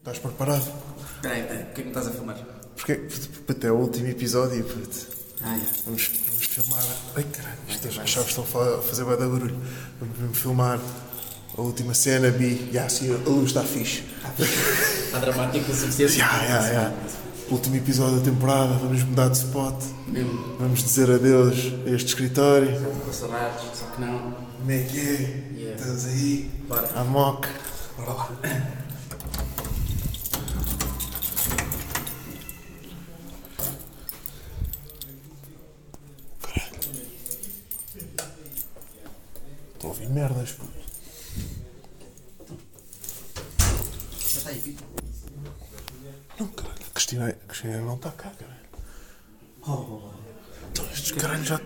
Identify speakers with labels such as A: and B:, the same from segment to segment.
A: Estás preparado?
B: Espera aí, espera aí, porquê que me estás a filmar?
A: Porque puto, é o último episódio, puto.
B: Ah,
A: Vamos, vamos filmar. Ai caralho, isto- as chaves estão a fa- a fazer bué da barulho. Vamos mesmo filmar a última cena, bi. Ya, assim, a luz está fixe.
B: Está dramático o suficiente?
A: Ya, ya, ya. Último episódio da temporada, vamos mudar de spot.
B: Mesmo,
A: Vamos dizer adeus a este escritório.
B: com saudades, só que não.
A: Como é que é?
B: Yeah.
A: Estamos aí.
B: Bora.
A: A moca.
B: Bora lá.
A: Estou a ouvir merdas, puto.
B: Já está aí, Pito.
A: Não, caralho, a Cristina, a Cristina não está cá, caralho. Então, estes caralhos já.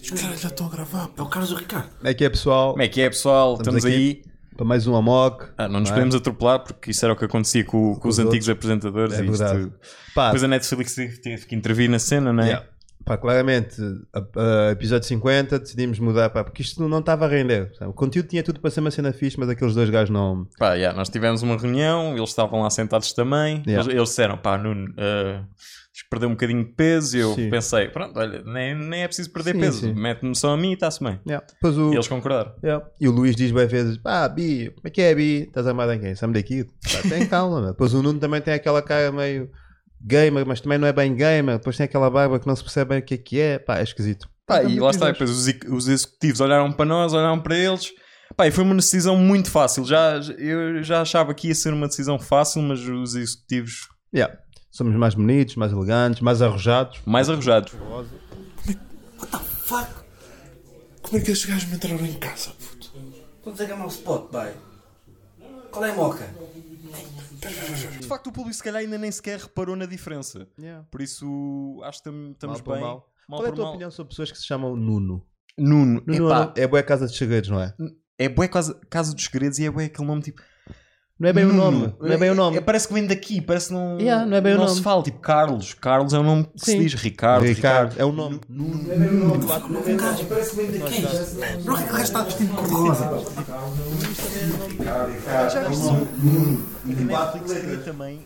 A: Estes caralhos já estão a gravar, pá.
B: É o Carlos do Ricardo.
C: Como é que é, pessoal?
D: Como é que é, pessoal? Estamos,
C: Estamos
D: aí.
C: aqui. Para mais um é? Amok.
D: Ah, não nos podemos atropelar porque isso era o que acontecia com, com os
C: os
D: antigos apresentadores.
C: É
D: e isto-
C: verdade. Pá,
D: Depois a Netflix teve que intervir na cena, não é?
C: yeah. Pá, claramente, a- a- episódio 50, decidimos mudar, pá, porque isto não estava a render. sabe? O conteúdo tinha tudo para ser uma cena fixe, mas aqueles dois gajos não.
D: Pá, yeah, nós tivemos uma reunião, eles estavam lá sentados também.
C: Yeah.
D: Eles, eles disseram, pá, Nuno, ah, acho que perdeu um bocadinho de peso. E eu
C: Sim.
D: pensei, pronto, olha, nem, nem é preciso perder
C: Sim,
D: peso,
C: sim.
D: mete-me só a mim e está-se bem.
C: Yeah. Depois o,
D: E eles concordaram.
C: yeah. E o Luís diz bem vezes: pá, Bi, como é que é, Bi? Estás armado em quem? Sam the Kid. Pá, tem calma, meu. Depois o Nuno também tem aquela cara meio gamer, mas também não é bem gamer. Depois tem aquela barba que não se percebe bem o que é que é. Pá, é esquisito.
D: Pá, e
C: Estamos
D: lá está,
C: aqui,
D: depois os, ex- os executivos olharam para nós, olharam para eles. Pá, e foi uma decisão muito fácil. Já, eu já achava que ia ser uma decisão fácil, mas os executivos
C: Yeah. Somos mais bonitos, mais elegantes, mais arrojados.
D: mais arrojados.
B: Fuck!
A: Como é que estes gajos me entraram em casa, puto?
B: Vamos agarrar o é spot, pai. Qual é a moca?
D: De facto, o público se calhar ainda nem sequer reparou na diferença.
C: Yeah.
D: Por isso, acho que tam- estamos
C: Mal por
D: bem.
C: mal.
D: Mal
C: Qual é a
D: por
C: tua
D: mal.
C: opinião sobre pessoas que se chamam Nuno?
D: Nuno,
C: Nuno
D: epá,
C: é boa casa de segredos, não é?
D: é bué casa, casa dos segredos e é bué aquele nome tipo...
C: Não é bem
D: Nuno.
C: o nome. Não é bem o nome.
D: É, parece que vem daqui, parece que não...
C: Yeah, não é bem o
D: se
C: nome.
D: fala, tipo Carlos. Carlos é um nome que se
C: Sim.
D: diz Ricardo. Ricardo.
C: é o nome. Nuno. É
B: Um gajo, parece que vem daqui. Não é que o gajo está vestido de cor-de-rosa, pá.
D: também.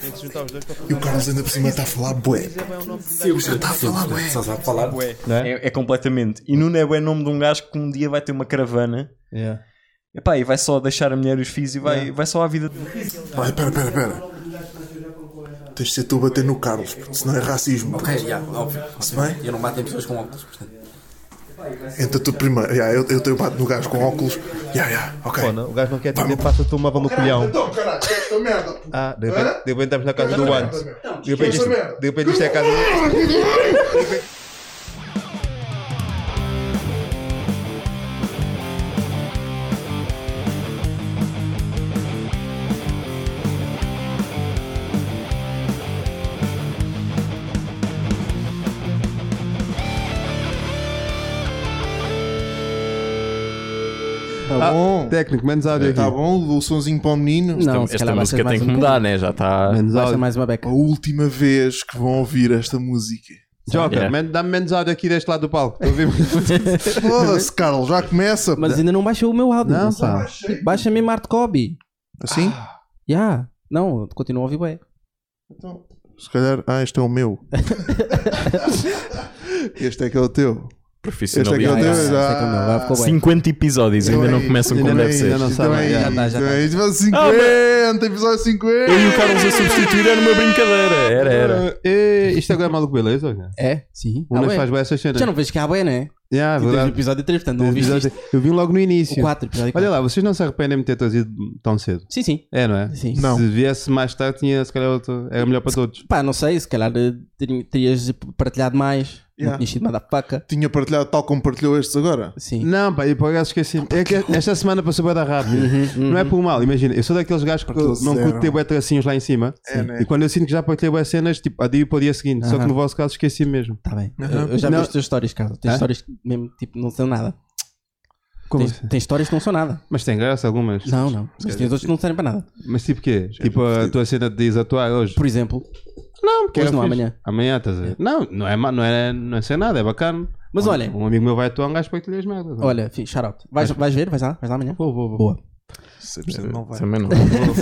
C: Tem que se juntar os dois para
A: E o Carlos ainda por cima está a falar, bué.
C: é um
B: Eu já está a falar, ué. Estás a falar?
C: Não é?
D: É, é completamente. E Nuno é o nome de um gajo que um dia vai ter uma caravana.
C: Yeah.
D: Epá, e vai só deixar a mulher e os filhos e vai, vai só à vida.
A: Pá, pera, pera, pera. Tens de ser tu a bater no Carlos, porque senão é racismo.
B: Ok, já, óbvio.
A: Se bem?
B: Eu não bato em pessoas com óculos, portanto.
A: Entra tu primeiro. Ya, eu, eu tenho bato no gajo com óculos. Ya, ya, ok. Oh,
C: Pô, não, o gajo não quer dizer passa-te um móvel no colhão.
A: Então, caralho, é esta merda.
C: Ah, de repente, de repente estamos na casa do
A: Caralho,
C: Antes.
A: merda.
C: De repente isto-
A: Caralho.
C: de repente isto é a casa do
E: Tá bom.
C: técnico, menos áudio aqui.
E: Tá bom, o sonzinho para o menino.
D: Então,
E: Não.
D: esta música
E: um
C: um
D: tem que mudar, né? Já está.
C: Menos áudio.
E: mais uma beca. A última vez que vão ouvir esta música.
D: um
C: Joker,
D: Yeah.
C: men- dá-me menos áudio aqui deste lado do palco.
D: é
C: Eu ouvi-
A: Foda-se, Carlos, já começa.
E: Mas ainda não baixou o meu áudio.
C: Não, pá.
E: Baixa Baixa-me Mart Kobe.
A: Assim?
E: Já. Não, continua a ouvir bem.
A: Se calhar, ah, este é o meu. este é que é o teu. Este é que é o
D: Profissionalidade.
A: teu.
E: sei
A: já.
E: como é, lá ficou bem.
D: 50 episódios,
C: é
D: ainda não começam
C: ainda
D: como
C: não-
D: deve ser.
C: ainda não sabe,
A: Também,
C: já
E: tá, já tá.
A: também. É, Episódio 50, episódio 50.
D: Eu e o Carlos a substituir era uma brincadeira. Era, era.
C: Eh, Isto agora é maluco, beleza? cara?
E: É? Sim.
C: O
E: Ah,
C: Nunes
E: bem.
C: faz bem essas cenas.
E: Já não vejo que há bem, né?
C: Yeah,
E: Tu tens o
C: verdade.
E: episódio 3, portanto não ouviste isto.
C: Eu vim logo no
E: O
C: início.
E: 4, episódio 4.
C: Olha lá, vocês não se arrependem de ter trazido tão cedo.
E: Sim, sim.
C: É, não é?
E: Sim.
A: Não.
C: Se viesse mais tarde, tinha, se calhar outro- era melhor para todos.
E: Pá, não sei, se calhar eh, ter- terias partilhado mais.
A: Yeah.
E: Não tinhas sido mais da faca.
A: Tinha partilhado tal como partilhou estes agora.
E: Sim.
C: Não, pá, e por acaso esqueci. É que esta semana passou bem da rápido.
E: Uhum,
C: Não é por mal, imagina. Eu sou daqueles gajos que
A: Partilhou
C: não
A: zero.
C: curto ter bué tracinhos lá em cima.
A: É, né?
C: E quando eu sinto que já partilhei bué cenas, tipo, adio para o dia seguinte. Só que
E: Aham.
C: no vosso caso esqueci mesmo.
E: Tá bem. Eu, eu já vi
C: Não.
E: as tuas histórias, Carlos. Tens
C: Hã?
E: histórias que mesmo, tipo, não são nada.
C: Como
E: Tens,
C: assim?
E: tens histórias que não são nada.
C: Mas tem graça algumas.
E: Não, não. Mas tens outros que não servem para nada.
C: Mas tipo quê? Tipo a tua cena de diz atuar hoje.
E: Por exemplo,
C: Não, porque
E: hoje
C: era
E: não,
C: fixe.
E: amanhã.
C: Amanhã estás a ver. Não, não é, ma- não, é, não é ser nada, é bacana.
E: Mas olhem,
C: Um amigo meu vai a Tonga, acho que partilha as merdas. não é?
E: olha, fi, shout out. Vais, vais ver? Vais lá? Vais lá amanhã?
C: Vou, vou, vou.
E: Boa.
A: não vai.
C: Também não. Vou.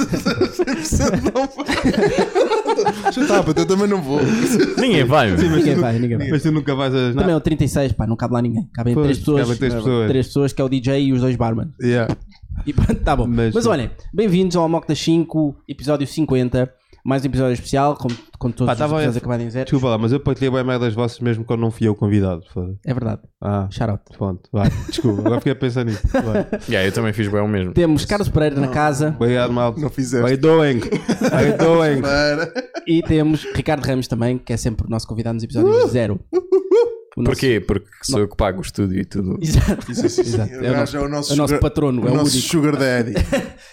A: Chutava, eu também não vou.
D: Ninguém vai, meu.
E: Ninguém vai, ninguém vai.
C: Mas tu nunca vais a.
E: Também é o 36, pá, não cabe lá ninguém. Cabem
C: Pois,
E: três pessoas.
C: cabem três pessoas.
E: Três pessoas, que é o DJ e os dois barman.
C: Yeah.
E: E pronto, tá bom.
C: Mas-
E: Mas, olhem, bem-vindos ao Mocta 5, episódio 50. Mais um episódio especial, como, como todos
C: Pá,
E: os
C: tava-
E: episódios acabarem de dizer.
C: Desculpa lá, mas eu partilhei bem merdas vossas mesmo quando não fui eu convidado. foda-se.
E: É verdade.
C: Ah,
E: Shout out.
C: pronto, vai. Desculpa, agora fiquei a pensar nisso. Vai.
D: Yeah, eu também fiz bem o mesmo.
E: Temos Carlos Pereira na casa
C: Obrigado, malta.
A: Não fizeste.
C: How you doing? How you doing?
A: Para.
E: e temos Ricardo Ramos também, que é sempre o nosso convidado nos
C: Uh!
E: episódios zero. O nosso-
D: Porquê? Porque sou eu que pago o estúdio e tudo.
E: Exato. Exato.
A: O
E: É o nosso
A: gajo é o nosso,
E: é o nosso
A: sugar-
E: patrono, é o
A: nosso
E: único.
A: sugar daddy.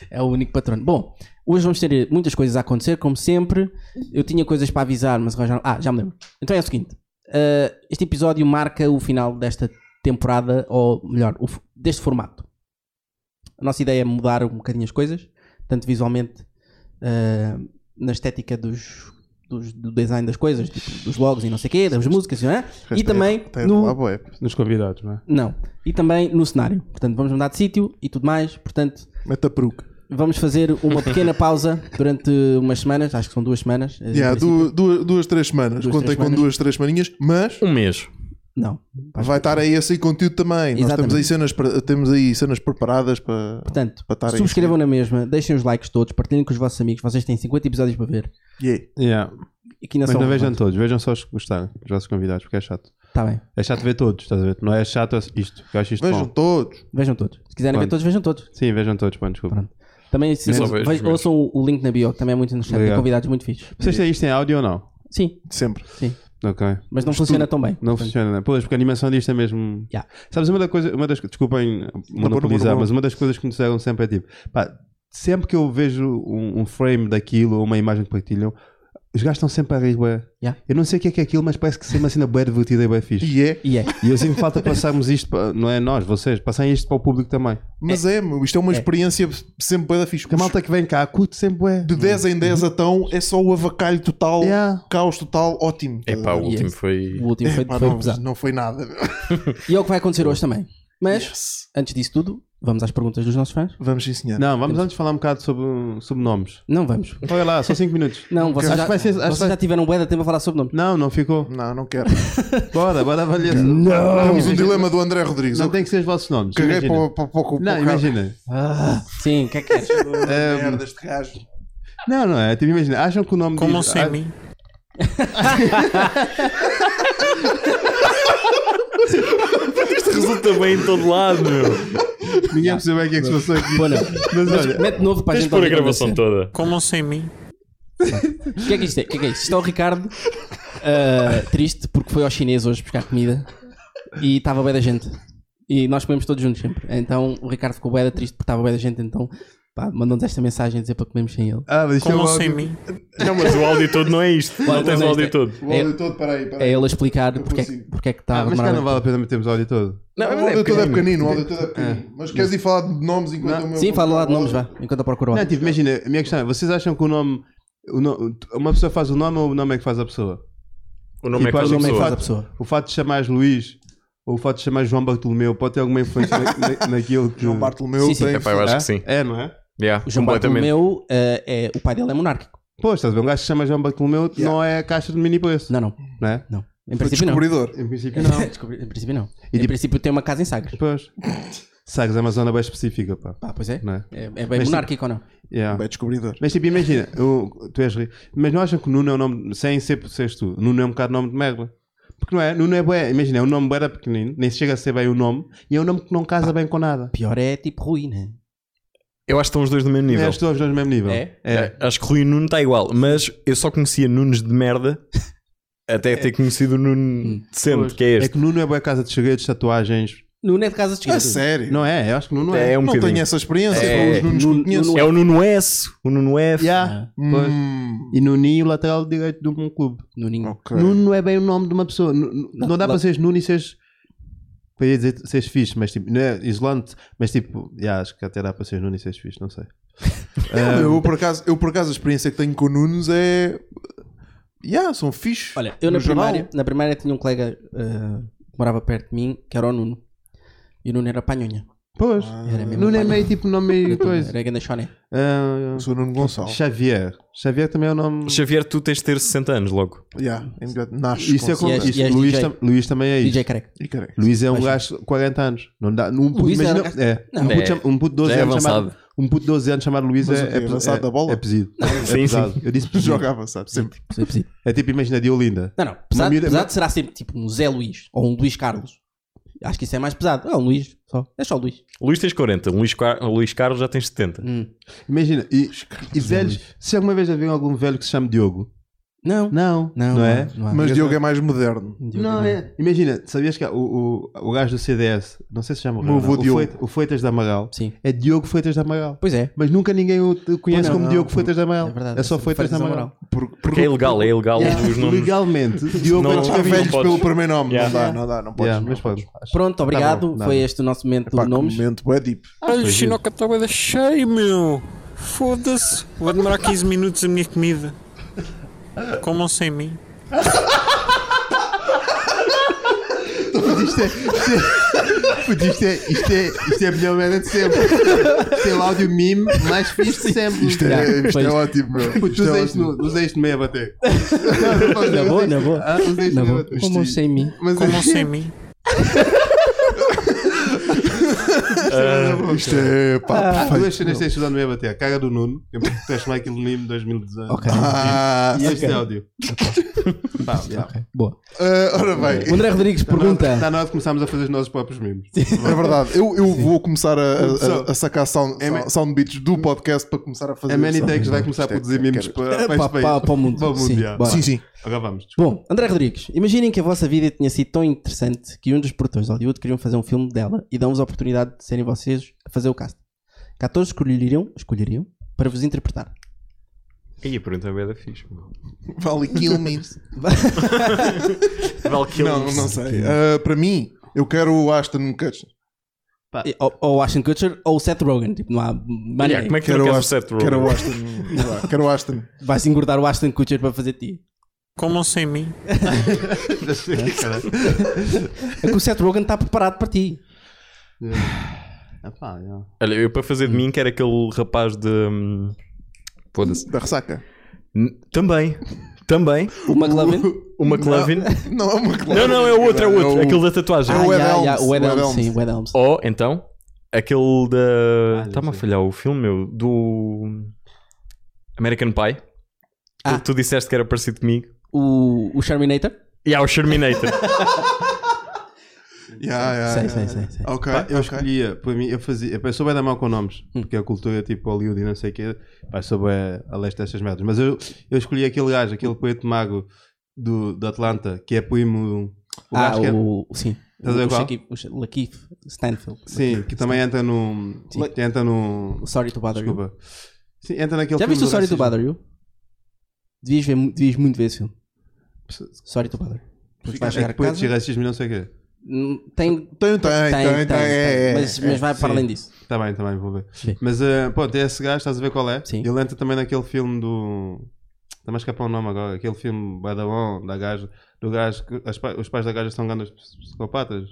E: É o único patrono. Bom, hoje vamos ter muitas coisas a acontecer, como sempre. Eu tinha coisas para avisar, mas agora já não... Ah, já me lembro. Então é o seguinte. eh, este episódio marca o final desta temporada, ou melhor, o f- deste formato. A nossa ideia é mudar um bocadinho as coisas, tanto visualmente, eh, na estética dos, dos- do design das coisas, tipo, dos logos e não sei o quê, das músicas, não é? E também
A: Tem
E: no,
A: lá, boé.
C: Nos convidados, não é?
E: não. E também no cenário. Portanto, vamos mudar de sítio e tudo mais. Portanto,
A: Mete a peruca.
E: vamos fazer uma pequena pausa durante umas semanas. Acho que são duas semanas. eh,
A: Yeah,
E: em princípio.
A: du- du- duas, três semanas.
E: Duas,
A: Contei
E: três
A: com
E: semanas.
A: duas, três semaninhas, mas
D: Um mês.
E: Não. um
A: vai estar aí esse conteúdo também. Nós temos
E: Exatamente.
A: aí, cenas, pre- temos aí cenas preparadas para.
E: Portanto,
A: Para estar aí,
E: subscrevam na mesma, deixem os likes todos, partilhem com os vossos amigos. Vocês têm 50 episódios para ver.
A: Yeah.
C: Yeah.
E: E que ainda
C: Mas
E: são.
C: não vejam todos, vejam só os que gostaram, os vossos convidados, porque é chato.
E: Tá bem.
C: É chato ver todos, estás a ver? Não é chato isto, que eu acho isto
A: Vejam
C: bom.
A: todos.
E: Vejam todos. Se quiserem ver
C: Pronto.
E: todos, vejam todos.
C: Sim, vejam todos, pá, desculpa.
E: Pronto. Também se,
D: Eu só vejo os
E: vejam-
D: meus.
E: ouçam o, o link na bio, que também é muito interessante. Tem
C: Obrigado.
E: convidados muito fixos.
C: Vocês têm isto em áudio ou não?
E: Sim,
A: Sempre.
C: Ok.
E: mas não funciona tão bem.
C: Não funciona, né? Pois, porque a animação disto é mesmo.
E: Yeah.
C: Sabes, uma, da coisa, uma das. Desculpem
A: não,
C: monopolizar,
A: não.
C: mas uma das coisas que me disseram sempre é tipo: pá, sempre que eu vejo um, um frame daquilo ou uma imagem que partilham, os gajos estão sempre a rir, bué.
E: Yeah.
C: Eu não sei o que é que é aquilo, mas parece que sempre uma cena bué divertida e bué fixe.
A: E é.
E: E é.
C: E eu sempre falta passarmos isto, para, não é nós, vocês, passarem isto para o público também.
A: Mas é, meu, isto é uma experiência sempre bué da fixe.
C: Porque a malta que vem cá, curte sempre bué. Uhum.
A: De 10 em 10 a tão, é só o avacalho total,
C: Yeah.
A: caos total, ótimo.
D: Epá,
E: E
D: o último
E: esse?
D: foi.
E: É O último foi,
A: Pá,
E: foi
A: não,
E: pesado.
A: não foi nada.
E: E é o que vai acontecer hoje também. Mas,
A: Yes.
E: antes disso tudo, vamos às perguntas dos nossos fãs?
A: Vamos ensinar.
C: Não, vamos antes falar um bocado sobre, sobre nomes.
E: Não vamos.
C: Olha lá, só 5 minutos.
E: Não, vocês,
C: Acho
E: já,
C: que vai ser- acho que
E: vocês
C: vai-
E: já tiveram bué de tempo a falar sobre o nome.
C: Não, não ficou.
A: Não, não quero.
C: Bora, bora avaliar.
A: Temos um dilema do André Rodrigues.
C: Não
A: Eu
C: tem que ser os vossos nomes.
A: Caguei para
C: imagina.
A: o- para o- para o-
C: Não,
A: para o carro.
C: imagina.
A: Ah,
C: hum,
E: Sim, o que é que queres?
A: Merda, este gajo.
C: Não, não é. Tipo, imagina. Acham que o nome
D: Como
C: diz...
D: sem
C: ah,
D: mim? Ah, Isto resulta bem em todo lado, meu.
C: Ninguém percebeu o que é que se passou aqui.
E: Pô, não.
C: Mas olha,
E: Mete de novo para a gente
D: Tens de pôr a
E: ouvir
D: gravação
E: acontecer.
D: toda.
F: Como sem mim?
E: O que é que isto é? O que é que é isto? Isto é o Ricardo, ah, triste, porque foi ao chinês hoje buscar comida e estava bem da gente. E nós comemos todos juntos sempre. Então o Ricardo ficou bem triste porque estava bem da gente, então pá, mandou-nos esta mensagem a dizer para comermos sem ele.
C: ah, mas isto é
F: Como
C: o
F: sem
C: áudio-
F: mim?
D: Não, mas o áudio todo não é isto. Não
E: Mas
D: tens o
E: é isto,
D: áudio
E: é-
D: todo.
A: O áudio todo, peraí,
E: É
A: peraí.
E: ele a explicar porque, é que-
A: consigo.
E: porque é que está
C: Ah,
E: a
C: mas cá
E: demorar.
C: não vale a pena metermos o áudio todo.
A: O áudio todo é pequenino, o áudio todo é pequenino. Mas queres ir falar de nomes enquanto o meu.
E: Sim, fala lá de nomes, vá, enquanto eu procuro o
C: Não,
E: áudio.
C: tipo, imagina. A minha questão é, vocês acham que o nome... o no- Uma pessoa faz o nome ou o nome é que faz a pessoa?
D: O nome
C: Tipo,
D: é que faz
C: acho
D: a
E: Como é que
D: pessoa.
E: faz a pessoa?
C: O fato de chamares Luís ou o fato de chamares João Bartolomeu pode ter alguma influência na, na, naquilo que...
A: João Bartolomeu
E: Sim, sim.
A: tem.
D: Epá, eu acho
C: É?
D: que sim.
C: É, não é?
D: Yeah,
E: O João
D: completamente.
E: Bartolomeu, ah, é, o pai dele é monárquico.
C: Pois, estás a ver? Um gajo que se chama João Bartolomeu não é caixa de mini preço,
E: Não, não,
C: não é?
E: não. Em
A: Foi
E: princípio não.
A: descobridor.
C: Em princípio não.
E: Descobri- Em princípio não.
C: E
E: em
C: tipo-
E: princípio tem uma casa em Sagres.
C: Pois. Sagres é uma zona bem específica, pá.
E: Pá, pois é.
C: Não é?
E: É, é bem
C: Mas,
E: monárquico ou não?
C: Yeah.
A: Bem descobridor.
C: Mas tipo, imagina, eu- tu és ri- mas não acham que Nuno é um nome, sem ser por seres tu, Nuno é um bocado nome de merda. Porque não é, Nuno é bué, imagina, é um nome bué da pequenino, nem chega a ser bem o nome, e é um nome que não casa bem com nada.
E: Pior é tipo Rui, né?
D: Eu acho que estão os dois do mesmo
C: É,
D: nível.
C: os dois no mesmo nível.
E: É?
D: É, Acho que Rui e Nuno está igual, mas eu só conhecia Nunes de merda até ter conhecido o
E: Hum.
D: Nuno decente, que é
C: É
D: este.
C: que Nuno é bué casa de segredos, tatuagens.
E: Nuno é de casa de
A: A
E: esquerda.
A: sério.
C: Não é? Eu acho que Nuno é.
D: É um
A: não
D: bocadinho.
A: tenho essa experiência.
D: É.
A: São os números que eu
E: Nuno-
A: conheço.
E: Nuno-
D: É o Nuno S, o Nuno F.
C: Yeah, pois.
A: Hum,
C: E Nuninho, lateral direito de um clube.
E: Nuninho.
A: ok.
C: Nuno não é bem o nome de uma pessoa. Nu- nu- Não, dá
E: lá-
C: para seres Nuno e seres. Para ia dizer seres fixe, mas tipo, não é isolante, mas tipo, yeah, acho que até dá para seres Nuno e seres fixe, não sei. Ah.
A: Eu, por acaso, eu, por acaso, a experiência que tenho com o Nunes é. Yeah, são fixos.
E: Olha, eu na
A: No jornal.
E: primária, na primária tinha um colega ah, morava perto de mim, que era o Nuno. E o Nuno era panhonha. Ah.
C: Pois.
E: Era mesmo
C: Nuno é
E: panhonha.
C: meio tipo nome meio coisa.
E: Era grande choné.
C: Ah,
A: Sou Nuno Gonçalves.
C: Xavier. Xavier também é o nome.
D: Xavier, tu tens de ter 60 anos logo.
A: Yeah, imediato. Nasce.
C: Isso é
A: com...
C: como.
E: E és-
C: Isso,
E: e és
C: Luís,
E: DJ.
C: tam- Luís também é isso.
E: DJ Careca.
A: E caralho.
C: Luís é um gajo de 40 anos. Não dá, um puto,
E: Luís era
C: imagina,
E: um gajo-
C: é,
E: Não.
C: um, puto,
D: É.
C: chama- um puto de 12
D: Já é
C: anos chamado,
D: avançado.
C: um puto de 12 anos chamado Luís é,
A: Mas o quê?
C: é, é,
A: Avançado da bola?
C: é pesado.
D: Sim,
C: É
D: sim.
C: pesado. Eu disse pesado.
A: Joga avançado, sempre.
E: Isso é possível.
C: É tipo, imagina, de Olinda.
E: Não, não. Pesado,
C: miúda- é
E: pesado será sempre tipo um Zé Luís ou um Luís Carlos. Acho que isso é mais pesado. É um Luís só. É só o Luís.
D: Luís tens 40, Luís, Car- um Luís Carlos já tens 70.
E: Hum.
C: Imagina, e,
A: é
C: e velhos, se alguma vez já viram algum velho que se chama Diogo,
E: Não.
C: não, não,
E: não
C: é?
E: não há.
A: Mas Diogo é mais moderno.
E: Diogo
C: Não é. Imagina, sabias que há o, o, o gajo do CDS, não sei se chama
A: Meu avô
C: o,
A: Diogo.
C: Feita- o Feitas da Amaral,
E: Sim.
C: é Diogo Feitas da Amaral.
E: Pois é.
C: Mas nunca ninguém o te- conhece
E: Não,
C: como
E: não,
C: Diogo Feitas da Amaral.
E: É verdade.
C: só Feitas da Amaral.
A: Por-
D: Porque é ilegal, é ilegal os nomes.
C: Legalmente, Diogo
D: Não,
C: é
D: não,
A: Porque é
D: não
A: velhos
D: podes.
A: pelo primeiro nome.
D: Yeah.
A: Não dá, não dá, não podes.
C: Yeah,
A: não
C: mas
A: podes. Tá
C: pode.
E: Pronto, obrigado.
C: bom, dá
E: Foi
C: bom.
E: este o nosso momento
A: Pá,
E: de
A: que
E: nomes.
A: momento bué deep.
E: Ah,
F: Olha, o chinoca está bem cheio, meu. Foda-se. Vai demorar 15 minutos a minha comida. Comam sem mim.
C: Isto é, isto é- Puto, isto é, isto é, isto é a melhor merda de sempre. Isto é o áudio meme mais fixe de sempre.
A: Isto é,
E: Yeah,
A: isto
E: pois.
A: é ótimo, meu.
C: Puto,
A: Isto é
C: usei isto
A: ótimo.
C: no- usei isto meio a bater. Não, não,
E: Na
C: usei-
E: boa, na boa.
C: Ah, usei isto
E: Na
C: meio a
E: boa.
C: bater.
E: Como sem mim.
C: Mas é-
F: Comam
C: isto
F: sem mim.
A: Isto é, pá,
E: Ah.
C: Há
A: perfeito.
C: duas cenas que tens de usar no meio a bater. A Caga do Nuno, eu teste lá aquilo no meme 2018.
E: Ok.
A: Ah,
C: E este
E: ok.
C: áudio. Pá, yeah.
E: Boa.
A: ah, ora bem,
E: O André Rodrigues
C: Está Tá na-
E: pergunta.
C: Está na hora de começarmos a fazer os nossos próprios memes.
A: é verdade. Eu, eu vou começar a, a- a- a sacar sound,
C: É me-
A: sound, sound beats do podcast para começar a fazer.
C: A Many
A: sound.
C: Takes vai começar a
A: Isto é-
C: produzir memes para, para,
E: Pá,
C: este país.
E: pá, tá Para o mundo.
C: Para o mundo,
E: Sim,
C: yeah.
E: bora.
A: Sim, sim.
C: Agora vamos.
E: Bom, André Rodrigues, imaginem que a vossa vida tinha sido tão interessante que um dos produtores de Hollywood queriam fazer um filme dela e dão-vos a oportunidade de serem vocês a fazer o cast. Que atores escolheriam, escolheriam para vos interpretar.
D: Aí a pergunta é da fixe. meu.
A: Vale Kilmes.
D: Val Kilmer.
A: Não, não sei. Ah, para mim, eu quero o Ashton Kutcher.
E: E- Ou, ou Ashton Kutcher ou Seth Rogen. Tipo, não há maneira.
D: Yeah, como é que tu
A: Quero
D: não
A: o
D: queres o
A: Ashton.
D: Seth Rogen?
A: Quero o Ashton. Vá, quero o Ashton.
E: Vais engordar o Ashton Kutcher para fazer ti.
F: Comam sem mim.
E: É que o Seth Rogen está preparado para ti.
C: É
D: Olha, eu para fazer de mim que era aquele rapaz de. hum, Foda-se.
A: Da ressaca.
D: N- Também. Também.
E: O McLovin.
D: O McLovin.
A: Não, é uma
D: Não, não, é o outro, é o outro. Aquele da tatuagem.
A: Ah, o Ed Helms,
E: o Ed
A: o Ed
E: Helms,
A: Helms.
E: sim, o Ed Helms.
D: Ou então, aquele da.
C: Ah,
D: Está-me
C: não
D: a
C: sei.
D: falhar o filme, meu, do. American Pie.
E: Ah.
D: O que tu disseste que era parecido comigo.
E: O, o Charminator.
D: E há o Sherminator.
C: Ah,
A: Yeah, yeah,
E: Sei,
A: yeah,
E: sei,
A: yeah.
E: sei, sei.
A: Ok,
C: Pá, eu
A: ok.
C: escolhia, para mim, eu fazia. pá, Eu sou bem da mão com nomes, porque a cultura tipo Hollywood e não sei o quê. Pá, sou bem a leste destas merdas. Mas eu, eu escolhi aquele gajo, aquele poeta mago do, do Atlanta, que é primo. O
E: ah,
C: gajo que é-
E: o, sim.
C: Estás a ver
E: o
C: qual?
E: Shaqui- o Sha- Lakeith Stanfield.
C: Sim, que
A: é
C: também entra num.
E: Sim.
C: que Entra É num.
E: O Sorry to Bother You.
C: Desculpa. Sim, entra naquele
E: Já
C: filme
E: viste o
C: do
E: Sorry to
C: racismo.
E: Bother You? Devias, ver, mu- devias muito ver esse filme. Sorry to Bother. Porque vai chegar
C: É
E: a
C: que poetas e
E: casa.
C: racismo e não sei o quê.
E: Hum, Tem, tem,
A: Tem, tem, tem,
E: tem,
A: tem. é, é,
E: Mas,
A: é.
E: mas vai para
C: sim.
E: além disso.
C: Está Tá bem, está bem, vou ver.
E: Sim.
C: Mas, eh, pronto, é esse gajo, estás a ver qual é?
E: Sim.
C: Ele entra também naquele filme do. Está-me a escapar o nome agora. Aquele filme Badabon, da gaja. Do gajo que as pa- os pais da gaja são grandes psicopatas.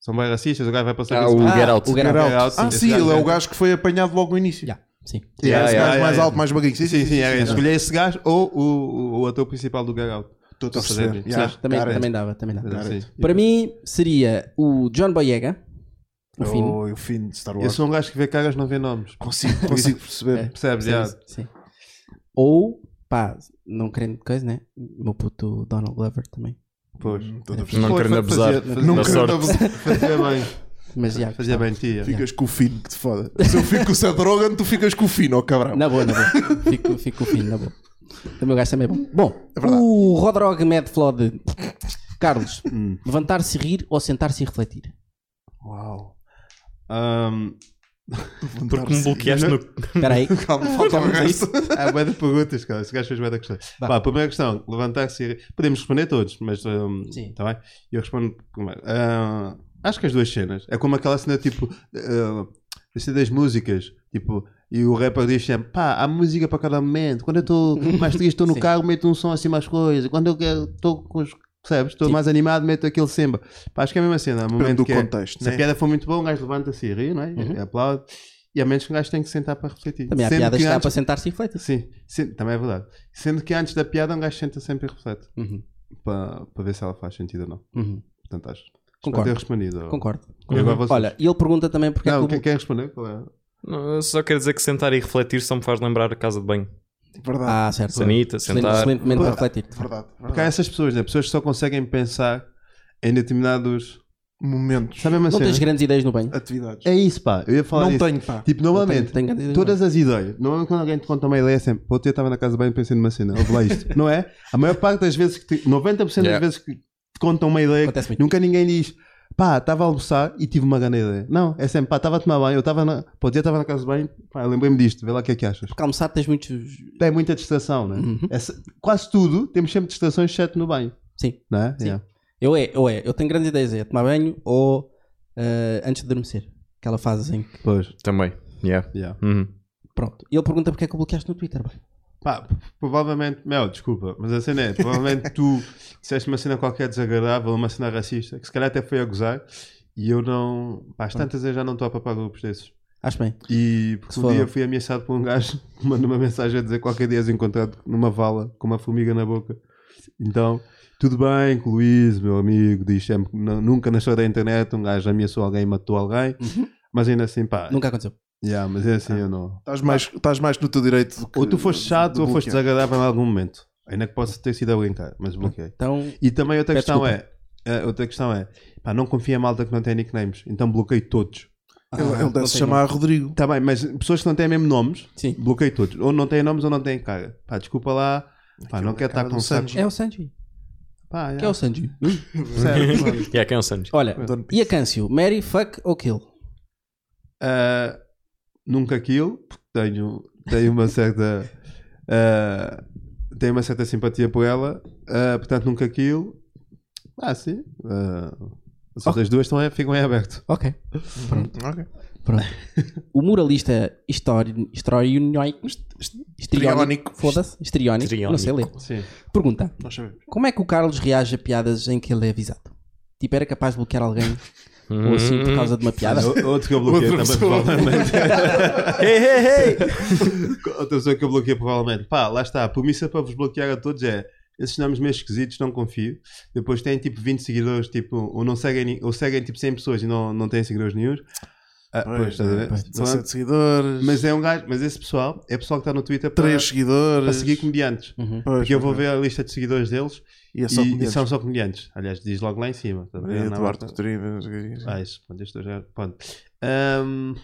C: São bem racistas. O gajo vai passar
D: Ah,
C: isso.
D: o
E: Ah,
D: Get Out.
E: O Get
C: Get
E: Out.
C: Out.
A: Ah,
C: Esse
A: sim, ele é o
C: entra-
A: gajo que foi apanhado logo no início.
E: Já, sim.
A: Yeah,
C: Yeah, yeah,
A: esse gajo
C: yeah,
A: mais
C: yeah.
A: alto, mais magrinho. Sim, sim, sim.
C: é, escolher esse gajo ou o, o, o ator principal do Get Out. Estou
A: Estou a
C: a
A: perceber.
C: perceber.
A: Yeah,
E: Também,
A: cara.
E: também dava, também dava.
C: Sim.
E: Para mim seria o John Boyega. O Finn.
A: Oh, e o fim de Star
C: Eu
A: Wars.
C: sou um gajo que vê caras, não vê nomes. É.
A: Consigo, consigo
E: É.
A: perceber.
C: Percebes?
E: Percebes?
C: Yeah.
E: Sim. Ou, pá, não querendo coisa, né? O meu puto Donald Glover também.
C: Pois.
A: Estou a perceber.
D: Não querendo
C: Foi- foi-
D: abusar.
C: fazia-
D: da
C: fazia-
A: Nunca
D: sorte.
C: Fazia bem.
E: Mas já.
C: Fazia bem, tia.
A: Ficas com o fino, que te foda. Se eu fico com o Seth Rogen, tu ficas com o fino, ó cabrão.
E: Na boa, na boa. Fico, fico fino, na boa. Também o gajo também é bom. Bom,
A: verdade.
E: o Rodrog Mad Flood. Carlos,
A: Hum.
E: levantar-se e rir ou sentar-se e refletir?
A: Uau.
C: Ahm,
D: Porque me bloqueaste no.
E: Espera aí.
C: Calma, falta o
E: Calma,
C: resto. Há bué de perguntas, cara. Esse gajo fez bué da questão.
E: Vá.
C: Pá, primeira questão, levantar-se e... rir. Podemos responder todos, mas... hum,
E: Sim.
C: tá bem? Eu respondo... primeiro. Ah, acho que as duas cenas. É como aquela cena, tipo... ah, a cena das músicas, tipo... E o rapper diz sempre, pá, há música para cada momento. Quando eu estou mais triste, estou no
E: Sim.
C: carro, meto um som assim mais coisa. Quando eu quero, estou com os Percebes? Estou mais animado, meto aquele semba. Pá, acho que é a mesma cena. há um momento
A: do
C: que é-
A: contexto,
C: se a
A: né?
C: piada for muito boa, um gajo levanta-se e ri, não é? Aplaude. E a menos que um gajo tem que sentar para refletir.
E: Uhum. Também há
C: Sendo
E: piadas que dá
C: antes-
E: para sentar-se e refletir.
C: Sim, sim, também é verdade. Sendo que antes da piada, um gajo senta sempre e reflete.
E: Uhum.
C: Para, para ver se ela faz sentido ou não.
E: Uhum.
C: Portanto, acho.
E: Concordo.
C: Ter respondido.
E: Concordo. Uhum.
C: E agora vocês?
E: Olha, e ele pergunta também porque
C: Não,
E: é que
C: quem,
E: o...
C: quem respondeu? Qual é?
D: Não, eu só quero dizer que sentar e refletir só me faz lembrar a casa de banho.
A: Verdade,
E: Ah, certo.
D: Sanita,
E: Excelente-
D: sentar.
E: Excelente momento para refletir.
A: verdade. verdade.
C: Porque há essas pessoas, né? Pessoas que só conseguem pensar em determinados.
A: Momentos,
C: Sabe a mesma
E: Não
C: cena?
E: tens grandes ideias no banho?
A: atividades.
C: É isso, pá. Eu ia falar
A: Não
C: disso.
A: tenho, pá.
C: Tipo, normalmente,
E: Tenho- tenho grandes ideias no
C: todas as ideias. Normalmente, quando alguém te conta uma ideia, é sempre. Pô, eu estava na casa bem e pensei numa cena. Ouve lá isto. não é? A maior parte das vezes que. Te, 90%
D: Yeah.
C: das vezes que te contam uma ideia,
E: Acontece muito.
C: nunca ninguém diz. Pá, estava a almoçar e tive uma grande ideia. Não, é sempre, pá, estava a tomar banho, eu estava na. Pô, eu estava na casa bem, pá, lembrei-me disto, vê lá o que é que achas.
E: Porque almoçar tens muitos. Uhum.
C: Tem muita distração, né? é? se- Quase tudo, temos sempre distrações, exceto no banho,
E: Sim.
C: não é?
E: Sim.
C: Yeah.
E: Eu é, eu é. Eu tenho grandes ideias. É tomar banho ou ah, antes de adormecer. Aquela fase em que.
C: Pois,
D: Também. Yeah.
C: yeah.
D: Uhum.
E: Pronto. E ele pergunta porque é que o bloqueaste no Twitter. Bem.
C: Pá, p- provavelmente, meu, desculpa, mas a cena é, provavelmente tu disseste uma cena qualquer desagradável, uma cena racista, que se calhar até foi a gozar, e eu não, pá, às tantas eu já não estou a papar grupos desses.
E: Acho bem.
C: E porque
E: Se
C: um
E: for-
C: dia fui ameaçado por um gajo que mandou uma mensagem a dizer que qualquer dia és encontrado numa vala com uma formiga na boca. Então, tudo bem que o Luís, meu amigo, diz sempre que nu- nunca na história da internet um gajo ameaçou alguém e matou alguém, mas ainda assim, pá,
E: Uhum. Nunca aconteceu.
C: yeah, mas é assim, eu não.
A: Estás mais, estás mais no teu direito do que
C: Ou Ah, tu foste chato
A: do
C: ou foste
A: bloquear.
C: desagradável em algum momento. Ainda que possa ter sido a brincar, mas bloqueei.
E: Então.
C: E também outra
E: Peço
C: questão é, eh, outra questão é, pá, não confia em malta que não tem nicknames, então bloqueio todos.
E: ah,
A: Ele, ele
E: não
A: deve se
E: sei
A: chamar Rodrigo.
C: Tá bem, mas pessoas que não têm mesmo nomes,
E: Sim.
C: bloqueio todos. Ou não têm nomes ou não têm cara. Pá, desculpa lá, pá, não quero estar
A: cara do
C: com sacos.
E: como. É o Sanji.
C: Pá,
E: Que é o Sanji.
D: Yeah, quem é o Sanji?
E: Olha,
A: Dono-
E: e a Câncio? Mary, fuck ou kill?
C: Uh, nunca aquilo, porque tenho, tenho uma certa uh, tenho uma certa simpatia por ela, uh, portanto nunca aquilo. Ah, sim. Uh, as outras duas estão, em- ficam em aberto.
E: Ok.
C: Hum,
A: Ok.
E: Pronto. o muralista histori- histrionico. Histrionico.
A: Histriónico.
E: Foda-se. Histrionico. Não sei ler.
C: Sim.
E: Pergunta:
A: Nós sabemos.
E: Como é que o Carlos reage a piadas em que ele é avisado? Tipo, era capaz de bloquear alguém ou assim por causa de uma piada?
C: Outro que eu bloqueei
A: Outra
C: também,
A: pessoa.
C: provavelmente.
D: Hey, hey, hey!
C: Outra pessoa que eu bloqueei, provavelmente. Pá, lá está. A premissa para vos bloquear a todos é esses nomes meio esquisitos, não confio. Depois têm tipo 20 seguidores, tipo, ou não seguem, ni- ou seguem tipo 100 pessoas e não, não têm seguidores nenhum. Ah, pois,
A: Pois,
C: estás a ver?
A: pois,
C: Pronto.
A: 17 seguidores,
C: Mas é um gajo, mas esse pessoal é pessoal que está no Twitter para,
A: 3 seguidores.
C: para seguir comediantes.
E: Uhum.
A: Pois,
C: Porque eu
A: pois,
C: vou
A: pois.
C: ver a lista de seguidores deles
A: E é
C: e,
A: só
C: e
A: comediantes.
C: são só comediantes. Aliás, diz logo lá em cima. Tá a ver?
A: Maria
C: Não,
A: Eduardo
C: não.
A: Coutrinho, não sei o quê.
C: Ah, isso, pronto, isto já. Pronto. Ahm,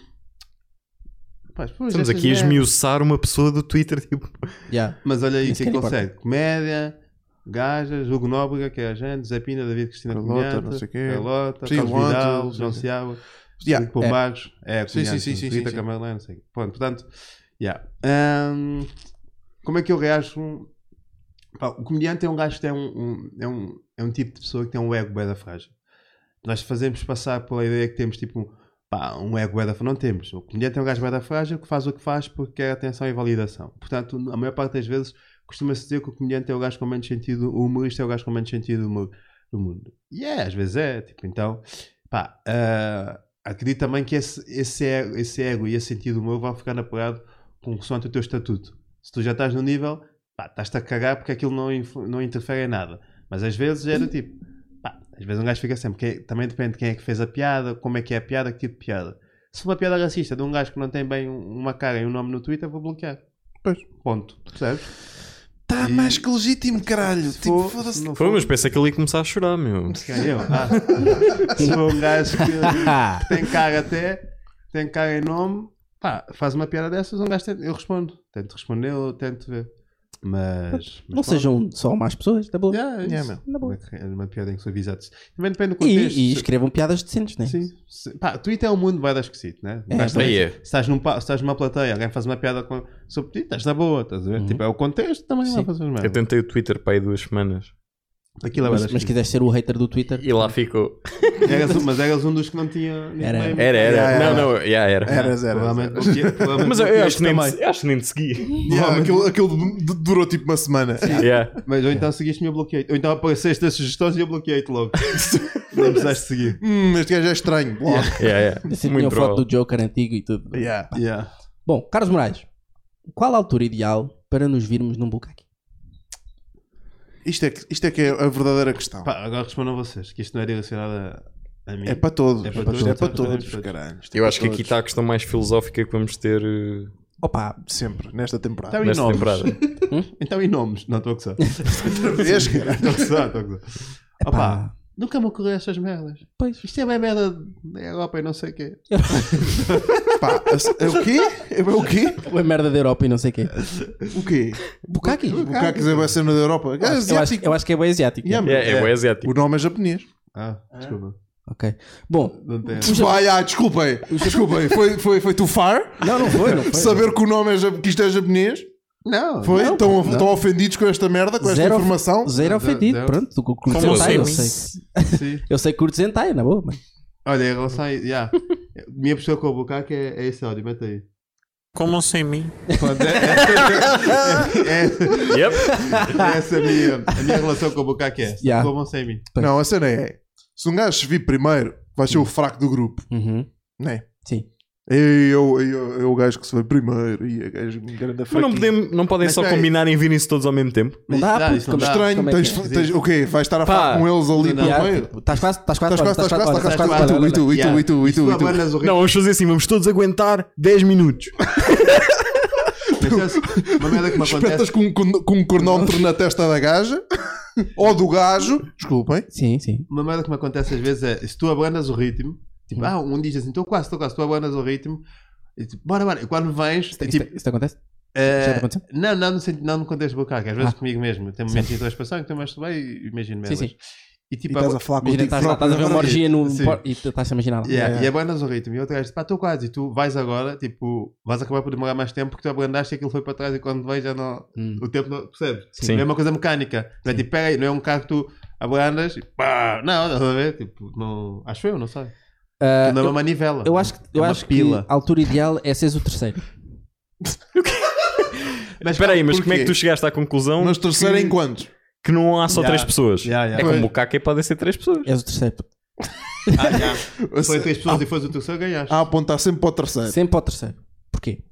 C: pá, pois, é-
D: Estamos
C: estas
D: aqui a
C: merdas.
D: esmiuçar uma pessoa do Twitter, tipo.
E: Yeah.
C: Mas olha aí,
E: Nem
C: o que é
E: sequer
C: que
E: importa.
C: consegue? Comédia, gajas, Hugo Nóbrega, que é a gente, Zé Pina, David Cristina
A: Carlota,
C: Comediante,
A: não sei quê.
C: Carlota,
A: Sim,
C: Carlos
A: Luanto,
C: Vidal,
A: não sei
C: João
A: o quê.
C: Seabra,
A: Yeah.
C: Filipe Pombarros, é,
A: Sim,
C: comediante,
A: sim, sim, sim,
C: Rita
A: sim, sim.
C: Camarlã, não sei o quê. Pronto, portanto, yeah. Ahm, como é que eu reajo? Pá, o comediante é um gajo que tem um, um- é, um, é um tipo de pessoa que tem um ego bué da frágil. Nós fazemos passar pela ideia que temos tipo um, pá, um ego bué da frágil. Não temos. O comediante é um gajo bué da frágil que faz o que faz porque quer atenção e validação. Portanto, a maior parte das vezes costuma-se dizer que o comediante é o gajo com menos sentido, o humorista é o gajo com menos sentido do humor- do mundo. E é, às vezes é. Tipo, então, pá, ah, acredito também que esse, esse, ego, esse ego e esse sentido do humor vão ficar apoiado consoante o teu estatuto. Se tu já estás no nível, pá, estás-te a cagar porque aquilo não, influ- não interfere em nada. Mas às vezes é do tipo, pá, às vezes um gajo fica sempre, que também depende de quem é que fez a piada, como é que é a piada, que tipo de piada. Se uma piada racista de um gajo que não tem bem um- uma cara e um nome no Twitter, vou bloquear.
A: Pois.
C: Ponto. Percebes?
A: Tá
C: E-
A: mais que legítimo, caralho.
C: Se
A: Tipo,
C: for- se
A: foda-se.
C: não
D: Foi,
C: for-
D: mas pensei que ele ia começar a chorar, meu.
C: Quem eu? Ah. se for um gajo que
E: Ah,
C: tem cara até, tem cara em nome, pá, faz uma piada dessas, um gajo tenta- eu respondo. Tento responder, eu tento ver. Mas.
E: não sejam só más pessoas, tá bom?
C: Yeah, é
A: Yeah,
C: isso.
A: meu.
E: Na boa.
C: É uma piada em que sou avisado. Também depende do
E: E,
C: contexto.
E: e
C: Se-
E: escrevam piadas decentes, né?
C: Sim. Se- Pá, Twitter é um mundo vai dar esquisito, né? Um
E: É,
C: gajo também-
D: aí é.
C: se estás, num, pa- se estás numa plateia, alguém faz uma piada com, sobre ti, estás na boa, estás a ver? Tipo, é o contexto também, não
E: Uhum. Sim.
C: fazes merda.
D: Eu tentei o Twitter para aí duas semanas.
C: Aquilo é
E: Mas,
C: bué
E: mas
C: da esquisito.
E: quiseres ser o hater do Twitter,
G: E lá ficou.
C: Eras um- mas eras um dos que não tinha
E: Era.
C: nickname.
G: Era, era.
A: Yeah, yeah.
G: não, não, yeah, era.
A: Era zero.
C: Provavelmente vou ter- provavelmente
D: Mas
C: vou
D: eu,
C: ter
D: eu acho
C: este
D: que nem,
C: também.
D: te- eu acho que nem te segui.
A: Yeah, aquilo, aquilo du- durou tipo uma semana.
G: Yeah.
C: Mas ou então seguiste-me e eu bloqueei-te. Ou então apareceste as sugestões e eu bloqueei-te logo. não precisaste seguir.
A: Hum, este gajo é estranho. Bloco.
G: Yeah, yeah.
E: assim, tinha
G: Muito
E: foto
G: provável.
E: do Joker antigo e tudo.
A: Yeah.
C: Yeah.
E: Bom, Carlos Moraes, qual a altura ideal para nos virmos num bucaque?
A: Isto, é que, isto é que é a verdadeira questão.
C: Pá, agora respondam vocês, que isto não é direcionado a, a mim.
A: É para todos.
C: É
A: É
C: para
A: para
C: todos,
A: todos. É para
C: é para
A: todos,
C: todos.
A: caralho. Isto é
G: Eu
A: para
G: acho que aqui
A: todos.
G: está a questão mais filosófica que vamos ter eh,
E: Opa,
A: Sempre, nesta temporada.
C: Então e
G: nesta
C: nomes?
G: temporada.
C: Então e nomes? Não, estou a gozar. Estou
A: Vês, caralho?
C: a gozar, estou a gozar. Opa, nunca me ocorreu estas merdas.
E: pois.
C: Isto é bem merda da Europa e não sei o quê.
A: Pá, a- é o quê? É o quê?
E: É merda da Europa e não sei o quê.
A: O quê?
E: Bucaque?
A: O que é que é a cena da Europa? É
E: Eu acho,
A: asiático.
E: eu acho que é bem asiático.
A: Yeah,
G: Yeah, é,
A: man.
G: é. asiático.
A: O nome é japonês.
C: Ah, desculpa.
E: Ok. Bom,
C: Não tem.
A: Desculpa, ah, desculpem. Desculpem. Foi, foi, foi too far?
E: não, não foi, não foi.
A: Saber que o nome é ja- que isto é japonês?
C: Não,
A: Foi?
C: não,
A: Estão, estão ofendidos com esta merda, com esta
E: Zero-
A: informação?
E: Zero ofendido,
C: Zero.
E: pronto. Tu curtes
F: Como
E: hentai, eu
F: assim?
E: sei.
C: sim.
E: Eu sei que curtes hentai, na boa, mano.
C: Olha, em relação a. Yeah. Minha pessoa com o bucaque é, é esse áudio, mete aí.
F: Como sem mim?
C: Pronto, é- é- é- é-
G: Yep.
C: é essa a minha, a minha relação com o bucaque é.
E: Yeah.
C: Yeah. Comam sem mim.
E: Pois.
A: Não, a cena é: se um gajo se vir primeiro, vai ser o fraco do grupo,
E: Hum. Uhum.
A: né?
E: Sim.
A: Ei, Eu, eu, eu, o gajo que se foi primeiro e o gajo um grande
G: Mas não,
A: fraquinho.
G: podemos- não podem
C: Mas
G: só
C: espera aí.
G: combinarem e virem-se todos ao mesmo tempo?
E: Não dá,
C: dá,
E: puto,
C: isso não
E: como
C: dá.
E: é que-
A: Estranho,
E: como é que
A: tens,
E: é?
A: tens- o quê? Vais estar a falar
G: Pá,
A: com eles ali
C: não
A: pelo
E: Yeah,
A: meio?
E: Estás quase, estás quase,
A: Estás quase, estás quase, estás
E: olha,
A: quase, estás quase. E tu, e
C: é
A: tu, e tu, e tu, e tu.
C: abandas o
G: Não, vamos fazer assim, vamos todos aguentar 10 minutos.
C: Mas sabe, é Uma merda que me
A: Espetas
C: acontece.
A: com, com, com um cronómetro na testa da gaja ou do gajo, desculpem,
E: Sim, sim.
C: Uma merda que me acontece às vezes é se tu abrandas o ritmo, tipo,
E: Uhum.
C: ah, um diz assim, estou quase, estou quase, tu abrandas o ritmo, e tipo, bora, bora, e quando vens,
E: Isto,
C: é
E: isto-
C: tipo,
E: isto acontece? Já te
C: eh,
E: aconteceu?
C: não, não no, sentido- não no contexto vocal, que às vezes
E: Ah.
C: comigo mesmo, tem momentos de introspeção que estou mais bem e imagino
E: Sim,
C: merdas.
E: sim.
C: E tipo,
A: estás
C: abra-
A: a falar
E: Imagina,
A: contigo
E: estás, lá, estás a ver uma
A: próprio. é?
E: orgia no
C: Sim.
E: por- e tu estás a imaginar lá.
C: Yeah,
A: Yeah.
C: E abandas o ritmo. E outro gajo diz: pá, estou quase. E tu vais agora, tipo, vais acabar por demorar mais tempo porque tu abandaste e aquilo foi para trás. E quando vais já não.
E: Hum.
C: O tempo não. Percebes?
G: Sim.
C: Não é uma coisa mecânica. Não é tipo, peraí, não é um carro que tu abandas e pá, não, estás a ver? Tipo, não. Acho eu, não sei.
E: Ah,
C: não é uma
E: eu,
C: manivela.
E: eu acho, que, eu
C: É uma
E: acho que
C: pila.
E: a altura ideal é seres o terceiro.
G: Mas espera aí, mas
A: porquê?
G: como é que tu chegaste à conclusão
A: Mas terceiro em quantos?
G: que não há só
C: Yeah.
G: três pessoas?
C: Yeah, yeah.
G: É
A: Pois.
G: como o caca podem ser três pessoas.
E: És o terceiro. puto.
C: Ah, já. Foi três pessoas e foi o terceiro, ganhaste.
A: A apontar sempre para o terceiro.
E: Sempre ao terceiro. Porquê?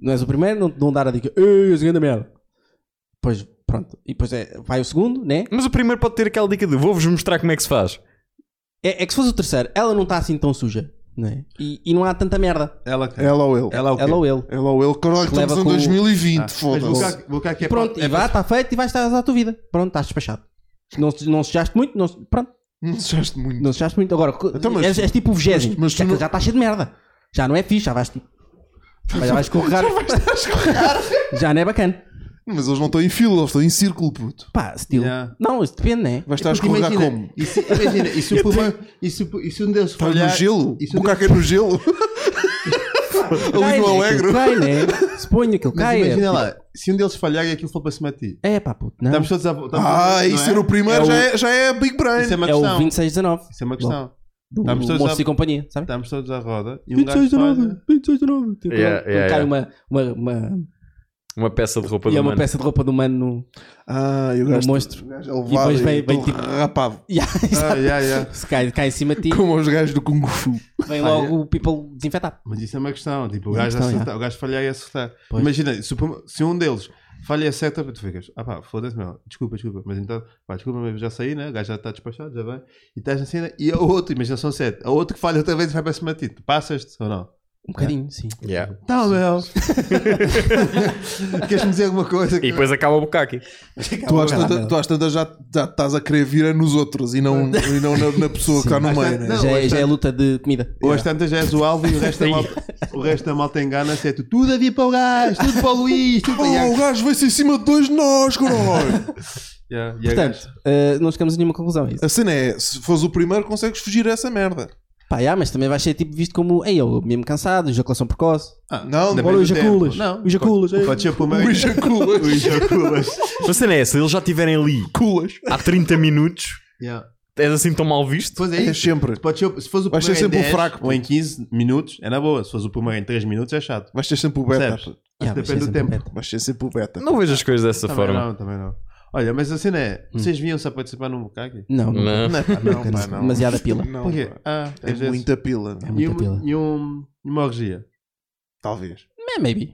E: Não és o primeiro, não, não dar a dica. Ei, és grande merda. Depois, pronto. E depois é, vai o segundo, né?
G: Mas o primeiro pode ter aquela dica de vou-vos mostrar como é que se faz.
E: É, é que se fosse o terceiro, ela não está assim tão suja, né? E, e não há tanta merda.
C: Ela que.
A: Ela ou ele.
C: Ela o quê?
E: Ela ou ele.
A: Ela ou ele, caralho,
E: Leva
A: estamos em
E: com o-
A: 2020,
C: Ah, mas o
A: foda-se.
C: bucaque- o bucaque é
E: Pronto, e
C: é
E: vá, está feito e vais estar à tua vida. Pronto, estás despachado. Não, se- não sujaste muito, não, se- pronto,
A: Não deixaste muito.
E: não sujaste muito. Agora,
A: Então, mas-
E: és, és tipo o vigésimo.
A: mas- mas tu
E: já,
A: não-
E: já estás cheio de merda. Já não é fixe, já vais. Já vais escorregar. já não é bacana.
A: Mas eles não estão em fila, eles estão em círculo, puto.
E: Pá, estilo.
C: Yeah.
E: Não, isso depende, né?
A: Vais estar a
C: Porque
A: escorregar
C: imagina,
A: como?
C: E se, imagina, e se, o problema- e se o- e se um deles
A: Estás
C: falhar-
A: no gelo?
C: e se um
A: O caca é no gelo? Ali no Alegre?
E: Cai, né? Se põe aquilo,
C: é, Mas
E: cai. é,
C: imagina
E: tipo,
C: lá, se um deles falhar e aquilo for para cima de ti.
E: É pá, puto, não.
C: Estamos todos a. estamos
A: Ah,
C: todos-
A: e
C: não
A: ser
C: é?
A: o primeiro já, é, já é Big Brain.
C: Isso é uma
E: É o
C: questão.
E: 2619.
C: Isso é uma questão.
E: Do, do
C: Estamos todos
E: Moços
C: a-
E: e Companhia, sabe?
C: Estamos todos à roda e um gajo
E: 26 de
C: falha.
E: 9, 26 de 9. Tipo,
G: Yeah,
E: quando
G: yeah,
E: cai
G: yeah.
E: uma, uma, uma,
G: Uma peça de roupa
E: e
G: do
E: é uma
G: humano.
E: peça de roupa do humano no.
A: Ah, eu
E: Um
A: gasto.
E: monstro.
A: o gajo é levado
E: E depois vem-
A: e
E: vem
A: todo
E: tipo-
A: rapado.
E: Yeah,
C: Ah,
E: exato.
C: yeah, yeah.
E: Se cai, cai em cima de ti,
A: Como os gajos do Kung Fu.
E: vem logo o people desinfetado.
C: Mas isso é uma questão.
E: Tipo,
C: Tipo, o
E: É uma
C: gajo,
E: questão,
C: acertar, o gajo falhar e acertar.
E: Pois.
C: Imagina, se, o- se um deles falha e acerta, tu ficas, ah pá, foda-se meu, desculpa, desculpa. Mas então, pá, desculpa, mas já saí, né? O gajo já está despachado, já vem. E estás na cena e a outro, imagina, são sete. A outro que falha outra vez e vai para cima de ti. Tu Passas-te ou não? É.
E: Um bocadinho, sim.
G: Yeah.
C: Não, meu. Queres-me dizer alguma coisa?
G: E depois acaba o bucaque.
A: Tu às,
E: Caralho.
A: tantas, tu às tantas já, já estás a querer virar nos outros e não, e não na, na pessoa que está no
C: Às
A: meio,
C: tantas-
A: né?
C: não,
E: já, é,
C: hoje
E: já é
C: tanto-
E: luta de comida.
C: Ou às tantas já és o alvo e o resto da malta, o resto da malta engana-se. É tu, tudo a vir para o gajo, tudo para o Luís, tudo para
A: Oh, o gajo vai ser em cima de dois de nós, caralho!
C: Yeah, yeah,
E: Portanto, eh, não Ah, chegamos a nenhuma conclusão. É isso.
A: a cena é: se fores o primeiro, consegues fugir a essa merda.
E: Pá, já, mas também vais ser tipo visto como, ei, eu mesmo cansado, ejaculação precoce.
A: Ah,
C: Não,
E: Agora o ejaculas.
C: Não,
E: O ejaculas. ei.
C: Pode ser pelo meio. O ejaculas.
G: Mas a cena é essa, eles já estiverem ali
A: Culas.
G: há 30 minutos,
C: Yeah.
G: és assim tão mal visto?
C: Pois é
A: É
C: isso.
A: sempre.
C: Pode ser, se fosse o
A: Vai
C: primeiro
A: ser
C: em
A: sempre um
C: 10
A: fraco,
C: ou em 15 minutos, é na boa. Se fosse o primeiro em 3 minutos, é chato.
A: Vais ter sempre o beta.
C: Percebes?
E: Já,
C: depende
E: mas
C: do
E: é
C: tempo.
E: sempre beta.
A: Vais ter sempre o beta.
G: Não vejo as coisas dessa
C: Também
G: forma. Hum.
C: não, também não. Olha, mas a cena é, vocês vinham só participar num bocado?
E: Não, não.
G: Não.
C: Não, pá, não, pá, não.
E: Demasiada pila.
A: Não,
C: Porquê?
A: pá.
C: Ah,
A: É
C: às vezes.
A: muita pila.
E: É
C: E
E: muita
C: um-
E: pila.
C: E um- e uma orgia.
A: Talvez.
E: É, maybe.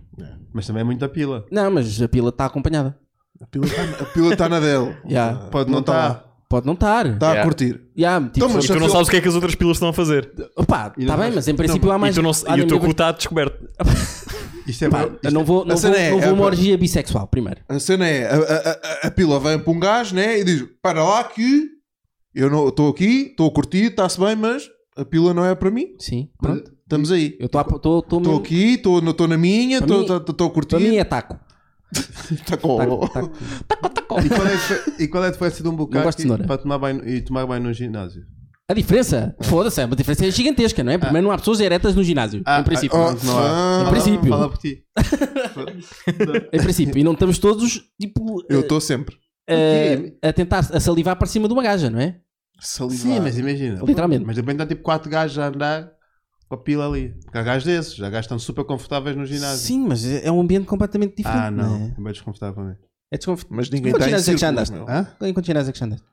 C: Mas também é muita pila.
E: Não, mas a pila está acompanhada.
A: A pila está a pila tá na dela.
E: Já.
C: Pode não tá. estar.
E: Pode não estar.
A: Está
G: Yeah.
A: tá. a curtir.
E: Já, tipo,
A: Então, mas-
G: E tu não sabes o que é que as outras pilas estão a fazer. Então,
E: Opa,
C: E não
E: está bem,
C: vais-
E: mas em princípio há mais.
G: e, tu não-
E: há
G: e o
E: na
G: teu
E: minha-
G: cu está descoberto.
C: Isto é
E: Pá,
C: bom.
E: eu não vou, não
A: a
E: vou,
A: cena é-
E: não vou
A: é-
E: uma orgia bissexual, primeiro.
A: A cena é, a, a- a- a pila vem para um gajo, né? E diz, para lá que eu não estou aqui, estou a curtir, está-se bem, mas a pila não é para mim.
E: Sim, pronto.
A: Estamos aí.
E: Eu estou
A: Estou aqui, estou na minha,
E: Para mim-
A: estou a curtir.
E: Para mim é taco.
A: Tá com-
E: Taco, taco.
C: E qual é a difer- E qual é a diferença de um
E: Não
C: bocado
E: gosto de cenoura.
C: para tomar banho e tomar banho no ginásio?
E: A diferença? Foda-se, a diferença é gigantesca,
C: Ah.
E: não é? Primeiro não há pessoas eretas no ginásio. em princípio.
A: ah,
C: Não há.
E: Em princípio.
C: Fala por ti.
E: Em princípio. E não estamos todos, tipo,
A: Eu estou sempre.
E: a, a tentar a salivar para cima de uma gaja, não é?
C: Sim, mas imagina.
E: Literalmente.
C: Mas também está tipo 4 gajos a andar com a pila ali. Porque há gajos desses, há gajos que estão super confortáveis no ginásio.
E: Sim, mas é um ambiente completamente diferente.
C: Ah, não.
E: É,
C: É bem desconfortável para mim.
E: é desconfortável.
A: Mas ninguém
E: Quantos
A: está em
E: ginásios é que já
A: círculos,
E: andaste?
A: meu.
C: Hã?
E: Em quantos ginásios é que já andaste?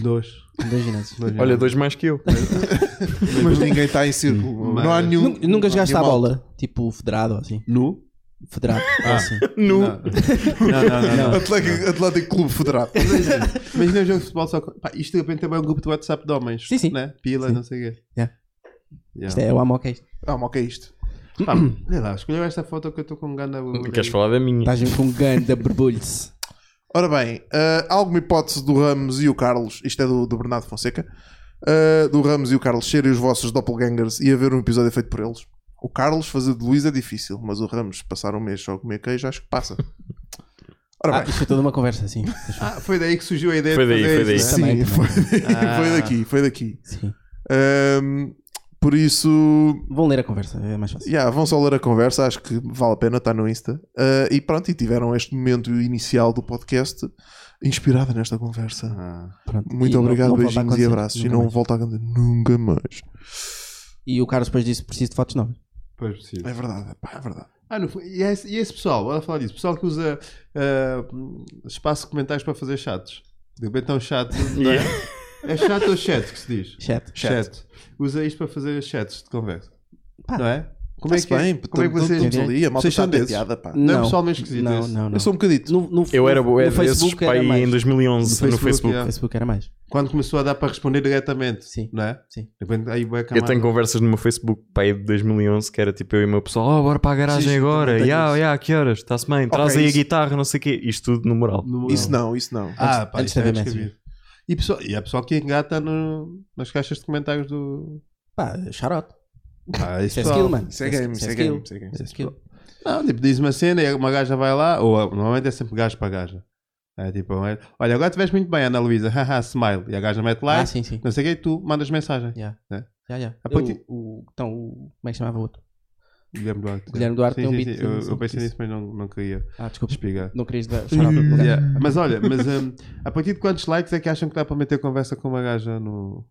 C: Dois.
E: Em dois ginásios.
C: Dois
G: Olha,
C: ginásios.
G: dois mais que eu.
A: Mas ninguém está em círculo.
C: Hum. Mas-
A: Não há nenhum.
E: Nunca, nunca jogaste à
A: nenhum
E: bola, tipo, federado ou assim.
C: Nu?
E: Federado, ou assim.
G: Nu.
C: Ah. Não, não, não. não.
A: alto. Ah, Atlético, Atlético Clube Federado.
E: Ah,
C: Mas não jogo de futebol só com. Pá, isto de repente também é um grupo de WhatsApp de homens.
E: Sim, sim.
C: Né? Pila,
E: Sim.
C: não sei o quê.
E: Yeah.
C: Yeah.
E: Isto é o amor que é isto.
A: Ah, mas o que é isto?
C: Pá, olha lá, escolheu esta foto que eu estou com um ganda.
G: Hum, Queres falar da minha?
E: Estás com um ganho da borbulhos.
A: Ora bem, ah, há alguma hipótese do Ramos e o Carlos, isto é do, do Bernardo Fonseca, ah, do Ramos e o Carlos serem os vossos doppelgangers e haver um episódio feito por eles? O Carlos fazer de Luís é difícil, mas o Ramos passar um mês só a comer queijo acho que passa. Ora
E: Ah,
A: bem,
E: isto foi toda uma conversa assim.
C: Ah, foi daí que surgiu a ideia
G: Foi
C: de
G: daí,
C: fazer
G: foi
C: isto,
E: também,
A: né? sim,
E: também.
A: foi,
C: Ah.
A: foi daqui, foi daqui. Ehm,
E: Sim.
A: Ahm, por isso,
E: Vão ler a conversa, é mais fácil.
A: Yeah, vão só ler a conversa, acho que vale a pena, está no Insta. Ah, e pronto, e tiveram este momento inicial do podcast inspirado nesta conversa.
C: né? Ah.
E: Pronto. E
A: Muito
E: não-
A: obrigado,
E: não volta a
A: beijinhos e
E: acontecer,
A: abraços. E
E: nunca
A: não
E: mais.
A: volta a acontecer nunca mais.
E: E o Carlos depois disse: preciso de fotos novas.
C: Pois possível.
A: É verdade, pá, é verdade.
C: Ah, no fundo- e, esse, e esse pessoal, bora falar disso. Pessoal que usa ah, espaço de comentários para fazer chats. De repente é um chat. não é? É chat ou chat que se diz?
E: Chat.
C: Chat. Usa isto para fazer chats de conversa.
E: Pá.
C: Não é? Como
A: Está-se bem,
C: como é que
A: estamos
C: vocês.
A: todos ali, a malta
C: Vocês
A: está
C: são desses?
A: piada, pá.
C: Não é pessoal meio esquisito
E: Não,
C: esse.
E: não, não.
A: Eu sou um bocadito.
E: No, no-
G: Eu era
E: no
G: bué desses
E: Facebook
G: pai
E: era mais.
G: em 2011
C: No
G: no
C: Facebook,
G: Facebook.
C: é.
E: No Facebook era mais.
C: Quando começou a dar para responder diretamente.
E: Sim.
C: Não é?
E: Sim.
C: De repente, aí vai
G: Eu tenho conversas no meu Facebook, pai de 2011, que era tipo eu e o meu pessoal, oh, bora para a garagem
C: Sim,
G: agora,
C: também
G: ya,
C: tenho
G: ya,
C: isso.
G: que horas, está-se bem, traz
A: Ok,
G: aí
A: isso.
G: a guitarra, não sei o quê, isto tudo no moral.
A: Isso não, isso não.
C: Ah, pá,
E: antes
C: isto
E: da
C: é
E: BMS.
C: descabido. E, pessoal, e há pessoal que engata no, nas caixas de comentários do.
E: Pá, charote.
C: Ah,
E: Isso é skill, mano.
A: Isso é game, isso é
E: skill.
A: game, isso é game.
E: Isso é skill.
C: Não, tipo, diz uma cena e uma gaja vai lá, ou normalmente é sempre gajo para gajo. É tipo, é, olha, agora tiveste muito bem, Ana Luísa, haha, smile. E a gaja mete lá,
E: Ah, sim, sim.
C: não sei o que, e tu mandas mensagem.
E: Já.
C: É.
E: Já, já.
C: Ah, porque-
E: Eu- o- Então, o. Como é que chamava o outro?
C: Guilherme Duarte.
E: Guilherme Duarte
C: Sim,
E: tem um
C: sim,
E: beat
C: sim, eu-
E: sobre
C: Eu pensei
E: isso.
C: nisso, mas não, não queria
E: Ah, desculpa.
C: espigar.
E: Não querias dar charote ao lugar.
C: Yeah. Mas olha, mas hum, a partir de quantos likes é que acham que dá para meter conversa com uma gaja no.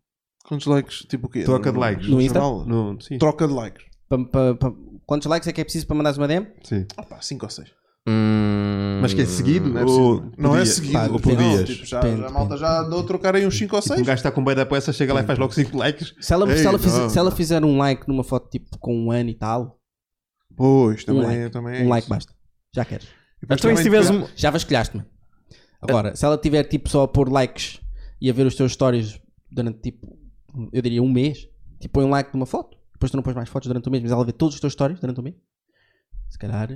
A: Quantos likes? Tipo o quê?
C: Troca de likes.
E: No Insta?
A: geral?
C: no sim,
A: Troca de likes.
E: Pa- pa- pa- Quantos likes é que é preciso para mandares uma DM?
C: sim.
A: Ah, pá, 5 ou 6.
G: Hum,
C: Mas que é seguido? Não é,
A: Ou-
C: preciso-
A: Não é
C: podia.
A: seguido.
E: Pá,
A: ou
E: depende.
A: podias.
E: Não,
A: Tipo, já,
E: depende,
A: já a malta
E: depende.
A: já andou a trocar aí uns 5 ou 6.
C: Um gajo está com beira da peça, chega lá e faz logo 5 likes.
E: Se ela, se, ela
A: Ei,
E: fizer,
A: não.
E: se ela fizer um like numa foto tipo com um ano e tal,
A: Pois, também,
E: like.
A: também é
E: um like
A: isso.
E: basta. Já queres.
A: Depois
G: Então, e se
A: também
G: tiveres um.
E: Já vasculhaste-me.
C: Ah.
E: Agora, se ela tiver tipo só a pôr likes e a ver os teus stories durante tipo, eu diria um mês, tipo põe um like numa foto, depois tu não pões mais fotos durante o mês, mas ela vê todos os teus stories durante o mês, se calhar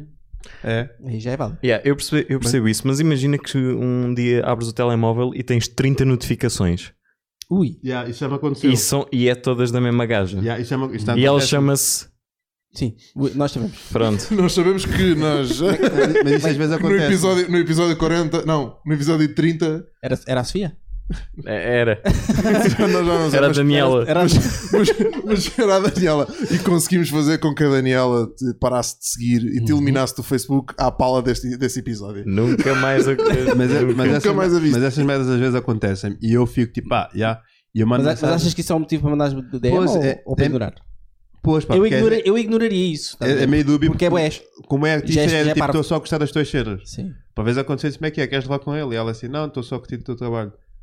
C: É.
E: aí já é válido.
G: Yeah, eu percebo, eu percebo isso, mas imagina que um dia abres o telemóvel e tens 30 notificações.
E: Ui,
C: Yeah, isso já me aconteceu.
G: E, são, e é todas da mesma gaja.
C: Yeah, isso já me-
D: é
C: isso está-
G: E ela chama-se.
E: sim, ui, nós sabemos.
G: Pronto.
A: Nós sabemos que nós.
C: Mas isso às vezes
A: no,
C: acontece. é?
A: episódio, no episódio 40, não, no episódio 30,
E: Era, era a Sofia?
G: É- Era.
A: Nós já não
G: Era a
A: mas-
G: Daniela.
E: Era
A: Mas, mas era a Daniela. E conseguimos fazer com que a Daniela te parasse de seguir e te
E: Uhum.
A: eliminasse do Facebook à pala deste, desse episódio.
G: Nunca mais. ac-
C: Mas, é- mas,
A: Nunca
C: essas,
A: mais a viste.
C: mas essas merdas às vezes acontecem e eu fico tipo, pá, já. E eu mando
E: Mas, mas
C: mensagem-
E: achas que isso é um motivo para mandares do DM
C: Pois,
E: ou,
C: é-
E: ou para
C: é-
E: ignorar?
C: Pois, pá,
E: Eu,
C: porque é-
E: ignora- eu ignoraria isso. tá a
C: é,
E: ver?
C: é meio dúbio.
E: Porque é bué.
C: Como é artista,
E: Já é-
C: é,
E: já é
C: tipo,
E: parvo.
C: estou só a gostar das tuas cheiras.
E: Sim.
C: Talvez acontecesse como é que é, queres levar com ele? E ela assim, não, estou só a curtir do teu trabalho.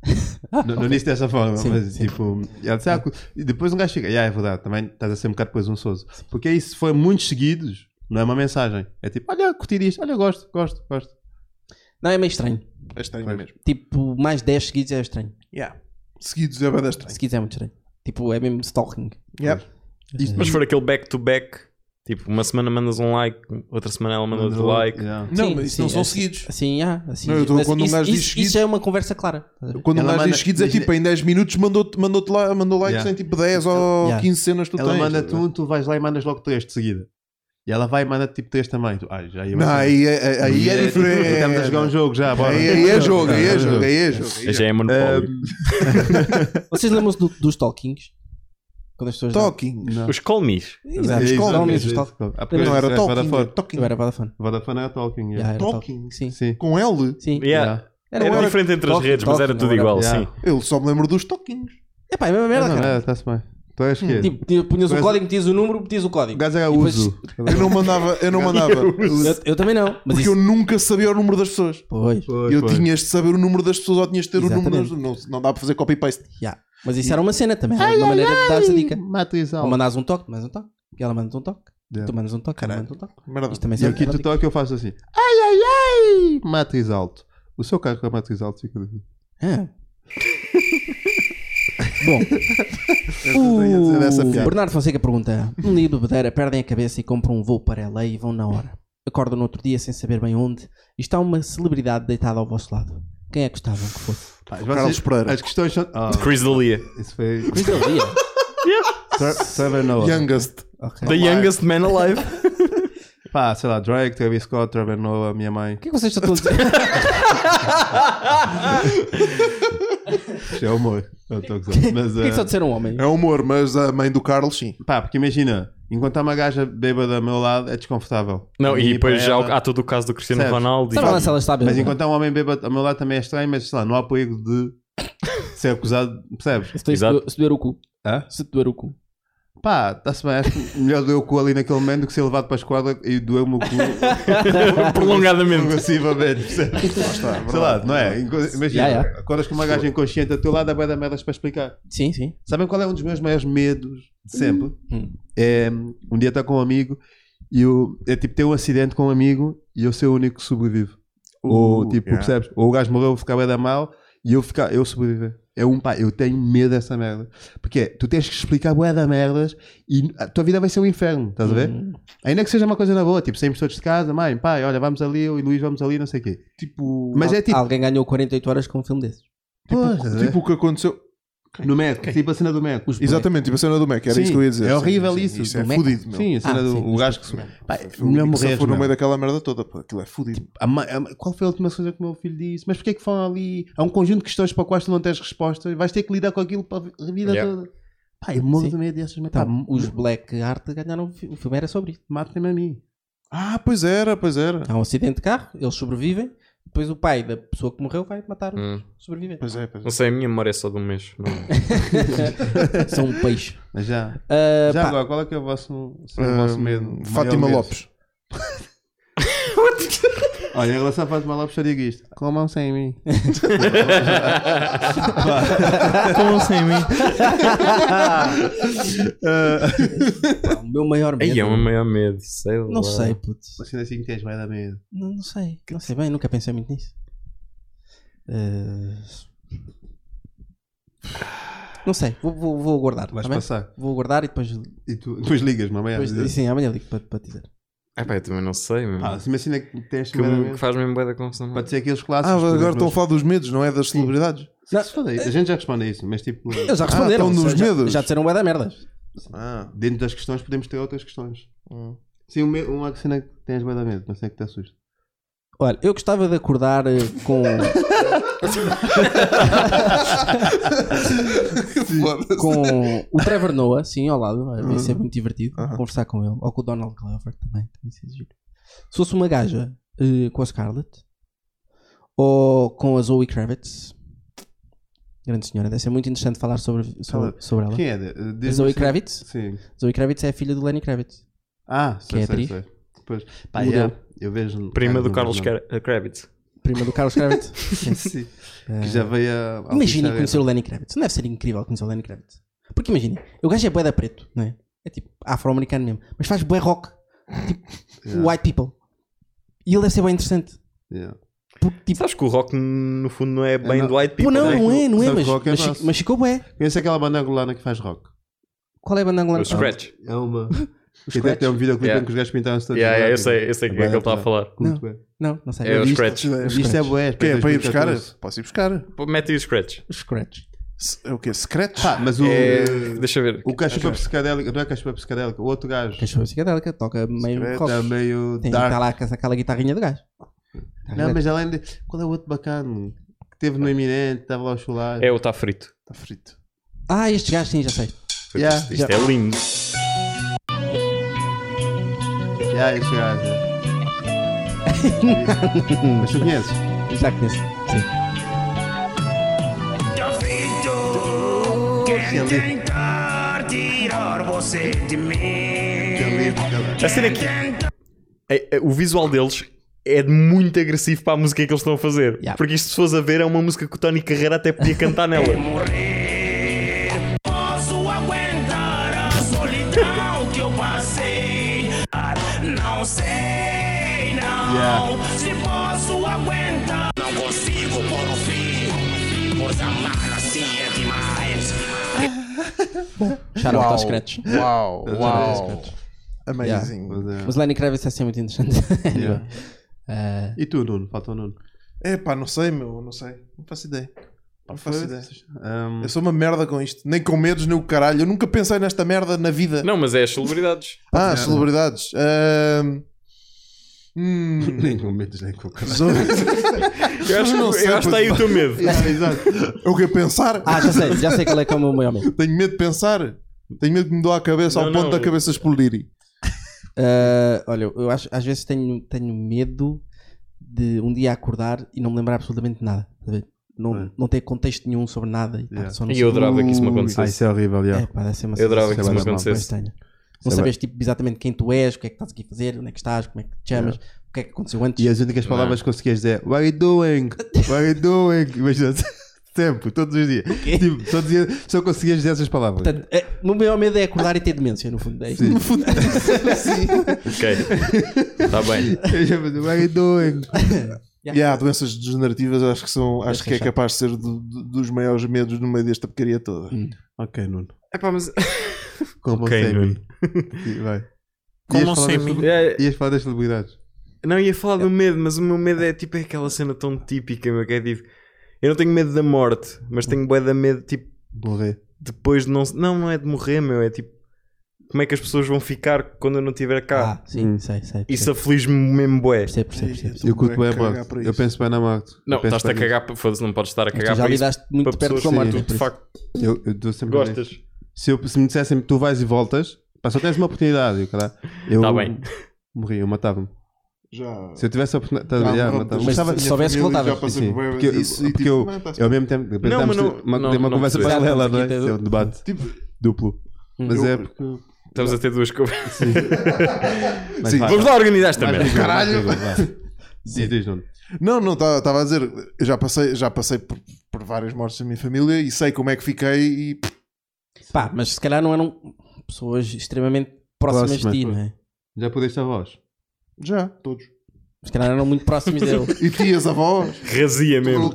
C: Não- Não disse dessa forma,
E: Sim,
C: mas
E: sim.
C: tipo, e ela disse, ah, cu- e depois um gajo fica, yeah, é verdade, também estás a ser um bocado presunçoso. Porque aí se for muitos seguidos, não é uma mensagem. É tipo, olha, curti isto, olha, gosto, gosto, gosto.
E: Não, é meio estranho.
A: É estranho
C: Pois.
A: mesmo.
E: Tipo, mais 10 seguidos é estranho.
A: Seguidos é bem estranho.
E: Seguidos é muito estranho. Tipo, é mesmo stalking.
A: Yeah.
G: Mas se for aquele back-to-back, tipo, uma semana mandas um like, outra semana ela manda outro
C: Mandou-
G: like.
C: yeah.
A: Não,
E: Sim,
A: mas isso
E: sim,
A: não são
E: assim-
A: seguidos.
E: Assim, ah, assim.
A: Não, eu tô-
E: mas
A: quando um
E: isso,
A: gajo diz
E: isso- isso
A: seguidos-
E: já é uma conversa clara.
A: Quando um
C: Ela
A: gajo
C: manda-
A: diz seguidos é
C: mas-
A: tipo em 10 minutos mandou, mandou, lá, mandou likes
C: Yeah.
A: em tipo 10 ou
E: Yeah.
A: 15 cenas que tu
C: Ela
A: tens. tá
C: manda-te um, tu vais lá e mandas logo três de seguida. E ela vai e manda tipo três também. Tu, ai, já ia
A: Não, aí, é- aí é diferente.
C: Estamos a jogar um jogo já, bora.
A: Aí, aí é jogo, aí é jogo, aí
C: um
A: é jogo. Um,
G: Já é monopólio.
E: Vocês lembram-se do- dos stalkings? Quando as pessoas.
A: Talking.
C: Não.
G: Os colmis.
A: É
E: Exato, os colmes, os stalking.
C: Ah, porque
A: Não era
C: era
A: talking.
C: Vodafone.
A: talking.
E: Eu era Vodafone.
C: Vodafone era talking.
E: Já
C: yeah.
E: era
A: Talking.
E: Sim.
C: Sim.
A: Com L?
E: Sim.
G: é. Yeah.
C: Yeah.
G: Era,
E: um-
G: diferente entre as
E: Talking,
G: redes, mas era
E: talking,
G: tudo
E: não era-
G: igual,
C: Yeah.
G: sim.
A: Eu só me lembro dos talkings.
E: É pá, é a mesma merda,
C: Não,
E: cara.
C: não, está-se bem. Tu és
A: é.
C: que é.
E: Tipo, tinha- punhas o
C: Mas-
E: código, metias o número, metias o
C: O
E: código.
C: gajo era
E: E depois-
C: uso.
A: Eu não mandava, eu não
G: é
A: mandava.
E: Eu, eu também não. Mas
A: Porque
E: isso.
A: eu nunca sabia o número das pessoas.
E: Pois.
C: Pois,
A: eu
C: pois.
A: tinhas de saber o número das pessoas ou tinhas de ter o número das
E: Exatamente.
A: não, não dá para fazer copy-paste.
E: Yeah. Mas isso era uma cena também. Era uma maneira de dar-se a dica.
A: Hum,
C: Matrizal.
E: Ou mandas um toque, tu mandas um toque. E ela manda um toque. Tu mandas um toque, ela manda um toque.
A: Merda.
E: Isto também
C: E
E: serve
C: aqui
E: para
C: tu
E: dar dica.
C: toca eu faço assim. Ai, ai, ai. Matriz alto. O seu carro é matriz alto. Fica... É,
E: Ah. Bom,
A: dizer dessa
E: o
A: piada.
E: Bernardo Fonseca pergunta: Um dia do Bedeira perdem a cabeça e compram um voo para LA e vão na hora. Acordam no outro dia sem saber bem onde e está uma celebridade deitada ao vosso lado. Quem é que gostavam que fosse?
C: Pá,
A: Carlos Pereira.
C: As questões são... Ah,
G: Chris D'Elia.
C: isso foi...
E: Mas ele ia.
C: Ser- Trevor Noah.
A: Youngest.
E: Ok.
G: The youngest man alive.
C: Pá, sei lá, Drake, Travis Scott, Trevor Noah, minha mãe.
E: O que é que vocês estão a dizer?
C: Isto é humor. Não estou a gozar. Mas,
E: Porquê que só
C: eh,
E: disseram homem?
A: É humor, mas a mãe do Carlos, sim.
C: Pá, porque imagina, enquanto há uma gaja bêbada ao meu lado, é desconfortável.
G: Não, e
C: para
G: depois já
C: ela-
G: há todo o caso do Cristiano
C: Certo.
G: Ronaldo. e-
E: Sabe lá se elas sabem.
C: Mas enquanto há um homem bêbado ao meu lado também é estranho, mas sei lá, não há perigo de ser acusado, percebes?
E: se, tens-
G: Exato.
E: se doer o cu.
C: Hã?
E: Se te doer o cu.
C: Pá, está-se bem, acho que melhor doer o cu ali naquele momento do que ser levado para a esquadra e doer-me o cu
G: Prolongadamente.
C: progressivamente, percebes?
E: é
C: Sei lá, não é? Inco- Imagina,
E: Yeah,
C: acordas com uma gaja inconsciente ao teu lado, há bué da merdas para explicar.
E: Sim, sim.
C: Sabem qual é um dos meus maiores medos de sempre?
E: Hum.
C: É um dia estar com um amigo e eu, é tipo ter um acidente com um amigo e eu ser o único que sobrevive.
E: Uh,
C: Ou tipo,
A: yeah.
C: percebes? Ou o gajo morreu, eu ficar bem da mal e eu, ficar, eu sobreviver. É um pá, eu tenho medo dessa merda. Porque é, tu tens que explicar bué da merdas e a tua vida vai ser um inferno, estás a ver?
E: Hum.
C: Ainda que seja uma coisa na boa, tipo, saímos todos de casa, mãe, pai, olha, vamos ali, eu e Luís vamos ali, não sei o quê.
A: Tipo,
C: Mas é tipo,
E: Alguém ganhou 48 horas com um filme desses.
C: pois, estás a ver?
A: tipo o que aconteceu.
C: no Mac, tipo a cena do Mac.
E: Os bonecos.
A: Exatamente, tipo a cena do Mac, era
C: Sim,
A: isso que eu ia dizer.
C: é horrível
A: Sim, sim,
C: isso.
A: Isso é
E: Do Mac?
A: fudido, meu.
C: Sim, a cena
E: Ah,
C: do
E: sim,
C: o gajo que se. Pá,
A: Foi o
C: melhor
A: único que
C: morrer. é?
A: safou no
C: meu.
A: meio daquela merda toda, pô, aquilo é fudido.
C: A mãe- a mãe- qual foi a última coisa que o meu filho disse? Mas porquê é que foram ali? Há um conjunto de questões para as quais tu não tens respostas. Vais ter que lidar com aquilo para a vida
G: Yeah.
C: toda. Pá, eu morro
E: Sim.
C: de medo dessas merdas.
E: Então,
C: Pá,
E: os Black Art ganharam. o fi- O filme era sobre isso.
C: Matem-me a mim.
A: Ah, pois era, pois era.
E: Há um acidente de carro, eles sobrevivem. Depois o pai da pessoa que morreu vai matar os
G: Hum.
E: sobreviventes.
A: Pois é, pois é.
G: Não sei, a minha memória é só de um mês. Não.
E: São um peixe.
C: Mas já.
E: Ah,
C: já
E: pá,
C: agora, qual é que é o vosso, assim, o
A: Ah,
C: vosso medo? Maior
A: Fátima
C: medo?
A: Lopes.
C: Olha, em relação a Fátima Lopes, eu digo isto. Comam sem mim.
G: Como sem mim?
C: Ah.
E: pá, o meu maior medo.
G: Aí é o meu maior medo. Sei lá.
E: Não sei, puto.
C: Uma cena assim que tens vai dar medo.
E: Não, não sei. Não sei bem, nunca pensei muito nisso. Ah, Não sei, vou, vou, vou guardar.
C: Vais
E: tá bem?
C: passar.
E: Vou guardar e depois,
C: E tu depois é? ligas-me
A: é
C: amanhã.
E: depois sim, amanhã ligo para, para te dizer.
G: Ah, pá, eu também não sei, meu.
A: Ah,
C: Pá, se imagina que tens
G: que,
C: medo.
G: que faz mesmo bué da confusão.
C: Pode ser aqueles clássicos.
A: Ah,
C: por
A: agora estão
C: exemplo,
A: a falar dos medos, não é das celebridades?
C: mas- Se foda aí, A gente já responde a isso, mas tipo.
E: Eles já
A: Ah,
E: responderam.
A: estão nos
E: já,
A: medos.
E: já disseram bué da merda.
A: Ah,
C: dentro das questões
G: Hum.
C: podemos ter outras questões. Sim, uma, uma cena que tens bem da medo, uma cena que te é assusta.
E: Olha, eu gostava de acordar eh, com,
A: Foda-se.
E: com o Trevor Noah, sim, ao lado. é, Vai ser
C: Uhum.
E: muito divertido conversar com ele. Ou com o Donald Glover também. também seria giro. Se fosse uma gaja eh, com a Scarlett ou com a Zoe Kravitz, grande senhora, deve ser muito interessante falar sobre, sobre, sobre ela.
C: Quem é? De- de-
E: A Zoe Kravitz?
C: Sim.
E: Zoe Kravitz é a filha do Lenny Kravitz.
C: Ah, sei,
E: Que é
C: sei,
E: atriz.
C: sei. Depois, pá,
E: Mudou.
C: yeah, eu vejo.
D: Prima
C: Ah,
D: do
C: não,
D: Carlos
C: não.
D: Kra- Kravitz.
E: Prima do Carlos Kravitz.
C: Sim. Que já veio a. a
E: Imaginem
C: Alpixar-
E: conhecer o Lenny Kravitz. Não deve ser incrível conhecer o Lenny Kravitz. Porque imaginem, o gajo é bué da preto, não é? É tipo afro-americano mesmo. Mas faz bué rock. Tipo white people. E ele deve ser bem interessante.
C: Yeah.
E: Porque tipo...
D: Sabes que o rock, no fundo, não é bem
C: não-
D: do white
E: Pô,
D: people.
E: não,
D: né?
E: não é, não é.
C: Sabe
E: Mas,
C: qual que é
E: mas,
C: o nosso?
E: mas ficou bué.
C: Conhece aquela banda angolana que faz rock?
E: Qual é a banda angolana?
D: O Scratch.
C: É uma. Que até
E: Scratch?
C: tem um videoclipe
D: Yeah.
C: em que os gajos pintaram-se todos.
D: Yeah,
C: de
D: yeah, eu
C: branco.
D: sei, eu sei o que é que ele está a falar.
C: Curto,
E: Não.
C: é.
E: Não, não sei.
D: É o
E: Isto-
D: Scratch.
C: Isto é bué.
A: Quem é para ir buscar?
C: espetacular.
A: Posso ir buscar.
D: Pô, Mete aí o Scratch.
E: o Scratch.
A: Se- É o quê? Secretos?
E: Ah,
C: Pá, mas o. Eh,
D: É, deixa eu ver.
C: O cachorro psicadélico, não é cachorro psicadélico, o outro gajo
E: Cachorro psicadélica, toca meio
A: Scratch.
E: rock.
C: está é meio
E: Tem
C: dark.
E: tá lá com essa- aquela guitarrinha do gajo. Tá
C: Não, mas além de. Qual é o outro bacana? Que teve no Eminente, estava lá ao chular.
D: É o Tá Frito.
A: Está Eh, frito.
E: Ah, este gajo sim, já sei.
C: Yeah,
D: isto isto é lindo.
C: yeah, ah, esse gajo. mas tu conheces?
E: Já conheço. Sim.
D: A cena é que- é- é- o visual deles é muito agressivo para a música que eles estão a fazer.
E: Yeah.
D: Porque isto, se fores a ver, é uma música que o Tony Carreira até podia cantar nela.
H: Posso aguentar a solidão que eu passei. Ah, Não sei, não.
C: Yeah.
H: Se posso aguentar, não consigo pôr o fim. Pois amar assim é demais.
E: Shout out ao Scratch.
A: Uau, uau. Amazing.
C: Mas, é.
E: Mas Lenny Kravitz deve ser muito interessante. Eh,
C: Yeah. E tu, Nuno? Falta o Nuno.
A: É pá, não sei, meu, não sei. Não faço ideia. Não faço ideia.
C: Um,
A: Eu sou uma merda com isto. Nem com medos, nem o caralho. Eu nunca pensei nesta merda na vida.
D: não, mas é as celebridades.
A: Ah, celebridades. Ahm. Hum.
C: nem com medos, nem com caralho.
A: Zo-
D: Eu acho,
A: não
D: eu
A: sei,
D: acho que está aí o teu medo.
C: Yeah, exato.
A: Eu quero pensar.
E: Ah, já sei, já sei qual é que é o meu maior medo.
A: Tenho medo de pensar. Tenho medo que me dou a cabeça ao
D: Não,
A: um ponto
D: não.
A: da cabeça explodir.
E: Ah, olha, eu acho, às vezes tenho, tenho medo de um dia acordar e não me lembrar absolutamente de nada. tá a ver? Não,
C: É.
E: não ter contexto nenhum sobre nada. E, pá,
C: Yeah.
E: só não
D: E eu adorava que isso me
C: Ah,
D: acontecesse.
C: isso é horrível,
E: É,
C: yeah.
E: pá, deve ser uma
D: Eu adorava
E: sensação
D: que isso me
E: bem
D: acontecesse. é
E: estranha. Não
C: Sei
A: é
E: sabes tipo, exatamente quem tu és, o que é que estás aqui a fazer, onde é que estás, como é que te chamas, o que é que aconteceu antes.
C: E as únicas palavras que conseguias é What are you doing? What are you doing? Imagina, sempre, todos os dias. Tipo, só, dizia, só conseguias dizer essas palavras.
E: Portanto, é, o meu maior medo é acordar e ter demência, no fundo. É isto.
C: Sim.
D: Ok. Está bem.
C: Eu já fazia, What are you doing?
A: E há doenças degenerativas, acho que são, acho que é
E: deixar.
A: capaz de ser do- do- dos maiores medos no meio desta porcaria toda.
E: Hum.
C: Ok, Nuno.
D: Epá, mas...
C: Como
D: Ok,
C: sem
D: Nuno.
C: mim. E Vai.
I: Como
C: Ias falar
I: sem
C: das
I: mim?
C: celebri-
D: É,
C: Ias falar das celebridades. É.
D: não, ia falar do medo, mas o meu medo é tipo é aquela cena tão típica, meu, que é tipo... Eu não tenho medo da morte, mas tenho bué da medo, tipo,
C: Morrer.
D: depois de não... se- Não, não é de morrer, meu, é tipo... Como é que as pessoas vão ficar quando eu não estiver cá?
E: Ah, sim, sei, sei.
D: Isso aflige-me mesmo bué.
E: percebo, percebo, percebo.
A: Estou
C: Eu curto bem a
A: é cagar
C: morte.
A: para
C: Eu
A: isso.
C: penso bem na morte. Eu
D: Não,
C: penso
D: estás-te a
C: bem
D: cagar, para- foda-se, não podes estar a
E: Mas
D: cagar
E: tu já
D: para isso.
E: lidaste muito
D: para
E: perto com a
D: pessoas é
E: morte. por
D: que tu, de
E: isso.
D: facto,
C: nisso. é Eu, eu dou sempre nisso.
D: gostas.
C: Se, eu, se me dissessem tu vais e voltas, pá, só tens uma oportunidade. Eu, caralho, eu
D: Tá bem.
C: morri, eu matava-me.
A: Já.
C: Se eu tivesse a oportunidade, estás a
A: já
C: ver,
A: me
C: yeah,
E: Mas
C: matava-me.
A: rompes. Gostava
E: se
A: de
E: soubesse que
A: minha família,
E: voltavas.
A: já passei
C: Sim,
A: por bué
C: porque eu,
A: disso e,
C: porque
A: tipo,
C: eu,
A: não, tá-se
C: eu ao
A: bem.
C: mesmo tempo de repente,
D: Não, mas
C: estamos-
D: não-
C: uma,
D: não-
C: tem uma
D: não
C: conversa
D: percebi.
C: paralela, não é?
E: Exato,
C: É um debate
A: Tipo,
C: duplo.
E: Hum.
C: Mas
A: Eu-
C: é porque.
D: Estamos a ter duas conversas.
C: Mas
A: Sim.
C: vá,
D: Vamos lá organizar esta merda.
C: vá,
A: Caralho.
C: vá, vá. Diz, diz, Nuno.
A: Não, não, estava a dizer, eu já passei, já passei por, por várias mortes da minha família e sei como é que fiquei e pff,
E: Pá, mas se calhar não eram pessoas extremamente próximas de ti,
C: Próximas.
E: não é?
C: Já pudeste a voz?
A: já, todos.
E: Se calhar eram muito próximas dele.
A: E tias, avós,
D: Razia mesmo.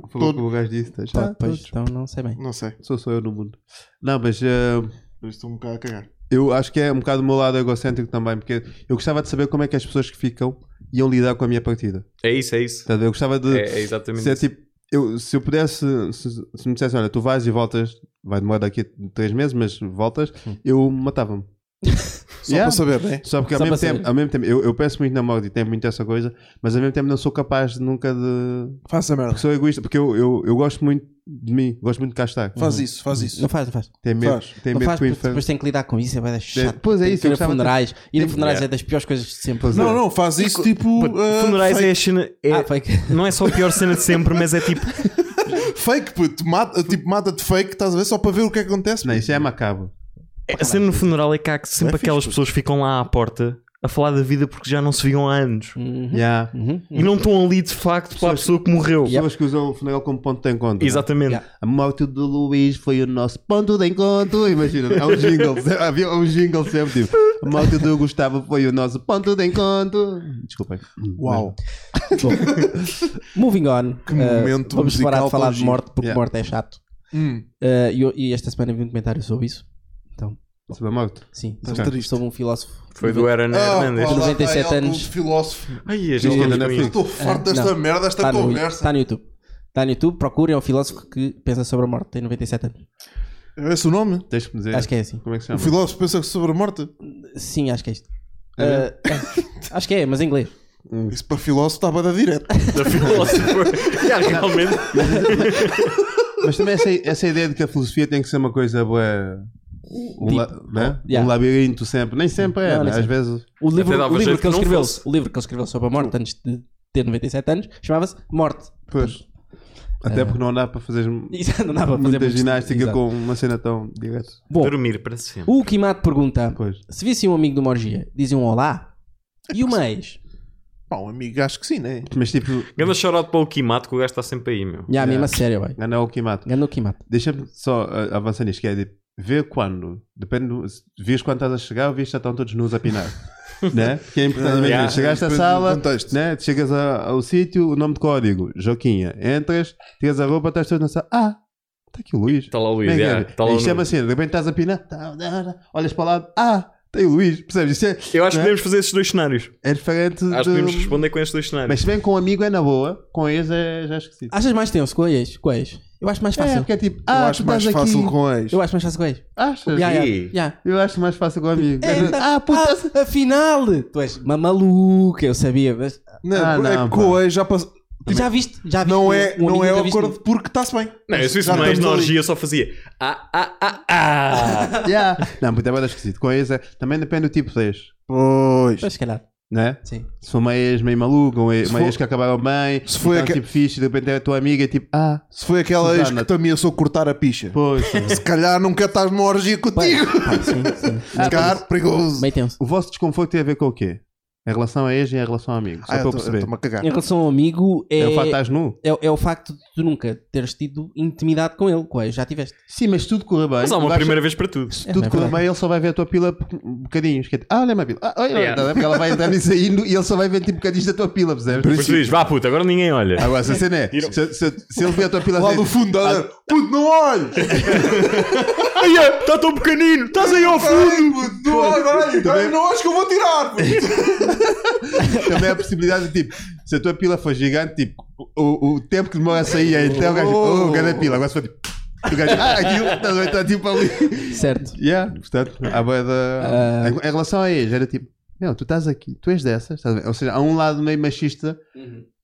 C: Foi o que
A: todo.
C: o gajo disse. tá?
E: Pá,
C: Tá,
E: pois,
C: todos.
E: então não sei bem.
A: Não sei,
C: Sou só eu no mundo. Não, mas eh,
A: eu estou um bocado a cagar.
C: eu acho que é um bocado o meu lado egocêntrico também, porque eu gostava de saber como é que as pessoas que ficam iam lidar com a minha partida.
D: É isso, é isso.
C: Tá? Eu gostava de.
D: É, é exatamente
C: Se é
D: isso.
C: tipo, eu, se eu pudesse, se, se me dissessem, olha, tu vais e voltas, vai demorar daqui a três meses, mas voltas, eu matava-me.
A: Só
C: Yeah.
A: para saber, né?
C: Só porque ao
E: Só
C: mesmo,
E: para
C: tempo,
E: saber.
C: ao mesmo tempo, eu, eu penso muito na morte e tenho muito essa coisa, mas ao mesmo tempo não sou capaz de nunca de.
A: Faça merda.
C: Porque sou egoísta, porque eu, eu, eu gosto muito de mim, gosto muito de cá estar. Uhum.
A: Faz isso, faz isso.
E: Não faz, não faz.
C: Tem medo,
A: Faz.
C: tem
E: não
C: medo
E: faz
C: que o
E: porque
C: inferno.
E: depois tem que lidar com isso, é bué da chato.
C: Pois é
E: Tem
C: isso,
E: que
C: eu
E: ir a
C: gostava de-
E: funerais. Ir a
C: Tem-
E: funerais
C: Yeah.
E: é das piores coisas de sempre.
C: Pois é.
A: Não, não, faz isso tipo. ah,
G: Funerais é
A: fake,
G: a cena. é-
E: Ah, foi que-
G: Não é só a pior cena de sempre, mas é tipo.
A: fake, puto. Mata, tipo, mata-te fake, estás a ver? Só para ver o que é que acontece.
C: Não,
A: puto.
C: isso é macabro.
A: Ah,
G: A cena no funeral é que há sempre
A: É fixe,
G: aquelas pessoas que ficam lá à porta a falar da vida porque já não se viam há anos.
E: Uhum.
C: Yeah.
E: Uhum.
G: E não estão ali de facto pela pessoa que morreu.
C: Pessoas que usam o funeral como ponto de encontro. é?
G: Exatamente.
E: Yeah.
C: A morte do Luís foi o nosso ponto de encontro. Imagina,
A: é
C: há um jingle, se- havia um jingle sempre tipo. A morte do Gustavo foi o nosso ponto de encontro. Desculpem.
A: Uau.
E: Bom, moving on.
A: Que
E: Eh,
A: momento
E: vamos
A: musical
E: parar de falar de
A: tão
E: morte porque
C: Yeah.
E: morte é chato.
A: Hum,
E: Eh, e eu- e esta semana vi um comentário sobre isso. então.
C: Sobre a morte.
E: Sim,
A: Estás
E: sobre,
A: Então triste.
E: sobre um filósofo.
G: Foi do Aaron Hernandes.
A: pá, lá vai
E: 97
A: algum
E: anos.
A: Filósofo.
G: Ai, é este
C: Isto ainda não
A: Eu
C: fiz.
A: estou farto
E: Ah,
A: desta
E: não.
A: merda, esta
E: Está no,
A: conversa.
E: está no YouTube. Está no YouTube, procurem é um filósofo que pensa sobre a morte, tem 97 anos.
A: É esse o nome?
C: Tens que me dizer.
E: Acho que é assim.
C: Como é que se chama?
A: O filósofo pensa sobre a morte?
E: Sim, acho que é isto. Eh, acho que é, mas em inglês.
A: Hum. Isso para filósofo estava da direto.
G: da filósofa. yeah, realmente.
C: Mas também essa, essa ideia de que a filosofia tem que ser uma coisa boa. Um, la- né?
E: Yeah.
C: um labirinto sempre. Nem sempre é,
E: Não,
C: né?
E: nem
C: às
E: sempre.
C: vezes.
E: O livro,
D: dava
E: o livro
D: jeito
E: que ele
D: que não
E: escreveu,
D: fosse.
E: o livro que ele escreveu sobre a morte antes de ter 97 anos, chamava-se Morte. É.
C: Pois. Até porque não dá para fazer
E: Exato, não dá para fazer
C: muita
E: muito-
C: ginástica
E: exato.
C: com uma cena tão direta.
E: Bom,
G: Dormir para sempre.
E: o Kimato pergunta:
C: Pois.
E: se vissem um amigo de uma orgia, dizem um olá e uma ex.
A: Pá, um amigo, acho que sim, né?
C: Mas tipo,
G: Ganda shoutout para o Kimato que o gajo está sempre aí, meu.
E: Já, yeah. mesmo a sério, vai.
C: ganhar É. o Kimato.
E: Ganhou o Kimato.
C: Deixa-me só ah, avançar nisto, que é de ver quando. Depende, do- se vês quando estás a chegar ou vês já estão todos nus a pinar. né? Que é importante. Imagina,
G: yeah.
C: chegaste à
A: Depende do
C: sala,
A: contexto.
C: né? chegas a- ao sítio, o nome de código, Joquinha. Entras, tiras a roupa, estás todo na sala. Ah, está aqui o Luís.
G: Está Tá lá o Luís.
C: Bem,
G: yeah,
C: cara,
G: está lá o
C: isto é
G: Nuno.
C: uma cena, de repente estás a pinar, tá, tá, tá, olhas para o lado, ah, tem o Luís, percebes? Isto é,
G: Eu acho que
C: não é?
G: podemos fazer esses dois cenários.
C: é diferente
G: Acho que
C: de...
G: podemos responder com estes dois cenários.
C: Mas se vem com um amigo é na boa, com eles é já esquecido.
E: Achas mais tenso com a ex? Com a ex? Eu acho mais
C: é,
E: fácil.
C: porque é tipo,
A: eu
C: ah,
A: acho
C: tu
A: mais
C: estás aqui.
A: fácil com ex.
E: Eu acho mais fácil com a ex.
C: Achas?
E: Já, já,
G: Ih.
E: já.
C: Eu acho mais fácil com o amigo.
E: É, tá-
C: ah, puta.
E: ah, afinal, tu és uma maluca, eu sabia. Mas...
A: Não,
C: Ah,
A: é
C: não,
A: que com ex já passa.
E: Já viste? Já viste?
A: Não
E: um-
A: é,
E: um
A: não
E: amigo
A: é
E: nunca
A: ao
E: viste
A: acordo
E: um-
A: porque está-se bem.
G: Não, eu se isso
A: Já
G: mais na
A: estamos ali.
G: orgia só fazia. Ah, ah, ah, ah.
C: já. Não, puta, é bem esquisito. Com eles é... também depende do tipo de ex,
A: Pois.
E: Pois, se calhar,
C: né?
E: sim.
C: Se for uma ex meio maluca, uma ex,
A: Se
C: uma
A: for-
C: ex que acabaram bem,
A: Se foi
C: então,
A: aque-
C: tipo fixe, de repente é a tua amiga é tipo, ah,
A: Se foi aquela ex
C: Susana.
A: que te ameaçou cortar a picha.
C: pois.
A: Se calhar nunca estás numa orgia contigo.
E: Ah, sim, sim.
A: Se calhar, perigoso.
E: Meio tenso.
C: o vosso desconforto tem a ver com o quê? Em relação a ex e em relação a amigo. Só
A: Ah,
C: para eu
A: eu tô- eu
C: perceber.
A: estou-me a cagar.
E: Em relação ao amigo, é,
C: É o fato de estás nu.
E: é- é o facto de tu nunca teres tido intimidade com ele, com a ex, já tiveste.
C: Sim, mas se tudo correr bem.
G: Mas há
C: o
G: uma
C: gajo-
G: primeira vez para tudo.
C: Se
E: É,
C: tudo
E: não é
C: correr
E: verdade.
C: bem, ele só vai ver a tua pila por bocadinhos. Que é, ah, olha a minha pila. Ah, olha,
G: Yeah.
C: tá, porque ela vai entrando e saindo e ele só vai ver tipo bocadinhos da tua pila, percebes?
G: Mas tu dizes, vá puta, agora ninguém olha.
C: Agora, se a cena é, se, se- se ele vê a tua pila
A: Lá
C: assim,
A: do fundo, tá da
C: Ah.
A: puto, não olhes!
G: Ai, é, está tão pequenino, estás aí ao
A: Ai, puto, Não olhes, olha,
C: Também-
A: olha, não olhes que eu vou tirar! puto.
C: também há a possibilidade de tipo, se a tua pila for gigante, tipo, o, o tempo que demora a sair é então o gajo, oh, grande pila. Agora se for tipo, o gajo, ah, aquilo, estás a ver, está tipo ali.
E: Certo. Ah.
C: Yeah, portanto, há boia da. Em em relação a ex, era tipo, não, tu estás aqui, tu és dessas, estás a ver? Ou seja, há um lado meio machista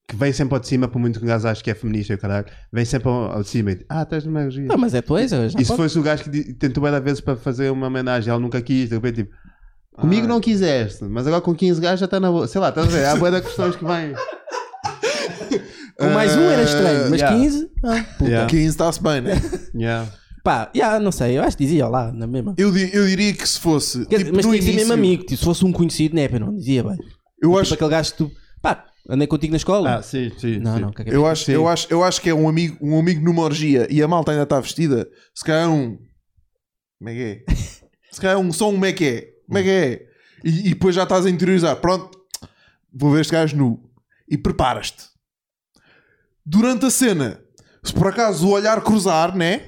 C: que vem sempre ao de cima, por muito que um gajo acho que é feminista e o caralho, vem sempre ao, ao de cima e diz, ah, estás numa magia.
E: Não, mas é tua ex, eu já
C: E se
E: posso.
C: fosse o gajo que di- tentou várias vezes para fazer uma homenagem, ele nunca quis, de repente, tipo,
E: Ah.
C: comigo não quiseste, mas agora com 15 gajos já está na boa. Sei lá, estás a ver? Há boia de questões que vêm.
E: Com mais um era estranho, mas
C: yeah.
E: 15? Ah, puta.
C: Yeah.
A: 15 está-se bem, né?
C: Yeah.
E: Pá, já, não sei, eu acho que dizia lá, na mesma.
A: Eu, di- eu diria que se fosse.
E: Quer dizer,
A: tipo,
E: mas
A: no
E: tinha que ser
A: início,
E: mesmo amigo, tipo, se fosse um conhecido, né, pá, não dizia, bem.
A: Eu
E: Tipo
A: acho,
E: aquele gajo que tu, pá, andei contigo na escola.
C: Ah, sim, sim.
E: não,
C: sim.
E: não, é caguei.
A: eu, acho, eu, acho, eu acho que é um amigo, um amigo numa orgia e a malta ainda está vestida. Se calhar é um. Como é que é? Se calhar é um, só um como é que é? Como é que é? E, e depois já estás a interiorizar. Pronto, vou ver este gajo nu. E preparas-te. Durante a cena, se por acaso o olhar cruzar, né?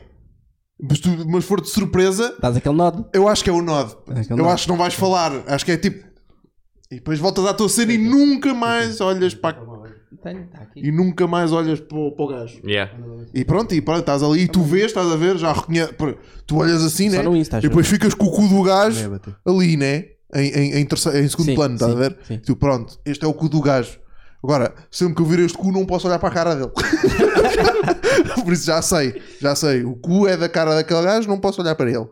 A: Mas, tu- mas for de surpresa,
E: Dás aquele nod.
A: Eu acho que é o nod.
C: Ah,
E: Acho que é o
A: eu
E: nod.
A: acho que não vais falar. Acho que é tipo. E depois voltas à tua cena e nunca mais olhas para.
E: Tenho, tá aqui.
A: E nunca mais olhas para o, para o gajo.
G: Yeah.
A: E pronto, e pronto, estás ali e tu vês, estás a ver, já reconheces. Tu olhas assim,
E: Só
A: né?
E: no Insta,
A: E
E: acho
A: depois ficas com o cu do gajo
C: Bêbado.
A: ali, né? em, em, em terceiro- em
C: é um
A: segundo
E: Sim,
A: plano, estás a
E: sim,
A: ver?
E: sim.
A: Tipo, pronto, este é o cu do gajo. Agora, sempre que eu vir este cu, não posso olhar para a cara dele. Por isso já sei, já sei. O cu é da cara daquele gajo, não posso olhar para ele.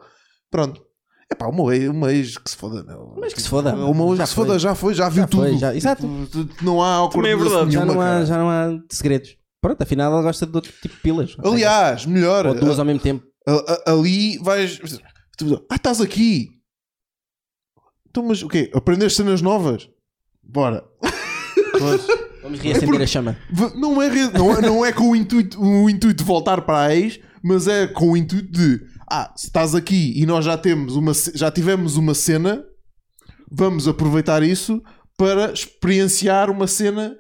A: Pronto. É pá, uma ex, uma ex que se foda, não.
E: Mas que se foda.
A: Uma ex
E: Já
A: que se foda
E: foi.
A: já foi, já viu
E: Já
A: tudo.
E: foi, já- exato.
A: Tu- tu- Não há
G: Também é
A: awkwardness
G: verdade.
E: Já
A: nenhuma,
E: não, há,
A: cara.
E: já não há segredos. Pronto, afinal ela gosta de outro tipo de pilas.
A: Aliás, melhor. eh,
E: Ou duas ao mesmo tempo.
A: A- a- ali vais. tu- Ah, estás aqui. Então, mas o quê? Aprendeste cenas novas? Bora.
E: Vamos reacender a chama.
A: V- Não é, re- não, é- não é com o intuito, o intuito de voltar para a ex, mas é com o intuito de. Ah, se estás aqui e nós já, temos uma, ce- já tivemos uma cena, vamos aproveitar isso para experienciar uma cena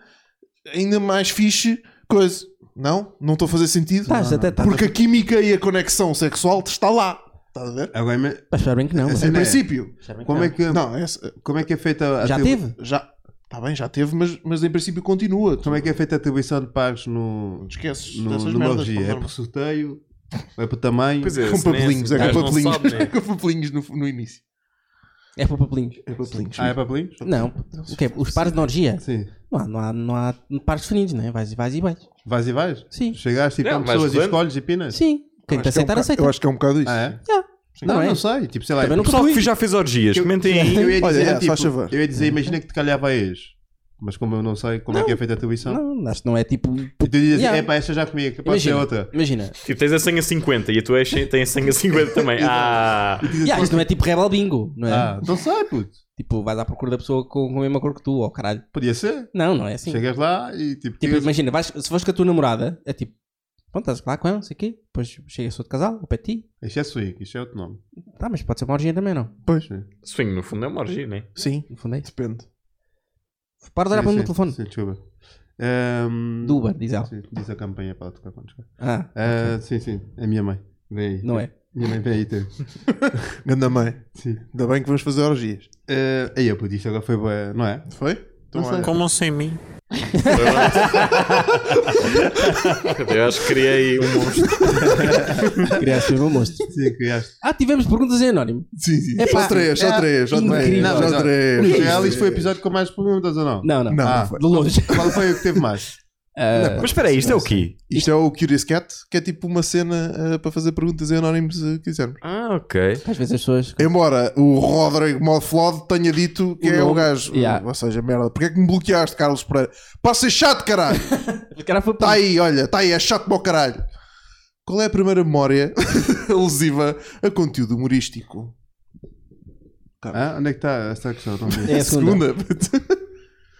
A: ainda mais fixe. Coisa. Não? Não estou a fazer sentido?
E: Estás, até estás.
A: Porque a química e a conexão sexual está lá. Estás a ver?
C: Agora, ima-
E: Mas espera bem que não.
C: A
E: mano.
A: Em
C: cena é-
A: princípio.
E: Espera bem que
C: como
E: não.
C: é que,
A: Não, essa-
C: como é que é feita a tá
E: Já
C: atribu-
E: teve?
A: já. Está bem, já teve, mas, mas em princípio continua. Tu
C: Como é que é feita a atribuição de pares no,
A: não te esqueces
C: no,
A: dessas
C: numa
A: merdas.
C: orgia? É
A: pá,
C: por sorteio? É por tamanho?
G: Pois é,
A: Com
G: se nem
A: papelinhos,
G: esse
A: é
G: gajo
A: com
G: não
A: papelinhos.
G: sabe,
A: É
G: né?
A: com papelinhos no, no início.
E: É para papelinhos.
A: É papelinhos.
C: Ah, é papelinhos?
E: Não, o quê? Os pares de orgia?
C: Sim.
E: Não há, não há, não há pares definidos, né? Vais e vais e vais.
C: Vais e vais?
E: Sim.
C: Chegaste e
G: Não,
C: Tipo, há
G: mas
C: pessoas e
G: quando-
C: escolhes e pinas?
E: Sim. Quem te aceitar, aceita.
A: Eu acho que é um bocado isso.
C: Ah, é?
E: Já.
C: Não,
E: Não
C: não,
E: é?
C: sei. Tipo, sei lá.
E: Também não
G: Pessoal que
E: possui.
G: já fez orgias, comentem aí.
C: Eu ia dizer,
A: Olha, é,
C: tipo,
A: faz favor.
C: eu ia dizer, imagina que te calhava a ex. Mas como eu não sei como é que é feita a atribuição.
E: Não, acho que não é tipo.
C: E tu dizes,
E: Yeah.
C: é pá, esta já comigo, capaz de ser
E: Imagina.
C: outra.
E: Imagina.
G: Tipo, tens a senha 50 e a tua ex tem a senha 50 também. Ah!
E: Yeah, isto não é tipo rebel bingo, não é?
C: Ah, então sai, puto.
E: Tipo, vais à procura da pessoa com, com a mesma cor que tu, ou caralho.
C: Podia ser.
E: Não, não é assim.
C: Chegas lá e
E: Tipo,
C: tipo. tiras-
E: imagina, vais- se fores com a tua namorada, é tipo, pronto, estás lá com ela, não sei o quê, depois chega-se outro casal, ao pé de ti.
C: Isto é swing, isto é outro nome.
E: Tá, mas pode ser uma orgia também, não?
C: Pois.
G: Swing, no fundo, é uma orgia, né?
A: Sim,
E: No fundo é isso.
A: depende.
E: Para de olhar para mim no telefone.
C: Sim, desculpa. Ahm,
E: Do Uber, diz ela.
C: sim, diz a campanha para tocar quando chegar.
E: Ah,
C: Ah, Sim, sim, é a minha mãe. Vem aí.
E: não é.
C: Minha mãe vem aí ter.
A: Ganda mãe.
C: Sim.
A: Ainda bem que vamos fazer orgias.
C: Ah, aí eu puto, isto agora foi boa, não é?
A: Foi? Então, olha.
F: Como sem mim?
G: Eu acho que criei um monstro.
E: Criaste mesmo um monstro.
C: Sim, criaste.
E: Ah, tivemos perguntas em anónimo.
A: Sim, sim.
E: Epá,
A: só três, só
C: é
A: três, só três.
E: incrível.
C: Não, mas,
A: Só
C: ó,
A: três.
C: O Real, isto foi o episódio com mais perguntas ou não?
E: Não, não.
A: Não,
C: Ah.
A: não foi.
E: De longe. Ah,
C: Qual foi o que teve mais?
G: Mas espera aí, isto é o quê?
A: Ah, Isto é o Curious Cat, que é tipo uma cena ah, para fazer perguntas em anónimos, se quisermos.
G: Ah, ok.
E: Às vezes as pessoas.
A: Embora o Rodrigo Modflod tenha dito que
E: O
A: é o
E: nome.
A: gajo.
E: Yeah.
A: Ou seja, merda. Porquê é que me bloqueaste, Carlos Pereira? Para ser chato, caralho!
E: O cara foi
A: Está aí, olha, está aí, é chato para o caralho. Qual é a primeira memória alusiva a conteúdo humorístico?
C: Ah, onde é que está essa questão? Não vi.
E: É a segunda.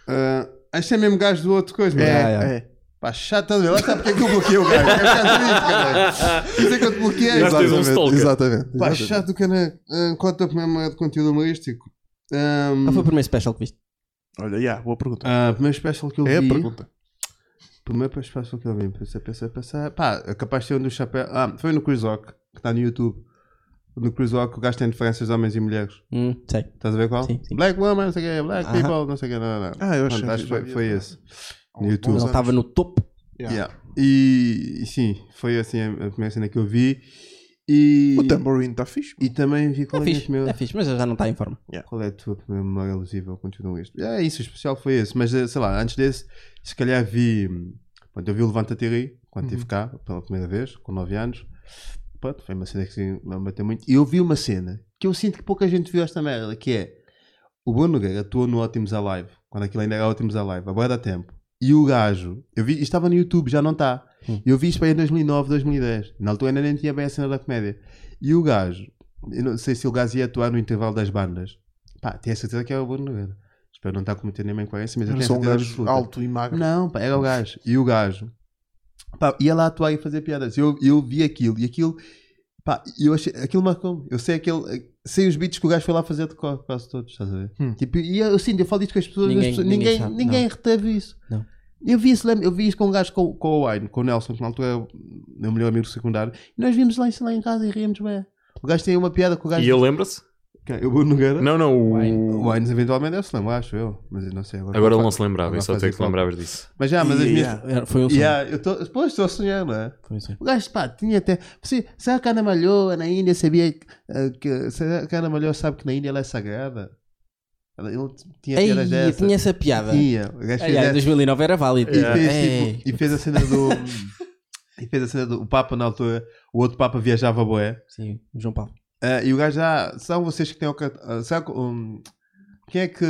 C: Ah, este é mesmo gajo do outro coisa,
A: É,
C: mano.
E: é.
A: é.
C: Pá, chato, estás a ver? Lá sabe porque é que eu bloqueei o gajo. É por causa disso, caralho. Por isso é que eu te bloqueei.
G: Já tens um
A: Exatamente.
G: stalker.
A: exatamente,
C: Pá,
A: exatamente.
C: chato do que na conta mesmo
A: é
C: de conteúdo humorístico. Ahm,
E: Qual Ah, foi o primeiro special que viste?
A: Olha, yeah, boa pergunta.
C: ah, primeiro special que eu
A: é a
C: vi.
A: pergunta.
C: Primeiro special que eu vi. Pensei, pensei, pensei. Pá, é capaz de ser um do chapéu. Ah, foi no Chris Rock, que está no YouTube. No Chris Rock, o gajo tem diferenças de homens e mulheres.
E: Hum, sei.
C: Estás a ver qual?
E: Sim, sim.
C: Black woman, não sei o quê, black
E: Aham.
C: people, não sei o quê, não, não, não.
A: Ah, eu
C: Pronto,
A: achei
C: acho que
A: que já
C: foi,
A: vi
C: foi
A: esse.
C: esse.
A: um
C: No YouTube.
E: Ele estava no topo.
A: Yeah.
C: Yeah. E, e sim, foi assim a a primeira cena que eu vi. E,
A: O Tambourine está fixe.
C: e também vi
E: É
C: qual é,
E: fixe,
C: que meu,
E: é fixe, mas já não está em forma.
C: qual é a tua primeira memória alusiva ao conteúdo isto. É isso, o especial foi esse. Mas eh, sei lá, antes desse, se calhar vi. hum, Pronto, eu vi o Levanta Tiri quando
E: Uhum.
C: estive cá pela primeira vez, com 9 anos. Pronto, foi uma cena que sim, me bateu muito. E eu vi uma cena que eu sinto que pouca gente viu esta merda, que é o Bruno Nogueira atuou no Ótimos Alive, quando aquilo ainda era Ótimos Alive, agora dá tempo. E o gajo, eu vi, isto estava no YouTube, já não está.
A: Hum.
C: Eu vi isto para aí em 2009, 2010. Na altura ainda nem tinha bem a cena da comédia. E o gajo, eu não sei se o gajo ia atuar no intervalo das bandas. Pá, tenho a certeza que era o Bruno Nogueira. Espero não estar a cometer nenhuma incoerência, mas eu
A: Era
C: tenho a
A: só um
C: certeza
A: gajo
C: absoluta.
A: alto e magro.
C: Não, pá, era o gajo. E o gajo pá, ia lá atuar e fazer piadas. Eu, eu vi aquilo e aquilo, pá, eu achei, aquilo marcou-me. Eu sei, aquele, sei os beats que o gajo foi lá fazer de cor, quase todos, estás a ver?
A: Hum.
C: Tipo, e eu, assim, eu falo isto com as pessoas,
E: Ninguém-
C: ninguém, as pessoas,
E: ninguém
C: ninguém,
E: sabe,
C: ninguém
E: não.
C: reteve isso.
E: Não.
C: Eu vi isso, lembro- eu vi isso com um gajo com, com o Wine, com o Nelson, que na altura é o meu melhor amigo secundário, e nós vimos lá em, lá em casa e ríamos bem. O gajo tem uma piada com o gajo.
G: E ele lembra-se?
C: Quem? O Bruno Nogueira?
G: Não, não, o...
C: O Wines eventualmente deve se lembrar, acho eu, mas eu não sei agora.
G: Agora ele não se lembrava,
C: Agora
G: eu só
C: faz
G: até que te
C: isso.
G: lembravas disso.
C: Mas já, mas as minhas,
E: Era- Foi um sonho.
C: Yeah, eu tô, pois estou a sonhar, não é?
E: Foi um sonho.
C: O gajo, pá, tinha até. Se, se a Cana Malhoa na Índia sabia eh, que. Se a Cana Malhoa sabe que na Índia ela é sagrada. Ele tinha
E: Ei,
C: piadas dessas.
E: tinha essa piada.
C: Tinha. O gajo
E: Ei,
C: fez
E: em
C: essa-
E: 2009 era válido. É.
C: E fez,
E: Ei.
C: tipo, e fez a cena do. e fez a cena do. O Papa na altura. O outro Papa viajava boé.
E: Sim, João Paulo.
C: Ah, e o gajo já. São vocês que têm o cartão. quem é que.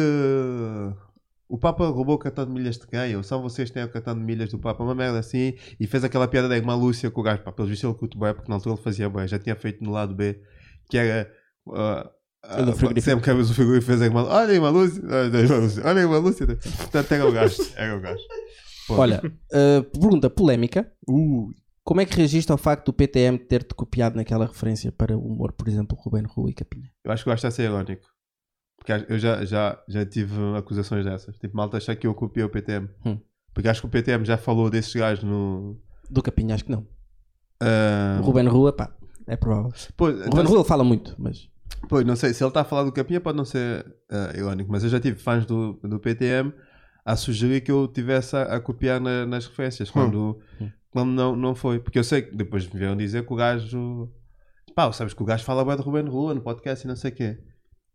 C: O Papa roubou o cartão de milhas de quem? Ou são vocês que têm o cartão de milhas do Papa? Uma merda assim. E fez aquela piada da irmã Lúcia com o gajo. Pá, pelo visto ele curte bem, porque na altura ele fazia bem. Já tinha feito no lado B. Que era. ah, ah,
E: do frigorífico.
C: sempre que abres o frigorífico fez a irmã Olha a irmã Lúcia. Olha a irmã Lúcia. Olha a irmã Lúcia. Portanto, era o gajo. Era o gajo. Pô.
E: Olha, uh, pergunta polémica. Como é que reagiste ao facto do PTM ter-te copiado naquela referência para o humor, por exemplo, Ruben Rua e Capinha?
C: Eu acho que o gajo está a ser irónico. Porque eu já, já, já tive acusações dessas. Tipo, malta achar que eu copiei o PTM.
E: Hum.
C: Porque acho que o PTM já falou desses gajos no.
E: Do Capinha, acho que não.
C: ah,
E: O Ruben Rua, pá, é provável.
C: pô,
E: O Ruben
C: então,
E: Rua ele fala muito, mas.
C: pô, não sei, se ele está a falar do Capinha pode não ser ah, irónico, mas eu já tive fãs do, do PTM a sugerir que eu tivesse a, a copiar na- nas referências
E: Hum.
C: quando, quando não, não foi. Porque eu sei que depois me vieram dizer que o gajo. Pá, sabes que o gajo fala bem de Ruben Rua no podcast e não sei o quê.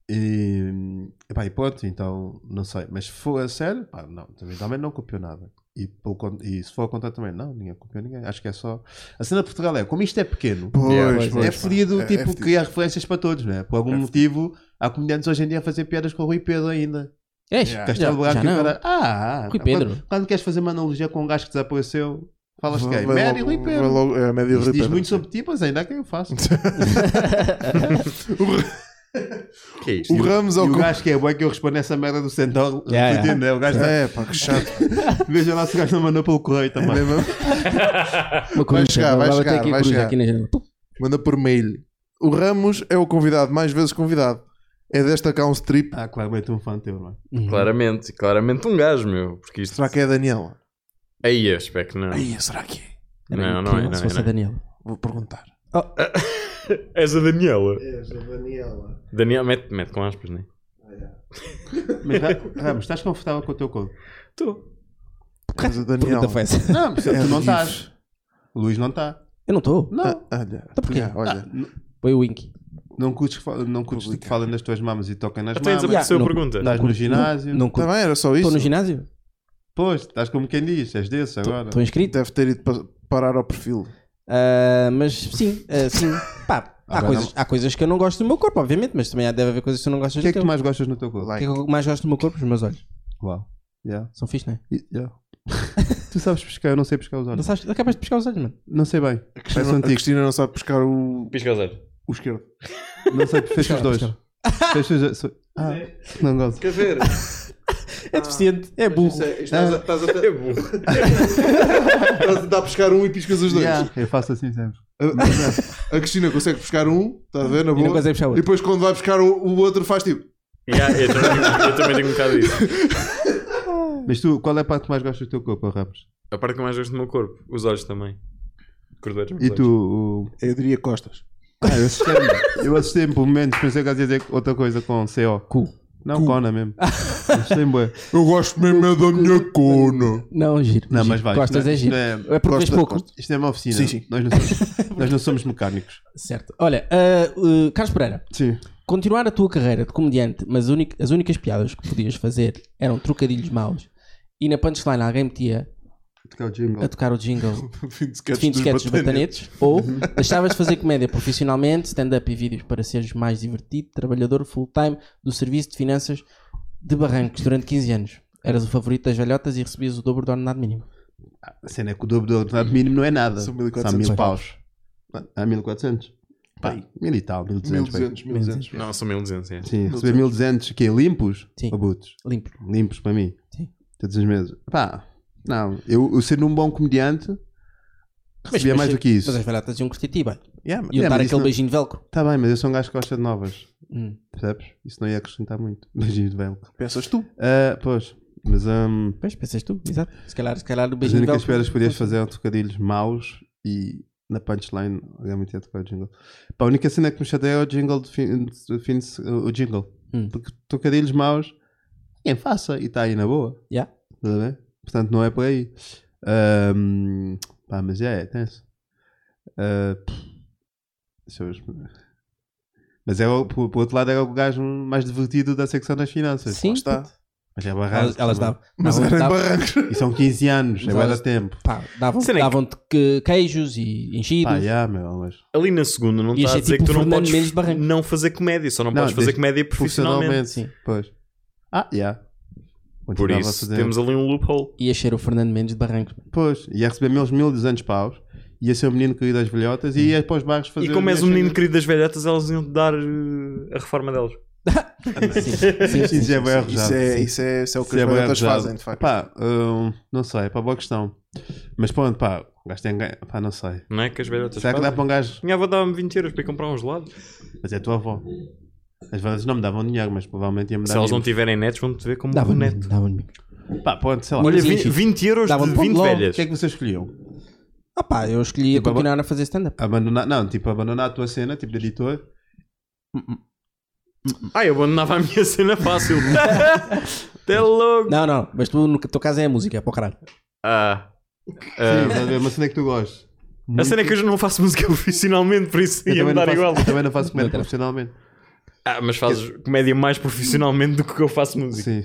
C: E, epá, e pronto, então não sei. Mas se for a sério, pá, não, também, também não copiou nada. E, pelo con- e se for ao contrário também, não, ninguém copiou ninguém. Acho que é só. A cena de Portugal é, como isto é pequeno,
A: Pois,
C: é,
A: pois,
C: é
A: pá.
C: fodido
A: É- é
C: tipo,
A: fodido.
C: criar referências para todos, não é? Por algum motivo, há comediantes hoje em dia a fazer piadas com o Rui Pedro ainda. um
E: É,
A: Yeah.
E: já,
C: Castelo Branco
E: já
C: e o
E: não.
C: cara. Ah,
E: Rui
C: quando-
E: Pedro.
C: Quando, queres fazer uma analogia com um gajo que desapareceu, falas de
A: Vai-
C: quem?
A: vai
C: Médio
A: logo-
C: Rui
A: vai
C: Pedro.
A: logo- é, médio
C: Isto
A: Rui
C: diz
A: Pedro.
C: muito sobre ti, mas ainda é que eu faço.
G: Que é isto?
A: O Ramos
C: E
A: ao
C: o
A: cu-
C: gajo que é bom é que eu respondo essa merda do Centauro.
E: Yeah,
C: Entende, né? O gajo tá-
A: É, pá, que chato.
C: Veja lá se o gajo não mandou pelo correio
A: É
C: também.
A: mesmo.
E: Uma coruja,
A: chegar, vai
E: vai bater
A: chegar,
E: aqui a
A: vai
E: coruja
A: chegar.
E: aqui na janela.
A: Manda por mail. O Ramos é o convidado, mais vezes convidado. É desta cá um strip.
C: Ah, claramente um fã teu, mano.
E: Uhum.
G: Claramente, claramente um gajo, meu. Porque isto.
A: Será que é a Daniela?
G: Aí eu espero que não.
A: Aí, será que é?
E: Era
G: Não, não é,
E: incrível
G: não
E: se
G: é,
E: fosse
G: não
E: a
G: é.
E: Daniela.
A: Vou perguntar.
E: Ah, é
G: És a Daniela.
A: És É, a Daniela.
G: Daniela, mete, mete com aspas, né?
C: Mas Ra- Ramos, estás confortável com o teu corpo?
G: Tu.
A: És a
E: Pergunta
A: Daniela.
E: foi essa.
C: Não, porque
A: É
C: tu não
A: livre.
C: estás. O Luís não está.
E: Eu não estou.
C: Não.
A: Ah, Olha,
E: Então porquê?
A: Ah, olha.
E: Foi o Winky.
C: Não curtes, que fa- não curtes que falem nas tuas mamas e toquem nas
G: Até
C: mamas.
G: a pessoa
E: não-
G: pergunta.
C: Estás no ginásio.
E: Não
A: Tá
E: curto.
A: bem, era só
E: Estou no
A: isso.
E: ginásio?
C: Pois, estás como quem diz, és desse agora.
E: Estou inscrito?
A: Deve ter ido pa- parar ao perfil.
E: Ah, mas sim, ah, sim. Pá, há,
C: Agora
E: coisas, há coisas que eu não gosto do meu corpo, obviamente, mas também há- deve haver coisas que tu não
C: O
E: gostas
C: que é
E: do
C: que
E: teu.
C: tu mais gostas no teu corpo?
E: O que é que eu mais gosto do meu corpo? Os meus olhos.
C: Uau. Yeah.
E: São fixe, não é?
C: E- yeah. tu sabes pescar, eu não sei pescar os
E: Não
C: olhos.
E: sabes? Acabas de pescar os olhos, mano. É
C: Não sei bem.
A: A
C: Parece
A: Cristina,
C: um
A: a
C: antigo.
A: Cristina não sabe pescar o,
G: Pisca os olhos.
A: o esquerdo.
C: Não sei, fecha os dois. Fecha os dois. Sou- Ah, não gosto.
G: Quer ver?
E: É deficiente, é burro.
A: Estás a, estás a,
G: É burro.
A: dar a pescar um e piscas os dois.
C: Yeah, Eu faço assim sempre.
A: A Cristina consegue pescar um, estás a ver, na
E: E não
A: boa.
E: consegue puxar o
A: E
E: outro.
A: depois quando vai buscar o, o outro faz tipo.
G: Yeah, eu, também, eu também tenho um bocado isso.
C: Mas tu, qual é a parte que mais gostas do teu corpo, oh, Ramos?
G: A parte que eu mais gosto do meu corpo. Os olhos também. Cordeiro.
C: E tu, o...
A: Eu diria costas.
C: Ah, eu assustei-me. Eu assustei-me por momentos, pensei que ia dizer outra coisa com CO.
E: Cu.
C: Não, cona mesmo. Assustei-me, bué.
A: Eu gosto mesmo é da minha cona.
E: Não, giro.
C: Não,
E: giro.
C: mas vai.
E: Gostas
C: Não,
E: é giro.
C: isto
E: É porque vês
A: Costa-
E: pouco.
A: Costa.
C: Isto é uma oficina.
A: Sim, sim.
C: Nós, não somos, nós não somos mecânicos.
E: Certo. Olha, ah, ah, Carlos Pereira,
C: Sim.
E: continuar a tua carreira de comediante, mas uni- as únicas piadas que podias fazer eram trocadilhos maus e na punchline alguém metia
C: Tocar o jingle.
E: a tocar o jingle
A: Fim de
E: de
A: sketch
E: fim de
A: dos
E: sketches
A: batanetes.
E: batanetes ou
C: Uhum.
E: deixavas de fazer comédia profissionalmente, stand-up e vídeos para seres mais divertido, trabalhador full-time do serviço de finanças de Barrancos durante 15 anos. Eras o favorito das velhotas e recebias o dobro do ordenado mínimo.
C: A cena é que o dobro do ordenado mínimo não é nada. São
A: São 1400
C: mil paus. Há 1400? Pá, mil e tal, 1200. pá.
A: 1200, 1200.
G: Não, são 1200, é.
C: Sim, receber 1200, que limpos?
E: Sim.
C: Ou brutos?
E: Limpo.
C: Limpos para mim.
E: Sim.
C: Todos os meses. Pá, não. Eu, eu sendo um bom comediante, recebia mais do que isso.
E: Mas as velhotas iam curtir ti, bem.
C: Yeah, mas-
E: Iam dar
C: yeah, mas
E: aquele
C: isso não-
E: beijinho de velcro.
C: Tá bem, mas eu sou um gajo que gosta de novas.
E: Hum.
C: Percebes? Isso não ia acrescentar muito. Beijinhos de velcro.
A: Pensas tu?
C: Ah, pois, mas hum,
E: Pois, pensas tu, exato. Se calhar, se calhar o
C: as
E: beijinho de
C: únicas
E: velcro.
C: piadas que podias fazer eram trocadilhos maus e na punchline alguém me tinha tocado o jingle. Pá, a única cena que me chateia é o jingle de fim de, fim de se- o jingle.
E: Hum.
C: Porque trocadilhos maus quem faça e está aí na boa.
E: Yeah.
C: Estás a ver? Portanto, não é por aí. Ahm, pá, mas já é, tenso. Ah, pff, deixa eu ver. Mas era, o- por, por outro lado, era o gajo mais divertido da secção das finanças.
E: Sim,
A: está.
E: puto.
C: Mas é
E: Elas,
C: barrado.
E: elas
C: também.
E: davam.
A: Mas
E: davam-
A: era em
E: davam-
A: barrancos.
C: E são 15 anos, é
E: Mas
C: bué
E: elas-
C: da tempo.
E: pá, davam-
D: Cena é que-
E: Davam-te que- queijos e enchidos.
C: Pá, já, Ah, meu, mas
D: Ali na segunda não
E: Ia
D: está a
E: ser
D: dizer
E: tipo
D: que tu não
E: Fernando
D: podes
E: Mendes de Barranco.
D: não fazer comédia, só não,
C: Não,
D: podes fazer
C: desde-
D: comédia profissionalmente.
C: profissionalmente,
E: Sim.
C: pois. Ah, já.
D: Por
C: Continuava a
D: isso
C: fazer.
D: temos ali um loophole.
E: Ia ser o Fernando Mendes de Barrancos.
C: Pois, ia receber meus 1200 paus, ia ser o menino querido das velhotas e é ia para os bairros fazer.
D: E como
C: as
D: és um menino
C: minhas
D: querido das velhotas, elas iam dar eh, a reforma delas.
C: cenas. Isso já é bem
A: Isso
C: arrojado.
A: é, isso, é, isso é o que
C: Isso é bué
A: as baratas
C: arrojado.
A: fazem, de facto.
C: Pá, hum, não sei, pá, boa questão. Mas pronto, pá, o gajo tem ganho. Pá, não sei.
D: Não é que as velhotas
C: Será que dá
D: fazem?
C: para um gajo?
D: Minha avó dava-me 20 euros para ir comprar um uns lados.
C: Mas é a tua avó. As velhotas não me davam dinheiro, mas provavelmente ia-me dar.
D: Se elas não
C: mimos.
D: tiverem netos, vão-te ver como um
E: Davam-me.
D: neto.
E: Davam-me.
C: Pá, pronto, sei lá.
D: Olha,
E: Sim,
D: vi-
E: Chico.
D: 20 euros
E: Dava-me
D: de
E: pão de
D: 20
E: ló.
C: O
D: velhas.
C: que é que vocês escolhiam?
E: Ah pá, eu escolhi a
C: Tipo,
E: continuar a fazer stand-up.
C: Abandonar, não, tipo, abandonar a tua cena, tipo de editor.
D: Ai, eu abandonava a minha cena fácil. Até logo.
E: Não, não, mas tu no teu caso é a música, é para o caralho.
D: Ah.
C: Sim,
D: Ah,
C: estás a ver, uma cena que tu gostes.
D: a cena é que eu já não faço música profissionalmente, por isso
C: também não
D: ia-me dar
C: faço-
D: igual.
C: eu também não faço comédia
E: Não interessa.
C: profissionalmente.
D: Ah, mas fazes comédia mais profissionalmente do que eu faço música.
C: Sim.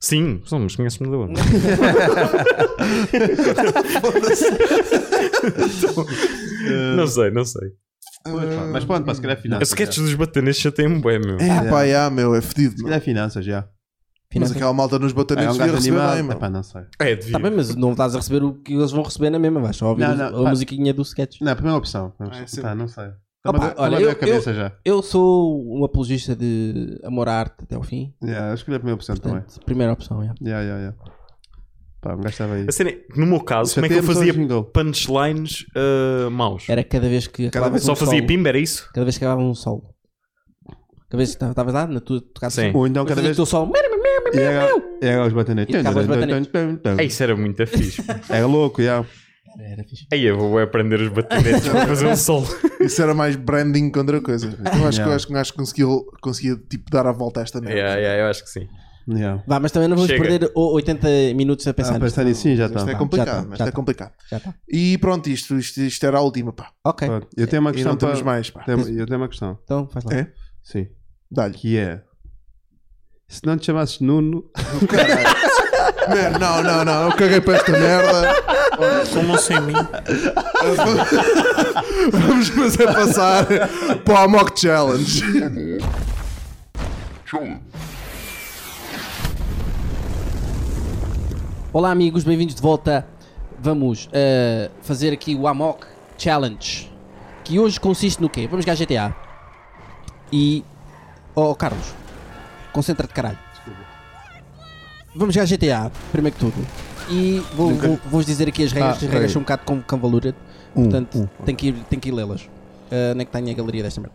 D: Sim, somos, conhece-me da banda. não sei, não sei.
C: Pois, pá, Mas pronto, pá, se calhar é
D: A
C: finanças.
D: sketch dos batanetes já tem um bué, meu.
A: É, pá, já, meu, é fedido.
C: Se
A: meu.
C: calhar finanças, já.
A: Mas
E: Finanças.
A: aquela malta nos
C: Ah, É
A: batanetes
C: um
A: devia
C: gajo
A: receber bem,
C: animado.
A: meu.
C: Epá, não sei.
E: Está Tá
D: É,
E: bem,
D: devia.
E: mas não estás a receber o que eles vão receber na mesma, vais só ouvir
C: Não,
E: os-
C: não,
E: a
C: pá.
E: musiquinha do sketch.
C: Não, a primeira opção. Vamos-
A: Ah, é sempre-
C: Pá, não sei. Tá
E: Opa,
C: Também
E: olha,
C: deu a
E: eu-
C: cabeça já.
E: Eu sou um apologista de amor à arte até ao fim,
C: Yeah, eu escolhi a primeira opção também.
E: portanto, primeira opção. é.
C: Yeah, yeah, yeah. Pá, um gajo estava aí.
D: A cena é, que, no meu caso, como é que eu
C: Chateia-me só
D: fazia
C: o jingle.
D: punchlines ah, maus?
E: Era cada vez que acabava
D: Só fazia pimba, era isso?
E: Cada vez que acabava um solo. Cada vez que estavas lá, na tua tocada
D: Sim.
C: Ou então cada
E: Cada
C: vez.
E: o solo.
C: E Era, era os batanetes.
E: é E acaba os batanetes.
D: É, isso era muito fixe.
C: Era É louco, já.
E: Era fixe.
D: Aí eu vou aprender os
G: É,
D: batanetes
G: tipo,
D: para fazer um solo.
A: Isso era mais branding que outra coisa. Eu acho que
C: Yeah.
A: eu acho que um gajo conseguiu, conseguia tipo, dar a volta a esta merda.
D: yeah, yeah, eu acho que sim.
C: Yeah.
E: Vá, mas também não vamos
D: Chega.
E: perder o- 80 minutos a pensar.
C: Ah,
E: nisto.
C: pensar nisso, sim, já
A: Mas
C: está.
A: Isto é
E: tá,
A: complicado,
E: já tá,
A: mas
E: já
A: isto é
E: tá.
A: complicado.
E: Já tá.
A: E pronto, isto, isto, isto era a última, pá.
E: Ok,
C: Pronto, Eu tenho uma
A: E não
C: questão
A: temos
C: para-
A: mais, pá.
C: Tenho- Eu tenho uma questão.
E: então faz lá.
A: É?
C: Sim.
A: Dá-lhe.
C: Que é. Se não te chamasses Nuno,
A: Mano, Não, não, não, eu caguei para esta merda.
H: Como sem mim?
A: Vamos começar a passar para a Mock Challenge.
E: Olá amigos, bem-vindos de volta. Vamos eh, fazer aqui o Amok Challenge, que hoje consiste no quê? Vamos jogar GTA. E... Oh Carlos, concentra-te caralho. Vamos jogar GTA, primeiro que tudo. E vou- vou- vou-vos dizer aqui as regras,
C: Ah, Um,
E: as regras
C: peraí.
E: são um bocado com convoluted, portanto tem que ir, tem que ir lê-las. Eh, onde é que está a minha galeria desta merda?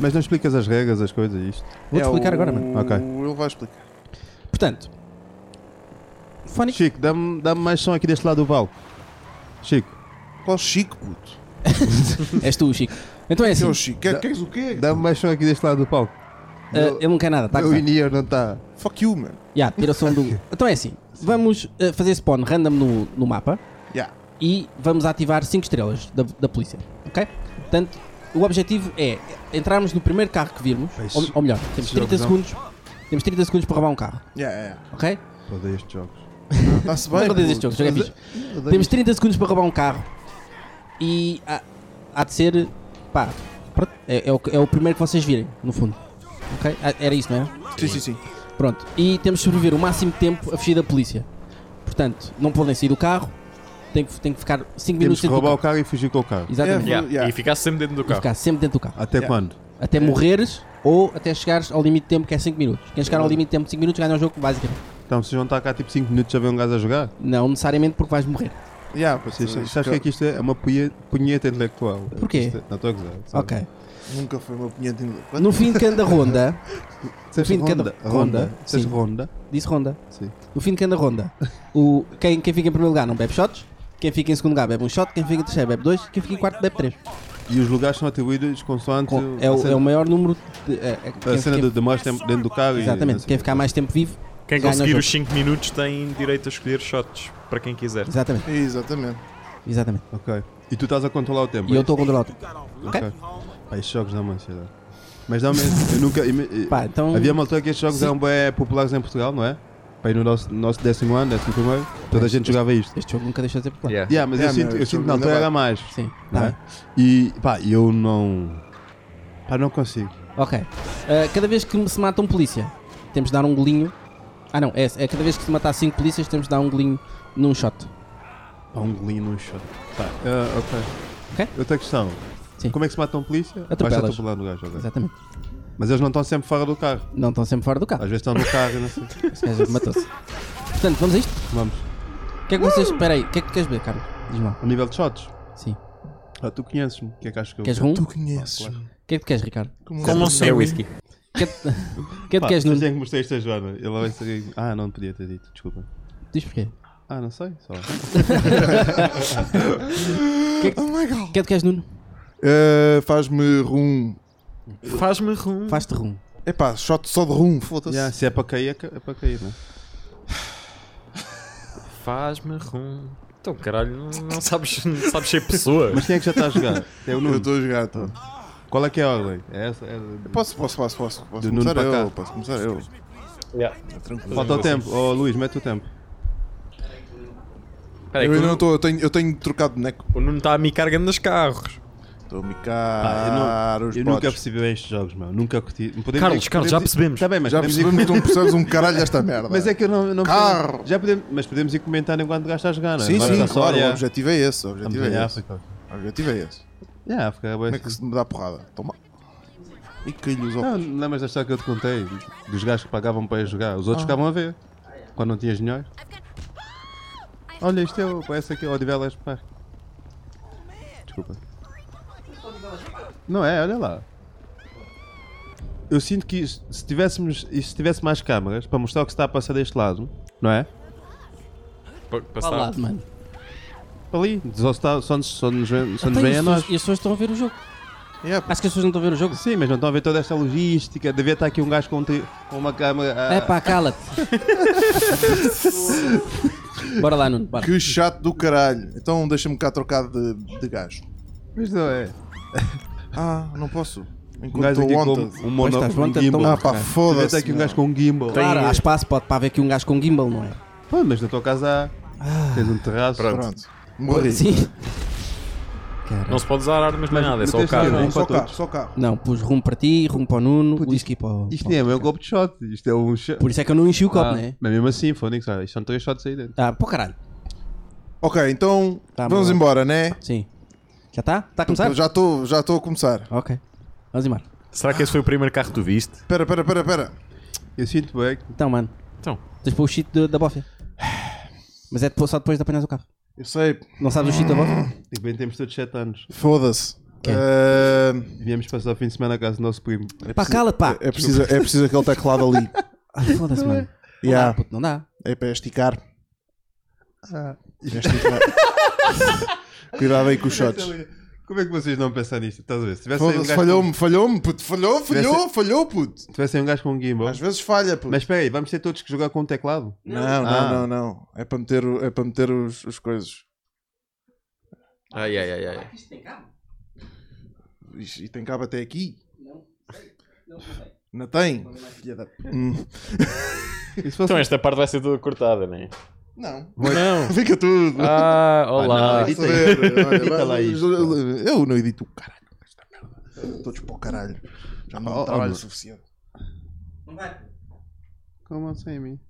C: mas não explicas as regras, as coisas, isto.
E: Vou-te
A: É,
E: explicar
A: o-
E: agora, mano.
C: Ok.
A: Ele vai explicar.
E: Portanto, Fónico,
C: Chico, dá-me dá mais som aqui deste lado do palco. Chico,
A: Qual Chico, puto?
E: és tu, Chico. Então é
A: Que é
E: assim,
A: o Chico? Quer- Queres o quê?
C: dá-me mais som aqui deste lado do palco.
E: eh, ele não quer nada, tá? a
C: Meu
E: gozar.
C: in-ear não está.
A: Fuck you, man.
E: Ya, tira o som do. Então é assim: vamos eh, fazer spawn random no, no mapa
A: Yeah.
E: e vamos ativar 5 estrelas da, da polícia. Ok? Portanto, o objetivo é entrarmos no primeiro carro que virmos,
A: É
E: ou, ou melhor, temos 30 segundos. Temos 30 segundos para roubar um carro,
A: Yeah, yeah.
E: ok?
C: Odeio estes jogos.
A: Está-se
E: Não
A: Ah, bem.
E: vou dizer este
A: puto.
E: jogo, este jogo é fixe. Temos 30 segundos para roubar um carro e há, há de ser. pá, pronto, é, é o, é o primeiro que vocês virem, no fundo. Ok? Ah, Era isso, não é?
A: Sim, sim, sim.
E: Pronto, e temos de sobreviver o máximo de tempo a fugir da polícia. Portanto, não podem sair do carro, tem que, tem que ficar 5
C: Temos
E: minutos
C: que
E: dentro do
C: roubar o
E: carro.
C: carro e fugir com o carro.
E: Exatamente.
A: É, Yeah.
D: Yeah, E ficasse sempre dentro do
E: Tem que
D: carro.
E: Ficar sempre dentro do carro.
C: Até
A: Yeah.
C: quando? É.
E: Até morreres ou até chegares ao limite de tempo que é 5 minutos. Quem chegar ao limite de tempo de 5 minutos ganha o jogo, basicamente.
C: Então se juntar cá tipo 5 minutos a ver um gajo a jogar?
E: Não necessariamente porque vais morrer.
A: Yeah, puto,
C: Vocês,
A: isto
C: sabes o que é que isto é? É uma punhe- punheta intelectual.
E: Porquê?
C: Isto é- Não estou a gozar. sabe?
E: Ok.
A: Nunca foi uma punheta em
E: No fim de cada ronda,
C: Disseste
E: Fim de cada-
C: ronda.
E: ronda,
C: Ronda. Disseste
E: sim.
C: ronda.
E: disse ronda,
C: Sim.
E: no fim de cada ronda, o, quem, quem fica em primeiro lugar não bebe shots, quem fica em segundo lugar bebe um shot, quem fica em terceiro bebe dois, quem fica em quarto bebe três.
C: E os lugares são atribuídos consoante
E: Com- é,
C: a
E: o,
C: cena,
E: é o maior número. De, é- é-
C: a
E: quem-
C: cena
E: quem-
C: do, de mais tempo dentro do carro. e- assim
E: Exatamente, quem ficar mais tempo vivo,
D: Quem
E: Ganha o
D: conseguir
E: jogo.
D: os 5 minutos tem direito a escolher shots para quem quiser.
E: exatamente,
A: Exatamente.
E: exatamente.
C: Ok. E tu estás a controlar o tempo.
E: E eu
C: é isso?
E: estou a controlar o tempo.
C: Ok. Pá, estes jogos dão uma ansiedade. Mas não mesmo. Eu nunca. ime-
E: Pá, então.
C: Havia uma altura que estes jogos
E: Sim.
C: eram bem populares em Portugal, não é? Para ir no nosso, nosso décimo ano, décimo primeiro, toda a gente jogava isto.
E: Este jogo nunca deixa de ser popular.
G: Yeah.
C: Yeah, mas eu
A: Yeah,
C: sinto,
A: meu,
C: eu
A: isso é
C: sinto que na
A: ainda
C: altura
A: vai.
C: era mais.
E: Sim,
C: não
E: tá
C: é? E pá, eu não. Pá, não consigo.
E: Ok. Ah, cada vez que se mata um polícia, temos de dar um golinho. Ah não, é, é cada vez que se matar 5 polícias, temos de dar um golinho num shot.
C: Pá, um golinho num shot. Tá, ah, ok.
E: Ok.
C: Outra questão.
E: Sim.
C: Como é que se mata um polícia?
E: Atropelas.
C: Basta atropelar no gajo, ok.
E: Exatamente.
C: Mas eles não estão sempre fora do carro.
E: Não estão sempre fora do carro.
C: Às vezes estão no carro e não sei.
E: Esse gajo É, matou-se. Portanto, vamos a isto?
C: Vamos.
E: O que é que vocês. Espera aí, o que é que tu queres ver, Carlos? Diz-me lá.
C: A nível de shots.
E: Sim.
C: Ah, tu conheces-me. O que é que acho que eu.
E: Queres rum?
A: Tu um
E: O
A: conheces.
E: que é que tu queres, Ricardo?
F: Como
G: É
F: sempre.
G: whisky.
E: O que é que, o que, é que
C: Pá,
E: tu queres,
C: mas
E: Nuno?
C: é que mostrei isto a Joana. Ele vai sair. Ah, não podia ter dito, desculpa.
E: Diz porquê.
C: Ah, não sei, só.
A: Oh my god.
E: O que é que tu queres, Nuno?
A: Eh, Faz-me rum.
G: Faz-me rum.
E: Faz-te rum.
A: Epá, shot só de rum, foda-se.
C: Yeah, se é para cair, é ca- é para cair, né?
G: Faz-me rum. Então, caralho, não, não sabes, não sabes ser pessoa.
C: Mas quem é que já está a jogar? É o
A: Eu
C: Nuno.
A: estou a jogar, tô.
C: Qual é que é a ordem? É essa? É...
A: Posso, posso, posso, posso. Posso
C: Do Nuno
A: começar
C: para cá.
A: eu, posso começar eu.
C: Falta o tempo. Oh, Luís, mete o tempo.
G: Peraí,
A: Eu
G: que o
A: ainda não
G: Nuno-
A: estou, eu tenho, eu tenho trocado de boneco.
G: o Nuno
C: tá
G: está a micar grandes carros.
A: Estou a
C: Ah,
A: micar os
C: Eu nunca
A: potes.
C: percebi bem estes jogos, mano. Nunca curti. Podemos-
G: Carlos, Carlos, já
C: podemos-
G: percebemos.
C: Está bem, mas
A: Já
C: podemos
A: percebemos
C: ir-
A: que não percebes um caralho desta merda.
C: Mas é que eu não. não
A: Carro!
C: Já podemos... Mas podemos ir comentar enquanto o gajo está a jogar, não é?
A: Sim,
C: Agora
A: sim,
C: está só,
A: claro, o
C: yeah.
A: objetivo é esse. O
C: Estamos
A: objetivo
C: em
A: é esse.
C: África.
A: O objetivo é esse.
C: É, África é bué
A: Como é que
C: assim.
A: se me dá porrada? Toma. E caiu os
C: Não,
A: óculos.
C: não lembras da história que eu te contei? Dos gajos que pagavam para ir jogar. Os outros
E: Ah.
C: ficavam a ver. Quando não tinhas dinheiro. Olha, isto é o- parece aqui, Odivelas Park. Desculpa. Não é, olha lá. Eu sinto que isto- se tivéssemos e se tivesse mais câmaras para mostrar o que se está a passar deste lado, não é?
G: Pa-
E: Para
G: Passar.
E: lado, mano.
C: Para ali, só, se está- só nos, só nos, vê- só nos
E: Então, e
C: vêm
E: as
C: a nós.
E: pessoas- E as pessoas estão a ver o jogo.
A: Yeah,
E: Acho que as pessoas não estão a ver o jogo.
C: Sim, mas não estão a ver toda esta logística. Devia estar aqui um gajo com, um tri- com uma ah, câmera. a-
E: É pá, cala-te. bora lá, Nuno. Bora.
A: Que chato do caralho. Então deixa-me cá trocar de, de gajo.
C: Mas não é.
A: Ah, não posso.
C: Um
A: Enquanto
C: gajo
A: estou
C: aqui
A: wanted.
C: com um mono,
E: Pois estás, então.
C: um
E: wanted,
C: gimbal.
E: toma.
A: Ah pá,
E: Caralho.
C: Devia estar
A: foda-se. é.
C: aqui um gajo com um gimbal.
E: Claro, há espaço pode, para ver aqui um gajo com gimbal, não é?
C: Pô, mas na tua casa há...
E: Ah.
C: Tens um terraço.
A: Pronto. Morri.
E: Sim.
G: Não se pode usar armas nem
C: Mas
G: nada, é só o
C: meteste
G: carro.
C: dinheiro.
A: Não,
C: Não,
A: só
C: para
A: carro,
C: todos.
A: só carro.
E: Não, pus rum para ti, rum para o Nuno,
C: Puto,
E: whisky para o.
C: Isto
E: para o-
C: nem é meu copo de shot. Isto é um... shot.
E: Por isso é que eu não enchi o copo,
C: Ah,
E: não é?
C: Mas mesmo assim, Fonix, olha, isto são três shots aí dentro.
E: Ah, pô caralho.
A: Ok, então
E: Tá
A: vamos
E: bom.
A: embora, né?
E: Sim. Já está? Está Tá a começar?
A: Já estou já estou a começar. É
E: Ok. Vamos embora.
G: Será que esse foi o primeiro carro que tu viste?
A: Espera, espera, espera, espera.
C: Eu sinto bem que...
E: Então, mano.
G: Então.
E: Tens para o shit do- da bofia. Mas é depois, só depois de apanhares o carro.
A: Eu sei,
E: Não sabes o shit da bofia?
C: De repente temos Tipo, todos sete anos.
A: foda-se.
E: Quê?
A: Ah,
C: Viemos passar o fim de semana à casa do nosso primo.
E: Pá, cala-te, pá.
A: é, preciso, é preciso aquele teclado ali.
E: Ah, Foda-se, mano. Não
A: Yeah.
E: dá, puto, não dá.
A: É para esticar. É esticar. Cuidado aí com os shots.
C: Como é que vocês não pensam nisto? Estás a ver? Se tivesse aí um
A: Foda-se,
C: gajo com...
A: falhou-me, falhou-me, puto. Falhou, falhou, falhou, puto.
C: se tivesse aí um gajo com um gimbal...
A: Às vezes falha, puto.
C: Mas espera aí, vamos ter todos que jogar com um teclado?
A: Não, não,
C: Ah.
A: não, não. É para meter, o- é para meter os, os coisas.
G: Ai, ai, ai, ai.
A: Ixi, E tem cabo até aqui? Não. Não tem? Filha da- Hum.
C: E se fosse...
G: Então esta parte vai ser toda cortada, não é?
A: Não.
G: Não.
A: Fica tudo.
G: Ah, olá.
C: Ah,
A: Vai
C: edita aí.
A: saber, olha,
C: Edita
A: vai-
C: lá isto.
A: Eu não edito o caralho. esta merda. Todos para o caralho. Já não
C: Oh,
A: há trabalho
C: oh,
A: suficiente.
C: Como assim a mim?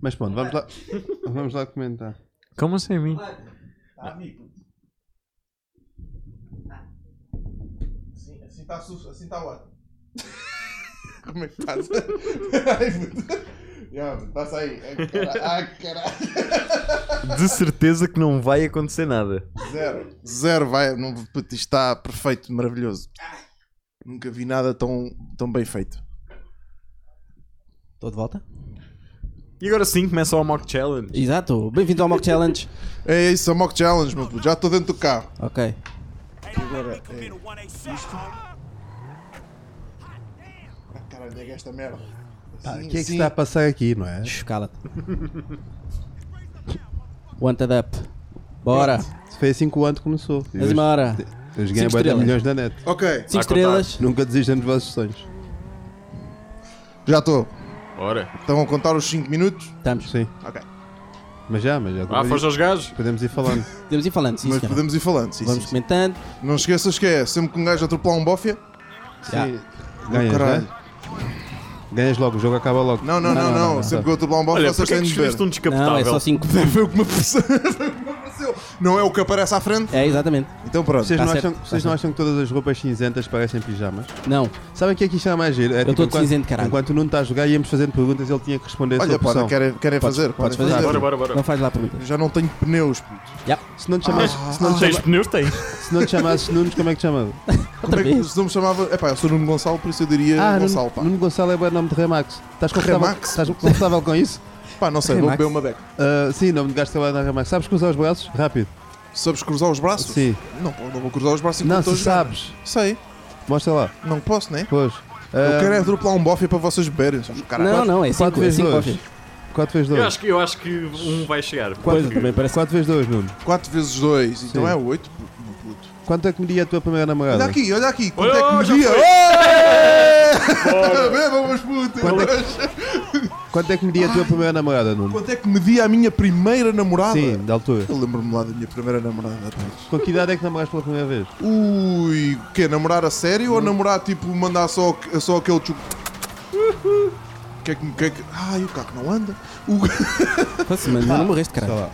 C: Mas pronto, vamos lá... vamos lá comentar.
G: Como assim, mim?
A: Assim está assim tá ótimo. Como é que passa? Ai, puto. Já, puto, Passa aí. Ai, caralho. Ai, caralho.
G: De certeza que não vai acontecer nada.
A: Zero. Zero, vai. Não, puto, isto está perfeito, maravilhoso. Nunca vi nada tão, tão bem feito.
E: Estou de volta?
G: E agora sim começa o Mock Challenge.
E: Exato. Bem-vindo ao Mock Challenge.
A: É isso, é o Mock Challenge, meu puto. Já estou dentro do carro.
E: Ok.
A: Ah, Caralho, é esta merda.
C: Pá, o que
A: Assim,
C: é que
A: assim.
C: está a passar aqui, não é?
E: Shhh, Cala-te. Wanted up. Bora.
C: Se foi assim que o ano começou.
E: Vamos embora.
C: Eu
E: Cinco
C: joguei a
E: estrelas.
C: milhões da net.
A: Ok.
E: 5 estrelas.
C: Nunca desistam dos vossos sonhos.
A: Já estou.
F: Ora.
A: Estão a contar os 5 minutos?
E: Estamos.
C: Sim.
A: Ok.
C: Mas já, mas já.
F: Ah, foste aos gajos?
C: Podemos ir falando.
E: Podemos ir falando, sim,
A: Mas
E: senhor.
A: podemos ir falando. Sim,
E: Vamos
A: sim, sim.
E: comentando.
A: Não esqueças que é sempre que um gajo atropelar um bófia.
E: Já.
C: Ganhas,
A: caralho.
C: né? Ganhas logo, o jogo acaba logo.
A: Não, não, não, não. Sempre que eu atropelar um bófia,
F: Olha,
A: vocês
F: porquê é
A: têm
F: que
A: de beber.
F: escolheste um
E: Não, é
F: descapotável?
E: só 5.
A: Foi o que me apareceu. Foi o que me apareceu. Não é o que aparece à frente?
E: É, exatamente.
A: Então pronto.
C: Vocês,
E: Tá
C: não
E: certo,
C: acham,
E: tá
C: vocês não acham que todas as roupas cinzentas parecem pijamas?
E: Não.
C: Sabem o que é que isto é mais giro? É,
E: tô de
C: enquanto,
E: cinzento, caralho.
C: Enquanto o Nuno está a jogar, íamos fazendo perguntas ele tinha que responder a sua
A: Olha, podem,
C: opção.
A: querem, querem fazer?
E: podes
A: podem
E: fazer.
F: Bora, bora, bora.
E: Não faz lá perguntas.
A: Já não tenho pneus, puto.
C: Se não te chamasses, se não te
F: Ah, Tens
C: chama-
F: pneus? Tens.
C: se não te chamasses Nunes, como é que te chamas?
A: Como é que
E: vez?
A: se não me chamava? Epá, eu sou Nuno Gonçalo, por isso eu diria
C: Ah,
A: Gonçalo,
C: Nuno,
A: pá.
C: Nuno Gonçalo é o nome de Remax. Estás confortável,
A: Remax?
C: Estás confortável com isso?
A: Pá, não sei,
E: Ei,
A: vou
E: Max.
A: beber uma beca.
C: Ah, sim, nome de gasto é na Remax. Sabes cruzar os braços? Rápido.
A: Sabes cruzar os braços?
C: Sim.
A: Não, pô, não vou cruzar os braços
C: Não,
A: enquanto
C: se
A: estou a jogar.
C: sabes.
A: Sei,
C: Mostra lá.
A: não posso, né?
C: Pois.
A: Eu quero é atropelar um bofia para vocês beberem. seus Caralho.
E: Não, não, é 5.
C: quatro
E: É
C: vezes
E: 5
C: dois. 4 vezes
F: Eu
C: 2.
F: acho, que, eu acho que um vai chegar.
E: Coisa também parece.
C: 4 vezes 2, Nuno.
A: 4 vezes 2, então
C: Sim.
A: é 8. Puto.
C: Quanto é que media a tua primeira
A: Olha
C: namorada?
A: aqui, olha aqui, quanto
F: Olha,
A: é que
F: já
A: media?
F: foi.
A: Ê! Bebam as putas!
C: Quanto é que media a tua primeira namorada, Nuno?
A: Ah, Quanto é que media a minha primeira namorada?
C: Sim, de altura.
A: Eu lembro-me lá da minha primeira namorada. pá.
C: Com que idade é que namoraste pela primeira vez?
A: Ui, o quê? Namorar a sério ou namorar tipo mandar só, só aquele chup? Que é que, que é que... Ai, o carro não anda. O-
E: Fosse, mas não morreste,
C: Sei
E: caralho.
C: lá.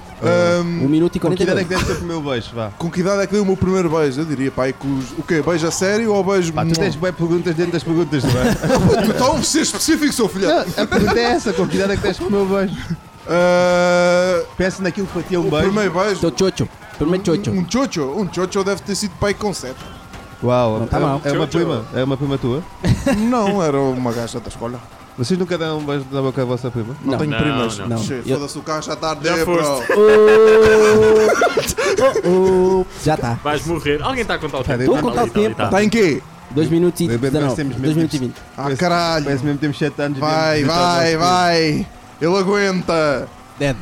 E: 1 minuto e
C: Com que
E: 40
C: idade é que deve ter o meu beijo? Vá.
A: Com que idade é que dei o meu primeiro beijo? Eu diria, pai, que os... o quê? Beijo a sério ou beijo...
C: Pá, tu tens bem perguntas dentro das perguntas, não é?
A: Tu está a ser específico, seu filho.
C: A pergunta é essa, com que idade é que deste o meu beijo?
A: Ah,
C: Pensa naquilo que fatia um
A: o
C: beijo.
A: primeiro beijo...
E: Teu chocho. Primeiro chocho.
A: Um chocho, um chocho deve ter sido pai com sete.
C: Uau,
E: tá
C: é,
E: mal.
C: é
F: Tchau,
C: uma
F: tchau.
C: prima, é uma prima tua.
A: Não, era uma gaja da escola.
C: Vocês nunca deram um beijo na boca à vossa prima?
A: Não,
E: Não.
A: tenho
F: Não,
A: primas.
F: não.
E: Não.
A: Che,
E: Eu- Uh,
A: Foda-se o carro já tarde,
F: Já
A: é, bro.
F: foste.
E: Oh, já está.
F: Vais morrer. Alguém está a contar o
A: Tá,
F: tempo. Tá,
E: Estou a contar o
F: Está ali,
E: tempo.
D: Tá,
F: está ali,
A: Está em quê?
E: 2 minutos e
C: De repente nós
E: 19.
C: temos
E: 2 minutos e
C: mesmo
E: 20.
A: Ah, caralho.
C: Parece mesmo que temos 7 anos e
A: Vai,
C: viemos-
A: vai, vai. Ele aguenta.
E: Dead.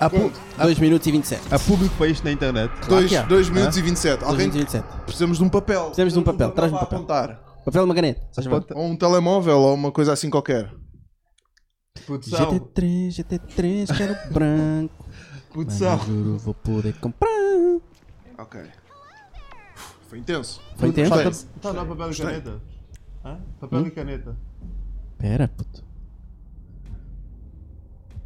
C: Há, pu-
E: 2 minutos e 27.
C: há público para isto na internet.
A: 2
E: que há.
A: minutos e 27.
E: 2
A: Alguém
E: minutos e 27.
A: precisamos de um papel.
E: Precisamos de um papel, traz-me um
A: para
E: papel.
A: apontar.
E: Papel de uma caneta. Faz favor.
C: Aponta.
A: Ou um telemóvel ou uma coisa assim qualquer.
C: Produção.
E: GT3, GT3, quero branco. Mas eu
A: Putção.
E: juro, vou poder comprar.
A: Ok. Foi intenso.
E: Foi tempo?
A: Falta-
C: Está lá é papel e caneta. Hã?
A: Hum?
C: Papel e caneta.
E: Pera, puto.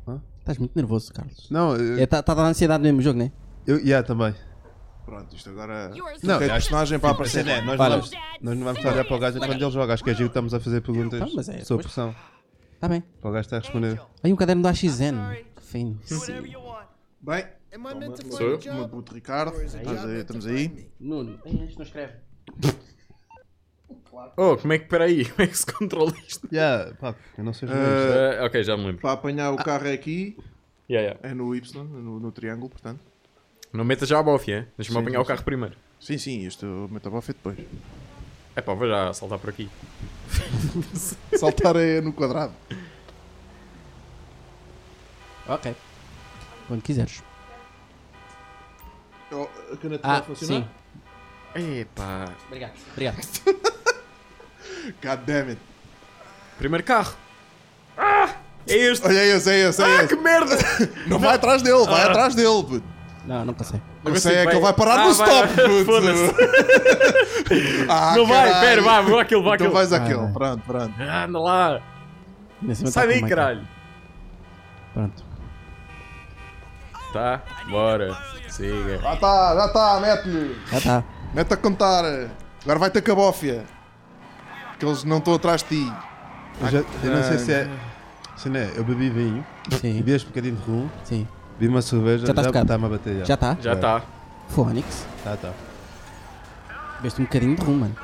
C: Hã?
E: Estás muito nervoso, Carlos.
C: Não, eu.
E: Está é, tá- tá a dar ansiedade mesmo o jogo, né?
C: eu yeah, também.
A: Pronto, isto agora.
C: Não,
A: Não, é personagem para aparecer.
C: Não, nós,
E: Olha.
C: não vamos, nós não vamos olhar para o gajo enquanto ele joga. Acho que é giro que estamos a fazer perguntas
E: Não, mas é,
C: sob
E: pois.
C: pressão.
E: Está bem.
C: Para o gajo estar a responder.
E: Aí o caderno da XN. Que fino.
A: Bem,
F: Sou eu?
A: uma puto Ricardo. Estás aí, Estamos aí.
E: Nuno, tem isto, não escreve.
F: Oh, como é que, peraí, como é que se controla isto?
C: Yeah, pá, eu não sei
A: Eh,
C: uh,
F: Eh, ok, já me lembro.
A: Para apanhar o carro é aqui.
F: Yeah, yeah.
A: É no Y, no, no triângulo, portanto.
F: Não metas já a bofia, hein? deixa-me apanhar o carro primeiro.
A: Sim, sim, isto eu estava a feito depois.
F: É pá, vou já saltar por aqui.
A: Saltar é no quadrado.
E: Ok. Quando quiseres.
A: Oh, a caneta
E: Ah,
A: vai funcionar?
E: sim.
F: Epá.
E: Obrigado. Obrigado.
A: God damn it.
F: Primeiro carro. Ah! É este.
A: Olha esse, é esse, é
F: Ah, que
A: esse.
F: merda!
A: Não vai atrás dele, vai atrás dele. puto.
E: Não, não consigo.
A: Não
F: Mas
A: sei,
F: sim,
A: é que ele vai parar
F: Ah,
A: no
F: vai,
A: stop.
F: vai.
A: puto.
F: Foda-se.
A: Ah,
F: Não vai,
A: caralho.
F: pera, vai, vou àquele, vou àquele.
A: Então vais àquele,
E: vai.
A: pronto, pronto.
F: Ah, Anda lá.
E: Ainda assim,
F: Sai
E: tá
F: daí,
E: com o Michael.
F: caralho.
E: Pronto.
F: Tá, bora. Siga.
A: Já está, tá, já está,
E: Já
A: mete-lhe.
C: tá.
E: está.
A: Mete a contar. Agora vai-te a cabófia. Que eles não estão atrás de ti. Ah,
C: eu, já, eu não sei se é.
D: Ah.
C: Se não é, eu bebi vinho,
E: Sim,
C: bebi um bocadinho de rum,
E: sim.
C: bebi uma cerveja,
E: Já estás tocado.
C: está-me a bater. É.
E: Já está?
F: Já tá.
E: Fónix.
C: Tá, tá.
E: Veste um bocadinho de rum, mano.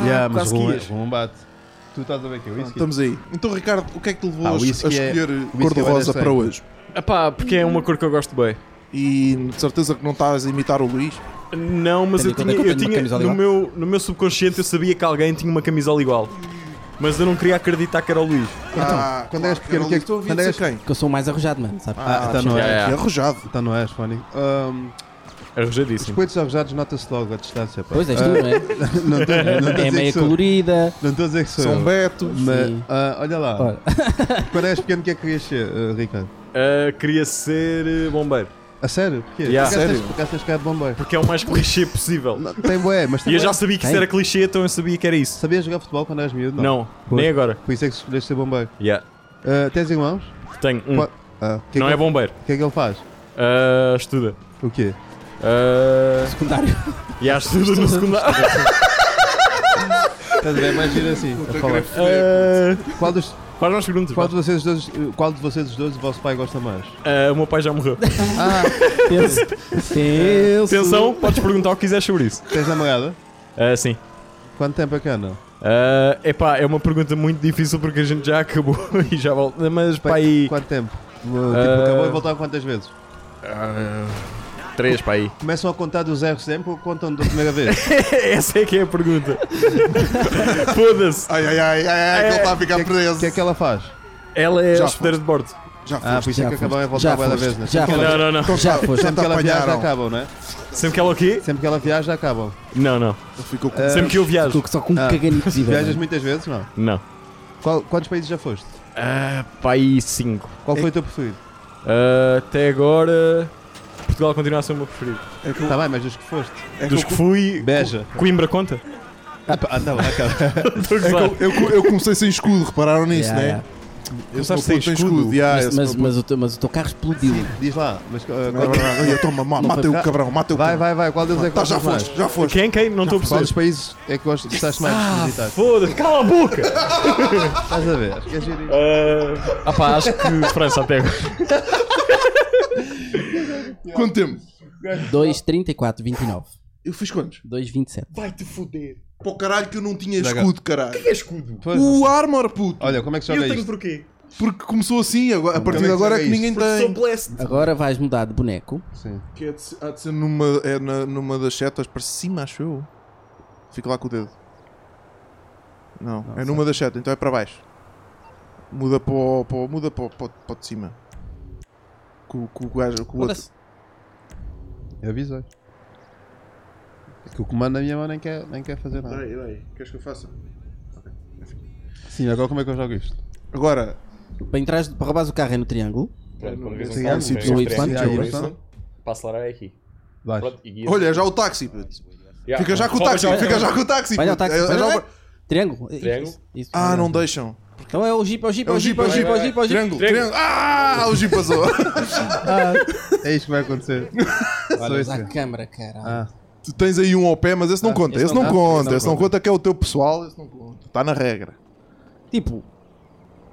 E: Ah,
C: yeah,
A: um
C: mas
F: quase que
C: rum, é-
F: ias.
C: rum bate. Tu estás a ver que é whisky?
A: Estamos aí. Então, Ricardo, o que é que te levou
C: Ah,
A: a
C: o
A: es- a
C: whisky é-
A: escolher
C: o whisky
A: cor-de-rosa
C: é bem
A: para
C: da
A: hoje?
F: Epá, porque é uma cor que eu gosto bem.
A: E de certeza que não estás a imitar o Luís?
F: Não, mas eu
E: Tendo
F: tinha,
E: em conta que
F: eu
E: eu tenho uma
F: tinha
E: camisola
F: no,
E: igual.
F: meu, no meu subconsciente eu sabia que alguém tinha uma camisola igual. Mas eu não queria acreditar que era o Luís.
A: Ah,
C: Então, quando eras pequeno, o que é que-
A: estou a ouvir
C: quando
A: dizer
C: eras-
A: quem?
D: Ah,
A: Ah, então é.
E: Porque eu sou o mais arrojado, mano, sabe?
C: Ah, então não
F: já,
C: é.
F: já.
A: Que arrojado.
C: Então não és fónico. Ahm, Os
D: Arrojadíssimo.
C: coitos arrojados nota-se logo a distância. Pá. Ah,
E: Pois és tu, não é?
C: Não estou não tô a
E: É
C: dizer
E: meia
C: que sou-
E: colorida.
C: não estou a dizer que sou
A: São
C: eu.
A: Beto.
C: Mas,
E: Sim.
C: ah, olha lá,
E: Olha.
C: quando és pequeno, o que é que querias ser, ah, Ricardo?
D: Ah, queria ser eh, bombeiro.
C: A sério? é? Porquê?
D: Yeah.
C: Por acaso
D: Sério?
C: tens- Por acaso tens cara de bombeiro?
D: Porque é o mais clichê possível.
C: Não, Tem bué, mas tem
D: E eu já
C: bué.
D: sabia que isso
E: Tem?
D: era clichê, então eu sabia que era isso.
C: Sabias jogar futebol quando eras miúdo?
D: Não,
C: Pois.
D: nem agora.
C: Por isso é que escolheste ser bombeiro.
D: Yeah.
C: Ah, tens irmãos?
D: Tenho um.
C: Qua- Ah, o que
D: não
C: que ele-
D: é bombeiro.
C: O que é que ele faz?
D: Ah, estuda.
C: O quê?
D: Ah,
E: Secundário.
D: e há estuda no secundário.
C: Estás a ver? Imagina assim. a falar.
A: Eh,
C: Eh,
D: Ah,
C: Qual, dos,
D: Faz mais perguntas.
C: qual,
D: pá.
C: de vocês dois, eh, qual de vocês dois o vosso pai gosta mais?
D: Ah, o meu pai já morreu.
C: Ah,
E: Tenso. Tenso.
D: Atenção, podes perguntar o que quiseres sobre isso.
C: tens namorada?
D: Ah, sim.
C: Quanto tempo é que andam?
D: Ah, epá, é uma pergunta muito difícil porque a gente já acabou e já volta. Mas pá, aí.
C: Quanto tempo? Tipo,
D: Ah.
C: acabou e voltaram quantas vezes?
D: Ah, três para aí.
C: Começam a contar do zero sempre ou contam da primeira vez?
D: Essa é que é a pergunta. Foda-se.
A: Ai, ai, ai, ai, ai, que ele está a ficar
C: O
A: preso.
C: que é que ela faz?
D: Ela é
A: Já
D: hospedeira de bordo.
A: Já
C: Ah,
A: foste.
C: por isso é
E: já
C: que
E: foste.
C: acabaram a
E: Já
C: voltar bué da
E: foste.
C: vez, né?
E: Já
C: Sempre que
E: foste.
D: Não,
C: ela-
D: não, não.
E: Já foste.
C: Sempre que ela viaja,
A: apanharam.
C: acabam, né?
D: Sempre que ela o quê?
C: Sempre que ela viaja, acabam.
D: Não, não.
A: Ele ficou com
D: Sempre que eu viajo.
E: Tu que só com um
C: Ah.
E: caganito possível.
C: Viajas muitas vezes, não?
D: Não.
C: Qual- quantos países já foste?
D: Ah, pá, aí cinco.
C: Qual foi o teu preferido?
D: Ah, até agora. Portugal continua a ser o meu preferido.
C: Tá bem, mas dos que foste?
A: É que
D: Dos
A: eu,
D: que fui.
C: Beja.
D: Coimbra conta?
C: Ah, pá, ah, tá bem, acaba.
D: Estou a
A: é que
D: gozar.
A: eu- eu- eu comecei sem escudo, repararam nisso,
E: Yeah,
A: né?
E: yeah.
A: Esse
D: Começaste
A: meu
D: sem
A: puto tem
D: escudo?
C: Ah,
A: yeah,
E: Mas,
A: esse
E: mas,
A: meu puto-
E: mas o teu, mas o teu carro explodiu.
C: Diz lá, mas. ah,
A: Não é
C: qual-
A: verdade. Olha, toma, ma- mata
C: foi
A: o
C: cá.
A: cabrão, mata o
C: vai,
A: cabrão.
C: vai, vai, qual deles é que
A: Tá, já
C: gostas mais?
A: foste, já foste. Ah,
D: Quem? Quem? Não estou a
C: Qual dos
D: perceber.
C: países é que gostas- gostaste mais de visitar?
D: Foda-se, cala a boca!
C: Estás a ver? Acho que é giro isso.
D: Ah, ah pá, acho que França até agora.
A: Quanto tempo?
E: 2,34, 29.
A: Eu fiz quantos?
E: 2,27.
A: Vai-te foder. Pô, caralho, que eu não tinha
C: Zaga.
A: escudo, caralho.
F: é
C: Pois,
A: O Armor, puto.
C: Olha, como é que se joga isto?
D: porquê?
A: Porque começou assim, agora- a
C: Como
A: partir
C: é
A: de
C: que
A: agora é
C: joga
A: que ninguém tem.
D: blessed.
E: Agora vais mudar de boneco.
C: Sim.
A: Que é de, se- há de ser numa, é na- numa das setas para cima, acho eu. Fica lá com o dedo. Não,
E: Ah,
A: é numa das setas, então é para baixo. Muda para o, para o- muda para, o- para, o- para o de cima. Com, com o gajo, com o outro.
E: Foda-se.
C: Eu avisei. É que o comando da minha mão nem quer, nem quer fazer nada.
A: aí, queres que eu faça?
C: Sim, agora como é que eu jogo isto?
A: Agora,
E: Para entrares, para roubares o carro é no triângulo.
A: Sim,
E: No Y.
C: Ah,
A: eu-
C: isso?
D: Para acelerar é aqui.
C: Vais.
D: Pronto, e guia.
A: olha, já o táxi. puto. Fica já com o
D: Rouba
A: táxi, fica já com o táxi.
E: Vai ao
A: puto.
E: táxi.
A: É- é
E: Vai,
A: já o-
E: vai, vai. Triângulo.
D: Triângulo.
E: Isso, isso. é
A: Ah, não deixam.
E: Então é o Jeep, é o Jeep,
A: É o Jeep, é o Jeep,
E: é o Jeep, é o Jeep.
A: Triângulo, triângulo. Ah, o Jeep passou.
E: Ah.
C: É isto que vai acontecer. Só isso.
E: Usa a câmara, cara.
C: Ah,
A: Tu tens aí um ao pé, mas esse não conta.
E: Ah, esse
A: Esse
E: não
A: não
E: conta,
A: conta. Esse não conta que é o teu pessoal. Esse não conta. Está na regra.
E: Tipo,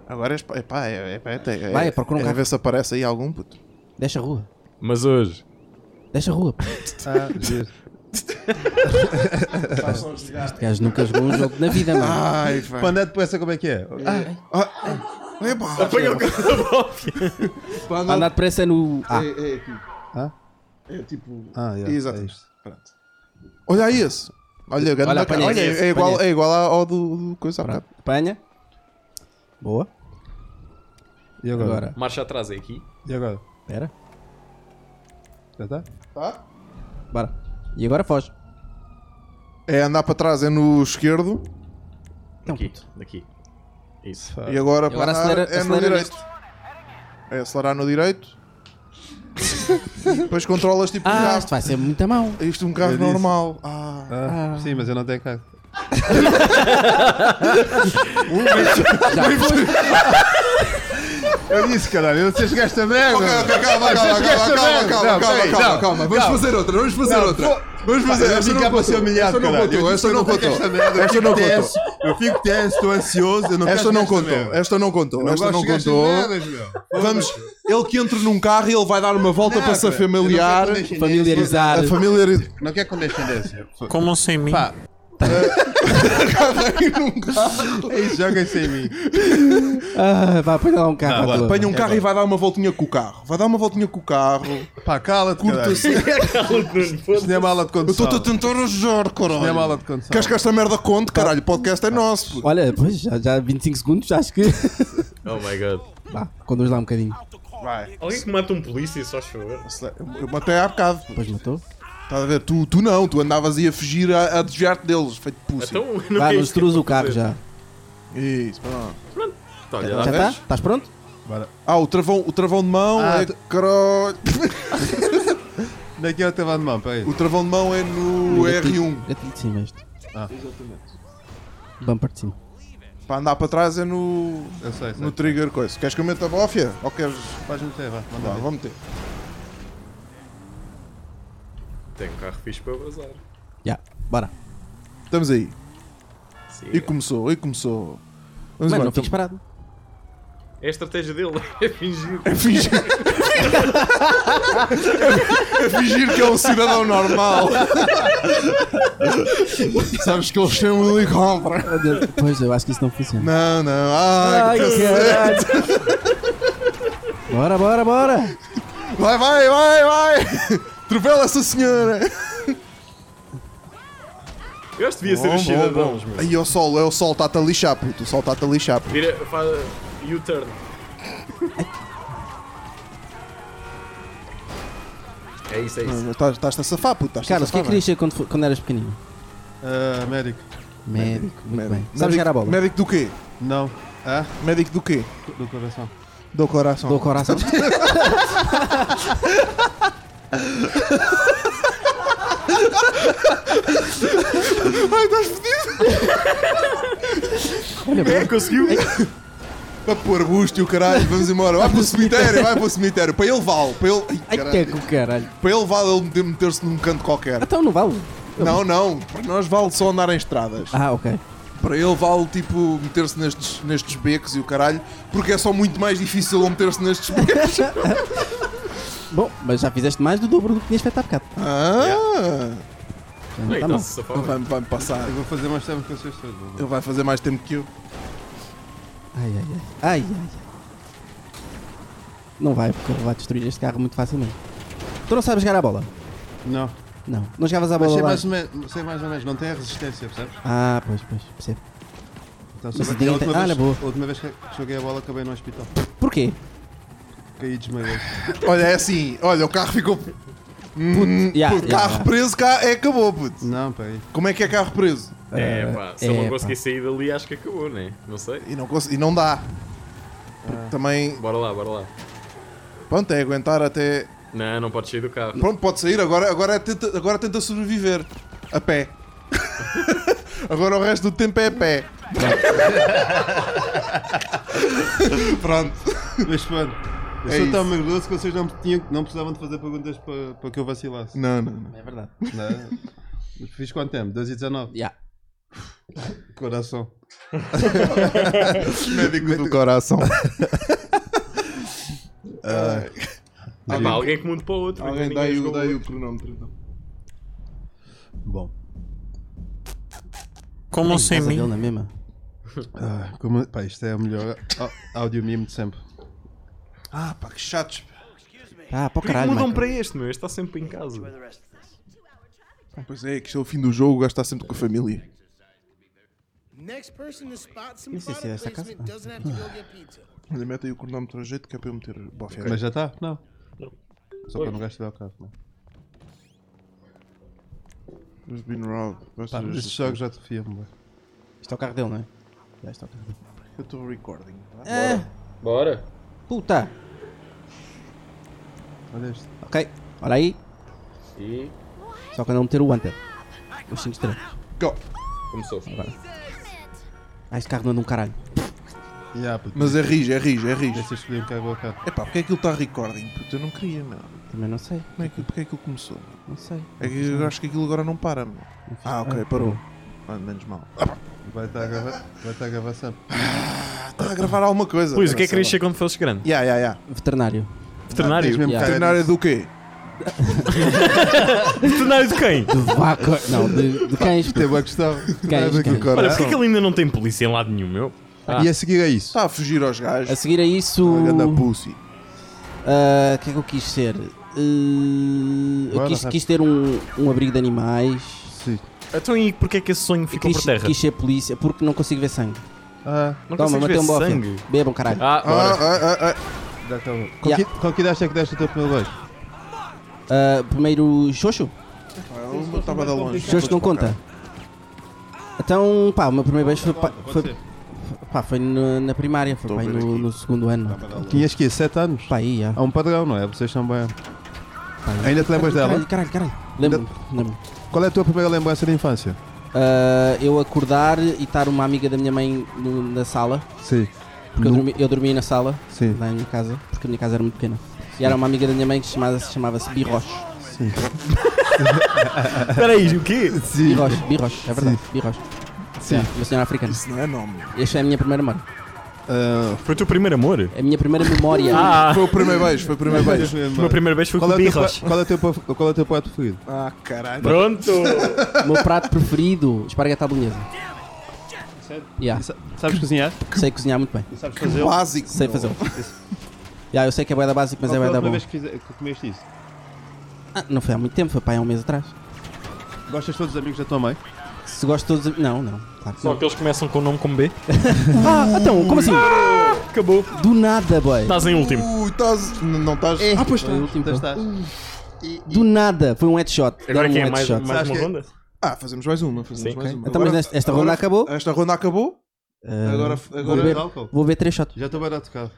A: Agora és, epá, é, é, é, é,
E: Vai, procura um
A: é
E: gato.
A: ver se aparece aí algum puto.
E: deixa a rua.
D: Mas hoje.
E: Deixa a rua.
C: ah, giro.
E: Este gajo nunca jogou um jogo na vida, mano.
A: é, Ai, vai. ah,
C: Quando é depois, como é que é? Ah,
A: Epá, apanha o cara da
E: Andar depressa é no. Ah,
A: É, é tipo.
C: Ah?
A: É tipo.
C: ah, yeah,
A: Exato.
C: é isto.
A: Pronto. Olha aí esse. Olha, grande
E: Olha,
A: olha,
E: apanha
A: olha
E: esse,
A: é, igual,
E: apanha
A: é igual ao do, do coisa há bocado.
E: apanha. Boa.
C: E agora?
E: Agora.
D: Marcha atrás é aqui.
C: E agora?
E: Espera.
C: Já tá? está?
E: Bora. E agora foge.
A: É andar para trás, é no esquerdo.
E: Não,
D: Aqui.
E: Então, puto.
D: Daqui. Isso.
A: E agora,
E: Agora
A: para andar
E: acelera,
A: é no
E: acelera
A: direito.
E: nisto.
A: É acelerar no direito. Depois controlas tipo um
E: Ah,
A: carro.
E: isto vai ser muito a mão.
A: Isto é um carro
C: Eu disse.
A: normal. Ah.
C: Ah, Sim, mas eu não tenho carro. eu disse, É caralho, eu não sei chegar esta merda.
A: Ok, ok, calma, calma, calma, calma, calma, calma, calma, calma. Vamos fazer outra, vamos fazer outra. Vamos fazer,
C: Eu
A: esta
C: vim cá
A: não
C: para ser
A: contou.
C: humilhado,
A: Esta não contou,
C: caralho.
A: esta não contou. Esta
C: Esta
A: não
C: não
A: contou.
C: Eu fico tenso, estou ansioso, eu não
A: Esta não
C: quero chegar
A: contou,
C: a esta merda.
A: esta não contou,
C: Então, Eu
A: esta não
C: gosto de chegar
A: contou.
C: a estas merdas, meu.
A: Vamos, ele que entra num carro e ele vai dar uma volta
C: Não,
A: para se
C: cara, eu não quero
A: familiar.
C: condescendência.
E: Familiarizar.
A: A familiarizar.
C: Não quer condescendência.
F: Comam sem mim.
C: Pá. É isso, joguem sem mim.
E: Ah, vai apanhar lá um carro. à
C: vai,
E: tua.
A: Apanha um carro e vai dar uma voltinha com o carro. Vai dar uma voltinha com o carro.
C: Pá, cala-te, caralho.
A: Curta-se. Eu
C: Isto não é mala de condução.
A: estou-te a tentar ajudar,
C: Isto não é mala
A: caralho.
C: de condução.
A: Queres que esta merda conte, caralho? O podcast é nosso. pô.
E: Olha, pois, já, já 25 segundos, acho que.
D: Oh my god.
E: Vá, conduz lá um bocadinho.
A: Vai.
D: Alguém que mata um polícia, só chover.
A: Eu matei há bocado. pô.
E: Depois matou.
A: Estás a ver? Tu, tu não, tu andavas aí a fugir, a, a desviar-te deles, feito pussy.
J: Então, não
E: Vá,
J: é
E: nos
J: isto que
E: truz
J: eu
E: o carro
J: fazer.
E: já.
A: Isso, pronto.
J: Tá, olha,
E: Já
J: lá
E: está?
J: vês?
E: Estás pronto?
A: Ah, o travão, o travão de mão
C: Ah,
A: é.
C: tu-
A: caralho.
C: Daqui ao teu é de mão, peraí.
A: O travão de mão é no R1.
E: Gatilho de cima este.
C: Ah.
E: Exatamente. Bumper de cima.
A: Para andar para trás é no.
C: Eu sei, sei.
A: no trigger coisa. Queres que eu meta a bófia? Ou queres.
C: Vais meter, um vá.
A: Vá,
C: Manda ver.
A: vou meter.
J: Tem um carro fixe para vazar.
E: Já, bora.
A: Estamos aí.
J: Sim,
A: E começou, e começou. Vamos então.
E: Mano,
A: embora.
E: não fiques parado.
J: é a estratégia dele, é fingir.
A: fingir... a fingir que é um cidadão normal. Sabes que eles chamam de helicóptero.
E: Pois, eu acho que isso não funciona.
A: Não, não. Ai, que
E: caralho. Bora, bora, bora.
A: Vai, vai, vai, vai. Trovela essa senhora.
J: Eu acho que devia ser os cidadãos, meu.
A: Aí é o sol, é o sol, está-te a lixar, puto. O sol está-te a lixar, puto.
J: Vira, faz U-turn. É isso, é isso.
A: Estás- Estás-te tá, a safar, puto. Estás-te a
E: Carlos, o que é
A: safar.
E: que querias ser quando, fo- quando eras pequenino?
C: Ah, médico.
E: Médico, muito
A: Médico.
E: bem. Sabes
A: Médico-
E: jogar a bola?
A: Médico do quê?
C: Não. Ah,
A: Médico do quê?
C: do coração.
A: Do coração.
E: Dou coração. é
A: Vai É, pôr arbusto e o caralho, vamos embora. Vai para o cemitério, vai para o cemitério. Para ele vale. Para ele, Ai,
E: Ai, que é
A: caralho.
E: que o caralho.
A: Para ele vale ele meter- meter-se num canto qualquer.
E: Então não vale.
A: Não, não. Para nós vale só andar em estradas.
E: Ah, ok.
A: Para ele vale, tipo, meter-se nestes, nestes becos e o caralho, porque é só muito mais difícil ele meter-se nestes becos.
E: Bom, mas já fizeste mais do dobro do que tinhas feito há bocado.
A: Ah!
E: Então,
J: Não,
E: tá
J: então,
E: bom.
J: se safava.
A: Ele vai, vai me passar.
C: Eu vou fazer mais tempo que vocês todos. vou lá.
A: Ele vai fazer mais tempo que eu.
E: Ai, ai, ai. Ai, ai, ai. Não vai, porque ele vai destruir este carro muito facilmente. Tu não sabes jogar a bola?
C: Não.
E: Não. Não jogavas a
C: Mas
E: bola
C: sei
E: lá?
C: mais, ou menos, sei mais ou menos, não tem a resistência, percebes?
E: Ah, pois, pois. Percebo.
C: Então,
E: Mas
C: sobre-
E: tem-
C: a última
E: ah,
C: vez-
E: na boa.
C: A última vez que joguei a bola acabei no hospital.
E: Porquê?
C: Caí e desmaiei.
A: Olha, é assim. Olha, o carro ficou. Hum,
E: Ya,
A: puto,
E: ya,
A: carro
E: ya.
A: preso, cá é acabou, puto.
C: Não, peraí.
A: Como é que é carro preso?
J: É, pá, se eu
E: é,
J: não
E: pá.
J: conseguir sair dali, acho que acabou, né? Não sei.
A: E não, cons- e não dá. Porque também.
J: Bora lá, bora lá.
A: Pronto, é aguentar até.
J: Não, não pode sair do carro.
A: Pronto, pode sair, agora, agora, é tenta, agora tenta sobreviver. A pé. agora o resto do tempo é a pé. Pronto.
C: Mas pronto. Eu
A: É
C: sou
A: isso.
C: tão merdoso que vocês não, me tinham, não precisavam de fazer perguntas para, para que eu vacilasse.
A: Não, não, não.
E: É verdade.
C: Não. Mas Fiz quanto tempo? 2 e 19.
E: Ya.
C: Coração.
A: Médico do coração.
J: Ah, pá, alguém que mude para o outro.
A: Alguém
J: ainda
A: dá aí
J: ninguém
A: o,
J: jogou
A: dá aí o
J: outro.
A: cronómetro então.
C: Bom.
F: Como sem
E: Casa dele
F: mim?
E: na mesma.
C: Ah, como, pá, isto é o melhor á- áudio mimo de sempre.
A: Ah, pá, que chatos.
E: Ah, para o
J: Porquê que
E: caralho.
J: mudam
E: Michael.
J: para este, meu? Este está sempre em casa.
A: Pois é, que isto é o fim do jogo, o gajo está sempre com a família.
K: Next person to spot some
E: Yes, yes,
J: é
K: product
E: yes, I can-
K: placement doesn't have to go get pizza.
A: Olha, mete aí o cronómetro a jeito que é para eu meter bofia.
C: Mas já está? Não. Só para não gastar o carro. Não. é?
A: Mas been robbed.
C: Pá, mas estes jogos já te fiam.
E: Isto é o carro dele, não é? Já isto é o carro dele.
A: Eu estou recording. Tá?
E: Ah,
J: Bora.
E: puta.
C: Olha este.
E: Ok. Olha aí.
J: E
E: Só que eu não meter o Hunter. Os 5 estrelas.
A: Go.
J: começou.
E: Ah, este carro não é de um caralho.
C: Yeah, puto.
A: Mas é rijo, é rijo, é rijo.
C: Deixa eu escolher um carro ao carro.
A: Epá, porque é que ele está recording? Puta, eu não queria, meu.
E: Também não sei.
A: Como é que, porque é que ele começou? meu?
E: Não sei.
A: É que eu acho que aquilo agora não para, meu. Ah, ok, parou. Ah, menos mal.
C: Vai estar a gravar, vai estar a gravar sempre.
A: Está Ah, tá a gravar alguma coisa.
J: Luís, o que é que querias ser quando fosses grande?
A: Ya, ya, ya.
E: Veterinário.
J: Veterinário?
C: mesmo
E: Yeah.
C: cara
A: Veterinário do quê?
J: Veterinário de quem?
E: De vaca. não, de, de cães.
C: Tem boa questão.
E: Cães,
C: Tem
E: cães.
C: aqui o
J: Olha,
C: coração.
J: porquê que ele ainda não tem polícia em lado nenhum, meu? Ah.
C: E a seguir a isso?
A: Está Tá a fugir aos gajos.
E: é A seguir a isso.
A: Ah, ganda
E: O
A: pussy.
E: que é que eu quis ser? Ah, eu
C: Bora,
E: quis,
C: rápido.
E: quis ter um, um abrigo de animais.
C: Sim.
E: é
J: Então e porquê que esse sonho ficou
E: quis,
J: por terra?
E: quis ser polícia porque não consigo ver sangue.
C: Ah,
J: Não
E: Toma,
J: consegues ver
E: matei um bofe.
J: sangue.
E: Bebam, caralho.
J: Ah,
A: Ah,
J: bora.
A: ah, ah, ah.
C: já acabou. Com,
E: Yeah.
C: que, com que idade é que deste o teu primeiro beijo?
E: Ah, primeiro, Xoxo.
A: Eu estava da longe.
E: Jorge, não conta. Então, pá, o meu primeiro beijo foi, pá, foi, pá, foi no- na primária, foi pá, aí no, no segundo ano.
C: Tinhas que 7 anos?
E: Pá, aí, já.
C: Há um padrão, não é? Vocês são bem. Ainda te lembras dela?
E: Caralho, caralho, caralho. Lembro-me, lembro-me.
C: Qual é a tua primeira lembrança de infância?
E: Ah, eu acordar e estar uma amiga da minha mãe no- na sala,
C: Sim.
E: porque eu, dormi, eu dormia na sala,
C: Sim.
E: lá em minha casa, porque a minha casa era muito pequena. E era uma amiga da minha mãe que se chamava- se chamava-se Birroche.
C: Sim.
D: Espera aí, o quê?
C: Sim.
E: Birroche, Birroche, é verdade, Birroche.
C: Sim.
E: Uma senhora africana.
A: Isso não é nome.
E: Esta é a minha primeira memória. É
C: Ah,
D: Foi o teu primeiro amor?
E: A minha primeira memória.
D: Ah,
A: Foi o primeiro beijo, foi o primeiro beijo.
D: o meu primeiro beijo foi
C: qual,
D: com
C: é o teu,
D: birras.
C: pa- qual, é o teu, pa- qual é o teu prato preferido?
A: Ah, caralho.
D: Pronto!
E: O meu prato preferido, esparguete à bolonhesa. Yeah,
C: Sabes cozinhar?
E: sei cozinhar muito bem.
C: Sabes fazer?
A: Básico.
E: Sei fazer. yeah, eu sei que é boeda básica, mas é boeda bom.
C: que, fize- que comeste isso?
E: Ah, não foi há muito tempo, foi para há um mês atrás.
C: Gostas de todos os amigos da tua mãe?
E: Se gosto de todos. Não, não. Claro que
D: Só
E: não.
D: que eles começam com o nome como B. Ah,
E: Ah, então, como assim?
D: Acabou.
E: Do nada, boy.
D: Estás em último.
A: Ui, Uh, estás. n- Não estás. tá.
E: Ah, pois foi o último.
C: Então estás.
E: Do nada, foi um headshot.
D: Agora
E: Deram-me
D: quem
E: um
D: é mais,
E: headshot.
D: mais
C: Sabes
D: uma
C: que-
D: ronda?
A: Ah, fazemos mais uma. Fazemos
D: Sim,
A: mais
D: ok.
A: uma.
E: Então, mas
A: Agora-
E: esta, esta ronda
A: agora-
E: acabou.
A: Esta ronda acabou.
E: Ah,
A: Agora.
E: vou,
A: agora é
E: beber,
C: álcool.
E: vou beber três shots.
C: Já estou bem a tocar.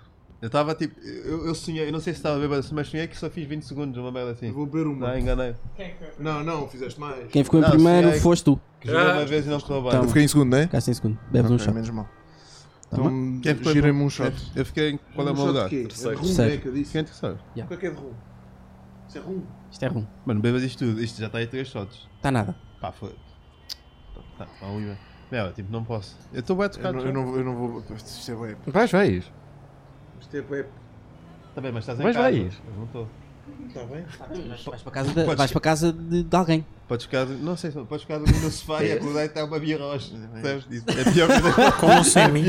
C: Eu estava tipo. Eu, eu sonhei, eu não sei se estava bêbado, mas sonhei que só fiz 20 segundos, uma merda assim.
A: Vou beber uma.
C: Não, enganei.
A: Não, não, fizeste mais.
E: Quem ficou em
C: Não,
E: primeiro
C: sei.
E: foste tu.
C: Que joguei uma vez e não correu bem.
E: Então,
A: Eu fiquei em segundo, não
C: né?
A: é?
E: Ficaste em segundo. Bebes um
A: Ok,
E: shot.
A: menos mal.
E: Então,
A: Então,
C: Quem é ficou em
A: girem-me
C: prim-
A: um shot.
C: Eu fiquei em. Qual é o meu
A: Um shot de
C: lugar?
A: quê? É de rum,
E: Terceiro.
A: né, que eu disse?
C: Quem é que sabe?
A: O que é que é de rum? Isso é rum.
E: Isto é ruim.
C: Mano, bebas isto tudo. Isto já está aí 3 shots.
E: Está nada.
C: Pá, foi. Tá, tá, um e meio. Não, tipo, não posso. Eu estou bem a
A: Eu
C: tocar.
A: não, eu, não, eu não vou. Isto é bué.
J: Vais, vais.
A: Isto é bué.
C: Tá bem, mas estás em
J: Mas
C: casa.
J: vai.
C: Eu não estou.
A: Está bem?
E: Vais para casa de,
C: Podes-
E: vais para casa de, de alguém. É.
C: Podes ficar, não sei, só podes ficar no meu sofá e acordar e está Então, uma birrocha. Sabes disso? É a pior coisa,
F: Como um sem mim?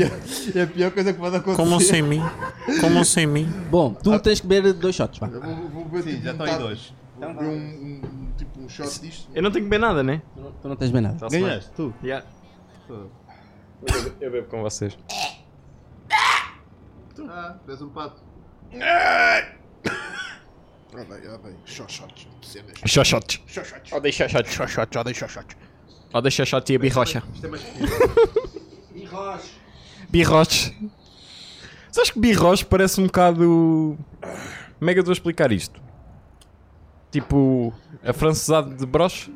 C: é a pior coisa que pode acontecer.
F: Como um sem mim? Como um sem mim?
E: Bom, tu tens que beber dois shots. Vá.
A: Eu vou, vou beber
C: Sim,
A: tipo
C: já estão
D: tá
C: aí
A: metade-
C: dois.
A: Vou
J: Então,
A: beber um, um- tipo um shot disto.
J: Eu não tenho que beber nada, né?
E: Tu não tens bem nada.
J: Tá-se bem.
C: Ganhaste, tu.
J: Yeah.
D: Eu bebo com vocês.
C: Ah, fez um pato.
A: Ah, bem, ah, bem. Shot, shot. Cenas.
J: Xoxotes.
A: Shot, shot.
J: Odeio xoxotes, xoxotes, odeio xoxotes. Odeio xoxotes e a birrocha.
A: é
D: Birroches. Sabes que birroches parece um bocado. Como é que eu estou a explicar isto? Tipo, a francesada de broche?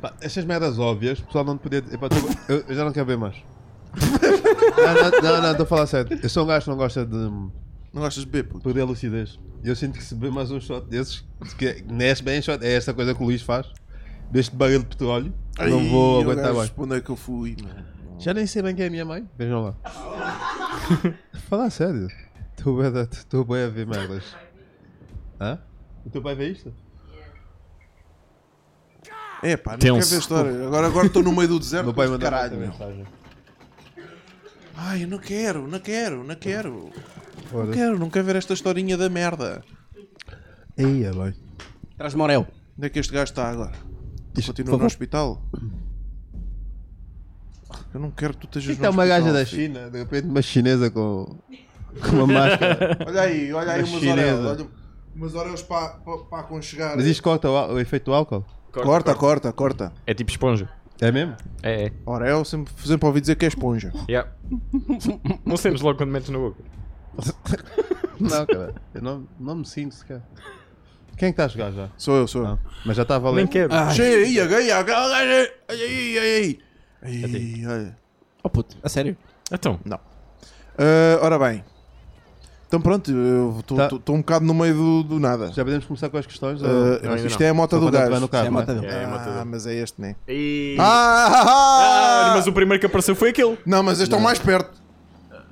C: Pá, estas merdas óbvias, o pessoal não te podia. Epá, tu- eu, eu já não quero ver mais. não, não, não, estou a falar sério. Eu sou um gajo que não gosta de
A: Não gostas de beber, puto?
C: perder a lucidez. Eu sinto que se beber mais um shot desses, que não é bem shot, é esta coisa que o Luís faz, deste barril de petróleo, não vou
A: Ai, o
C: aguentar
A: gajo,
C: mais.
A: para Onde é que eu fui, mano?
C: Já nem sei bem quem é a minha mãe. Vejam lá. Falar sério. Estou bem, a- estou bem a ver merdas. Hã? O teu pai vê isto?
A: É pá, não quero
D: Tenso.
A: ver a história. Agora, agora estou no meio do deserto.
C: O meu pai
A: mas
C: mandou
A: caralho,
C: outra
A: meu.
C: mensagem.
A: Ai, eu não quero, não quero, não quero. Não
C: Foda-se.
A: quero, não quero ver esta historinha da merda. é
C: Eia, bem.
E: Traz Morel.
A: Onde é que este gajo está agora?
C: Diz, por
A: Continua
C: favor.
A: no hospital? Eu não quero que tu estejas
C: Isto é
A: no
C: uma
A: hospital,
C: gaja da
A: filho.
C: China, de repente uma chinesa com, com uma máscara.
A: Olha aí, olha aí
C: Uma
A: umas
C: chinesa.
A: orelhas. Olha, umas orelhas para, para, para aconchegar.
C: Mas isto corta o, á- o efeito do álcool?
A: Corta, corta, corta.
D: É tipo esponja.
C: É mesmo?
D: É, é.
A: Orel sempre, sempre ouvi dizer que é esponja.
D: Yeah. não sentes logo quando metes na boca.
C: Não, cara. Eu não, não me sinto sequer. Quem é que está a jogar já?
A: Sou eu, Ah, sou eu.
C: Não. Mas já está a valer.
D: Nem quero.
A: Cheia, ia, ia, ia, olha aí, olha aí.
C: É tipo,
A: Aí, olha.
E: Oh puto, a sério?
D: Então,
A: Ah, Ora bem. Então pronto, eu estou
C: Tá.
A: estou um bocado no meio do, do nada.
C: Já podemos começar com as questões?
A: Ah,
C: ou-
A: isto é a mota
C: Só
A: do
C: quando eu estiver
A: gajo.
C: no
E: Isso
C: carro,
E: é
C: não é?
E: mata dele.
A: Ah, mas é este, né?
J: E...
A: Ah, ah, ah, ah.
D: mas o primeiro que apareceu foi aquele.
A: Não, mas eles estão mais perto.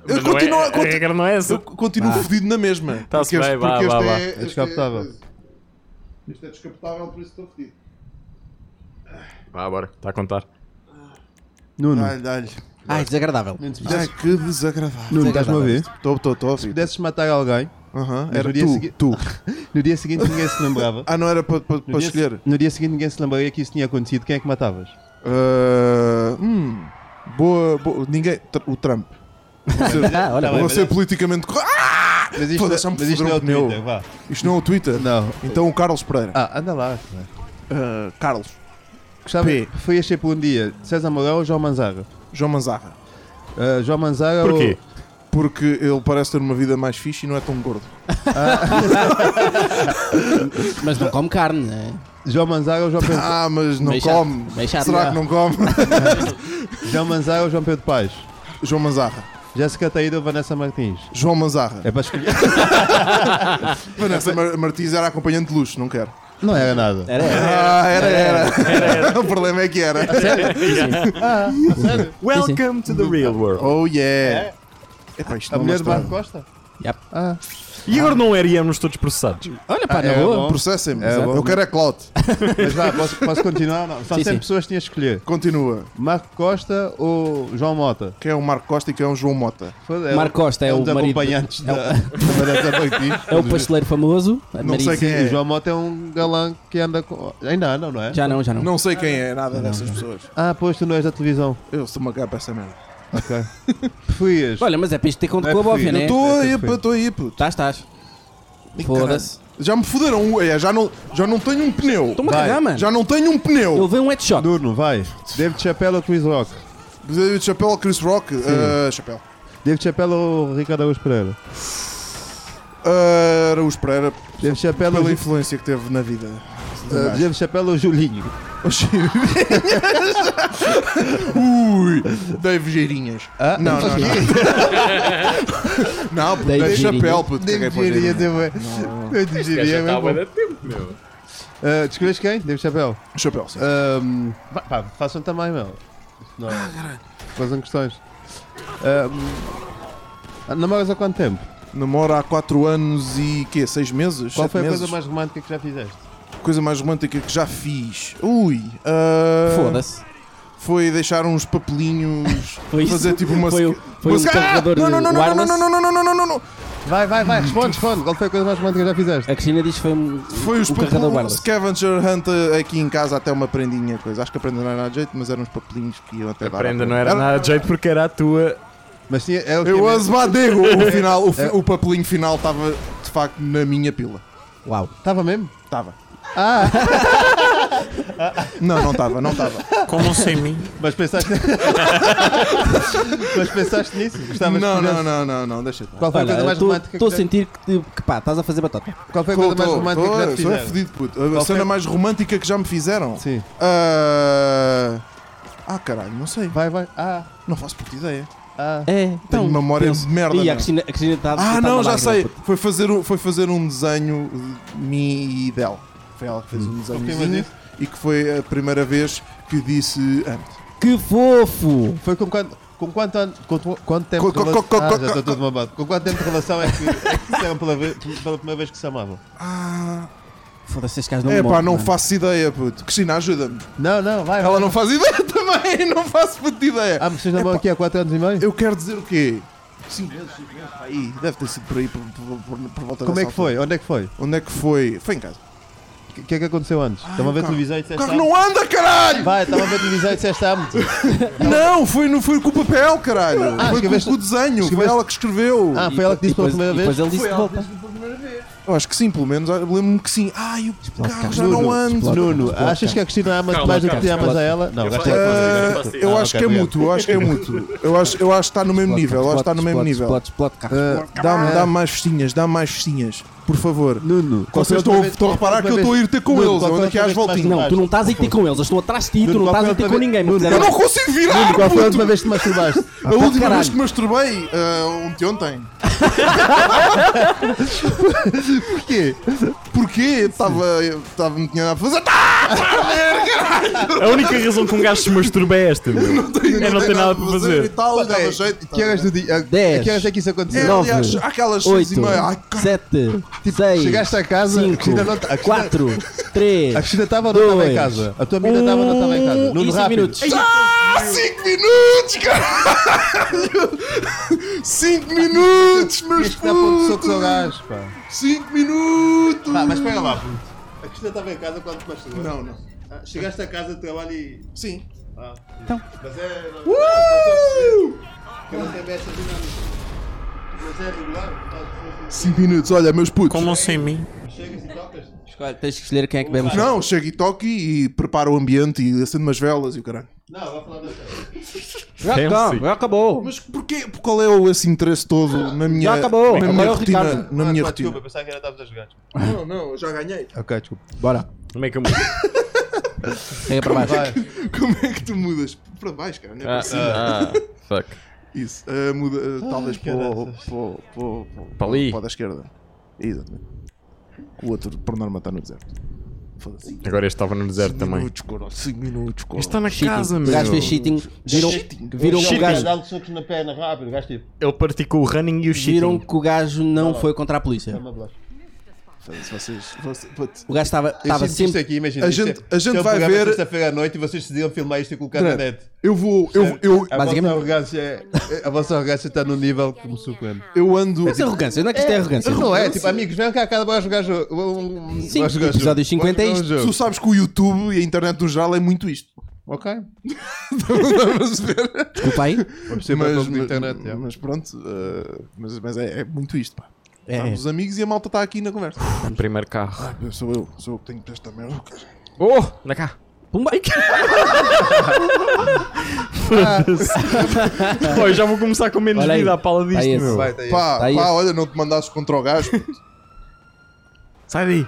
A: Eu
J: Mas não
A: continuo,
J: é,
A: a conti-
J: A regra não é essa.
A: eu continuo fodido na mesma.
D: Tá-se
A: Porque este-
D: bem, vá,
A: porque este
D: vá, vá.
A: é- este é-
C: descapotável.
A: Este é descapotável, por isso estou fodido. é-
D: Vá, bora. Está a contar.
C: Nuno,
A: Dá-lhe, dá-lhe.
E: Ai, desagradável.
A: Ai, que desagradável.
C: Nuno, estás-me a ver?
A: Estou, estou, estou a
C: Se
A: ouvir.
C: pudesses matar alguém,
A: Aham,
C: Mas
A: Era
C: no dia
A: tu,
C: segui-
A: tu.
C: no dia seguinte ninguém se lembrava.
A: Ah, não era para pa,
C: No
A: pa
C: dia,
A: escolher?
C: no dia seguinte ninguém se lembraria que isso tinha acontecido. Quem é que matavas?
A: Ah, hum, boa, boa. Ninguém. tr- O Trump.
E: Ah, olha,
C: Tá bem,
A: Vou
C: mas-
A: ser politicamente Ah! correto.
C: Mas isto,
A: Pô, deixa-me
C: mas isto
A: foder
C: não é o
A: um pneu.
C: Twitter, vá.
A: Isto não é o Twitter?
C: Não.
A: Então o Carlos Pereira.
C: Ah, anda lá. cara.
A: Ah, Carlos.
C: Gostava,
A: P.
C: Foi este por um dia. César Mourão ou João Manzarra?
A: João Manzarra.
C: Ah, João Manzarra
D: Porquê?
A: Porque ele parece ter uma vida mais fixe e não é tão gordo.
E: Mas não come carne, né?
C: ou- João Manzarra ou João Pedro,
A: Ah, mas não
E: Bem chato,
A: come.
E: bem chato.
A: Será que não come?
C: João Manzarra ou João Pedro Paes?
A: João Manzarra.
C: Jéssica Taída ou Vanessa Martins?
A: João Manzarra.
C: É para escolher.
A: Vanessa Mar- Martins era acompanhante de luxo, não quero.
C: Não era nada.
E: Era, era.
A: Ah, era, era. o problema é que era.
C: Ah,
E: Welcome
G: to the real world.
A: Oh
D: É.
A: yeah. Epá, isto
C: A
A: não é
C: mulher de Barro
A: estranho.
C: Costa?
E: Yep.
C: Ah,
D: E agora não eríamos todos processados.
E: Olha, pá,
C: Ah,
E: na
C: é
E: boa.
C: bom.
A: Processem-me.
C: É bom.
A: Eu quero é clout.
C: mas vá, posso, posso continuar? Não. Só
E: Sim,
C: 100
E: sim.
C: pessoas tinha a escolher.
A: Continua.
C: Marco Costa ou João Mota?
A: Quem é o Marco Costa e quem é o João Mota?
C: Foi- é
E: Marco
C: um-
E: Costa é
C: um
E: o
C: dos
E: marido-
C: acompanhantes
E: é o-
C: da, da Vanessa Martins.
E: É o pasteleiro famoso. a
A: Não sei
E: Marisa.
A: quem
C: O
A: é.
C: João Mota é um galã que anda com. Ainda anda, não é?
E: Já não, já não.
A: Não sei quem é nada dessas pessoas.
C: Ah, pois tu não és da televisão.
A: Eu sou uma capa essa merda.
C: Ok. Fuias.
E: Olha, mas é para isto ter conta
C: Não é
E: com a bóvia,
C: possível.
E: né?
A: Eu estou aí,
C: eu
A: pô,
C: fui.
A: eu estou aí, puto.
E: Estás, estás. Foda-se.
A: Já me fuderam, ué, já não, já não tenho um pneu.
E: Estou-me a cagar, mano.
A: Já não tenho um
E: Eu
A: pneu.
E: levei um headshot.
C: Durno, vai. David Chapelle ou Chris Rock?
A: David Chapéu ou Chris Rock? Ah, Chapéu.
C: David Chapelle ou Ricardo Araújo Pereira?
A: Ah, Araújo Pereira,
C: David Chapelle ou,
A: pela influência que teve na vida.
C: Ah, David Chapelle ou Julinho?
A: Oxi. Ui, Dave Geirinhas.
C: Ah,
A: Não, não, não. Não, puto,
E: Dave
A: Dave
E: Geirinhas.
A: Chapéu, puto. é caguei
C: David
A: para o Geirinhas.
C: Chapelle. Eu te diria, é bom. Ah, Descobres quem? David Chapelle.
A: Chapéu, sim.
C: Ahm, vá, pá, façam também, meu. Não,
A: Ah,
C: façam questões. Ahm, Ah, namoras há quanto tempo?
A: Namora há 4 anos e quê? 6 meses?
C: Qual
A: Sete
C: foi a
A: meses?
C: coisa mais romântica que já fizeste?
A: coisa mais romântica que já fiz? Ui. ah,
E: Foda-se.
A: Foi deixar uns papelinhos.
E: Foi isso?
A: fazer tipo uma.
E: Foi o- foi
A: uma-
E: um carregador
A: não, não, não, não, não,
E: wireless?
A: não, não, não, não, não, não, não, não.
C: Vai, vai, vai, responde, responde. Qual foi a coisa mais romântica que já fizeste?
E: A Cristina diz que foi um,
A: Foi os
E: um carregador
A: papelinhos.
E: wireless.
A: Scavenger Hunt eh, aqui em casa, até uma prendinha, coisa. Acho que a prenda não era nada de jeito, mas eram uns papelinhos que iam até
D: A
A: dar.
D: prenda não era nada de jeito porque era a tua.
C: Mas tinha, é o que
A: Eu
C: tinha-
A: asbadego! O, final, o, fi- o papelinho final estava de facto na minha pila.
E: Uau.
C: Estava mesmo?
A: Estava.
C: Ah,
A: Não, não estava, não estava.
F: Como sem mim?
C: mas pensaste. mas pensaste nisso? Gostavas que
A: Não,
C: fizesse?
A: não, não, não, não, deixa estar.
C: Qual foi a coisa mais romântica
E: Estou a
C: que já-
E: sentir que, que pá, estás a fazer batata.
C: Qual foi a
A: Tô,
C: coisa mais romântica
A: tô, tô,
C: que já te
A: sou é
C: fizeram?
A: fedido, puto. A
C: Qual
A: cena
C: foi-
A: mais romântica que já me fizeram.
C: Sim.
A: Ah, Ah, caralho, não sei.
C: Vai, vai. Ah,
A: Não faço puta ideia.
C: ah.
E: É,
A: Tenho
E: então.
A: memória de merda.
E: E a
A: meu.
E: Cristina, a Cristina tá- está
A: Ah, não, já sei. Foi fazer, um- foi fazer um desenho de mim e dela. Foi ela que fez
C: Hum.
A: um desenhozinho e que foi a primeira vez que disse antes.
E: Que fofo!
C: Foi com quanto, com quanto, ano, com tu- quanto tempo
A: Com-
C: de
A: com-
C: relação...
A: com- com-
C: Ah, já estou todo mamado. Com quanto tempo de relação é que, é que disseram pela, vez- pela primeira vez que se amavam?
A: Ah,
E: Foda-se, este gajo não
A: é
E: me
A: pá,
E: morde,
A: não
E: mano.
A: faço ideia, puto. Cristina, ajuda-me.
C: Não, não, vai.
A: Ela
C: vai.
A: não faz ideia também, não faço puta ideia.
C: Ah, mas vocês namoram aqui há 4 anos e meio?
A: Eu quero dizer o quê? Sim, aí, deve ter sido por aí, por, por, por- por volta
C: Como é
A: dessa
C: que foi?
A: altura.
C: Onde é que foi?
A: Onde é que foi? Foi em casa.
C: O que, que é que aconteceu antes? Estava a ver
A: o carro-
C: televisão e
A: O
C: disseste...
A: carro não anda, caralho!
C: é Vai, estava a ver televisão e disseste ah, muito.
A: Não, foi, não foi com o papel, caralho.
C: Ah,
A: foi com,
C: escreveste-
A: com o desenho, foi
C: escreveste-
A: ela que escreveu.
C: Ah, foi ela que disse pela
E: depois,
C: primeira
E: e
C: vez?
E: Depois ele disse que volta.
A: Eu acho que sim, pelo menos. ah, Lembro-me que sim. Ai, o carro já não
C: Nuno,
A: anda.
C: Nuno, achas que a Cristina ama-te mais do que te amas a ela? Não, gasta
A: Ah, eu acho que é mútuo, eu acho que é mútuo. Eu acho, eu acho que está no mesmo nível, eu acho que está no mesmo nível.
E: Explode, explode, carro.
A: Ah, Dá-me dá-me mais festinhas, dá-me mais festinhas, por favor.
C: Nuno, qual foi
A: Vocês estão,
C: outra
A: a-
C: vez-
A: estão a reparar que eu
C: outra
A: estou a
C: vez-
A: ir ter com
C: Nuno,
A: eles,
C: qual
A: eu
C: foi
A: ando
C: a
A: aqui
C: outra
A: às
C: vez que mais
A: voltinhas.
E: Não, tu não estás aí ter com eles, eu estou atrás de ti, tu
C: Nuno,
E: não
C: qual
E: estás
C: foi
E: aí ter
C: outra
E: com
C: vez-
E: ninguém.
C: Nuno,
E: mas
A: Eu
E: era-
A: não consigo virar,
C: Qual foi a
A: puto.
C: última vez que te masturbaste?
A: A última vez
E: caralho.
A: que masturbei, ah, ontem ontem. Porquê? Porquê? Estava. eu Estava. Não tinha nada a fazer. Tá,
D: A única razão que um gajo se masturba é esta, meu.
A: tenho-
D: É, não tem nada para fazer.
A: E tal, e dava
C: dez.
A: jeito. e
C: Que
A: tal.
C: horas do dia? a-
E: Dez.
C: A que horas é que isso
A: É,
C: aconteceu?
E: Nove,
A: aliás, há aquelas seis e
E: 8,
A: meia. Ai, caralho.
E: 7, 6,
C: Tipo, Chegaste a casa, a Cristina não tá- a
E: 5,
C: Cristina-
E: 4,
C: A
E: 3,
C: Cristina estava ou não estava em
E: Dois.
C: casa? A tua amiga estava ou não estava em casa? Nuno, rápido.
E: minutos.
A: Ah, 5 minutos, caralho! 5 minutos, meus
C: Tinhas é que dar pouco soco ao
A: putos!
C: gajo, pá.
A: 5 minutos!
C: Pá, mas pega lá, puto. A Cristina estava em casa quando te masturbou?
A: Não, não.
C: Chegaste a casa, trabalho e...
A: Sim.
C: Ah.
E: Então.
C: Mas é...
A: Uh!
C: Eu não tenho essa dinâmica.
A: 5 minutos, olha, meus putos.
F: Como sem mim?
E: Escolhe, tens que escolher quem é que bebe.
A: Não, chega e toque e prepara o ambiente e acende umas velas e o caralho.
E: já,
D: acabou,
E: já acabou.
A: Mas porquê? Qual é o- esse interesse todo na minha,
E: acabou.
A: na
E: Agora
A: minha
E: é o
A: rotina?
E: Ricardo.
A: Na minha
C: Ah,
A: rotina.
C: Desculpa, pensava que era estavas a jogar.
A: Não, não, eu já ganhei.
C: Ok, desculpa.
E: Bora.
D: Como é que eu
E: Pega para baixo.
C: Vai.
A: Como é que tu mudas? Para baixo, cara, não é para cima.
D: Ah, fuck.
A: Isso, ah, muda, ah, talvez para o-
C: caraças.
A: para o- para o- para o-
D: Para ali.
A: para o da esquerda. Exatamente. O outro, por norma, está no deserto. Foda-se.
D: Agora este estava no deserto
A: Cinco
D: também.
A: minutos, coro, 5 minutos, coro.
D: Está na casa,
E: O
D: meu.
E: gajo fez cheating. Viram, viram que o um gajo.
C: Dá-lhe socos na perna rápido, gajo tipo.
D: Ele praticou o running e o cheating.
E: Viram que o gajo não foi contra a
C: É
E: polícia.
A: Foda-se, Então, vocês- vocês- putz.
E: O gajo estava estava
C: Isto
E: sempre.
C: aqui, imagina.
A: A
C: isto é-
A: gente- a
C: isto é
A: gente
C: um
A: vai
C: programa
A: ver-
C: Sexta-feira à noite e vocês decidiam filmar isto e colocar na net.
A: um Eu vou, eu, eu,
C: É- A vossa
E: Basicamente-
C: arrogância, é- é- a vossa arrogância está num nível que me surpreende.
A: eu ando.
E: Isso é arrogância, não é que isto é arrogância.
C: Mas não é, tipo, amigos, vem cá, cada vez jogar jogo. Vamos
E: Sim,
C: um,
E: tipo,
C: jogar jogo.
E: episódio 50 é
C: Vamos
E: isto.
C: jogar um
A: Tu
C: jogo.
A: sabes que o YouTube e a internet no geral é muito isto.
C: Ok.
A: Vamos ver.
E: Desculpa aí.
C: Vamos ser
A: mas,
C: mas, na internet.
A: mas-
C: já.
A: mas pronto, eh, mas, mas é, é muito isto, pá.
E: É.
A: Estamos os amigos e a malta está aqui na conversa.
D: Primeiro carro.
A: Eu sou eu, sou eu que tenho que ter esta merda. cara.
D: Oh, na cá.
E: Pumba.
C: Ah.
D: Pô, eu já vou começar com menos
E: Olha aí.
D: vida à pala disto,
E: Aí esse.
D: meu.
C: Vai, tá aí.
A: Pá,
E: Tá aí
A: pá,
E: esse.
A: olha, não te mandasses contra o gajo.
D: Sai daí.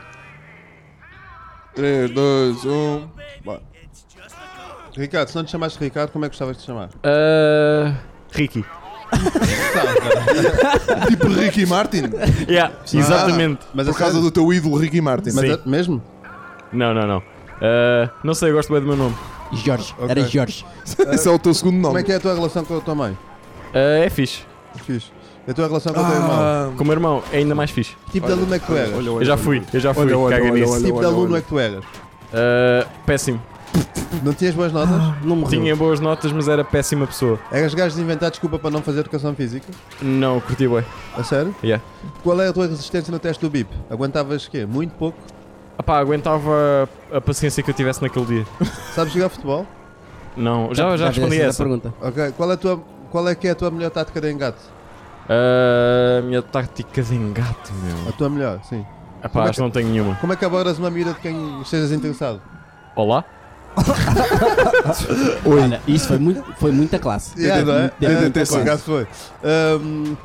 A: 3, 2, 1.
C: Ricardo, se não te chamaste Ricardo, como é que gostavas de te chamar?
D: Uh, Ricky.
A: Tipo Ricky Martin. Ah,
D: Yeah, exatamente.
C: Mas
A: Por causa do teu ídolo Ricky Martin.
C: Mas
D: Sim.
C: a- mesmo?
D: Não, não, não. Uh, não sei, eu gosto bem do meu nome.
E: Jorge. Era Jorge.
A: Esse é o teu segundo
C: Como
A: nome.
C: é que é a tua relação com a tua mãe?
D: Uh, é fixe. Ah,
C: Fixe. E a tua relação com o teu irmão?
D: Com o meu irmão, é ainda mais fixe.
C: Que tipo de aluno é que tu eras?
D: Eu já fui, eu já fui.
A: Olha, olha,
D: Caga
A: olha,
D: nisso.
A: olha.
C: Que tipo de aluno é que tu eras?
D: Uh, péssimo.
C: Não tinhas boas notas?
E: Ah, Não morreu.
D: Tinha boas notas, mas era péssima pessoa.
C: Eras gajo de inventar desculpa para não fazer educação física?
D: Não, curti bem.
C: A sério?
D: Yeah.
C: Qual é a tua resistência no teste do BIP? Aguentavas quê? Muito pouco?
D: Apá, aguentava a paciência que eu tivesse naquele dia.
C: Sabes jogar futebol?
D: Não, já, já respondi
E: fizeste
D: essa.
E: pergunta.
C: Ok. Qual é, a tua, qual é que é a tua melhor tática de engate?
D: Uh, minha tática de engato, meu.
C: A tua melhor, sim.
D: Apá, acho que não tenho nenhuma.
C: Como é que abordas uma mira de quem estejas interessado?
D: Olá?
E: Olha, isso foi, muito, foi muita classe.
C: Yeah, não é?
E: Yeah,
C: Yeah,
E: TTC.
C: por acaso foi. Ahm,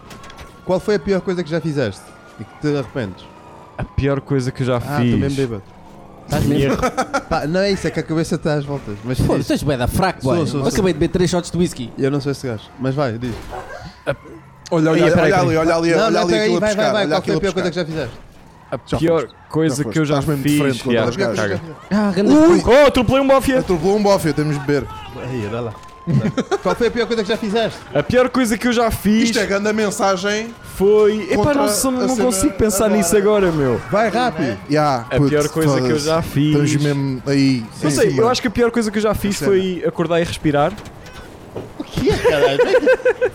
C: qual foi a pior coisa que já fizeste? E que te arrependes?
D: A pior coisa que eu já
C: Ah,
D: fiz.
C: também bêbado.
E: Estás mesmo?
C: Pá, não é isso, é que a cabeça está às voltas. Mas
E: Pô,
C: diz.
E: tu és boeda fraco, boy.
C: Sou, sou,
E: Eu
C: sou.
E: Acabei de beber 3 shots de whisky.
C: eu não sou esse gajo. Mas vai, diz.
A: Olha, olha,
D: Aí,
A: olha,
D: peraí,
A: ali,
D: peraí.
A: olha ali,
C: não,
A: olha
C: não,
A: ali
C: pega aí,
A: aquilo a
C: vai, vai,
A: pescar.
C: vai. Qual
A: Olha
C: foi
A: aquilo
C: a pior coisa
A: pescar.
C: que já fizeste?
D: A
A: Já
D: pior coisa
A: Já
D: que eu já
A: foste. Estás mesmo de
D: fiz.
A: frente contra
D: yeah,
A: os gajos.
D: caga.
E: Ah, grande.
D: Oh, atropelei um bofia!
A: Atropelou um bofe, temos de beber.
C: Aí, dá lá. qual foi a pior coisa que já fizeste?
D: A pior coisa que eu já fiz
A: Isto é grande a mensagem.
D: foi. Epá,
A: Contra
D: não, sou-
A: a
D: não
A: cena
D: consigo pensar
A: agora.
D: nisso agora, meu.
C: Vai rápido.
A: Yeah,
D: A pior coisa que eu já fiz.
A: Estamos mesmo aí.
D: Não sei, eu acho que a pior coisa que eu já fiz
A: cena.
D: foi acordar e respirar.
C: Que é, caralho?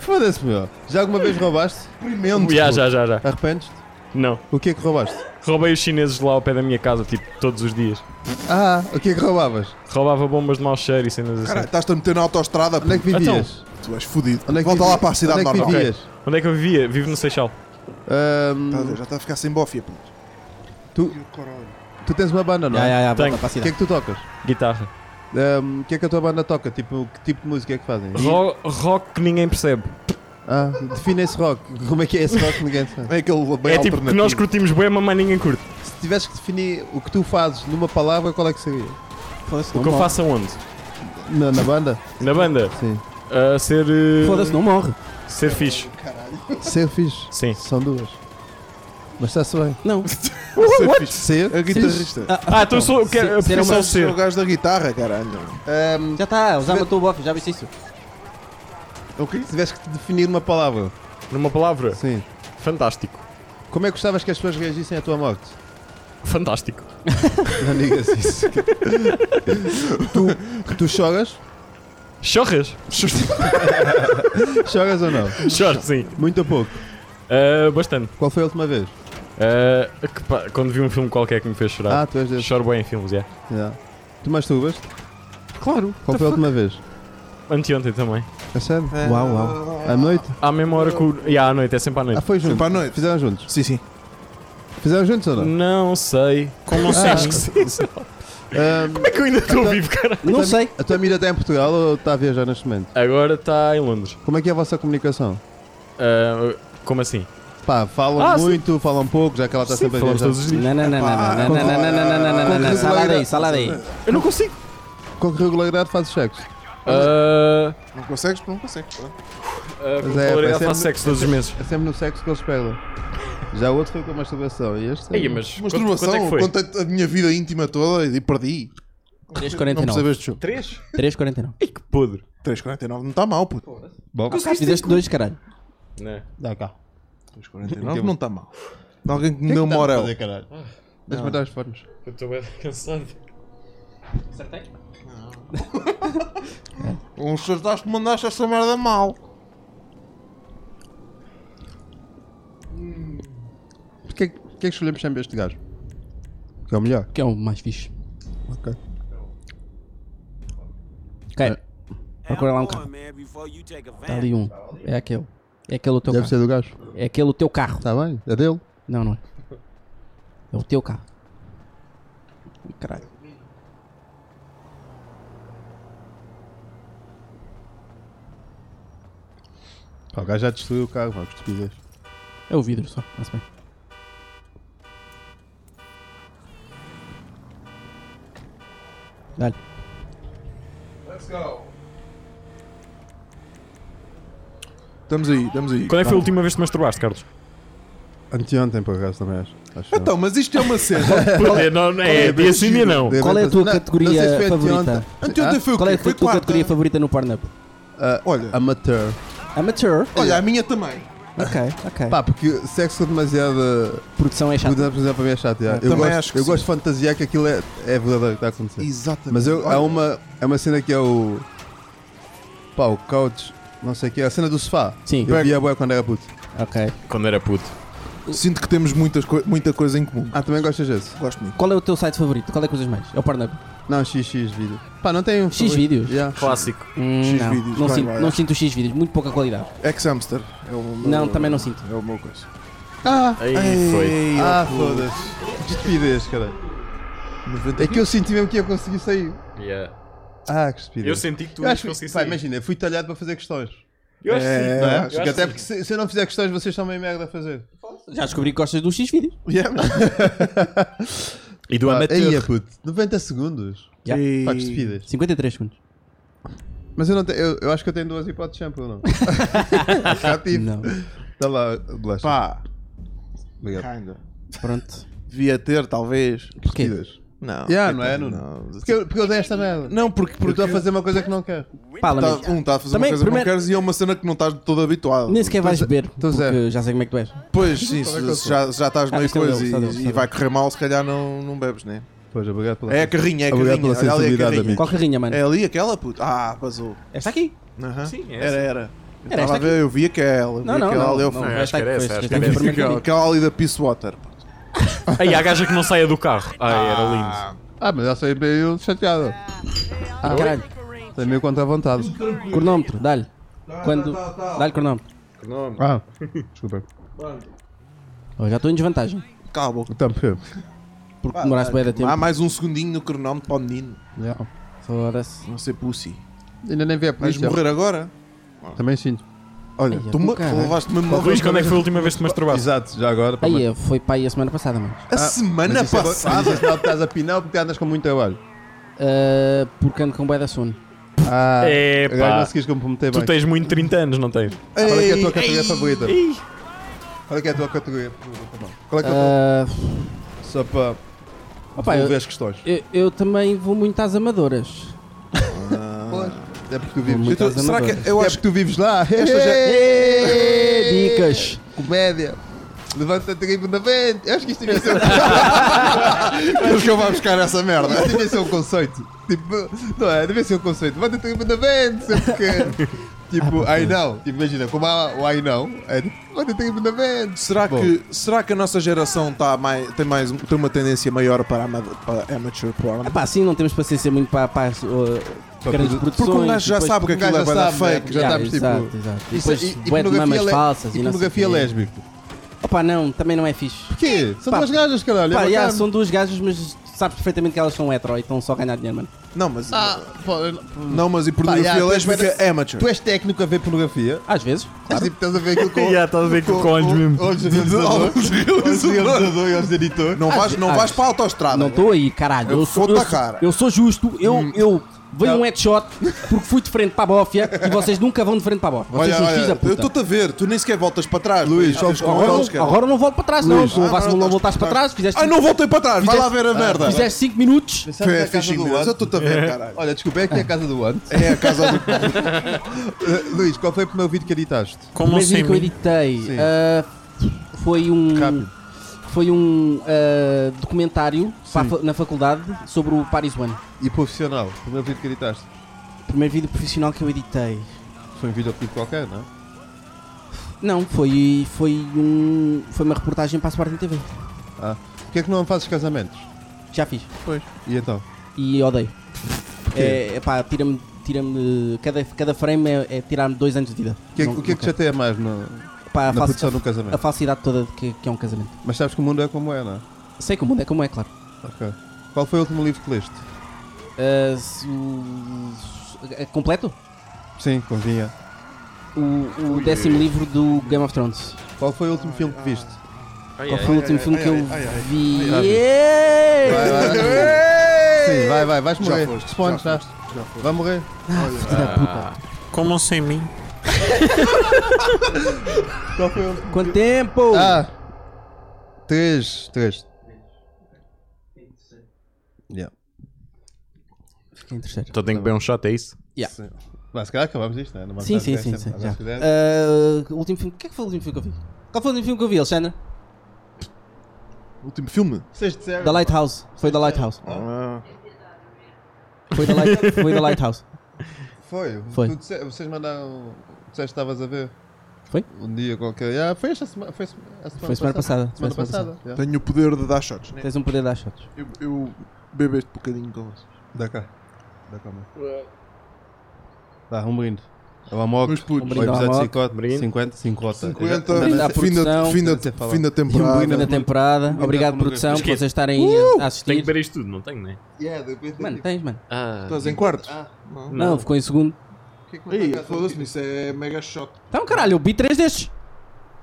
C: Foda-se, meu. Já alguma vez roubaste?
A: experimento.
D: Já, já, já, já.
C: Arrependes-te?
D: Não.
C: O que é que roubaste?
D: Roubei os chineses lá ao pé da minha casa, tipo, todos os dias.
C: Ah, o que é que roubavas?
D: Roubava bombas de mau cheiro e cenas assim.
A: Caralho, estás-te a meter na autostrada.
C: Onde é que vivias?
A: Tu és fodido.
C: Onde é que
A: Volta
C: vivi-
A: lá para a cidade
C: onde é que
A: normal.
C: vivias? Ah,
D: Onde é que eu vivia? Vivo no Seixal.
C: Ahm,
A: Estás a ver, Já está a ficar sem bofia. pô.
C: tu tens uma banda, não
E: Já,
C: é?
E: já, já.
D: Tenho.
E: Volta para a
C: O que é
E: cidade.
C: que tu tocas?
D: Guitarra.
C: Ahm, O que é que a tua banda toca? Tipo, que tipo de música é que fazem?
D: Ro- rock que ninguém percebe.
C: Ah, define esse rock. Como é que é esse rock? Ninguém sabe.
A: É aquele bem
D: é tipo que nós
A: alternativo.
D: curtimos bem, mas mais ninguém curte.
C: Se tivesses que definir o que tu fazes numa palavra, qual é que seria?
E: Foda-se,
D: O
E: não
D: que eu
E: morre.
D: faço aonde?
C: Na, na banda?
D: Na banda?
C: Sim.
D: A ser. eh,
E: Foda-se, não morre.
D: ser fixe.
C: Ser fixe.
D: Sim.
C: São duas. Mas está-se bem.
E: Não.
A: Ser
D: what?
A: fixe.
C: Ser?
A: A guitarrista.
D: Ah, então eu sou. Eu quero, eu
E: ser- ser
D: preciso
E: uma-
D: ser.
A: É o gajo da guitarra, caralho.
C: Ahm,
A: Ehm,
E: Já está, já matou o bofe, já viste isso.
C: Se tivesse que te definir uma palavra,
D: Numa palavra?
C: sim.
D: Fantástico.
C: Como é que gostavas que as pessoas reagissem à tua morte?
D: Fantástico.
C: Não digas isso. tu, tu choras?
D: Chorras?
C: Choras ou não?
D: Choro, sim.
C: Muito ou pouco.
D: Ah, bastante.
C: Qual foi a última vez?
D: Ah, que pá, quando vi um filme qualquer que me fez chorar.
C: Ah, tu és desse.
D: Choro bem em filmes, é.
C: Já. Tu masturbas?
D: Claro.
C: Qual foi a última vez?
D: anteontem também.
C: É sério?
D: Uau, uau.
C: À noite?
D: À mesma hora que o. Yeah, à noite, é sempre à noite.
C: Ah, foi junto? Sempre à noite. Fizeram juntos?
A: Sim, sim.
C: Fizeram juntos ou não?
D: Não sei.
C: Ah,
D: Como sabes que sim? Como é que eu ainda estou vivo, cara?
C: a tua- A tua amiga está em Portugal ou está a viajar neste momento?
D: Agora está em Londres.
C: Como é que é a vossa comunicação?
D: Ah, como assim?
C: Pá, falam
D: Ah, sim.
C: muito, falam pouco, já que ela está
D: Sim,
C: sempre a
D: falamos
C: viajar.
D: todos os dias. Não, não, não,
C: Epá,
E: não, não,
C: com
E: não, não, não, não, não, não, não, não,
C: com
E: sai lá daí, sai lá
C: regularidade-
E: daí.
D: Eu não consigo.
C: Com que regularidade fazes sexo?
A: Ah.
D: Ah,
C: é,
A: Não consegues? Não consegues. é, pronto.
C: Mas
D: regularidade
C: pá,
D: faz
C: sempre-
D: sexo todos os
C: é-
D: meses.
C: É sempre no sexo que eles perdem. Já o outro foi com a masturbação e este... um-
D: Ei, mas quanto-
A: Masturbação,
D: quanto é que foi?
A: contei a minha vida íntima toda e perdi. Não
E: 3,49.
A: percebes de show.
D: 3?
E: 3,49.
D: Podre.
A: 3,49 não está mal, puto.
C: Bom,
E: Fizeste dois, caralho.
D: Né?
C: dá cá.
A: 3,49 não está mal. De alguém que
C: O que
A: me
C: é
A: deu
C: que
A: uma
C: estás a
A: hora.
C: fazer, caralho? Deixa-me matar os fones.
D: Ah. Eu estou bem cansado.
A: Uns acertaste Um que mandaste essa merda mal. é
C: Porquê que porquê que escolhemos sempre este gajo? Que é o melhor.
E: Que é o mais fixe.
C: Ok. É.
E: Ok. Procura lá um carro. Está ali um. É aquele. É aquele o teu
C: Deve
E: carro.
C: ser do gajo.
E: É aquele o teu carro.
C: Está bem? É dele?
E: Não, não é. É o teu carro. Caralho.
C: Pá, o gajo já destruiu o carro, vamos estupidez.
E: É o vidro só. Está-se bem. Dá-lhe.
A: Estamos aí, estamos aí.
D: Quando é que foi a última vez que te masturbaste, Carlos?
C: Anteontem, por acaso, também acho. acho eu.
A: Então, mas isto é uma cena.
D: Puta, não, não é, dia sim, dia não.
C: Deve-
E: Qual é a tua
C: não,
E: categoria
C: não sei se foi
E: favorita?
C: anteontem.
A: Anteontem foi o
E: Qual é a
A: quê?
E: tua
A: Foi
E: tua
A: quarta.
E: categoria favorita no Pornhub?
A: Olha,
C: Ah, Amateur.
E: Amateur.
A: olha, a minha também.
E: Ok, ok.
C: Pá, porque sexo é demasiado.
E: Produção é chata.
C: Por exemplo, para mim é chato. já. Eu,
A: também
C: gosto,
A: acho que
C: eu
A: sim.
C: gosto de fantasiar que aquilo é, é verdadeiro que está a acontecer.
A: Exatamente.
C: Mas eu, há
A: Olha,
C: uma, é uma cena que é o. Pá, o couch. Não sei o que é. A cena do sofá.
E: Sim.
C: Eu via a boia quando era puto.
E: Ok.
D: Quando era puto.
A: Sinto que temos muitas coi- muita coisa em comum.
C: Ah, também gostas desse?
A: Gosto muito.
E: Qual é o teu site favorito? Qual é que usas mais? É o Pornhub?
C: Não, XX vídeo. Pá, não tem um.
E: X
C: favorito.
E: vídeos?
C: Já.
D: Clássico.
E: Hum,
A: X
E: não.
A: vídeos,
E: Não,
A: vai,
E: sinto,
A: vai,
E: não
A: vai.
E: sinto os X vídeos, muito pouca qualidade.
A: Ex-Hamster. É o meu-
E: Não, também não sinto.
A: É o meu coisa. oh,
C: Ah,
D: Aí foi.
C: ah foda-se. Estupidez, caralho. É que eu senti mesmo que ia conseguir sair.
D: Yeah.
C: Ah, que estupidez.
D: Eu senti que tu
C: Eu
D: ias
C: acho
D: conseguir
C: que, pá,
D: sair.
C: imagina, fui talhado para fazer questões.
D: Eu acho que sim.
C: não é?
D: acho que
C: até
D: sim.
C: porque se, se eu não fizer questões, vocês estão meio merda a fazer.
E: Já descobri que gostas dos X vídeos.
D: E do
C: Ah, aí é
D: amateur.
C: puto, 90 segundos.
E: Já.
C: Pá, que estupidez.
E: 53 segundos.
C: Mas eu, não te, eu, eu acho que eu tenho duas hipóteses de shampoo, não? Já tive.
E: Não.
C: Tá lá, blush.
A: Pá,
C: Obrigado.
A: ainda.
E: Pronto.
A: Devia ter, talvez.
E: Porquê?
C: Estupidez.
A: Não.
C: Yeah, não é, Nuno?
A: Não,
C: Porque eu, porque eu dei esta merda.
A: não porque,
C: Porque eu
A: porque
C: estou a fazer uma coisa que não quero.
E: Pá, lamento.
A: tá- um está a fazer
E: Também,
A: uma coisa
E: primeiro-
A: que não queres e é uma cena que não estás de todo habituado. Então,
E: Nem sequer vais beber,
C: tô zero.
E: porque já sei como é que tu és.
A: Pois, sim,
C: Qual é que eu
A: se, se
C: sou?
A: já, se já estás
E: Ah,
A: meio
E: isto é meu,
A: coisa
E: isto é meu,
A: e,
E: isto é
A: e
E: meu.
A: vai correr mal, se calhar não, não bebes, né?
C: Pois, obrigado pela.
A: É a carrinha, é a
C: Obrigado pela
A: carrinha. Olha ali a
C: sensibilidade,
A: carrinha.
C: amigo.
E: Qual carrinha, mano?
A: É ali aquela, puta. Ah, vazou.
E: Esta aqui.
A: Aham.
D: Sim, é
A: era, era. Eu
E: Era
A: tava
E: esta
A: a ver, eu vi aquela.
E: Não,
A: Não,
E: não,
A: aquela
E: não.
A: ali ao
E: não,
A: fundo.
E: esta
D: acho que era
E: foi-
D: essa,
E: esta
D: acho que
E: foi
D: era
E: a primeira
A: Aquela,
E: que
A: aquela ali da Peace Water. pá.
D: Aí há a gaja que não saia do carro. Ah, era lindo.
C: Ah, mas já saí meio chateado.
E: eu vi. Ah, Caralho,
C: Saí meio contra a vontade.
E: cronómetro, dá-lhe. Quando... Dá-lhe cronómetro.
C: Ah, desculpa.
E: Oh, já estou em desvantagem,
A: Cala a boca.
C: Então, por
E: porque demoraste bem da tempo.
A: Há mais um segundinho no cronómetro para o menino.
C: yeah.
E: Foda-se.
A: Não ser pussy.
C: Ainda nem vi a
A: Vais
C: polícia.
A: morrer agora?
C: Também sinto.
A: Olha,
E: Ai,
A: tu
E: é do
A: me
E: caralho.
A: levaste mesmo uma
D: Luís, quando é que foi a última vez que te masturbaste? Ah,
C: Exato, já agora. para
E: Aí, é, foi para aí a semana passada, mano.
A: A semana
C: Mas isso é bo- mas
A: passada.
C: isso é porque estás a pinar porque andas com muito trabalho.
E: Ah, porque ando com bué da sono.
C: Ah,
D: É,
C: agora
D: pá.
C: não se quis comprometer
D: Tu
C: bem.
D: tens muito 30 anos, não tens?
C: Qual é que é a tua categoria favorita? Qual é que é a tua categoria favorita? mano? Qual é que é a tua...
E: Ah,
C: Só para
E: opa,
C: resolver
E: eu,
C: as questões.
E: eu- eu também vou muito às amadoras.
C: É porque tu
E: Vou
C: vives...
E: muito
A: Então,
E: às
A: será
E: amadoras.
A: que eu
C: é
A: acho
C: porque tu vives lá.
A: Esta já-
E: É, Dicas.
C: Comédia. Levanta a tribo na frente. Eu acho que isto devia ser, um
A: que que eu vou buscar essa merda?
C: isto devia ser um conceito. Tipo, não é? Devia ser um conceito. Levanta a tribo na frente. Sempre que... Tipo,
E: Ah,
C: I know. Tipo, imagina, como há o I know, é tipo, levanta a tribo na frente.
A: Será
C: Bom.
A: que, será que a nossa geração tá mais, tem, mais, um- tem uma tendência maior para, ama- para amateur porn?
E: Epá, sim, não temos paciência muito para, para as, uh, grandes
A: porque-
E: produções.
A: porque um gajo já
E: depois-
A: sabe que
E: um gajo
A: aquilo é bué da fake, já
E: Yeah,
A: sabes, tipo-
E: Exato, exato. E
C: Isso-
E: depois
C: e- e
E: bué de
C: pornografia
A: é
E: mamas
C: le-
E: falsas
C: e
E: não sei o
C: pornografia
E: quê.
C: lésbica?
E: Opa, não, também não é fixe.
C: Porquê? São
E: Pá,
C: duas gajas, caralho.
E: Pá,
C: é
E: yeah,
C: bacana.
E: são duas gajas, mas sabes perfeitamente que elas são hetero e estão só a ganhar dinheiro, mano.
A: Não, mas.
C: Ah, pô,
A: Não, mas e pornografia
C: Pá, yeah, tu és
A: lésbica
C: bué da-
A: é amateur.
C: Tu és técnico a ver pornografia?
E: Às vezes.
C: Mas, tipo, estás a ver aquilo com
D: Já estás a ver que com olhos mesmo.
C: olhos de realizador, olhos de realizador e olhos de editor.
A: Não vais, não
E: Ah,
A: vais para a autostrada.
E: Não estou aí, caralho.
A: Eu Hum.
E: Eu sou,
A: foto
E: eu,
A: a
E: sou-
A: cara.
E: eu sou justo, eu, eu veio
A: Tá.
E: um headshot porque fui de frente para a bófia e vocês nunca vão de frente para a bófia. Vocês
A: Olha,
E: são
A: olha,
E: filhos da
A: eu
E: puta.
A: estou-te a ver, tu nem sequer voltas para trás. Luís,
E: Agora,
A: é-
E: não, agora não volto para trás, não. Tu vais não voltaste para trás, fizeste.
A: Ah, não voltei para trás, vai lá
E: fizeste-
A: ver a merda.
E: Fizeste 5 minutos.
C: Sabe que é a casa
A: fishing
C: do
A: news, eu
C: Ant?
A: estou-te a ver, caralho.
C: Olha, desculpa, é aqui a casa do Ant.
A: É a casa do.
C: Eh, Luís, qual foi o primeiro vídeo que editaste?
F: Como
E: Mas
C: assim,
F: sem
E: que eu
F: mim.
E: editei ah, foi um. Foi um ah, documentário para a fa- na faculdade sobre o Paris One.
C: E profissional? O primeiro vídeo que editaste?
E: Primeiro vídeo profissional que eu editei.
C: Foi um videoclipe qualquer, não é?
E: Não, foi, foi um. Foi uma reportagem para a Sporting TV.
C: Porquê é que não fazes casamentos?
E: Já fiz.
C: E então?
E: E odeio. É, pá, tira-me. Tira-me. Cada, cada frame é, é tirar-me dois anos de vida.
C: O que, é-
E: Não-
C: o que é
E: não
C: que te chateia mais no-
E: quero. Pá, a,
C: na
E: falsi-
C: produção de um
E: a
C: casamento?
E: falsidade toda de que, que é um casamento.
C: Mas sabes que o mundo é como é, não é?
E: Sei que o mundo é como é, claro.
C: Ok. Qual foi o último livro que leste?
E: Ah, se o- se- é completo?
C: Sim, convinha.
E: O, o décimo livro do Game of Thrones.
C: Qual foi o último filme que viste?
E: Qual foi o último filme que eu vi?
C: Vai, vai, vai. Sim, vai, vai, vais morrer.
A: foste,
C: Responde,
A: já
C: já. Vai morrer.
E: Ah,
F: Como sem mim.
C: Qual foi o último?
E: Quanto tempo?
C: Ah! Três. Três. Yeah.
E: Fiquei em terceiro.
D: Então tenho que beber um shot, é isso?
C: Mas se calhar acabamos isto, né? não é?
E: Sim, sim, sim, sim. Já. Ah, o último filme. O que é que foi o último filme que eu vi? Qual foi o último filme que eu vi, Alexandre?
A: Último filme?
C: Vocês disseram.
E: Da Lighthouse. Foi da Lighthouse.
A: Ah.
E: Foi da, Light- foi da Lighthouse.
C: Foi.
E: Foi.
C: Tu disse- vocês mandaram. Disseste que estavas a ver.
E: Foi?
C: Um dia qualquer. Ah, foi esta semana. Foi, sema- a semana
E: Foi semana passada.
C: Semana
E: Foi semana
C: passada. Yeah.
A: Tenho o poder de dar shots.
C: né?
E: Tens um poder de dar shots.
A: Eu, eu bebo
C: um
A: este bocadinho com vocês.
C: Dá cá. Dá cá, mano. Dá, um brinde. É o Amok.
A: Meus putos.
E: Um brinde ao
C: 8%
E: Amok.
C: cicote,
G: Brinde.
C: 50, cincota.
A: 50,
E: Brinde à
A: fim da,
E: produção.
A: fim da,
C: Você fala.
A: fim da temporada.
E: Fim da temporada.
C: Obrigado,
E: Obrigado,
C: Bruno.
E: produção, por
D: Esquece.
E: vocês estarem a
D: Tenho
E: assistir.
D: que beber isto tudo, não tenho, né?
C: Yeah, depois
E: Mano, tens, mano.
D: Ah,
A: tipo- Estás em quartos?
E: Não, ficou em segundo.
A: Ih, foda-se, isso é mega shot.
E: Então, caralho, eu vi três destes.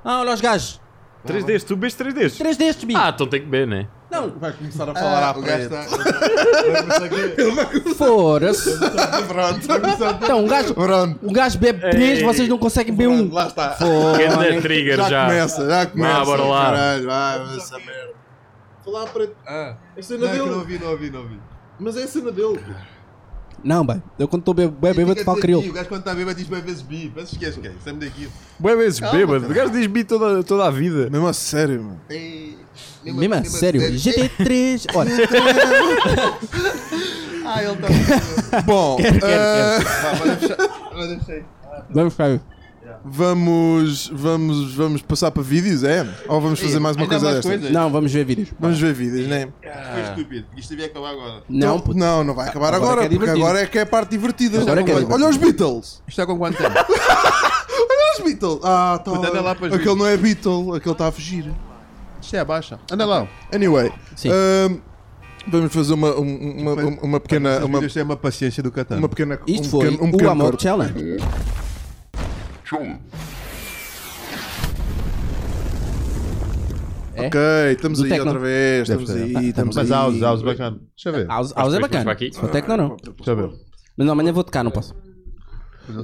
E: Ah, olha os gajos.
D: 3 destes, tu bebes 3 destes.
E: Três destes, bicho.
D: Ah, então tem que beber, né?
E: Não,
A: Vai começar a falar à preta.
E: fora-se. Então, um gajo,
A: Pronto,
E: um gajo bebe três,
D: Ei.
E: vocês não conseguem beber um.
A: lá está.
D: Ganda é trigger
A: Já,
D: já.
A: começa, já começa.
D: bora lá.
A: Caralho, vai, vai, essa merda. Falar à preta. É cena
C: Ah. Não, que eu não
A: dele.
C: ouvi, não ouvi, não ouvi.
A: Mas é a cena dele.
E: Não, bem, eu quando estou bêbado, bebe, É bêbado, falo
C: Quer dizer,
E: crioulo.
C: bi, O gajo quando está bêbado diz bem vezes bi. Mas esquece, é. cara. Sai-me daqui.
D: Boa vezes bêbado. O gajo diz bi toda, toda a vida.
A: Mesmo a sério, mano.
E: Mesmo, a sério,
C: É.
E: GT3. Olha,
C: Ah, ele está.
A: tá- Bom, eh,
C: Mas eu sei.
E: vamos ficar aí.
A: vamos, vamos, vamos passar para vídeos, é? Ou vamos fazer mais uma
C: Ainda há
A: coisa
C: mais
A: desta?
C: coisas?
E: Não, vamos ver vídeos.
A: Vamos ver vídeos, né?
C: Foi estúpido. Isto devia acabar agora.
E: Não,
A: Então-
E: puto.
A: não, não vai acabar agora,
E: é que é
A: porque
E: divertido.
A: agora é que é a parte divertida.
E: Agora é que é
A: olha, olha os Beatles!
C: Isto é com quanto tempo?
A: Olha os Beatles! Ah, tá.
C: Puta, anda lá para os
A: Aquele
C: vídeos.
A: não é Beatle, aquele está a fugir.
C: Isto é abaixa. Anda lá.
A: Anyway,
E: Sim.
A: ahm, vamos fazer uma, um- uma, uma, uma pequena. Uma,
C: Isto é uma paciência do Catan.
A: uma pequena
E: Isto
A: um
E: foi
A: pequeno, um
E: o
A: pequeno
E: Amor
A: corte.
E: Challenge.
A: Ok, estamos
E: É? Do
A: aí
E: Tecno. Ah,
A: outra vez, estamos
C: Deve ser.
A: aí, estamos
C: Mas
A: aí.
C: há os, há os bacana. Deixa eu ver.
E: tá House, house é bacana.
D: aqui.
E: Se for tecno, não.
C: Deixa eu ver.
E: Mas amanhã vou tocar, não posso.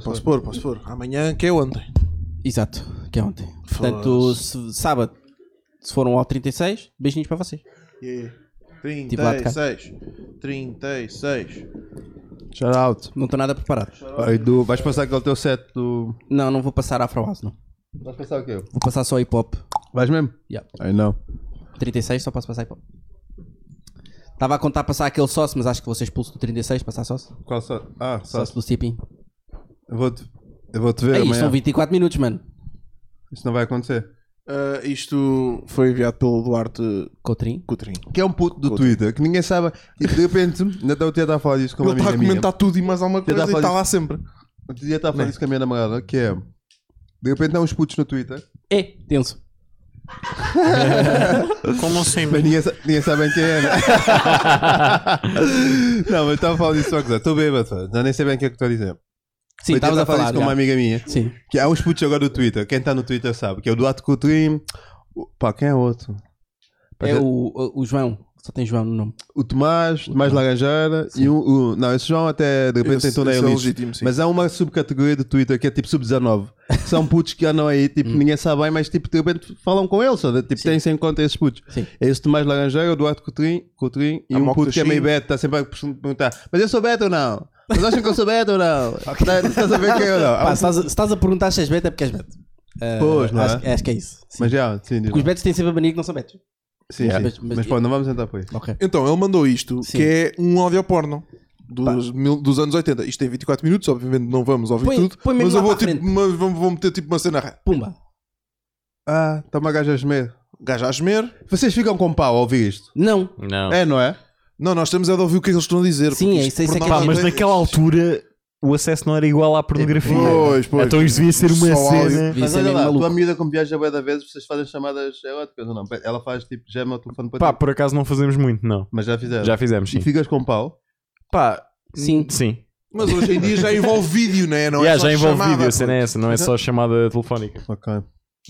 A: Posso pôr, posso pôr. Amanhã que é ontem.
E: Exato, que é ontem. Portanto, se- sábado, se um foram ao 36, beijinhos para vocês.
A: Yeah.
E: Tipo lá de cá.
A: 36. 36.
C: Shout out.
E: Não estou nada preparado.
C: Aí, Du, vais passar aquele teu set do.
E: Não, não vou passar Afro House, não.
C: Vais passar o quê?
E: Vou passar só hip hop.
C: Vais mesmo?
E: Yeah.
C: Aí não.
E: 36 só posso passar hip hop. Estava a contar passar aquele sócio, mas acho que vou ser expulso do 36, passar sócio.
C: Qual só? Ah, só.
E: Sócio do Cipim.
C: Eu vou-te eu vou -te ver
E: Ei,
C: amanhã.
E: são 24 minutos, mano.
C: Isso não vai acontecer.
A: Uh, isto foi enviado pelo Duarte
E: Coutrinho.
A: Coutrinho.
C: Que é um puto do Twitter, que ninguém sabe. E de repente, ainda o dia está tá a falar disso com uma
A: Ele está
C: amiga
A: a
C: minha.
A: comentar tudo e mais alguma
C: Tentar
A: coisa e
C: fazer-
A: está lá sempre. Né.
C: O dia está a falar disso com a minha namorada, que é. De repente há uns putos no Twitter.
E: É, tenso.
F: Como assim?
C: Mas ninguém, sa- ninguém sabe quem é, né? Não, mas estava a falar disso só que Estou bêbado, pá. já nem sei bem o que é que estou a dizer.
E: Sim,
C: Mas
E: estavas
C: eu
E: a
C: estava
E: falar.
C: disso com uma
E: já.
C: amiga minha.
E: Sim.
C: Que há uns putos agora do Twitter. Quem está no Twitter sabe. Que é o Duarte Coutinho. o- Pá, quem é outro? Pá,
E: É
C: já-
E: o, o, o João. Só tem João no nome.
C: O Tomás, Tomás Laranjeira e um, o- Não, esse João até de repente
A: Esse-
C: tentou na
A: esse é
C: elite.
A: legítimo, sim.
C: Mas há uma subcategoria do Twitter que é tipo sub-19. que São putos que andam aí,
E: Hum.
C: tipo, ninguém sabe bem, mas tipo, de repente falam com eles, sabe? Tipo, têm-se em conta esses putos.
E: Sim.
C: É esse Tomás Laranjeira, o Eduardo Coutrinho, Coutrinho e
A: A
C: um
A: Moca
C: puto que é meio
A: Chim.
C: beta, está sempre a perguntar: Mas eu sou beta ou não? Mas acham que eu sou beta ou não? Tá- Estás a ver quem é ou não?
E: Pá, se estás a- se estás a perguntar se és beta é porque és beta. Ah,
C: Pois, não é?
E: acho, acho que é isso. Sim.
C: Mas já, sim, diz
E: Porque os
C: lá.
E: betos têm sempre a mania que não são betos.
C: sim, sim.
E: mas-
C: Mas,
E: mas-
C: pô, não vamos entrar por aí.
E: Ok.
A: Então, ele mandou isto,
E: Sim.
A: que é um áudio porno. Dos, mil- dos anos 80. Isto tem 24 minutos, obviamente não vamos ouvir
E: Põe-
A: tudo.
E: põe mesmo
A: mas eu
E: lá
A: vou,
E: para a
A: tipo,
E: frente.
A: uma- vou, vou meter tipo uma cena ré. tá
E: Pumba.
C: Ah, está uma gaja a gemer.
A: Gajo a gemer.
C: Vocês ficam com pau ao ouvir isto?
E: Não.
D: Não.
C: É, não é?
A: Não, nós temos é de ouvir o que é que eles estão a dizer.
E: Sim,
A: porque
E: é
A: isto
E: isso, é isso
A: por
E: é que
D: Pá,
E: é-
A: nós-
D: mas naquela altura o acesso não era igual à pornografia.
A: Pois, pois.
D: Então isto devia ser uma
A: Só
D: cena.
E: Devia
C: Mas
E: ser
C: olha
E: mesmo
C: lá,
E: maluco.
C: tua miúda como viaja bué da vez, vocês fazem chamadas eróticas ou não? Ela faz tipo, já é meu telefone para
D: Pá,
C: ti.
D: por acaso não fazemos muito, não.
C: Mas já fizeram.
D: Já fizemos,
C: E
D: sim.
C: ficas com pau.
D: Pá,
E: Sim.
D: sim.
A: Mas hoje em dia já envolve vídeo, não é? Não
D: Yeah,
A: é só
D: já envolve
A: chamada,
D: vídeo, a
A: pô.
D: cena é essa, não é só chamada telefónica.
C: Ok.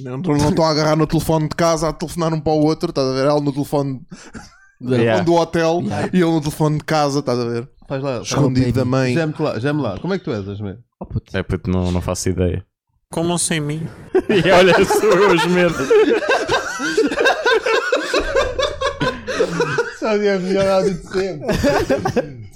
A: Não, não estão a agarrar no telefone de casa a telefonar um para o outro, estás a ver? Ela no telefone
D: Yeah.
A: do hotel
E: Yeah.
A: e ele no telefone de casa, estás a ver?
C: Faz lá. um faz-
A: Escondido da mãe.
C: Geme-te lá, geme lá. Como é que tu és, Asmir?
E: Oh, puto.
D: É puto, não, não faço ideia.
F: Como sem mim?
D: e olha, sou eu os medos.
C: Sabe, é a melhor áudio de sempre.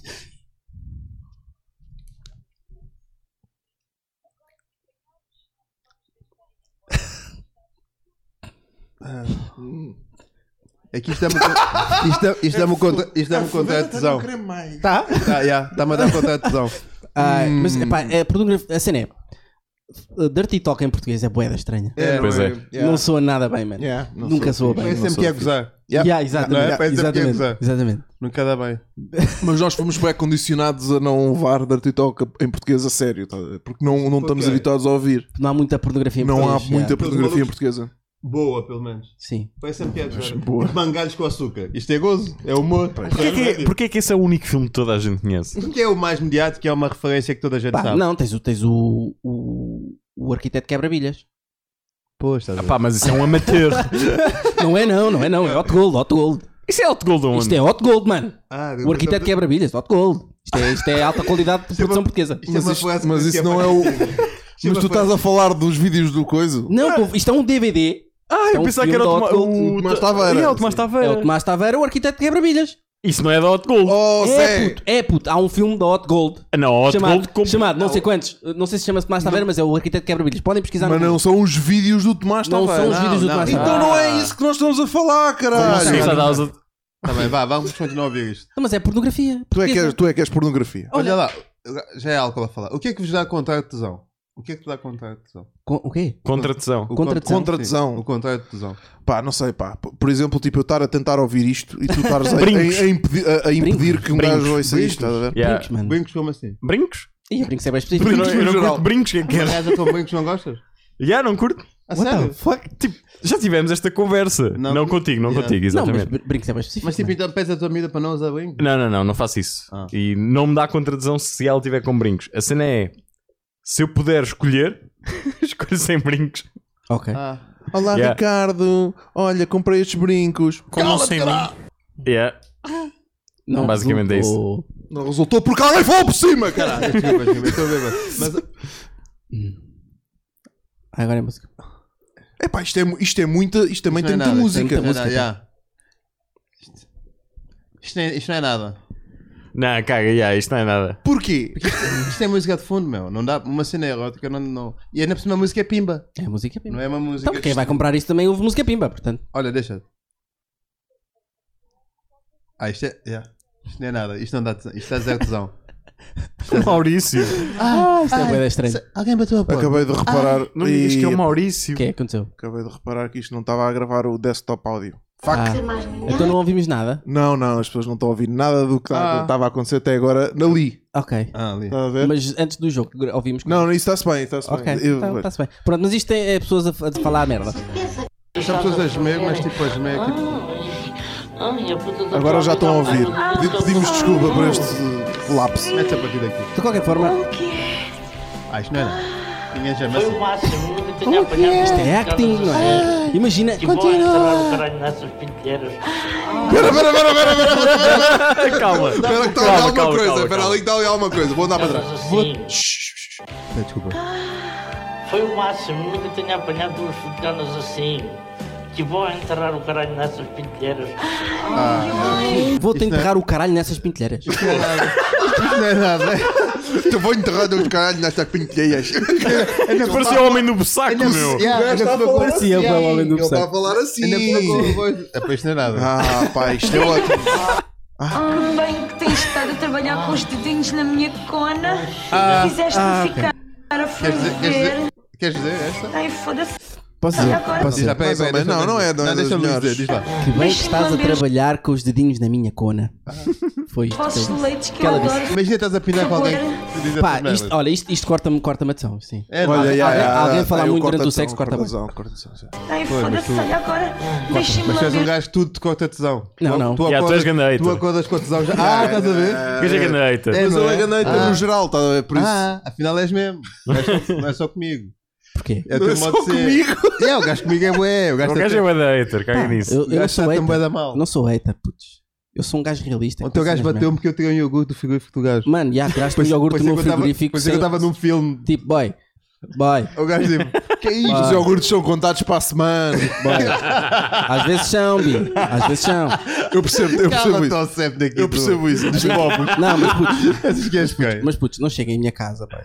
C: É que isto dá-me con- isto
E: é-
C: dá- isto dá-me contra, isto é dá-me contra a tesão.
E: Tá?
C: Tá, já, está-me a dar contra a tesão. Hum.
E: Ai, Mas epá, é, pornografia, a cena é. uh, Dirty Talk em português é boeda estranha.
C: É,
D: Pois
C: não
D: é.
E: Não soa nada bem, mano.
A: Yeah, não
E: Nunca soa
C: Parece
E: bem.
C: sempre que é gozar.
E: Yeah, exatamente.
C: Não é? Parece sempre que é
E: exatamente,
C: gozar.
E: exatamente.
C: Nunca dá bem.
A: Mas nós fomos bem condicionados a não levar Dirty Talk em português a sério, estás a ver? porque não, não estamos
C: Ok.
A: habituados a ouvir.
E: Não há muita pornografia em
A: Não há
E: português,
A: muita
E: yeah.
A: pornografia em portuguesa.
C: Boa, pelo menos.
E: Sim.
C: Parece sempre que é gozar.
A: boa.
C: Mangalhos com açúcar. Isto é gozo. É humor.
D: Porquê que,
C: Porque
D: porquê que esse é o único filme que toda a gente conhece?
C: que é o mais mediático e é uma referência que toda a gente
E: Pá,
C: sabe.
E: não, tens, o- tens o, o, o arquiteto quebra-bilhas.
C: Pois, estás a ver.
D: Pá, mas isso é um amateur.
E: não é não, não é não. É hot gold, hot gold.
D: isso é outro Golden
E: Isto é hot gold, mano.
C: Ah,
E: O arquiteto quebra-bilhas, hot gold. Isto é, isto é alta qualidade de
C: é uma-
E: produção portuguesa.
C: Isto é
A: Mas,
C: uma
A: isto-
C: frase
A: mas
C: que
A: isso
C: é
A: não
C: para-
A: é o.
C: é
A: Mas
C: uma
A: tu estás a falar dos vídeos do coisa?
E: Não, povo, isto é um DVD.
D: Ah,
E: É
D: eu
E: um
D: pensava
E: filme
D: que era
E: da
D: o
E: Hot Gold.
D: Toma- o
A: Tomás Taveira.
D: É o Tomás Taveira.
E: É o Tomás Taveira, o arquiteto quebra-bilhas.
D: Isso não é da Hot Gold. Ah,
A: Oh,
E: é,
A: Zé!
E: puto, é puto. Há um filme da hot gold.
D: Não, Hot
E: chamado,
D: Gold como-
E: chamado, não sei quantos, não sei se chama-se Tomás Taveira, mas é o arquiteto quebra-bilhos. Podem pesquisar
A: Mas
E: no
A: não são os vídeos do Tomás
E: Não
A: Taveira.
E: são os vídeos do Tomás Taveira.
A: Então não é isso que nós estamos a falar,
D: Isso
A: caralho!
D: é da House of-
C: Tá bem, vá, vamos continuar a ouvir isto.
E: Não, mas é pornografia.
A: Tu é, que
E: portuguesa.
A: és, tu é que és pornografia.
C: Olha lá, já é álcool a falar. O que é que vos dá contra a tesão? O que é que te dá contra a tesão?
E: Com- o quê?
D: Contra tesão.
C: O
E: Contra
C: con-
E: tesão?
A: Contra
C: sim,
A: tesão.
C: O contrário de tesão.
A: Pá, não sei, pá. P- Por exemplo, tipo, eu estar a tentar ouvir isto e tu estares a, a-
D: Brincos.
A: a impedi- a- a impedir que um
D: Brincos.
A: gajo ouça isto, estás a ver?
D: Yeah.
E: Brincos, mano.
C: Brincos como assim? Um
D: Brincos?
E: Ih, eu brinco que é bem específico.
D: Brincos,
A: no
D: eu não
A: geral.
D: curto brincos, que é que
C: Uma
D: é?
C: gaja com brincos não gostas?
D: Já, não curto.
C: A sério?
D: Tipo, já tivemos esta conversa.
C: Não.
D: Não, contigo, não
C: Yeah.
D: contigo,
E: Não, mas
D: exatamente.
E: br- brinco que é bem específico.
C: Mas tipo,
E: mano.
C: então pede a tua amiga para não usar brincos?
D: Não, não, não, não faço isso.
C: Ah.
D: E não me dá contradição se ela tiver com brincos. A cena é: se eu puder escolher, escolho sem brincos.
E: Ok.
C: Ah,
A: Olá,
D: Yeah.
A: Ricardo. Olha, comprei estes brincos.
F: Como
D: assim,
F: sem mim?
D: Yeah.
E: Não,
D: basicamente é isso.
E: o-
A: Não resultou porque alguém falou por cima, caralho. Hum.
C: desculpa, desculpa, estou a ver. Mas
E: Ah, agora é música.
A: Epá, isto é, mu- isto é muita. Isto também
C: não
A: tem
C: é
A: muita
C: nada,
A: música.
C: não é nada, já. Isto- Isto não é- isto não é nada.
D: Não, caga, yeah, isto não é nada.
A: Porquê?
C: Isto é música de fundo, meu. Não dá uma cena erótica, não, não. E ainda por cima a música é pimba.
E: É música pimba.
C: Não é uma música.
E: Então, quem vai comprar isso também ouve música pimba, portanto.
C: Olha, deixa. Ah, isto é. yeah. Isto não é nada. Isto não dá tesão. Isto dá zero tesão.
D: Maurício.
E: Ah, isto é bem estranho.
C: Alguém bateu a Ah.
A: Acabei de reparar.
D: Não me digas
A: e-
D: que é o Maurício.
E: Ah. O que é que aconteceu?
A: Acabei de reparar que isto não estava a gravar o desktop áudio. Fuck.
E: Ah, então não ouvimos nada?
A: Não, não, as pessoas não estão a ouvir nada do que
D: Ah.
A: está- estava a acontecer até agora ali.
E: Ok.
C: Ah, ali.
A: Está a ver?
E: Mas antes do jogo gra- ouvimos.
A: Não, não, isso está-se bem, está-se
E: Ok,
A: bem. Eu-
E: então está-se bem. Pronto, mas isto é, é pessoas a, f- a falar merda.
C: São pessoas a gemer, mas tipo a gemer.
A: é
C: tipo-
A: Agora já estão a ouvir. Pedi- Pedimos desculpa por este uh, lapso.
C: Mete a partir daqui.
E: De qualquer forma,
C: Ah, isto não é nada. Ninguém gema assim.
E: isto é acting, não
H: Ah,
E: é? Imagina.
A: Espera, espera, espera, espera, espera, espera, espera, espera.
D: Calma.
A: Espera, que está ali
D: Calma,
A: alguma coisa.
D: calma, calma,
A: Espera,
D: calma.
A: ali que tá está ali alguma coisa. Vou andar para trás.
C: Ah, Desculpa.
K: Foi o máximo, nunca tenho apanhado duas fotogranas assim. Que vou enterrar o caralho nessas pintelheiras.
C: Ah.
A: Ah, é
E: Vou te enterrar o caralho nessas pintelheiras.
C: Isto não é nada.
A: Te vou enterrar os caralhos nestas pintelheiras.
D: Parecia o homem do bussaco, meu.
E: Parecia o homem do
C: tá
A: Ele está a
E: Pessac.
A: falar assim.
C: É para isto não é nada.
A: Ah, pá, isto é ótimo.
L: Ah, Que bem que tens estado a trabalhar com os dedinhos na minha cona.
K: Ah,
L: Fizeste-me
C: Ah,
L: ficar a
C: Queres dizer- queres
L: ferver.
C: dizer- é Queres dizer esta?
L: Ai, foda-se. Tá
E: Posso dizer? Posso
C: Diz lá,
E: dizer?
C: peraí,
A: Mais ou
C: peraí,
A: menos.
C: deixa-me
A: Não, não é, não é das
C: Deixa-me
A: melhores.
C: dizer, diz lá.
E: Que bem que estás a
L: Deixa-me
E: trabalhar com os dedinhos na minha cona. Foi isto. que
L: Vossos
E: eu-
L: leites que,
E: que
L: eu
E: ela disse.
L: adoro.
C: Ah. Imagina estás a pinar com alguém. que diz
E: Pá,
C: essas merdas.
E: isto, olha, isto, isto corta-me corta a atenção, sim.
C: É
A: Olha,
C: nada.
A: já,
E: alguém-
A: já,
E: alguém
A: já,
E: falar
A: eu
E: muito
A: corto
E: durante o
A: a
E: sexo,
A: tesão,
E: corta
A: corto a tesão, corto a tesão, já.
L: Ai,
C: Pois, mas
L: foda-se,
C: tu-
L: olha agora. Deixa-me
C: Mas tu és um
L: lamber.
C: gajo que tudo te corta tesão.
E: Não, não.
C: Tu
D: Já, tu és
C: acordas,
D: ganda hater.
C: tu acordas com tesão já. Ah, estás a ver?
D: Gaja ganeta.
C: É,
A: Mas
C: não
A: ele é
C: é?
A: ganhei
C: Ah.
A: no geral, estás a ver? Por isso.
C: Ah, afinal és mesmo. Não é só- Não é só comigo.
E: Porquê?
C: É o teu modo de ser. É, o gajo comigo é bué. O gajo
D: O gajo é bué da hater, caga nisso.
E: Eu, eu não
C: gajo
E: sou
C: trata-me bué
E: hater.
C: da mal.
E: Não sou hater, putz. Eu sou um gajo realista.
C: O teu gajo bateu-me porque eu tirei um iogurte do frigorífico do gajo.
E: Mano, já tiraste um
C: Parecia-
E: iogurte
C: parecia
E: no
C: que eu tava-
E: frigorífico.
C: Parecia que eu estava num filme.
E: Tipo, boy. Boy.
C: O gajo tipo, que é isto?
A: Os iogurtes são contados para a semana.
E: Às vezes são, Bi. Às vezes são.
A: Eu percebo, eu percebo
C: Cala-te
A: isso.
C: ao CEP daqui.
A: Eu percebo isso. Desculpa.
E: Não, mas putz.
C: Esses
A: é
C: que és feio.
E: Mas putz, não cheguem à minha casa, pai.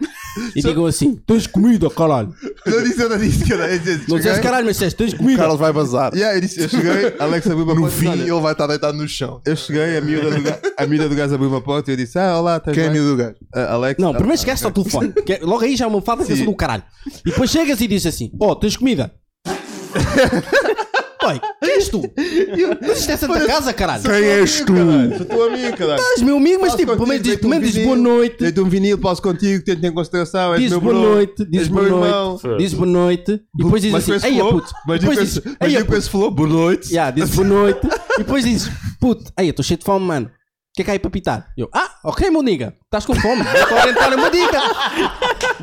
E: E digam assim: tens comida, caralho.
C: Eu disse, eu disse, eu disse.
E: Não disseste caralho, mas disseste: tens comida.
A: Carlos vai bazar.
C: Yeah, eu disse, eu cheguei, Alex abriu uma
A: No
C: porta.
A: fim,
C: olha,
A: ele vai estar deitado no chão.
C: Eu cheguei, a miúda, do, ga- a miúda do gajo abriu uma porta e eu disse, ah, olá, estás
A: Quem é
C: bem?
A: miúdo do gajo?
C: Ah, Alex.
E: Não,
C: ah,
E: primeiro chegaste ao telefone. que é- logo aí já é uma falta de atenção do caralho. E depois chegas e dizes assim: Oh, tens comida? Pai, quem és tu? Mas isto é Santa Casa, caralho.
A: Quem és tu?
C: caralho, Sou teu amigo, caralho.
E: És meu amigo, mas
C: Posso
E: tipo, pelo menos diz-
C: contigo, deito
E: pelo
C: um
E: menos diz
C: vinil,
E: boa noite.
C: Dei-te um vinil, posso contigo, tento em consideração, és
E: Diz
C: meu
E: boa
C: bro,
E: noite, diz
C: és
E: boa
C: meu irmão.
E: noite, diz boa noite, e depois diz
C: Mas com
E: assim,
C: esse
E: ei
C: flow,
E: puto,
C: mas
E: depois
C: digo
E: diz,
C: esse- mas
E: ei
C: digo com
E: puto,
C: esse flow, boa noite.
E: yeah, diz boa noite, e depois diz, puto, ei, eu estou cheio de fome, mano, o que é que há aí para pitar? Eu, ah, ok, meu nigga, estás com fome, vou-te orientar uma dica,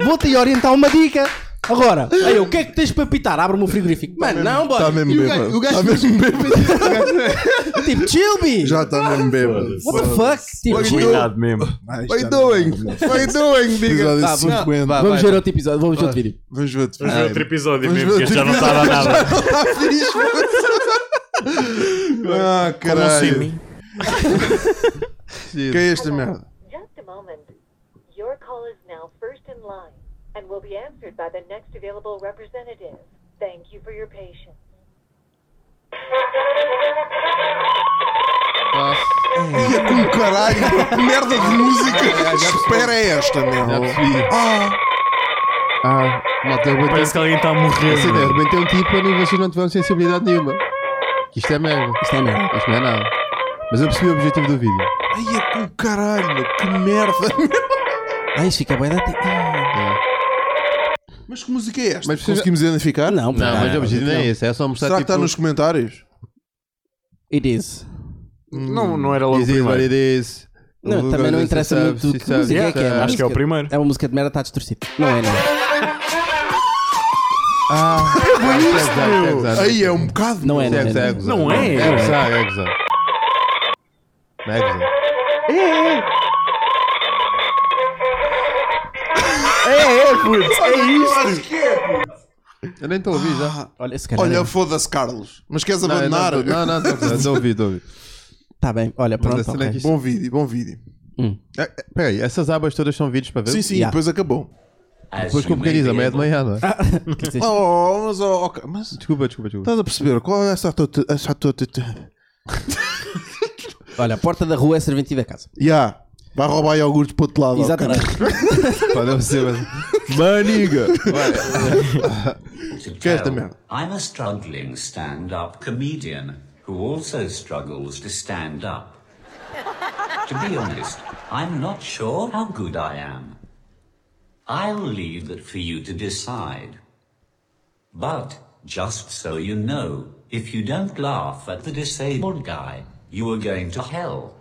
E: vou-te orientar uma dica, agora, ei, o que é que tens para pitar? Abre-me o frigorífico, mano, não,
A: Está
E: bora,
A: mesmo
C: E o gajo, o
A: bêbado.
C: gajo,
A: Está mesmo bêbado.
E: tipo, chill, bi,
A: Já está mesmo bêbado.
E: what the fuck, tipo,
D: Cuidado mesmo.
A: Ai,
C: what are
A: já
C: you
A: tá
C: doing?
A: mesmo bêbado.
C: What are you doing, diga?
A: Episódio
E: Tá, vamos-
A: 50.
E: vamos ver outro episódio, vamos ver outro vídeo.
A: Vamos ver outro.
D: Vamos ver outro episódio
A: Vamos
D: mesmo,
A: ver
D: que este já não
A: outro tá
D: está a dar nada.
A: Ah,
F: Assim,
A: caralho.
F: mim.
A: Quem é esta merda?
L: Just a moment. Your call is now first in line and will be answered by the next available representative. Thank you for your patience.
A: Um caralho, que merda de música. Espera é esta, meu.
C: Ah, malta, eu arrebentei-
D: Parece que alguém está a morrer.
C: assim, eu
D: meu.
C: arrebentei um tipo e vocês não tiveram sensibilidade nenhuma. Que Isto é merda.
E: Isto é merda.
C: Isto não é nada. Mas eu percebi o objetivo do vídeo.
A: Ai, é com caralho, meu, que merda.
E: Ah, isto fica bem da Ah,
A: Mas que música é esta?
C: Mas precisa-
A: conseguimos identificar?
E: Não,
A: Então,
C: Não,
E: pá,
C: mas o objetivo não
E: não.
C: é esse, é só mostrar
A: Será que
C: tipo...
A: está nos comentários?
E: It is.
D: Não, não era logo o
C: Is Hum, it what
D: primeiro.
C: it is?
E: Não,
C: Google
E: também não
C: doesn't
E: interessa
C: sub-
E: muito
C: se
E: que
C: sub-
E: música é que é,
C: Ah,
E: mas-
D: Acho que é o primeiro.
E: É uma música de merda, está distorcida. Não é, não é.
C: Ah,
A: Ah,
C: é gozar,
A: Aí é um bocado.
E: Não é,
C: é
E: não é. não
C: gozar, é
E: é.
C: gozar.
D: Não é.
C: É gozar, é gozar. Não é gozar.
D: É, é, putz, é isso.
C: Eu nem estou a ouvir já.
E: Ah, Olha, esse cara.
A: Olha, foda-se, Carlos. Mas queres
C: Não, eu
A: abandonar?
C: Não, não, não, não, não, estou a ouvir, estou a ouvir.
E: Tá bem, olha, pronto.
C: Mas a cena é que
E: ok.
C: isto-
A: Bom vídeo, bom vídeo.
C: É, é, Espera aí, essas abas todas são vídeos para ver?
A: Sim, sim,
E: Yeah.
A: depois acabou.
C: Depois como que diz, amanhã de manhã, não é?
E: Quer dizer,
A: Oh, mas, oh, ok, mas
C: Desculpa, desculpa, desculpa.
A: estás a perceber qual é essa tua. Essa tua, tua, tua-
E: Olha, a porta da rua é serventia da casa.
A: Yeah. Vai roubar iogurtes para o outro lado. ó,
E: Exatamente.
A: caralho.
C: Pode ser, mas... Maniga!
A: Que esta merda.
M: I'm a struggling stand up comedian who also struggles to stand up. to be honest, I'm not sure how good I am. I'll leave that for you to decide. But just so you know, if you don't laugh at the disabled guy, you are going to hell.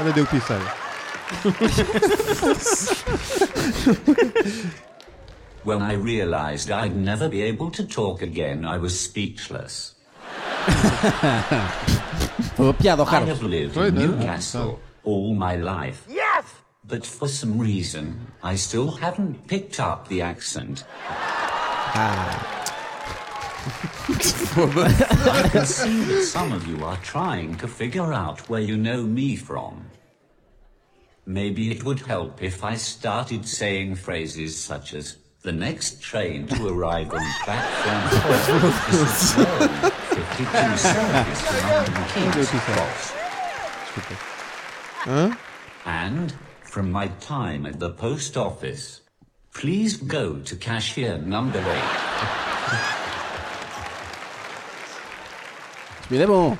C: Olha, deu o que sai.
M: When I realized I'd never be able to talk again, I was speechless.
E: Foi uma piada, ó,
M: I
E: Carlos.
M: have lived
E: Foi,
M: in
E: né?
M: Newcastle all my life. Yes! But for some reason, I still haven't picked up the accent. I can see that some of you are trying to figure out where you know me from. Maybe it would help if I started saying phrases such as the next train to arrive on platform four is at 12:52 service from King's Cross." And from my time at the post office, please go to cashier number eight.
E: Ele é bom.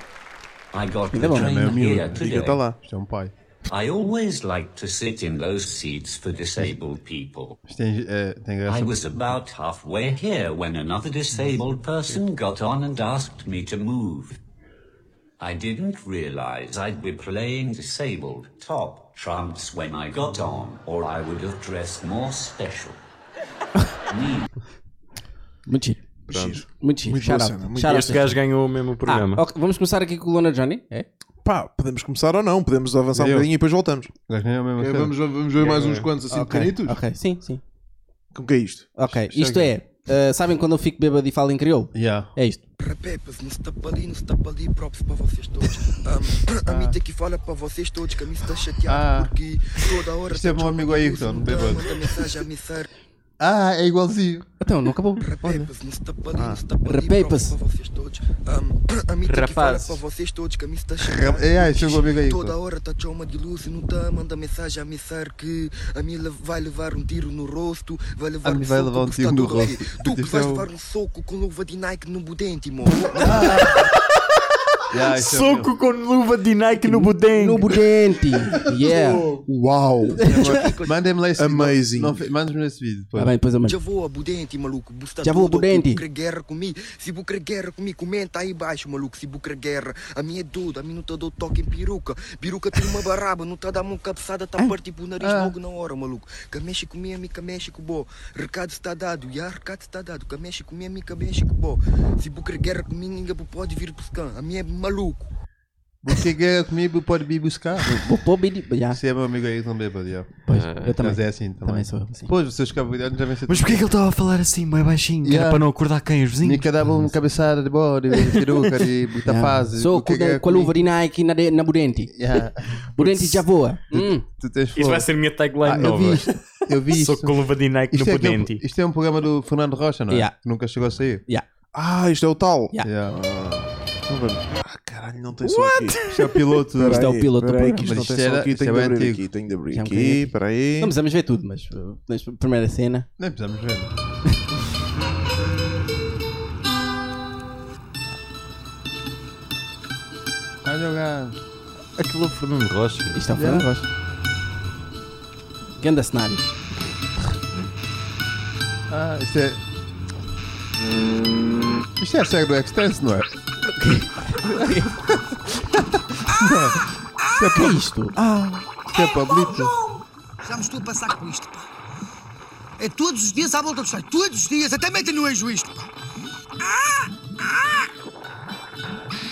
M: I got
E: Ele é
M: the
E: bom.
M: train here today.
C: Isto é um pai.
M: I always like to sit in those seats for disabled people.
C: Isto tem, eh, tem graça.
M: I was about halfway here when another disabled person got on and asked me to move. I didn't realize I'd be playing disabled top trumps when I got on, or I would have dressed more special. Me
E: Muito giro.
M: Giro.
E: Muito giro.
A: Muito
E: Shout
A: boa
E: out.
A: cena,
E: Shout out
A: muito boa cena.
E: este gajo.
A: ganhou mesmo o programa.
E: Ah, ok, Vamos começar aqui com o Lona Johnny? É?
A: Pá, podemos começar ou não, podemos avançar um
E: Eu.
A: bocadinho e depois voltamos.
C: é mesmo
A: Ok,
C: cena.
A: vamos, vamos ver
E: Quem
A: mais
E: é?
A: uns quantos assim
E: Ok,
A: pequenitos.
E: ok, sim, sim.
A: O que é isto?
E: Ok, isto é. uh, sabem quando eu fico bêbado e falo em crioulo?
C: Yeah.
E: É isto.
N: Pepas, no step ali, no step ali, props para vocês todos. Um, a mídia que fala para vocês todos que a mim está chateada
C: Ah.
N: porque toda hora. um
C: Isto é meu amigo Ayrton, bêbado.
N: Manda mensagem a missar.
C: Ah, é igualzinho.
E: Então, não acabou.
N: Pepas, no step ali,
C: Ah.
N: no step ali, props
C: Repepas.
N: para vocês todos. Um, a mídia que fala
C: Rapazes.
N: para vocês todos que a mim está
C: Rap- É, ah, isto é meu amigo Ayrton.
N: Toda hora tá choma de luz e não tá. Manda mensagem a missar que a mim le- vai levar um tiro no rosto. Vai levar
C: A mim
N: um
C: vai
N: soco
C: levar um
N: porque
C: tiro
N: tá
C: no
N: todo
C: rosto.
N: aqui. Tu que
C: Isto
N: vais
C: é o-
N: levar um soco com luva de Nike no budente, mano.
C: Yeah, isto é meu.
E: com luva de Nike no budente. No budente.
N: É.
E: Yeah.
A: Uau.
C: Oh. Mandem-me lá esse
A: Amazing.
C: vídeo. Mandem-me esse vídeo. Ah,
E: Tá
C: depois.
N: Já vou a Budente, maluco. Busta
C: Já vou a
N: tudo,
C: Budente.
N: Se bucre guerra comigo, se bucre guerra comigo, comenta aí baixo, maluco. Se bucre guerra. A minha é doida, a mim não tá dou toque em peruca. Peruca tem uma baraba, não tá dá uma cabeçada,
C: Ah.
N: tá partindo pro nariz logo na hora, maluco. Que mexe com minha amiga, mexe com bo. Recado está dado, já recado está dado. Que mexe com minha amiga, mexe com bo. Se bucre guerra comigo, ninguém pode vir buscar. A minha é maluco.
C: Porque guerra comigo pode me buscar.
E: Vou pôr bidi.
C: Se é meu amigo aí, também, bêbado. já.
E: Pois,
C: Ah,
E: eu também.
C: Mas é assim também.
E: Também sou eu, sim.
C: Pois, vocês cavalheiros já vêm ser.
O: Mas porquê é que ele estava a falar assim, bem baixinho? Que
C: Yeah.
O: Era para não acordar quem? Os vizinhos?
C: Nica dava uma cabeçada É um de bode, de peruca, de butafase.
E: Sou com, da- com a luva de Nike na, de- na budente.
C: é Yeah.
E: Budente já voa. Hum.
C: Tu tens
E: Isso vai ser
C: minha tagline
E: nova.
C: Eu vi isto. Eu vi
E: Sou
C: isto.
E: com luva de Nike
C: Isto
E: no
C: é aquele-
E: pudente.
C: Isto é um programa do Fernando Rocha, não é?
E: Yeah.
C: Que nunca chegou a sair.
A: Ah, isto é o tal.
C: Yeah.
A: Ah, caralho, não tem som
C: What?
A: aqui.
C: Isto é o piloto.
A: Espera
C: Isto é o
A: aí,
C: piloto do
A: espera aí, que
C: programa.
A: isto não
C: Mas
A: tem
C: isto
A: som
C: era-
A: aqui,
C: isto
A: tenho de
C: é bem
A: abrir
C: antigo.
A: aqui, tenho de abrir
E: Já um
A: aqui,
E: bocadinho.
A: espera aí.
E: Não precisamos ver tudo, mas uh, mas primeira cena.
C: Nem precisamos ver. Vai jogar.
D: Aquilo é o Fernando Rocha.
E: Isto é o Fernando Rocha. Ganda cenário.
C: Ah, isto é. Isto é a série do Extense, não é? Não. Isto é para
E: isto.
C: Isto é Pablito.
B: Já me estou a passar com isto, pá. É todos os dias à volta do estádio. Todos os dias. Até metem no anjo isto, pá.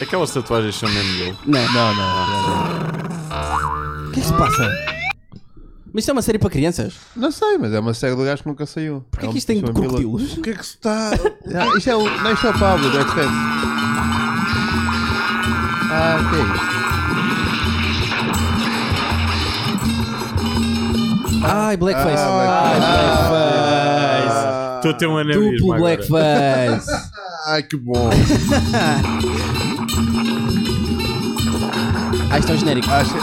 D: Aquelas tatuagens são mesmo dele.
E: Não,
C: não, não.
E: O que é que se passa? Mas isto é uma série para crianças?
C: Não sei, mas é uma série do gajo que nunca saiu. É Porquê
E: que isto tem crocodilos?
A: O que é que se está.
C: Ah, isto é o. Não, isto é o Pablo do Extense. Ah, que é isto?
E: Ai, blackface.
A: Ah,
D: Ai, blackface. Estou a ter um aneurisma
E: Duplo
D: agora.
E: blackface.
A: Ai, que bom.
E: Ah, isto é o genérico.
C: Acho, é.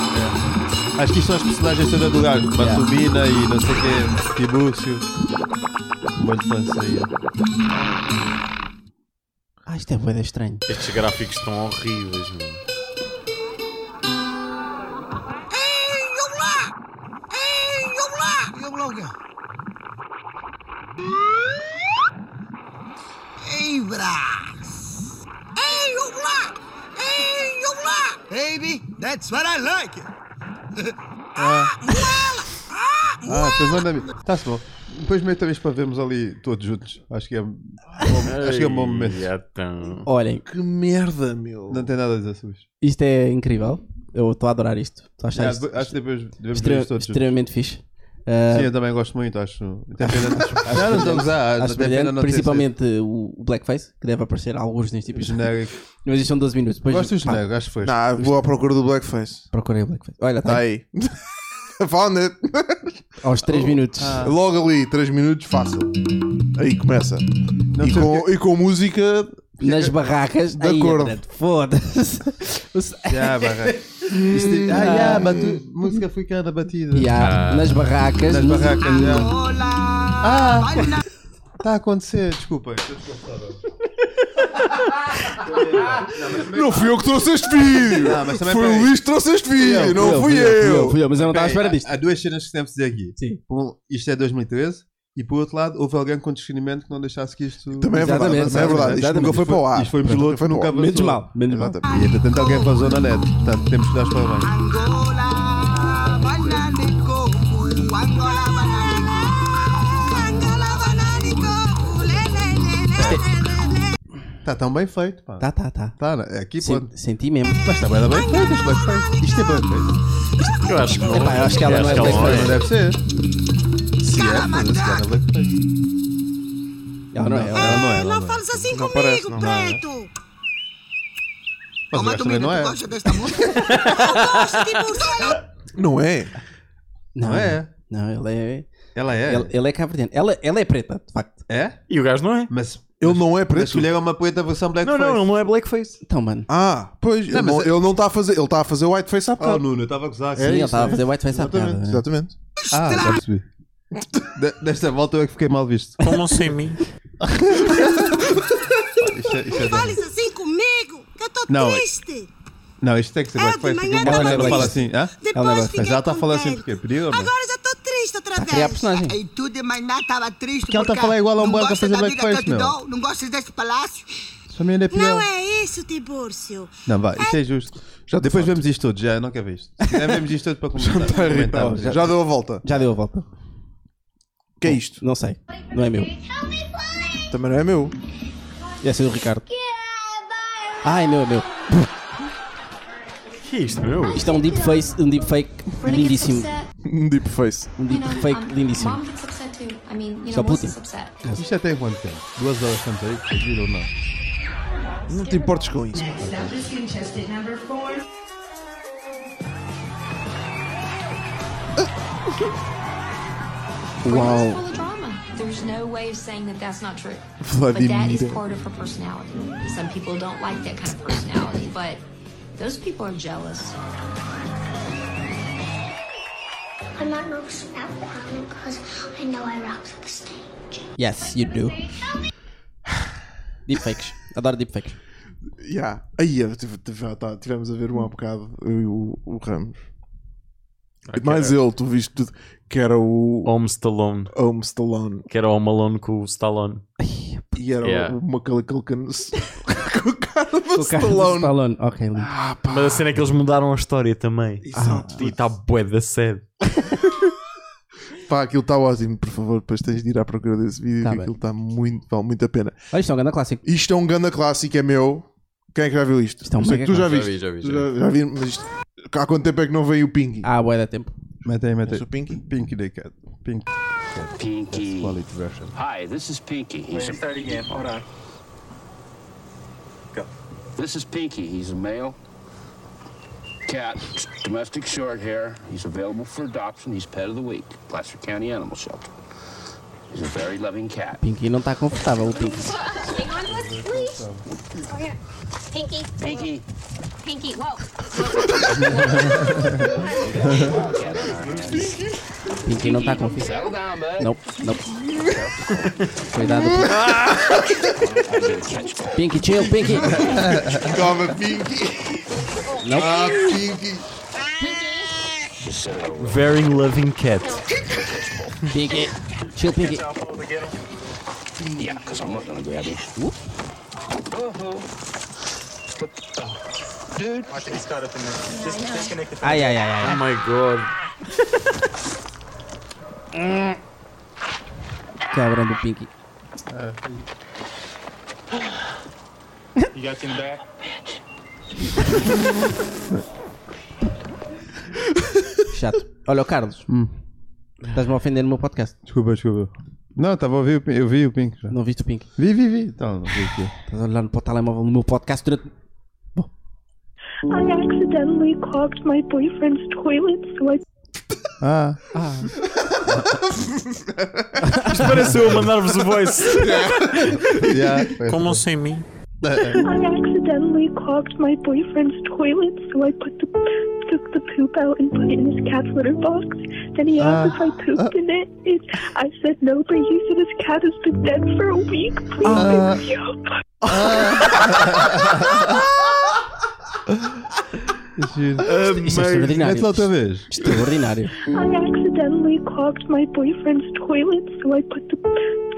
C: Acho que isto são as personagens todas do gajo. Batubina e não sei o quê. Tibúcio. Uma infância aí.
E: Ah, isto é boeda estranho.
F: Estes gráficos estão horríveis, mano.
B: Ei, ouve lá! E ouve lá o quê? Ei, brá! Ei, ouve lá! Ei, ouve lá! Baby, that's what I like!
C: Ah, ah depois manda-me. Está-se bom. Depois meio talvez para vermos ali todos juntos. Acho que é, bom- acho que é um bom momento.
F: Ai, então.
E: Olhem.
A: Que merda, meu.
C: Não tem nada a dizer sobre isto.
E: Isto é incrível. Eu estou a adorar isto. Estou a achar
C: Yeah,
E: isto,
C: acho que depois devemos ver
E: extre-
C: isto todos
E: extremamente fixe. Ah,
C: Sim, eu também gosto muito, acho. Até pena.
E: acho
C: não, não estou a
E: brilhante.
C: gozar.
E: Acho
C: até
E: brilhante,
C: pena não ter
E: principalmente o o Blackface, que deve aparecer alguns neste episódio.
C: Genérico.
E: Mas isto é são 12 minutos. Depois,
C: Gosto do
E: pá,
C: genérico, acho que foi.
A: Não, vou à procura do Blackface.
E: Procurei o Blackface. Olha, tá
A: tá aí. Found it.
E: Aos 3 minutos.
C: Ah.
A: Logo ali, 3 minutos, fácil. Aí começa. E
E: sei
C: é
A: com, e com música.
E: Nas barracas.
A: De
E: Aí,
A: acordo.
E: André, Foda-se.
C: Já, barra. Isto tipo- Ah, já, batu- música africana batida.
E: Já,
C: Ah.
E: nas barracas,
C: Nas
E: música-
C: barracas, já. Ah,
B: Olá.
C: está a acontecer, desculpa. estou desconfortável.
A: Não fui eu que trouxe este vídeo!
C: Não, mas também
A: foi
C: foi-
A: o Luís que trouxe este vídeo, não fui, eu!
E: mas eu não estava à espera disto.
C: Há duas cenas que temos de dizer aqui.
E: Sim.
C: Um, isto é 2013. E por outro lado, houve alguém com discernimento que não deixasse que isto.
A: Também é verdade,
C: Exatamente,
A: também é verdade. Isto
C: exatamente.
A: nunca foi para o ar.
C: Isto foi
A: Nunca
C: piloto,
A: foi para o
C: nunca
A: ar.
C: avançou.
A: Menos mal, menos mal.
C: Exatamente. E entretanto alguém vazou na net. Portanto, temos que dar os parabéns. Está tão bem feito, pá.
E: Tá, tá, tá.
C: Tá, né? aqui
E: Sen-
C: pode.
E: Senti mesmo.
C: Mas está bem, bem feito, isto é bem feito. Isto é bem feito. Isto-
E: Eu acho que não. Epá, eu acho que ela não é blackface.
C: Não deve ser. Se é, foda-se, ela é blackface.
E: Ela não é, ela
C: Ela não é. Ela não é.
B: Fales assim
C: Não
B: comigo,
C: parece, não é.
B: preto!
C: Mas o
B: Toma,
C: gajo também não
B: Domina,
C: é.
B: tu gosta desta música? Eu gosto, tipo, olha,
A: Não é?
E: Não
C: Não é.
E: Não, ela é.
C: Ela é.
E: Ele, ele é cabo-verdiano. Ela, ela é preta, de facto.
C: É?
D: E o gajo não é?
C: Mas
A: Ele não é
C: Mas
A: preto.
C: escolheram uma poeta versão blackface.
D: Não, não, ele não é blackface.
E: Então, mano.
A: Ah, pois,
C: Não,
A: ele,
C: mas
A: não,
C: é-
A: ele não está a fazer, ele está a fazer whiteface à
C: Ah,
A: bocado.
C: Nuno, eu estava a gozar.
E: Sim, ele estava a fazer whiteface à né?
C: Exatamente.
E: piada.
A: Exatamente.
C: Ah, já percebi. De- Desta volta eu é que fiquei mal visto.
F: Como sem mim?
C: Isto é, isto é
P: Fales assim comigo, que eu tô
C: Não, é-
P: triste.
C: Não, isto tem que ser
P: Ela Ah, de
C: blackface. porque
P: manhã
C: uma
P: tava
C: mulher não fala
P: triste.
C: assim. Hã?
P: Depois
C: Mas
P: fiquei
C: ela está a falar assim
P: contente.
C: porque pediu, mano.
P: Agora eu já tô triste outra vez.
C: criar personagem.
B: E tudo, mas nada estava triste.
C: Que ela tá
B: porque
C: falando igual a um
B: não
C: branco a
B: gosta
C: fazer
B: da vida
C: blackface,
B: que eu te
C: meu.
B: dou, Não gosta deste palácio.
C: Só me ainda é pior.
P: Não é isso, Tibúrcio.
C: Não, vá, isto é justo. Depois vemos isto tudo, já, não quer ver isto. Se quiser, vemos isto tudo para comentar. comentarmos.
A: Já, deu a volta.
E: Já deu a volta.
A: Que é isto?
E: Não sei. Não é meu.
A: Também não é meu.
E: Essa é do Ricardo. Ah, é meu, é meu.
D: Que é isto, meu?
E: Isto é um deepface, um deepfake lindíssimo.
A: Um deepface.
E: Um deepfake lindíssimo. Só Putin.
C: Isto é até em quanto tempo? Duas horas estamos aí, vocês viram ou não?
A: Não te importes com
C: Ah,
A: isso. Uau.
Q: There's no way of saying that that's not true. But that is
A: Vladimir.
Q: part of her personality. Some people don't like that kind of personality, but those people are jealous.
R: I'm not nervous about that because I know I rock the stage.
E: Yes, you do. Deepfakes. Adoro deepfakes.
A: Yeah. Aí eu tive- tive- já tá, tivemos a ver um há bocado, eu e o, o Ramos. E mais ele, tu viste tudo, que era o
D: Ah, Home Stallone.
A: Home Stallone.
D: Que era o Malone com o Stallone.
A: E era
D: Yeah.
A: o, o Macaulay Culkin s- com o cara do
E: O cara do
A: Stallone.
E: Stallone. Ok, lindo.
D: Mas a cena é que eles mudaram a história também.
A: Exato.
D: E está bué da sede.
A: Pá, aquilo está ótimo, por favor, depois tens de ir à procura desse vídeo,
E: Tá
A: que
E: bem.
A: aquilo está muito, vale muito a pena.
E: Olha, isto é um grande clássico.
A: Isto é um ganda clássico, é meu. Quem é que já viu isto?
E: Isto é um
A: Eu sei que tu
E: mega
A: já
D: clássico.
A: viste.
D: Já vi, já vi,
A: Tu
D: já
A: já vi, mas isto... Há quanto tempo é que não veio o Pinky?
E: Ah, boa da tempo.
C: Mete aí, mete aí.
A: o Pinky?
C: Pinky Day Cat. Pinky. Cat. That's quality version.
S: Hi, this is Pinky. He's a... start again. Hold on. Go. This is Pinky. He's a male cat, domestic short hair. He's available for adoption. He's pet of the week, Placer County Animal Shelter. He's a very loving cat.
E: Pinky não está confortável, o Pinky.
R: Hang on to us, please. Pinky. Pinky.
T: Pinky, whoa.
E: Pinky não está confuso. Não, não. Cuidado. Pinky, chill, Pinky.
A: Toma, Pinky.
E: Não.
A: Ah, Pinky.
D: Very loving cat.
E: Pinky. Chill, Pinky.
S: Yeah, because I'm not gonna grab you.
E: Uh.
S: Dude. I can start up in there. Just disconnect the
E: Ai, ai, ai, ai.
U: Oh my god.
E: Cabrão do Pinky.
S: You got in the back?
E: Chato. Olha, o Carlos. Estás-me a ofender no meu podcast.
C: Hum. Desculpa, desculpa. Não, estava a ouvir o Pink. Eu vi o Pink. Já.
E: Não viste o Pink?
C: Vi, vi, vi. Então, não vi aqui.
E: Estás a olhar no telemóvel no meu podcast durante.
R: I accidentally clogged my boyfriend's toilet, so I
C: Ah.
D: Isto pareceu eu mandar-vos o voice.
E: assim.
V: Como sem mim?
R: I accidentally clogged my boyfriend's toilet, so I put the took the poop out and put it in his cat's litter box. Then he asked if I pooped in it. it. I said no, but he said his cat has been dead for a week. Please
W: Ah.
R: pick me up.
E: Isto é extraordinário. é
C: Mete lá outra vez.
E: Extraordinário.
R: I accidentally clogged my boyfriend's toilet, so I put the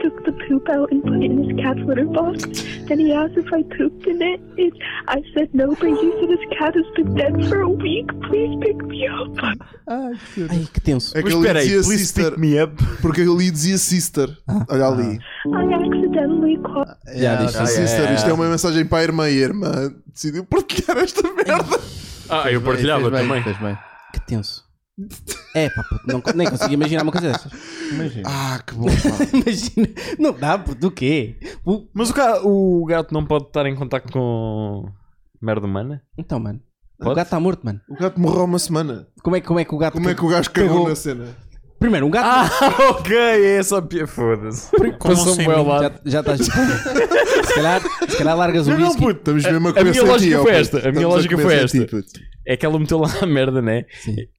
R: took the poop out and put it in his cat's litter box. Then he asked if I pooped in it. it. I said no, but he said his cat has been dead for a week. Please pick me up.
E: Ai, que tenso.
A: É que eu lhe dizia sister. Porque eu lhe dizia sister.
E: Ah.
A: Olha ali.
R: I accidentally clogged.
A: Yeah,
D: disse.
A: sister.
D: Ah, yeah,
A: Isto
D: yeah.
A: é uma mensagem para a irmã e a irmã decidiu partilhar esta merda.
D: Ah, eu partilhava também.
E: Que tenso. É, pá, puto, não, nem consigo imaginar É uma coisa dessas.
C: Imagina.
A: Ah, que bom, pá.
E: Imagina. Não dá, puto, do quê?
D: Mas o, ca- o gato não pode estar em contato com merda humana?
E: Então, mano. O
D: Pode?
E: gato está morto, mano.
A: O gato morreu há uma semana.
E: Como é, como é que o gato.
A: Como é que o gajo cagou na cena?
E: Primeiro, um gato.
D: Ah, ok, é essa a pia. Foda-se. Passou um belo lado.
E: assim, Já, já estás. se, calhar, se calhar largas o
D: Não, não,
E: whisky.
D: puto,
A: estamos mesmo a
D: A
A: comer
D: minha
A: sem ti,
D: lógica
A: ó,
D: foi
A: puto.
D: esta. A minha
A: Estamos a
D: lógica
A: comer
D: foi
A: sem
D: esta.
A: ti, puto.
D: É que ela meteu lá a merda, né?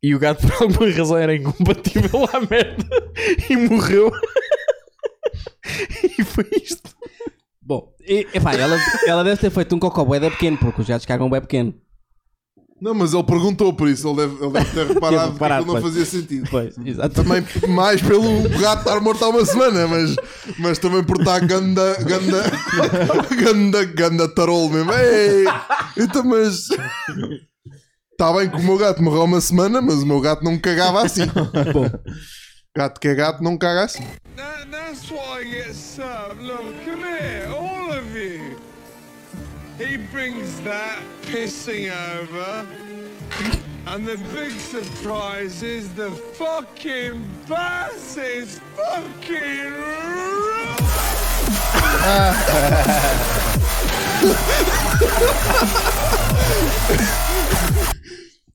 D: E o gato, por alguma razão, era incompatível à merda e morreu. e foi isto.
E: Bom, e, epá, ela, ela deve ter feito um cocó bué da pequeno, porque os gatos cagam bué pequeno.
A: Não, mas ele perguntou por isso. Ele deve, ele deve ter reparado que
E: reparado,
A: aquilo não
E: pois.
A: fazia sentido.
E: Pois, exato.
A: Também mais pelo gato estar morto há uma semana, mas, mas também por estar ganda, ganda, ganda, ganda tarol mesmo. Ei, então, mas... Está bem que o meu gato morreu há uma semana, mas o meu gato não cagava assim.
E: Bom.
A: Gato que é gato não caga assim.
W: That's why I get served. Look, come here, all of you. He brings that pissing over. And the big surprise is the fucking bass is fucking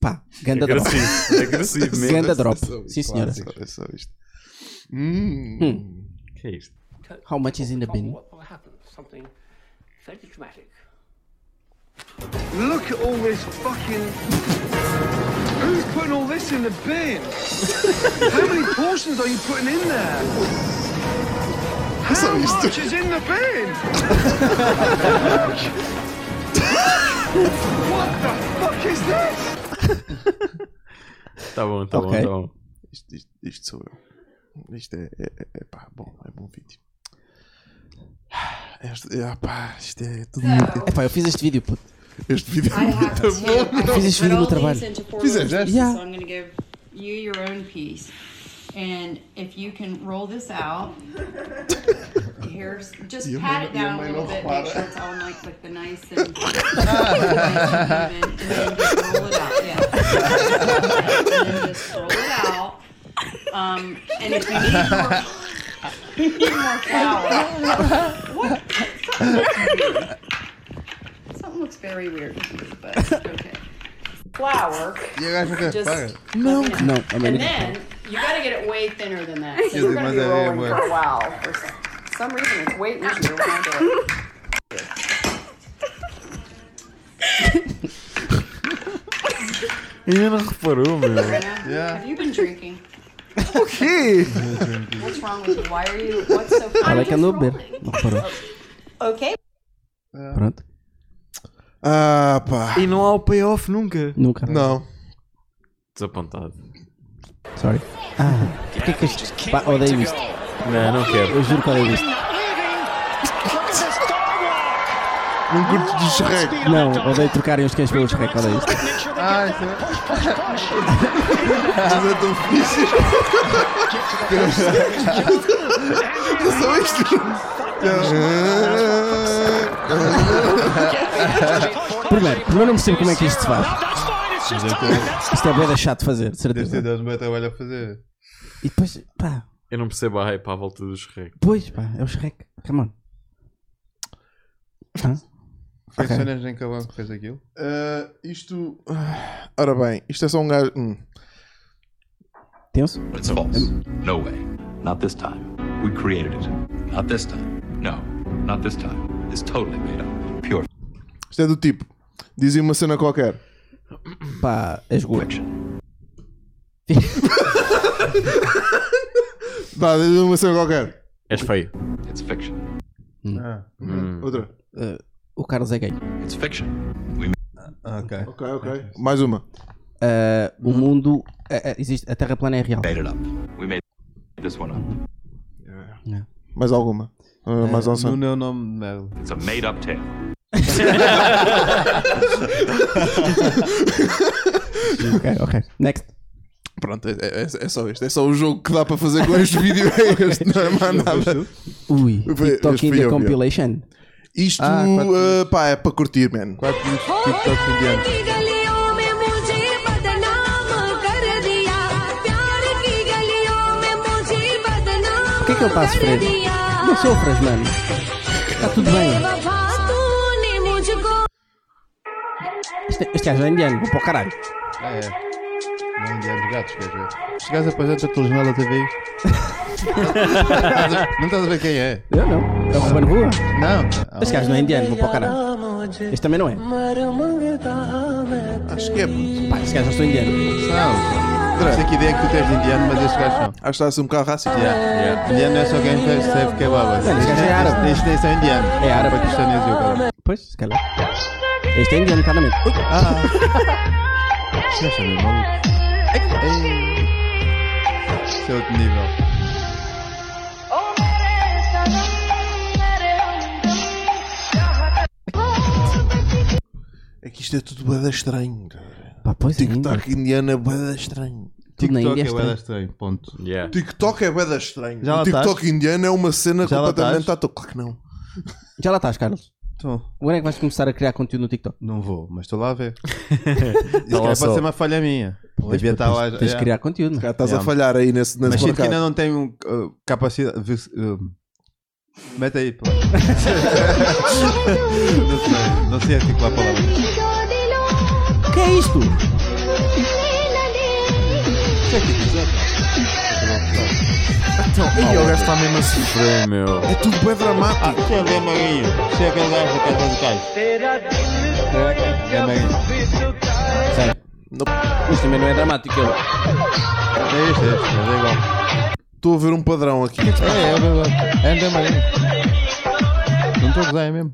E: Pá, ganda drop.
D: É Agressivo, agressivo mesmo.
E: Ganda
D: É só
E: drop.
D: isto,
E: Sim, senhora.
A: Clássico, É só isto.
E: Hum.
D: Que é isto?
E: How much is in the bin?
M: What happened? Something very dramatic. Look at all this fucking. Who's putting all this in the bin? How many portions are you putting in there? How much is in the bin? Look! Look! What the fuck is this?
D: Tá bom, tá
A: Ok.
D: bom, tá bom.
A: Isto, isto- isto sou eu. Isto é, é, é- é pá, bom, é bom vídeo. Este, é, pá, isto é tudo muito.
E: Epá, eu fiz este vídeo, puto.
A: Este vídeo é muito bom.
E: Eu fiz este vídeo no trabalho.
A: Fizeste? né?
H: So I'm going to give you your own piece. And if you can roll this out, here's just
W: Your
H: pat
W: mano-
H: it down a
W: your mano
H: little bit,
W: para.
H: make sure it's on like like the nice and, and then and then just roll it out, yeah. and then just roll it out. Um, and if you need more, you need more flour. What? Something looks weird. Something looks very weird, but okay. Flour.
C: E agora já que
H: Just-
C: paga.
E: Não, não, a
H: And
E: maneira.
H: then you got to get it way thinner than that. So
C: Yes,
H: we're gonna
C: it
H: be
C: must have
H: rolling
C: been
H: for a
C: worse.
H: while. For s- some reason, it's way easier when I do it.
D: Ainda não reparou, meu.
X: Have you been drinking?
D: O quê?
X: What's wrong with you? Why are you? What's so funny?
E: Ela é que andou a beber. Não reparou.
X: Okay.
E: Pronto.
A: Ah, pá.
G: E não há o payoff nunca.
E: Nunca.
A: Não.
D: Desapontado.
E: Sorry. Ah, porquê que este. Pá, odeio isto.
D: Não, não quero.
E: Eu juro que odeio isto.
C: Um
A: Não curto de Shrek.
E: Não, odeio trocarem os cães pelos Shrek, odeio isto.
C: Ah, isso é.
A: Mas é tão fixe. Só isto.
E: Primeiro, primeiro não percebo como é que isto se faz. Isto é bem chato de fazer, de
C: Deve ter
E: certeza.
C: dado um bom trabalho a fazer.
E: E depois, pá,
D: Eu não percebo a hype à volta dos Shrek.
E: pois, pá, é o Shrek. Come on. Hã?
C: Foi okay.
A: Ok.
C: cenas em Cabão que fez aquilo?
A: Ah, isto. ah, Ora bem, isto é só um gajo. Hum.
E: Tenso?
N: It's false. No way. Not this time. We created it. Not this time. No. Not this time. It's totally made up. Pure
A: Isto é do tipo. Dizia uma cena qualquer.
E: Pá, és gordo.
A: Pá, dizia uma cena qualquer.
D: És feio.
N: It's fiction.
A: Ah, ok. Outra.
E: Eh, Hum. o Carlos é gay.
N: It's fiction. We
C: ok.
A: Ok, ok. Mais uma.
E: Eh, o mundo. eh, eh, existe, a Terra plana é real.
N: made it up. We made this one up.
A: Mais alguma. Ah, mais uma.
C: É, No meu nome de merda.
N: It's a made up tale.
E: Ok, ok. Next.
A: Pronto, é, é- é só isto. É só o jogo que dá para fazer com este vídeo. É este, não é mais nada.
E: Ui,
A: Foi-
E: TikTok
A: este foi
E: India
A: eu,
E: Compilation.
A: Isto,
E: Ah, quatro
A: ah, pá, é para curtir, man.
C: 4 minutos de TikTok indiano.
E: Porquê que eu passo preso? Não sofras, mano. Está tudo bem. Este, este gajo é indiano, vou para o caralho.
C: Ah, é. Não é indiano de gatos, queres ver? Estes gajos apresentam a telenovela TV. não estás a ver quem é?
E: Eu não. É o Ruben Rua.
C: Não.
E: Este gajo não é indiano, vou para o caralho. Este também não é.
A: Acho que é.
E: Pá, este gajo não sou indiano.
C: Não. Não sei que ideia é que tu tens de indiano, mas estes gajos não.
A: Acho que está a ser um bocado racista.
C: Yeah. Indiano é só quem fez- serve kebab.
E: Mano, este gajo é árabe.
C: Este nem são indiano.
E: É árabe.
C: Paquistaneses e o cara.
E: Pois, se calhar. Este é indiano, claramente. Ui,
C: Ah. Este gajo é mesmo maluco.
E: É
C: Ei. Este é outro nível.
A: É que isto é tudo bada estranho. cara.
E: Pá, pois é.
A: TikTok indiano é bada estranho.
E: Tudo na
C: TikTok
E: Índia é
C: é bué
E: estranho.
C: estranho, ponto.
D: Yeah.
A: Tiktok é bada estranho.
C: Já
A: o
C: lá
A: TikTok
C: estás?
A: indiano é uma cena
C: Já lá
A: completamente à
C: estás?
A: toa. Claro que não.
E: Já lá estás, Carlos.
C: Então,
E: Agora é que vais começar a criar conteúdo no TikTok.
C: não vou, mas estou lá a ver.
D: Tá
C: Isso
D: lá
C: pode
D: só.
C: ser uma falha minha.
E: Pois,
C: Devia estar
E: tens-
C: lá.
E: Tens de
C: yeah.
E: criar conteúdo, é?
A: Cara,
E: mano.
A: estás a
C: Yeah.
A: falhar aí nesse, nesse
C: Mas sinto que
A: mercado.
C: ainda não tenho uh, capacidade. vis- um, Mete aí, pô. não sei, não sei articular a palavra.
E: O que é isto?
D: Então, aí o gajo está mesmo a sofrer, meu.
A: É tudo bem dramático.
C: Deixa eu ver, Marinho. Deixa eu ver o gajo da casa de cais. É, Marinho.
E: Sério. Isto também não é dramático. eu-
C: É este, é este, mas é igual.
A: Estou a ver um padrão aqui.
C: É, é verdade. É André Marinho. Não estou a gozar, é mesmo.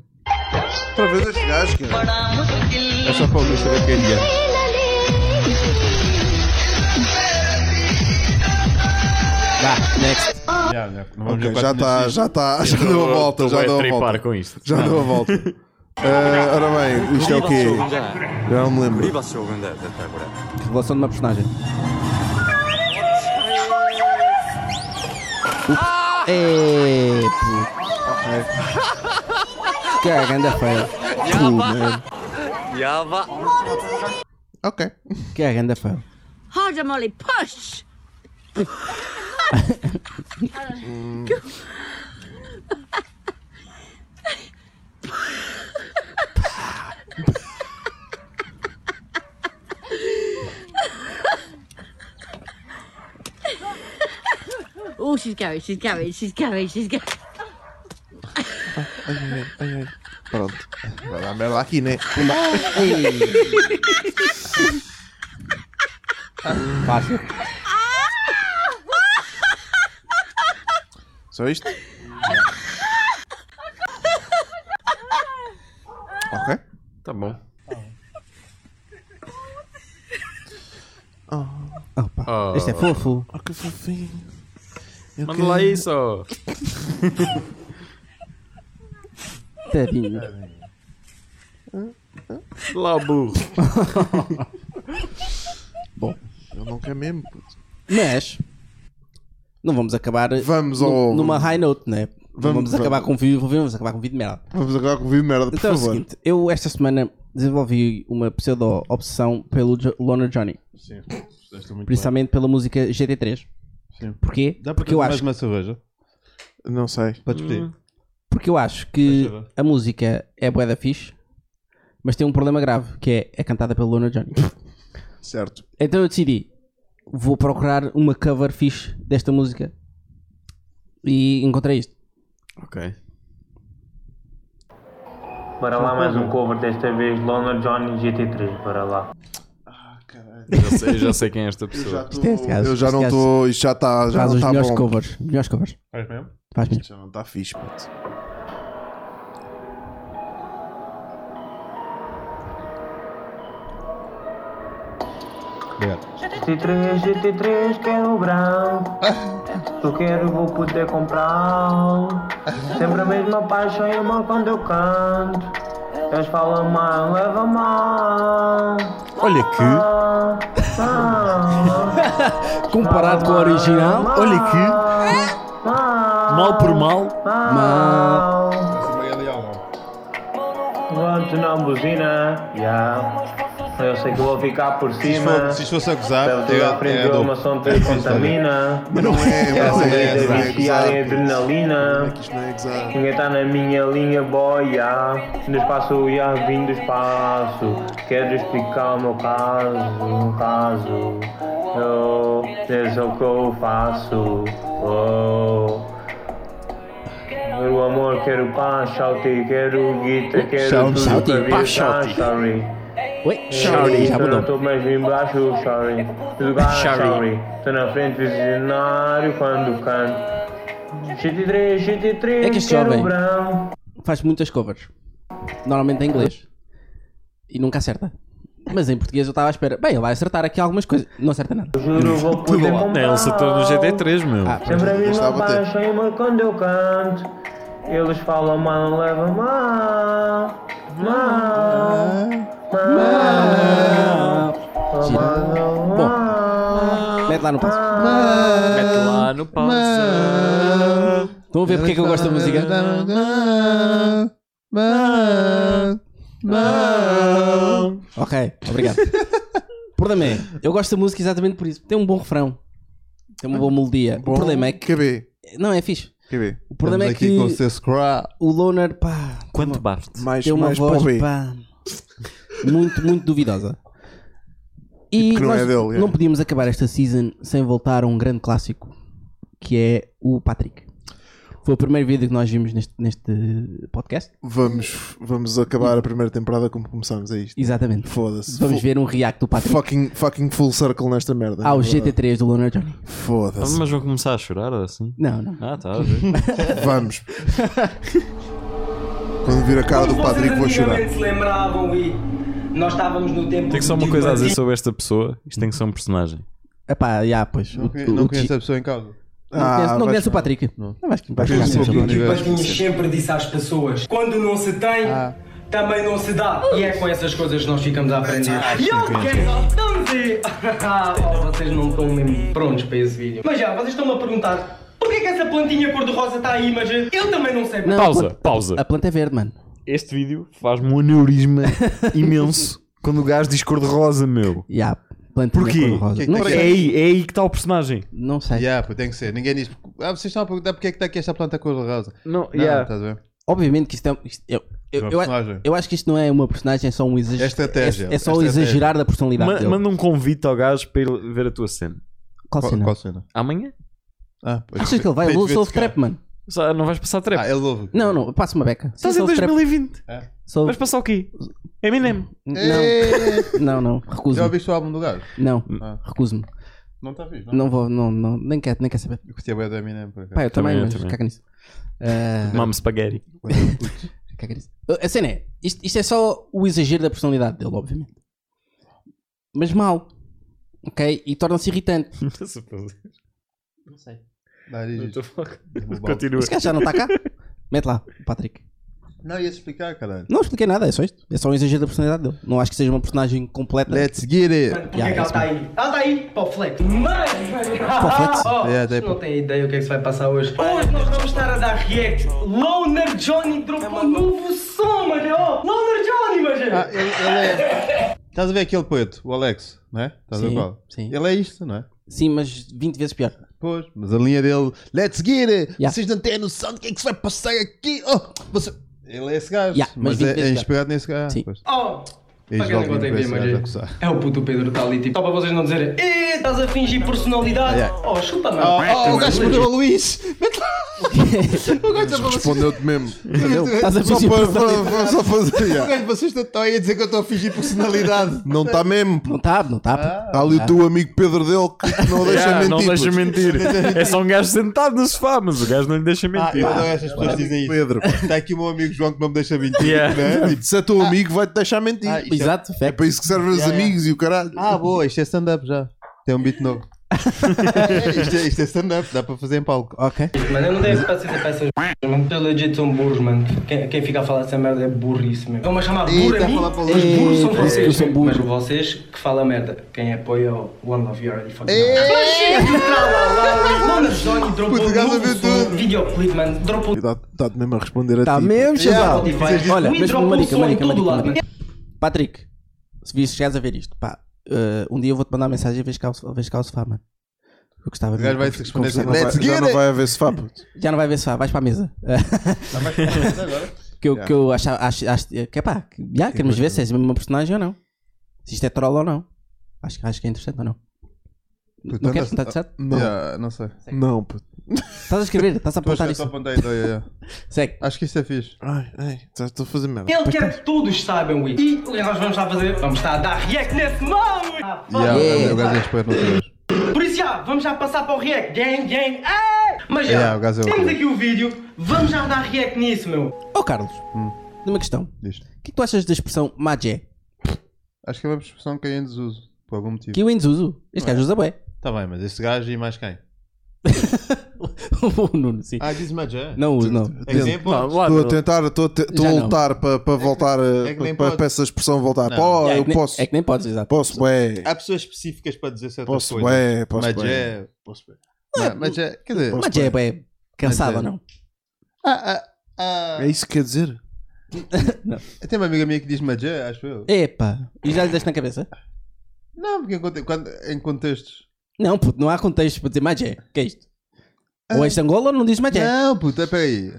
A: Outra vez este gajo, cara.
C: É só para o Luís saber quem ele é.
E: Vá, next.
C: Já, já. Não vamos
A: Ok,
C: ver
A: já
C: quatro
A: está,
C: minutos.
A: já está, já deu a volta, já deu a volta.
D: com isto.
A: Já deu a volta.
E: Eh,
C: Eh,
A: Ah, ora bem, isto é o quê? Já não me lembro.
E: Revelação de uma personagem. Ups. É, puto. Que é a ganda feia. Puh, mano.
A: Ok.
E: Que é a ganda feia.
Y: Harder, Molly, push! oh, she's going, she's going, she's going, she's going.
A: Ai, ai, ai, ai. Pronto. Vai dar merda aqui, né?
E: Ei, Fácil.
A: Só isto?
Y: Ah!
A: Ok. Ah.
D: Tá bom.
E: Ah. Opa, Este é fofo.
A: Oh, que fofinho. Eu
D: Ah. Manda
A: quero-
D: lá isso. ó.
E: Tadinho.
D: lá o burro.
E: Bom.
A: Eu não quero mesmo. puto.
E: Mas não vamos acabar
A: Vamos
E: nu-
A: ao-
E: numa high note, né? Não
A: Vamos-
E: vamos acabar com
A: vamos.
E: vídeo, vamos acabar com vídeo de merda.
A: Vamos acabar com o vídeo de merda, por
E: Então é o
A: favor.
E: seguinte, eu esta semana desenvolvi uma pseudo obsessão pelo Jo- Loner Johnny.
C: Sim, fizeste muito
E: Principalmente pela música GT3.
C: Sim.
E: Porquê?
C: Dá para
E: Porque
C: ter
E: eu
C: mais
E: acho
C: uma cerveja?
A: Não sei.
C: Para despedir.
E: Porque eu acho que a música é bué da fixe, mas tem um problema grave, que é, é cantada pelo Lona Johnny.
A: Certo.
E: Então eu decidi, vou procurar uma cover fixe desta música. E encontrei isto.
D: Ok.
H: Bora lá mais um cover, desta vez Loner Johnny GT3, bora lá.
D: Já sei, já sei quem é esta
A: Ah, Eu
D: pessoa.
A: tô- eu já não estou. Isto já está. Já
E: Faz
A: não
E: os
A: está
E: melhores
A: bom.
E: covers. Melhores covers.
C: Faz mesmo?
E: Faz mesmo.
A: Isto já não está fixe, puto.
H: GT3, GT3, quero branco. Se eu quero, vou poder comprar. Sempre a mesma paixão e amor quando eu canto. Eles falam mal, leva mal.
D: Olha que.
E: Comparado com o original,
D: olha que. Mal por mal.
E: Mal.
H: Levanto na buzina, yeah. Eu sei que vou ficar por
C: Se
H: cima.
C: for- se isto fosse a gozar,
H: Pelo teu
C: é-
H: à frente
C: é
H: de
C: duplo.
H: uma som te contamina.
C: Mas não é,
H: Eu
C: não é,
H: sei de
C: não é
H: viciar em
C: exato.
H: adrenalina.
C: é
H: Ninguém tá na minha linha, boia. Do espaço, ia vim do espaço. Quero explicar o meu caso, um caso. Eu, esse é o que eu faço. Oh. Quero amor, quero paz, shouty, quero guita, quero
E: Shout,
H: tudo
E: shouty,
H: pra
E: pá,
H: vir
E: shouty.
H: sorry.
E: Oi, shouty, já mudou.
H: Estou mais embaixo, sorry. Tudo bem,
E: Shouty.
H: sorry. Estou na frente do cenário quando canto. GT3, GT3,
E: É que este
H: quero
E: jovem-
H: branco.
E: Faz muitas covers. Normalmente em inglês. E nunca acerta. Mas em português eu estava à espera. Bem, ele vai acertar aqui algumas coisas. Não acerta nada.
H: Juro, vou poder comprar.
D: É, Ele acertou no GT3, meu.
E: Ah,
H: Sempre a mesma baixa e amor quando eu canto. Eles falam mal, leva mal. Mal. Mal.
E: Bom, mete lá no passo.
D: Mete lá no pau.
E: Estão a ver porque é que eu gosto da música? Ok, obrigado. O problema é, eu gosto da música exatamente por isso. Tem um bom refrão. Tem uma boa melodia. o problema é que. Não, é fixe. O problema
C: Estamos
E: é
C: aqui
E: que.
C: com o seu scrap.
E: O Loner, pá.
D: Quanto bate?
E: Mais,
A: Mais-
E: tem uma
A: mais
E: voz,
A: para o B.
E: pá. Muito, muito duvidosa. E
A: Porque não
E: nós
A: é dele, é.
E: não podíamos acabar esta season sem voltar a um grande clássico que é o Patrick. Foi o primeiro vídeo que nós vimos neste, neste podcast.
A: Vamos, vamos acabar a primeira temporada como começámos, é isto.
E: Exatamente.
A: Foda-se.
E: Vamos
A: Fu-
E: ver um react do Patrick
A: Fucking, fucking full circle nesta merda.
E: ao GT3 do Loner Johnny.
A: Foda-se.
D: Mas vão começar a chorar assim?
E: Não, não.
D: Ah, tá a ver.
A: Vamos. Quando vir a cara do Patrick, vou chorar.
N: Antigamente se lembravam e nós estávamos no tempo.
D: Tenho só uma coisa a dizer sobre esta pessoa. Isto tem que ser um personagem.
E: Epá, já, pois.
C: Não conhe- não conheço a pessoa em causa.
E: Não conhece- não
C: vai
E: conhece o
C: chorar.
E: Patrick.
C: Não.
E: Não vais- vais
C: Conheço
E: ficar
C: o
E: sem
C: Bruno
E: saber.
C: Guimarães.
N: Patinhas sempre disse às pessoas: quando não se tem, também não se dá. E é com essas coisas que nós ficamos a aprender. E eu quero, estamos aí. Ah, oh, vocês não estão mesmo prontos para esse vídeo. Mas já, vocês estão-me a perguntar: porquê que essa plantinha cor-de-rosa está aí, mas eh, eu também não sei.
E: Não,
D: pausa,
E: a planta-
D: pausa.
E: A planta é verde, mano.
D: Este vídeo faz-me um aneurisma imenso quando o gajo diz cor-de-rosa, meu.
E: Já,
D: Porquê?
E: cor-de-rosa.
D: Não sei. É aí, é aí que está o personagem.
E: Não sei.
C: Yeah, pô, tem que ser. Ninguém diz. Ah, vocês estão a perguntar porque é que está aqui esta planta cor-de-rosa.
D: Não,
C: não
D: yeah.
C: estás a ver?
E: Obviamente que isto é. isto- eu, eu,
C: É uma
E: eu-
C: personagem.
E: eu acho que isto não é uma personagem, é só um exagero.
C: É estratégia.
E: É, é só
C: É
E: o
C: estratégia.
E: exagerar da personalidade.
D: Ma-
E: dele.
D: manda um convite ao gajo para ele ver a tua cena.
E: Qual cena?
C: cena?
D: Amanhã?
C: Ah, pois.
E: Achas que ele vai?
C: Tem
E: Ele
C: de
E: ouve
C: ver-se cá.
E: trap, mano.
D: Só- Não vais passar trepa. Ah,
C: ele ouve.
E: Não, não, eu passo uma beca.
D: Estás
E: Sou
D: em
E: strep-
D: 2020.
C: É.
E: Sou-
D: Vais passar o quê? Eminem.
E: Não, não, não, recuso.
C: Já ouviste o álbum do gajo?
E: Não,
C: Ah.
E: recuso-me.
C: Não tá fixe, não?
E: Não vou, não, não, nem quero, nem quero saber.
C: Eu curtia bem da Eminem, por acaso.
E: Pá, eu também,
C: Também, eu
E: mas
C: também.
E: caga nisso. Ah,
D: Mamo spaghetti.
E: caga nisso. A cena é, isto, isto é só o exagero da personalidade dele, obviamente. Mas mal. Ok? E torna-se irritante.
C: Não
E: sei.
C: Continua.
E: Esse gajo já não está cá? Mete lá, o Patrick.
C: Não, ia explicar, caralho.
E: Não expliquei nada, é só isto. É só um exagero da personalidade dele. Não acho que seja uma personagem completa.
C: Let's get it!
E: Yeah,
H: Por que é que ela
E: isso
H: está
E: mesmo.
H: aí?
N: Ah,
H: Ela está aí para o flex. Mas,
E: flex?
H: Oh,
E: É,
H: vocês não têm ideia o que é que se vai passar hoje. Hoje nós vamos estar a dar react. Loner Johnny dropou um novo som, mano. Oh, Loner Johnny, mano.
C: É Ah, ele- ele é- Estás a ver aquele poeta, o Alex, não é? Estás a
E: Sim,
C: ver qual?
E: sim.
C: Ele é isto, não é?
E: Sim, mas 20 vezes pior.
C: Pois, mas a linha dele, let's get it!
E: Yeah.
C: Vocês não têm noção do que é que se vai passar aqui! Oh, você... Ele é esse gajo,
H: Yeah, mas
C: mas,
H: 20
C: é, é
H: vezes
C: inspirado nesse gajo.
H: Sim.
C: pois.
H: Oh,
C: Eis
H: para quem não
C: logo
H: conta em
C: esse
H: ver,
C: gajo a
H: mano.
C: coçar.
H: É o puto Pedro está ali, tipo, só para vocês não dizerem, "Eh, estás a fingir personalidade.
C: Yeah.
H: Oh,
A: Ah,
H: chupa, mano.
C: Oh, oh, o gajo perdeu a
E: Luís!
C: O gajo
A: Mas Respondeu-te mesmo.
C: Entendeu? Estás a
A: Só
C: fingir
A: para-
C: personalidade.
A: para- só fazer.
C: O
A: yeah.
C: gajo, assim. vocês não estão aí a dizer que eu estou a fingir personalidade.
A: Não está mesmo.
E: Não está, não tá. está.
A: Há ali o teu amigo Pedro Del que não o deixa
D: Yeah,
A: mentir.
D: não deixa
A: pois.
D: mentir. É só um gajo sentado no sofá, mas o gajo não lhe deixa
C: Ah,
D: mentir.
C: eu adoro estas pessoas que dizem isso.
A: Pedro.
C: Está aqui o meu amigo João que não me deixa mentir.
D: Yeah.
C: Né? Tipo,
A: Se é teu amigo, vai-te deixar mentir.
C: Ah, isto é- Exato,
A: É para isso que servem os
C: Yeah, yeah.
A: amigos e o caralho.
C: Ah, boa, isto é stand-up já. Tem um beat novo. isto é, isto é stand-up, dá para fazer em palco. Ok.
H: Mano, eu não tenho paciência para essas merdas, mano. Porque legit são burros, mano. Quem, quem fica a falar essa merda é burrice, mesmo. Estão-me a chamar
C: Ih,
H: é burro
C: tá
H: a
C: a
H: mim?
C: falar para
H: Os
C: longe.
H: burros são
C: Ih, parece
H: vocês.
C: que É, eu sou
H: mesmo.
C: burro.
H: Mas vocês que falam merda. Quem apoia o One Love You Already Fucking
C: Ih!
H: Mano, Johnny dropou um novo som, videoclipe, mano. Dropou
A: Está-te mesmo a responder a
E: Tá
A: ti.
C: tipo. É,
E: Olha, mas uma dica, uma dica, uma dica, uma
H: lado,
E: dica. Patrick, se vis chegares a ver isto, pá, eh, um dia eu vou-te mandar uma mensagem e vês cá, o- vês cá o sofá, mano. Eu gostava
C: O gajo vai-te
E: conver-
C: responder
E: conversar
C: assim,
E: com-
C: "Let's Já get não it!" vai haver
A: sofá,
E: Já não vai haver sofá, vais para a mesa.
C: vais para a mesa agora?
E: que eu,
C: Já.
E: que eu acho, acho, acho que é pá, que, já, queremos ver se és mesmo uma personagem ou não. Se isto é troll ou não. Acho, que- acho que é interessante ou não.
C: Puta,
E: não queres
C: andas-
E: estar certo?
C: Não. Yeah, ah, não sei.
A: Não, puto.
E: Estás a escrever, estás a
C: Tu acho
E: apontar
C: que eu
E: isso.
C: só apontei, então, yeah,
E: Segue.
C: Acho que isso é fixe.
A: Ai, ai, estou a fazer merda.
H: Ele quer que todos saibam isso. E o que é que nós vamos estar a fazer? Vamos estar a dar react nesse nome! Ah, fuck.
C: Yeah, O gajo é esperto no outro gajo.
H: Por isso já, vamos já passar para o react. Gang, gang, ai! Mas já,
C: Yeah, o gajo é
H: temos
C: horrível.
H: aqui o vídeo, vamos já dar react nisso, meu.
E: Ó Carlos, uma questão.
C: Hum. Diz.
E: O que é que tu achas da expressão magé?
C: Acho que é uma expressão que é em desuso, por algum motivo.
E: Que eu em desuso. Este gajo usa bué.
C: Tá bem, mas esse gajo e mais quem?
E: o Nuno, sim.
C: Ah, diz Major.
E: Não uso, não.
C: Exemplo?
A: Estou a tentar, estou a, te- estou a
E: Já não.
A: lutar para, para voltar, eh, a-
C: é que nem
A: para,
C: podes.
A: para essa expressão voltar.
C: Não.
A: Pô,
C: É que
A: eu
C: nem-
A: posso.
E: é que nem podes, exato.
A: Posso, ué.
C: Há pessoas específicas para dizer certas
A: Posso
C: coisas.
A: bem, posso
C: Major,
A: bem.
C: Posso bem. Ma- Major, quer dizer...
E: Magé é bué cansado ou
C: Magé.
E: não?
C: Ah, ah, ah.
A: É isso que quer dizer?
C: Eu tenho uma amiga minha que diz Major, acho eu.
E: Epa, É, e já lhe deste na cabeça?
C: Não, porque em conte- quando- em contextos...
E: Não, puto, não há contexto para dizer magé. O que é isto?
C: Ah,
E: Ou és de Angola ou não diz magé.
C: Não, puta, peraí.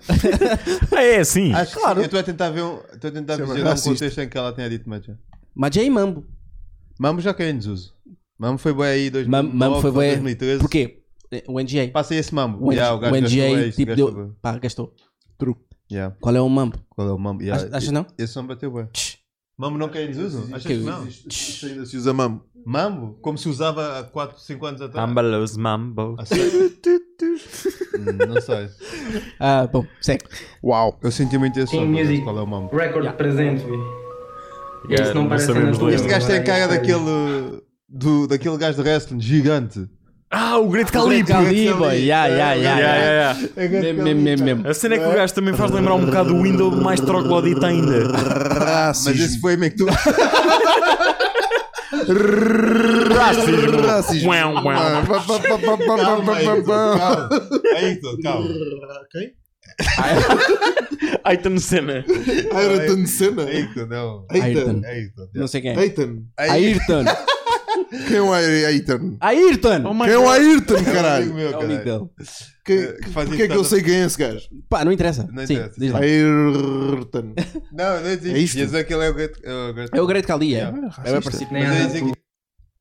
D: é assim.
C: Acho claro. Eu estou a tentar ver um, estou a tentar
E: Isso é
C: ver um
E: verdade.
C: contexto em que ela tenha dito Major.
E: Magé e mambo.
C: Mambo já caiu em desuso. Mambo foi bem aí 2009,
E: Mambo foi bué-
C: 2013.
E: Porquê? Eh, O NGA.
C: Passei esse mambo.
E: O,
C: Yeah, um. o gajo
E: NGA,
C: gastou é isso,
E: tipo,
C: gastou
E: deu...
C: bem.
E: Pá, gastou. True.
C: Yeah.
E: Qual é o mambo?
C: Qual é o mambo? Yeah.
E: Ach- achas não?
C: Esse não bateu bem. Mambo não cai em desuso? Achas que,
E: Que-
C: não?
A: Isto ainda se usa mambo.
C: Mambo? Como se usava há 4, 5 anos atrás?
D: Ambalos mambo.
C: Ah, Hum, não sei.
E: Ah, bom, segue.
A: Uau.
C: Eu senti muito esse som,
H: King
C: mas
H: Music
C: qual é o mambo.
H: Record presente, vi.
D: Yeah,
H: Isso não
D: não
H: parece
D: sabemos
H: nada
D: ler.
C: Este gajo tem cara daquele... Do, daquele gajo de wrestling gigante.
D: Ah, o
C: Great
D: Great Calibre!
C: Calibre, yeah, yeah, yeah, yeah. É Great Mesmo, mesmo, Calibre. mesmo.
D: A cena é que o gajo também faz lembrar um bocado o Windows mais troglodita ainda.
A: Racismo.
C: Mas esse foi meio que tu.
A: Racismo.
C: Racismo.
D: Uau, uau.
C: Calma, Ayrton, calma. Ayrton, calma. Quem?
D: Aitan cena.
A: Ayrton Ah, Senna.
C: Ayrton, não.
A: Ayrton.
C: Ayrton.
E: Não sei quem é.
A: Ayrton.
E: Ayrton.
A: Quem é o Ay- Ayrton?
E: Ayrton!
A: Quem é o Ayrton, caralho?
C: um meu,
E: Oh É o amigo dele.
A: Que-
C: que fazia
A: Porquê é que eu
C: tanto-
A: sei quem é esse gajo?
E: Pá, não interessa.
C: Não
E: Sim,
C: interessa.
E: diz lá.
A: Ayrton.
C: Não, não existe.
A: É isto?
C: Ia dizer que ele é o Great é o Great-
E: É o Great Khali, é.
C: Yeah.
E: É bem parecido.
C: Mas eu ia dizer que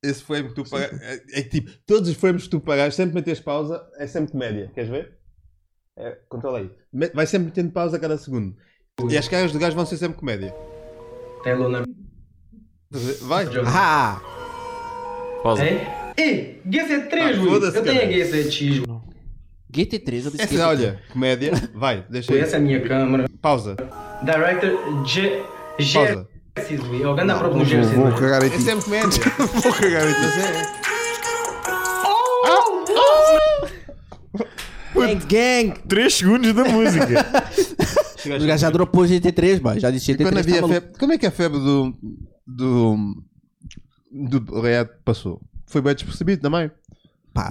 C: esse frame que tu pagaste. É, é que tipo, todos os frames que tu pagaste, sempre metes pausa, é sempre média. Queres ver? É, controla aí. Met- Vai sempre metendo pausa a cada segundo. E as caras do gajo vão ser sempre comédia. Vai.
E: Ah!
D: Pausa.
H: Ei, GC3,
C: Ah,
H: Luís.
C: foda-se,
H: É? Eu tenho a
C: caralho.
H: GC3.
E: GT3, eu disse
C: Essa, olha, comédia. Vai, deixa aí.
H: Essa é a minha câmara.
C: Pausa.
H: Director G. G.
C: Pausa.
H: Sidley. É Eu ganho a própria
A: vou-
H: G.
A: vou cagar em ti.
H: É
C: sempre comédia.
A: Vou cagar em ti.
H: Oh!
E: Gang, gang!
D: 3 segundos da música.
E: Os gajos já dropou GT3, pá. Já disse
C: E quando
E: GT3.
C: havia
E: tá maluco.
C: febre, como é que a febre do. do. do Reato passou? Foi bem despercebido também.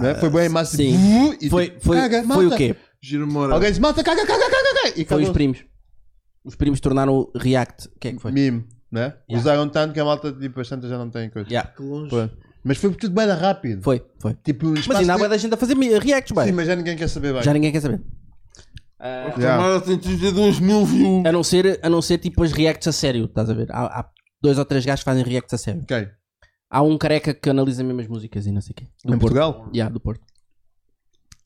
C: Né? Foi bem massa.
E: sim.
C: Vuh, e
E: Foi-
C: tipo,
E: foi-
C: caga,
E: foi
C: malta.
E: o quê?
A: Giro
C: Alguém disse, malta, caga, caga, caga, caga. E
E: Foi
C: cagou.
E: os primos. Os primos tornaram o React. O que é que foi?
C: Mimo, né? Usaram tanto que a malta, tipo, as tantas já não tem coisa.
E: Yeah.
A: Que longe.
C: Pô. Mas foi tudo bem rápido.
E: Foi, foi.
C: Tipo, um
E: Mas
C: espaço
E: ainda há
C: de-
E: bué da gente a fazer mi- reacts, bem.
C: Sim, mas já ninguém quer saber bem.
E: Já ninguém quer saber.
A: Ah,
C: Já. Tamara
E: tem 32 mil views. A não, ser, a não ser tipo as reacts a sério, estás a ver? Há, há dois ou três gajos que fazem reacts a sério.
C: Ok.
E: Há um careca que analisa mesmo as músicas e não sei o quê. Do
C: Em
E: Porto.
C: Portugal?
E: Já, do Porto.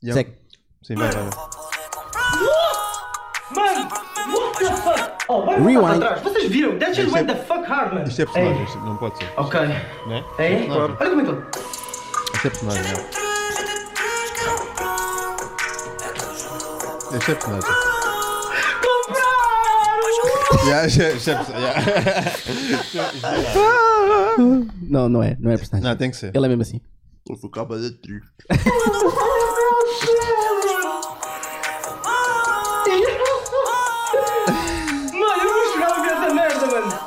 C: Yeah.
E: Segue.
C: Sim, vai, vai. vai.
H: Oh! Mano, what the fuck? Oh, vai voltar
C: Rewind.
H: para trás. Vocês viram? That shit
C: Isto é-
H: went the fuck hard, man.
C: Isto é personagem, isto não pode ser.
H: Ok.
C: Né?
H: Ei,
C: Isto é personagem.
H: olha como é que ele...
C: Isto é personagem, não. Isto é personagem. Já, já, já.
E: Não, não é. Não é personagem.
C: Não, tem que ser.
E: Ele é mesmo assim.
A: Vou ficar mais triste.
H: Mano, eu não jogava com essa merda, mano.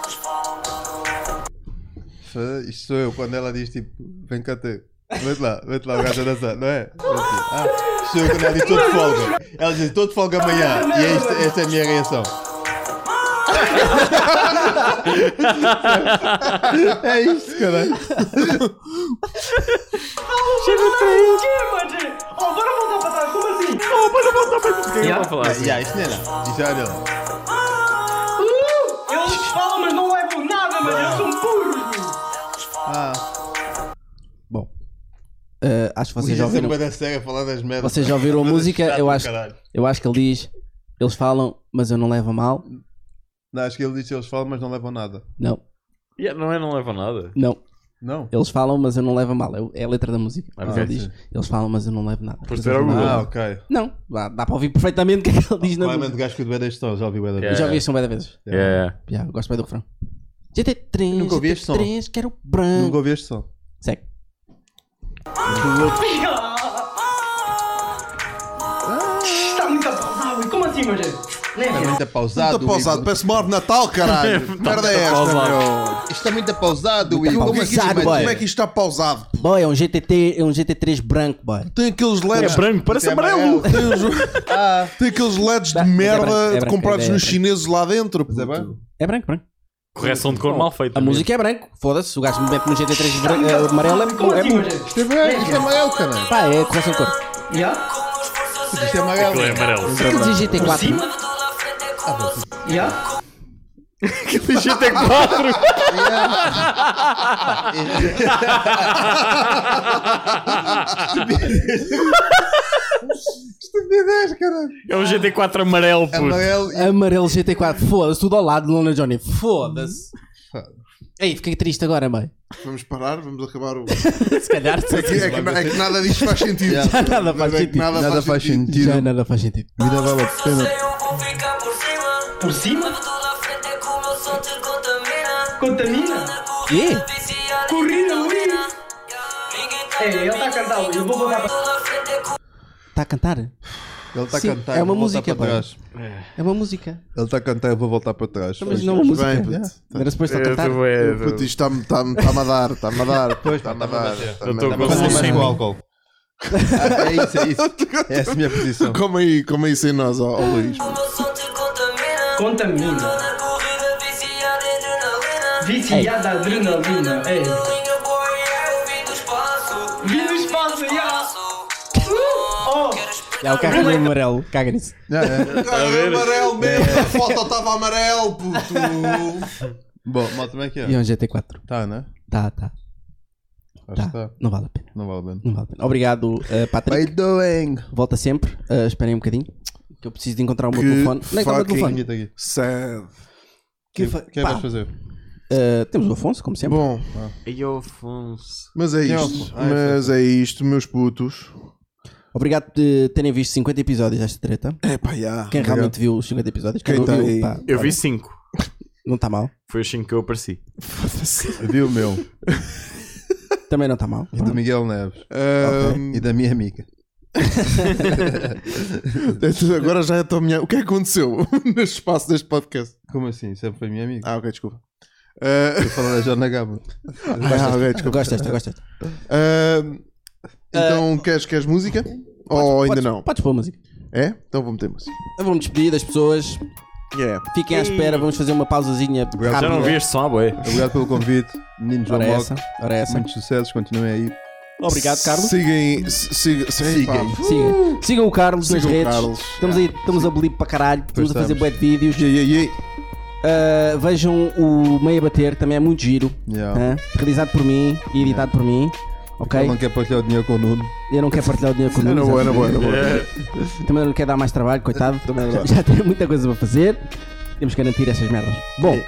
C: Foda- Isto sou eu, quando ela diz tipo, vem cá ter. Vete lá, vete lá o gajo a dançar, não é? Ah, sou eu quando ela diz estou de folga. Ela diz estou de folga amanhã. E é isto- esta é a minha reação. É isto, caralho.
H: Ah, Chega pra aí. Que, mano? Oh, bora voltar pra trás. Como assim? Oh, bora voltar pra trás.
C: Yeah,
D: assim.
C: yeah, isto não é nada. Isto olha lá.
H: Uh, Eu falo, mas não levo nada, mano. Eu sou um burro.
E: Bom. Ah, acho que vocês já ouviram.
C: é da cega falar das merdas.
E: Vocês já ouviram a
C: Mas é
E: música?
C: chato
E: Eu
C: do
E: acho,
C: caralho.
E: eu acho que ele diz. Eles falam, mas eu não levo a mal.
C: Não, acho que ele disse eles falam, mas não levam nada.
E: Não,
D: Yeah, não é, não leva a nada.
E: não.
C: Não?
E: Eles falam, mas eu não levo a mal. É- É a letra da música.
D: Ah,
E: mas ele
D: sim.
E: diz. Eles falam, mas eu não levo nada.
D: Por
E: Mas
D: ser
E: eu não
D: alguma.
E: levo
D: Ah,
E: nada.
C: ok.
E: Não, dá, dá para ouvir perfeitamente o que é que ele diz na música.
C: Claramente o gajo que o Beda estou, já ouvi o Beda
E: Eu Já ouvi isto um bué de vezes.
D: Yeah,
C: Ah,
D: yeah.
E: Yeah, eu gosto bem do refrão. GT3,
C: Nunca ouvi este som.
E: GT3, quero branco.
C: Nunca ouvi este som.
E: Segue.
H: Ah. Está Tá muito apausado. Como assim, meu gente? Né?
C: Está é muito pausado.
A: Muito pausado,
C: Igor.
A: parece uma árvore de Natal, caralho. Que merda é esta, meu?
C: Isto está muito pausado,
E: Muito
C: Igor. Como é que isto
E: pausado,
C: vai-
E: boy.
A: Como é que isto está pausado?
E: Boy, é um GTT, é um GT3 branco, boy.
A: Tem aqueles LEDs.
D: É branco, parece
A: Tem
D: amarelo. Ah.
A: Tem, os- tem aqueles LEDs de merda
E: branco, é
A: de
E: branco,
A: comprados
E: é
A: nos
E: branco.
A: chineses lá dentro. puto.
E: É branco, branco.
D: Correção de cor mal feita.
E: A música é branco, foda-se. O gajo me mete no GT3 bran- eh, amarelo é
H: Como
E: burro. É
H: assim, meu
E: burro.
H: gente?
C: Isto é amarelo, isto é amarelo, caralho.
E: Pá, é correção de cor.
H: Yeah?
C: Isto é amarelo.
D: Aquilo é amarelo.
E: Por que ele diz
H: Por
E: GT4?
H: cima? Yeah?
D: GT4!
C: Estupidez, caralho.
D: É um GT4 amarelo, puto.
C: Amarelo e
E: Amarelo GT4, foda-se, tudo ao lado, Lona Johnny, foda-se. Ei, fiquei triste agora, mãe.
A: Vamos parar, vamos acabar o.
E: Se calhar,
A: É que, é que- é que nada disto faz sentido.
E: já nada faz
A: É que
E: sentido.
A: nada
C: Nada faz sentido.
E: Já nada faz sentido.
C: Vida vale a pena.
H: Por cima? Contamina?
E: Quê?
H: Corrida, Luís! Ei, ele está a cantar, Luís. Eu vou voltar pra
E: Está a cantar?
C: Ele está a
E: Sim,
C: cantar.
E: é
C: eu
E: uma
C: vou voltar
E: música,
C: para
E: pá.
C: trás.
E: É uma música.
C: Ele está a cantar, eu vou voltar para trás.
E: Mas não é uma
A: Bem,
E: música.
A: puto.
E: yeah. Não Era suposto a cantar.
A: Eu, Puto, isto está-me está a dar, está-me a dar. Está-me a dar.
D: Eu estou com
C: Mas
D: Como
C: é mais
D: assim?
C: com álcool. Ah, é isso, é isso. Essa é a minha posição.
A: Como aí, como aí sem nós, ó, ó Luís.
H: Contamina. Viciada adrenalina. Ei. é Vim É do espaço, yeah. Uh,
E: É o carro no amarelo, caga nisso. É.
C: Já, é.
D: Tá
A: Carro amarelo mesmo, a foto estava amarelo, puto.
C: Bom, malta, como é que é?
E: E é um GT4.
C: Tá, né?
E: Tá, tá,
C: Acho que
E: tá.
C: tá.
E: Não vale a pena.
C: Não vale a pena.
E: Não vale a pena. Obrigado, eh, Patrick.
C: doing?
E: Volta sempre. eh, esperem um bocadinho. que eu preciso de encontrar o meu
A: Que
E: telefone. Onde é que está o meu
A: fucking
E: telefone?
A: Sad. é
E: Que fa- pá. Eh, temos o Afonso, como sempre.
A: Bom.
G: E Afonso.
A: Mas é isto. Mas é isto, meus putos.
E: Obrigado de terem visto 50 episódios desta treta.
A: É pá, já.
E: Quem
A: Obrigado.
E: realmente viu os 50 episódios?
A: Quem
E: não
A: tá
E: viu,
A: aí?
E: pá,
G: Eu vi
E: olha,
G: 5.
E: Não está mal.
G: Foi os 5 que eu apareci.
C: Vi o meu.
E: Também não está mal.
C: E do Miguel Neves.
A: Ahm.
C: E da minha amiga.
A: Agora já é a tua minha. O que é que aconteceu no espaço deste podcast?
C: Como assim? Sempre foi minha amiga.
A: Ah, ok, desculpa.
C: Estou a falar da Jorna Gama.
A: Ah, ok, desculpa.
E: Gosto desta, gosto desta. Ah.
A: Ahm, então, queres, queres música? Ou ainda
E: podes-
A: não?
E: Podes pôr música.
A: É? Então vou meter música.
E: Vamos despedir das pessoas. Fiquem à espera, vamos fazer uma pausazinha. rápida.
G: só, boi.
C: Obrigado pelo convite. Menino João
E: Ora
C: Mock.
E: essa, ora essa.
C: Muitos sucessos, continuem aí.
E: Obrigado, Carlos.
A: Sigam. Sigam.
C: Sigam. Uh!
E: Sigam, sigam o Carlos
A: Sigam
E: nas
A: o
E: redes.
A: Carlos.
E: Estamos, aí, estamos a bleep para caralho. Estamos, a fazer
C: estamos.
E: bué de vídeos. Uh, vejam o Meia Bater, que também é muito giro.
C: Yeah.
E: né? Realizado por mim e editado por mim. Ok?
C: Ele não quer partilhar o dinheiro com o Nuno.
E: Eu não quero partilhar o dinheiro com
C: Era
E: ninguém,
C: boa,
E: sabe?
C: era boa, era boa.
E: Também não quero dar mais trabalho, coitado.
C: é
E: já,
C: verdade.
E: já tenho muita coisa para fazer. Temos que garantir essas merdas. Bom,
C: É.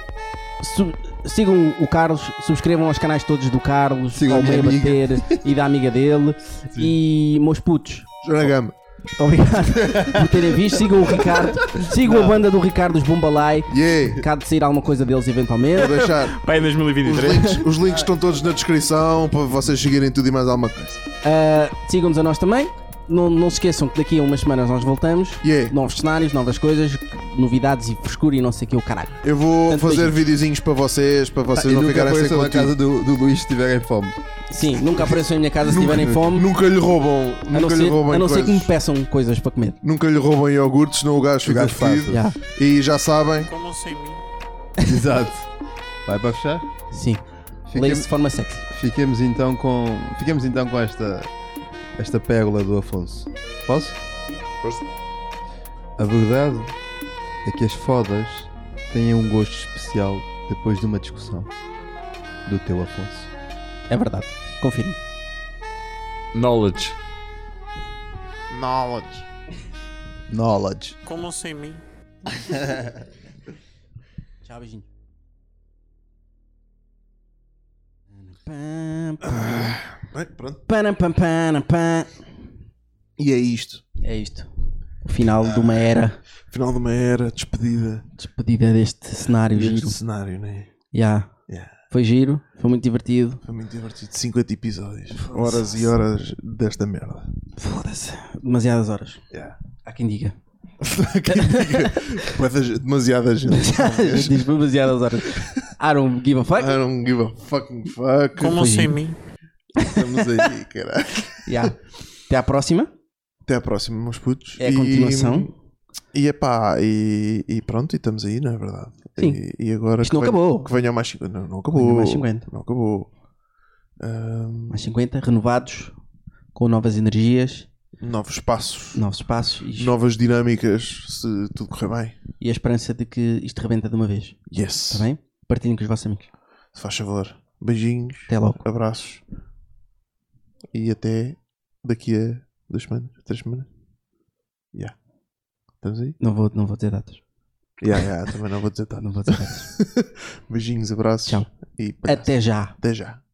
E: sub- sigam o Carlos, subscrevam os canais todos do Carlos,
C: Sigam
E: ao
C: a minha
E: Meia
C: amiga.
E: Bater e da amiga dele. E meus putos.
A: Joragama.
E: Obrigado por terem visto. Sigam o Ricardo. Sigam a banda do Ricardo dos Bombalai.
A: Yeah.
E: Cá de sair alguma coisa deles eventualmente.
A: Vou deixar.
G: Pai, em
A: Os
G: 2023.
A: links, os links estão todos na descrição para vocês seguirem tudo e mais alguma coisa.
E: Uh, Sigam-nos a nós também. Não, não se esqueçam que daqui a umas semanas nós voltamos. Novos cenários, novas coisas, novidades e frescura e não sei o que, o caralho.
A: Eu vou
E: Portanto,
A: fazer
E: beijinhos.
A: videozinhos para vocês, para vocês
C: e
A: não
C: nunca
A: ficarem sem
C: apareçam na
A: conteúdo.
C: casa do, do Luís se tiverem fome.
E: Sim, nunca apareçam em minha casa se
A: Nunca-
E: tiverem fome.
A: Nunca lhe roubam,
E: a não
A: nunca
E: ser,
A: lhe roubam
E: a não ser que me
A: coisas.
E: peçam coisas para comer.
A: Nunca lhe roubam iogurtes, senão o gajo fica
C: gajo faz.
A: fedido.
E: Já.
A: E já sabem,
F: Como sem mim?
C: Exato. Vai para fechar?
E: Sim. Leia-se de forma sexy.
C: Fiquemos então com. Fiquemos então com esta. Esta pérola do Afonso. Posso?
G: Força.
C: A verdade é que as fodas têm um gosto especial depois de uma discussão. Do teu Afonso.
E: É verdade. Confirmo.
G: Knowledge.
A: Knowledge.
C: Knowledge.
F: Como sem mim?
E: Tchau, beijinho.
A: Bem, pronto.
E: Panam, pam, panam, pam.
A: E é isto.
E: É isto. O final de uma era.
A: Final de uma era, despedida.
E: Despedida deste cenário
A: Deste
E: giro.
A: cenário, né?
E: Já.
A: Yeah.
E: Foi giro, foi muito divertido.
A: Foi muito divertido. 50 episódios. Horas e horas desta merda.
E: Foda-se. Demasiadas horas. Há quem diga.
A: Demasiada gente. Demasiada gente.
E: Diz demasiadas horas. I don't give a fuck.
A: I don't give a fucking fuck.
F: Como sem mim?
A: Estamos aí, caralho.
E: Yeah. Até à próxima.
A: Até à próxima, meus putos.
E: É a continuação.
A: E epá, e, e pronto, e estamos aí, não é verdade?
E: Sim.
A: E, e agora
E: Isto
A: que
E: não
A: venha-
E: acabou.
A: Que venham mais 50. Não, não
E: Venham
A: acabou.
E: mais 50.
A: Não acabou. Ahm,
E: Mais 50, renovados, com novas energias,
A: novos passos,
E: novos passos e,
A: novas dinâmicas, se tudo correr bem.
E: e a esperança de que isto rebenta de uma vez.
A: Yes.
E: Está bem? Partilhem com os vossos amigos.
A: Se faz favor. Beijinhos.
E: Até logo.
A: Abraços. E até daqui a duas semanas, três semanas. Yeah. Estamos aí?
E: Não vou, não vou dizer datas.
A: Yeah, yeah, também não vou dizer tanto.
E: Não vou dizer datas.
A: Beijinhos, abraços.
E: Tchau.
A: E
E: Até já.
A: Até já.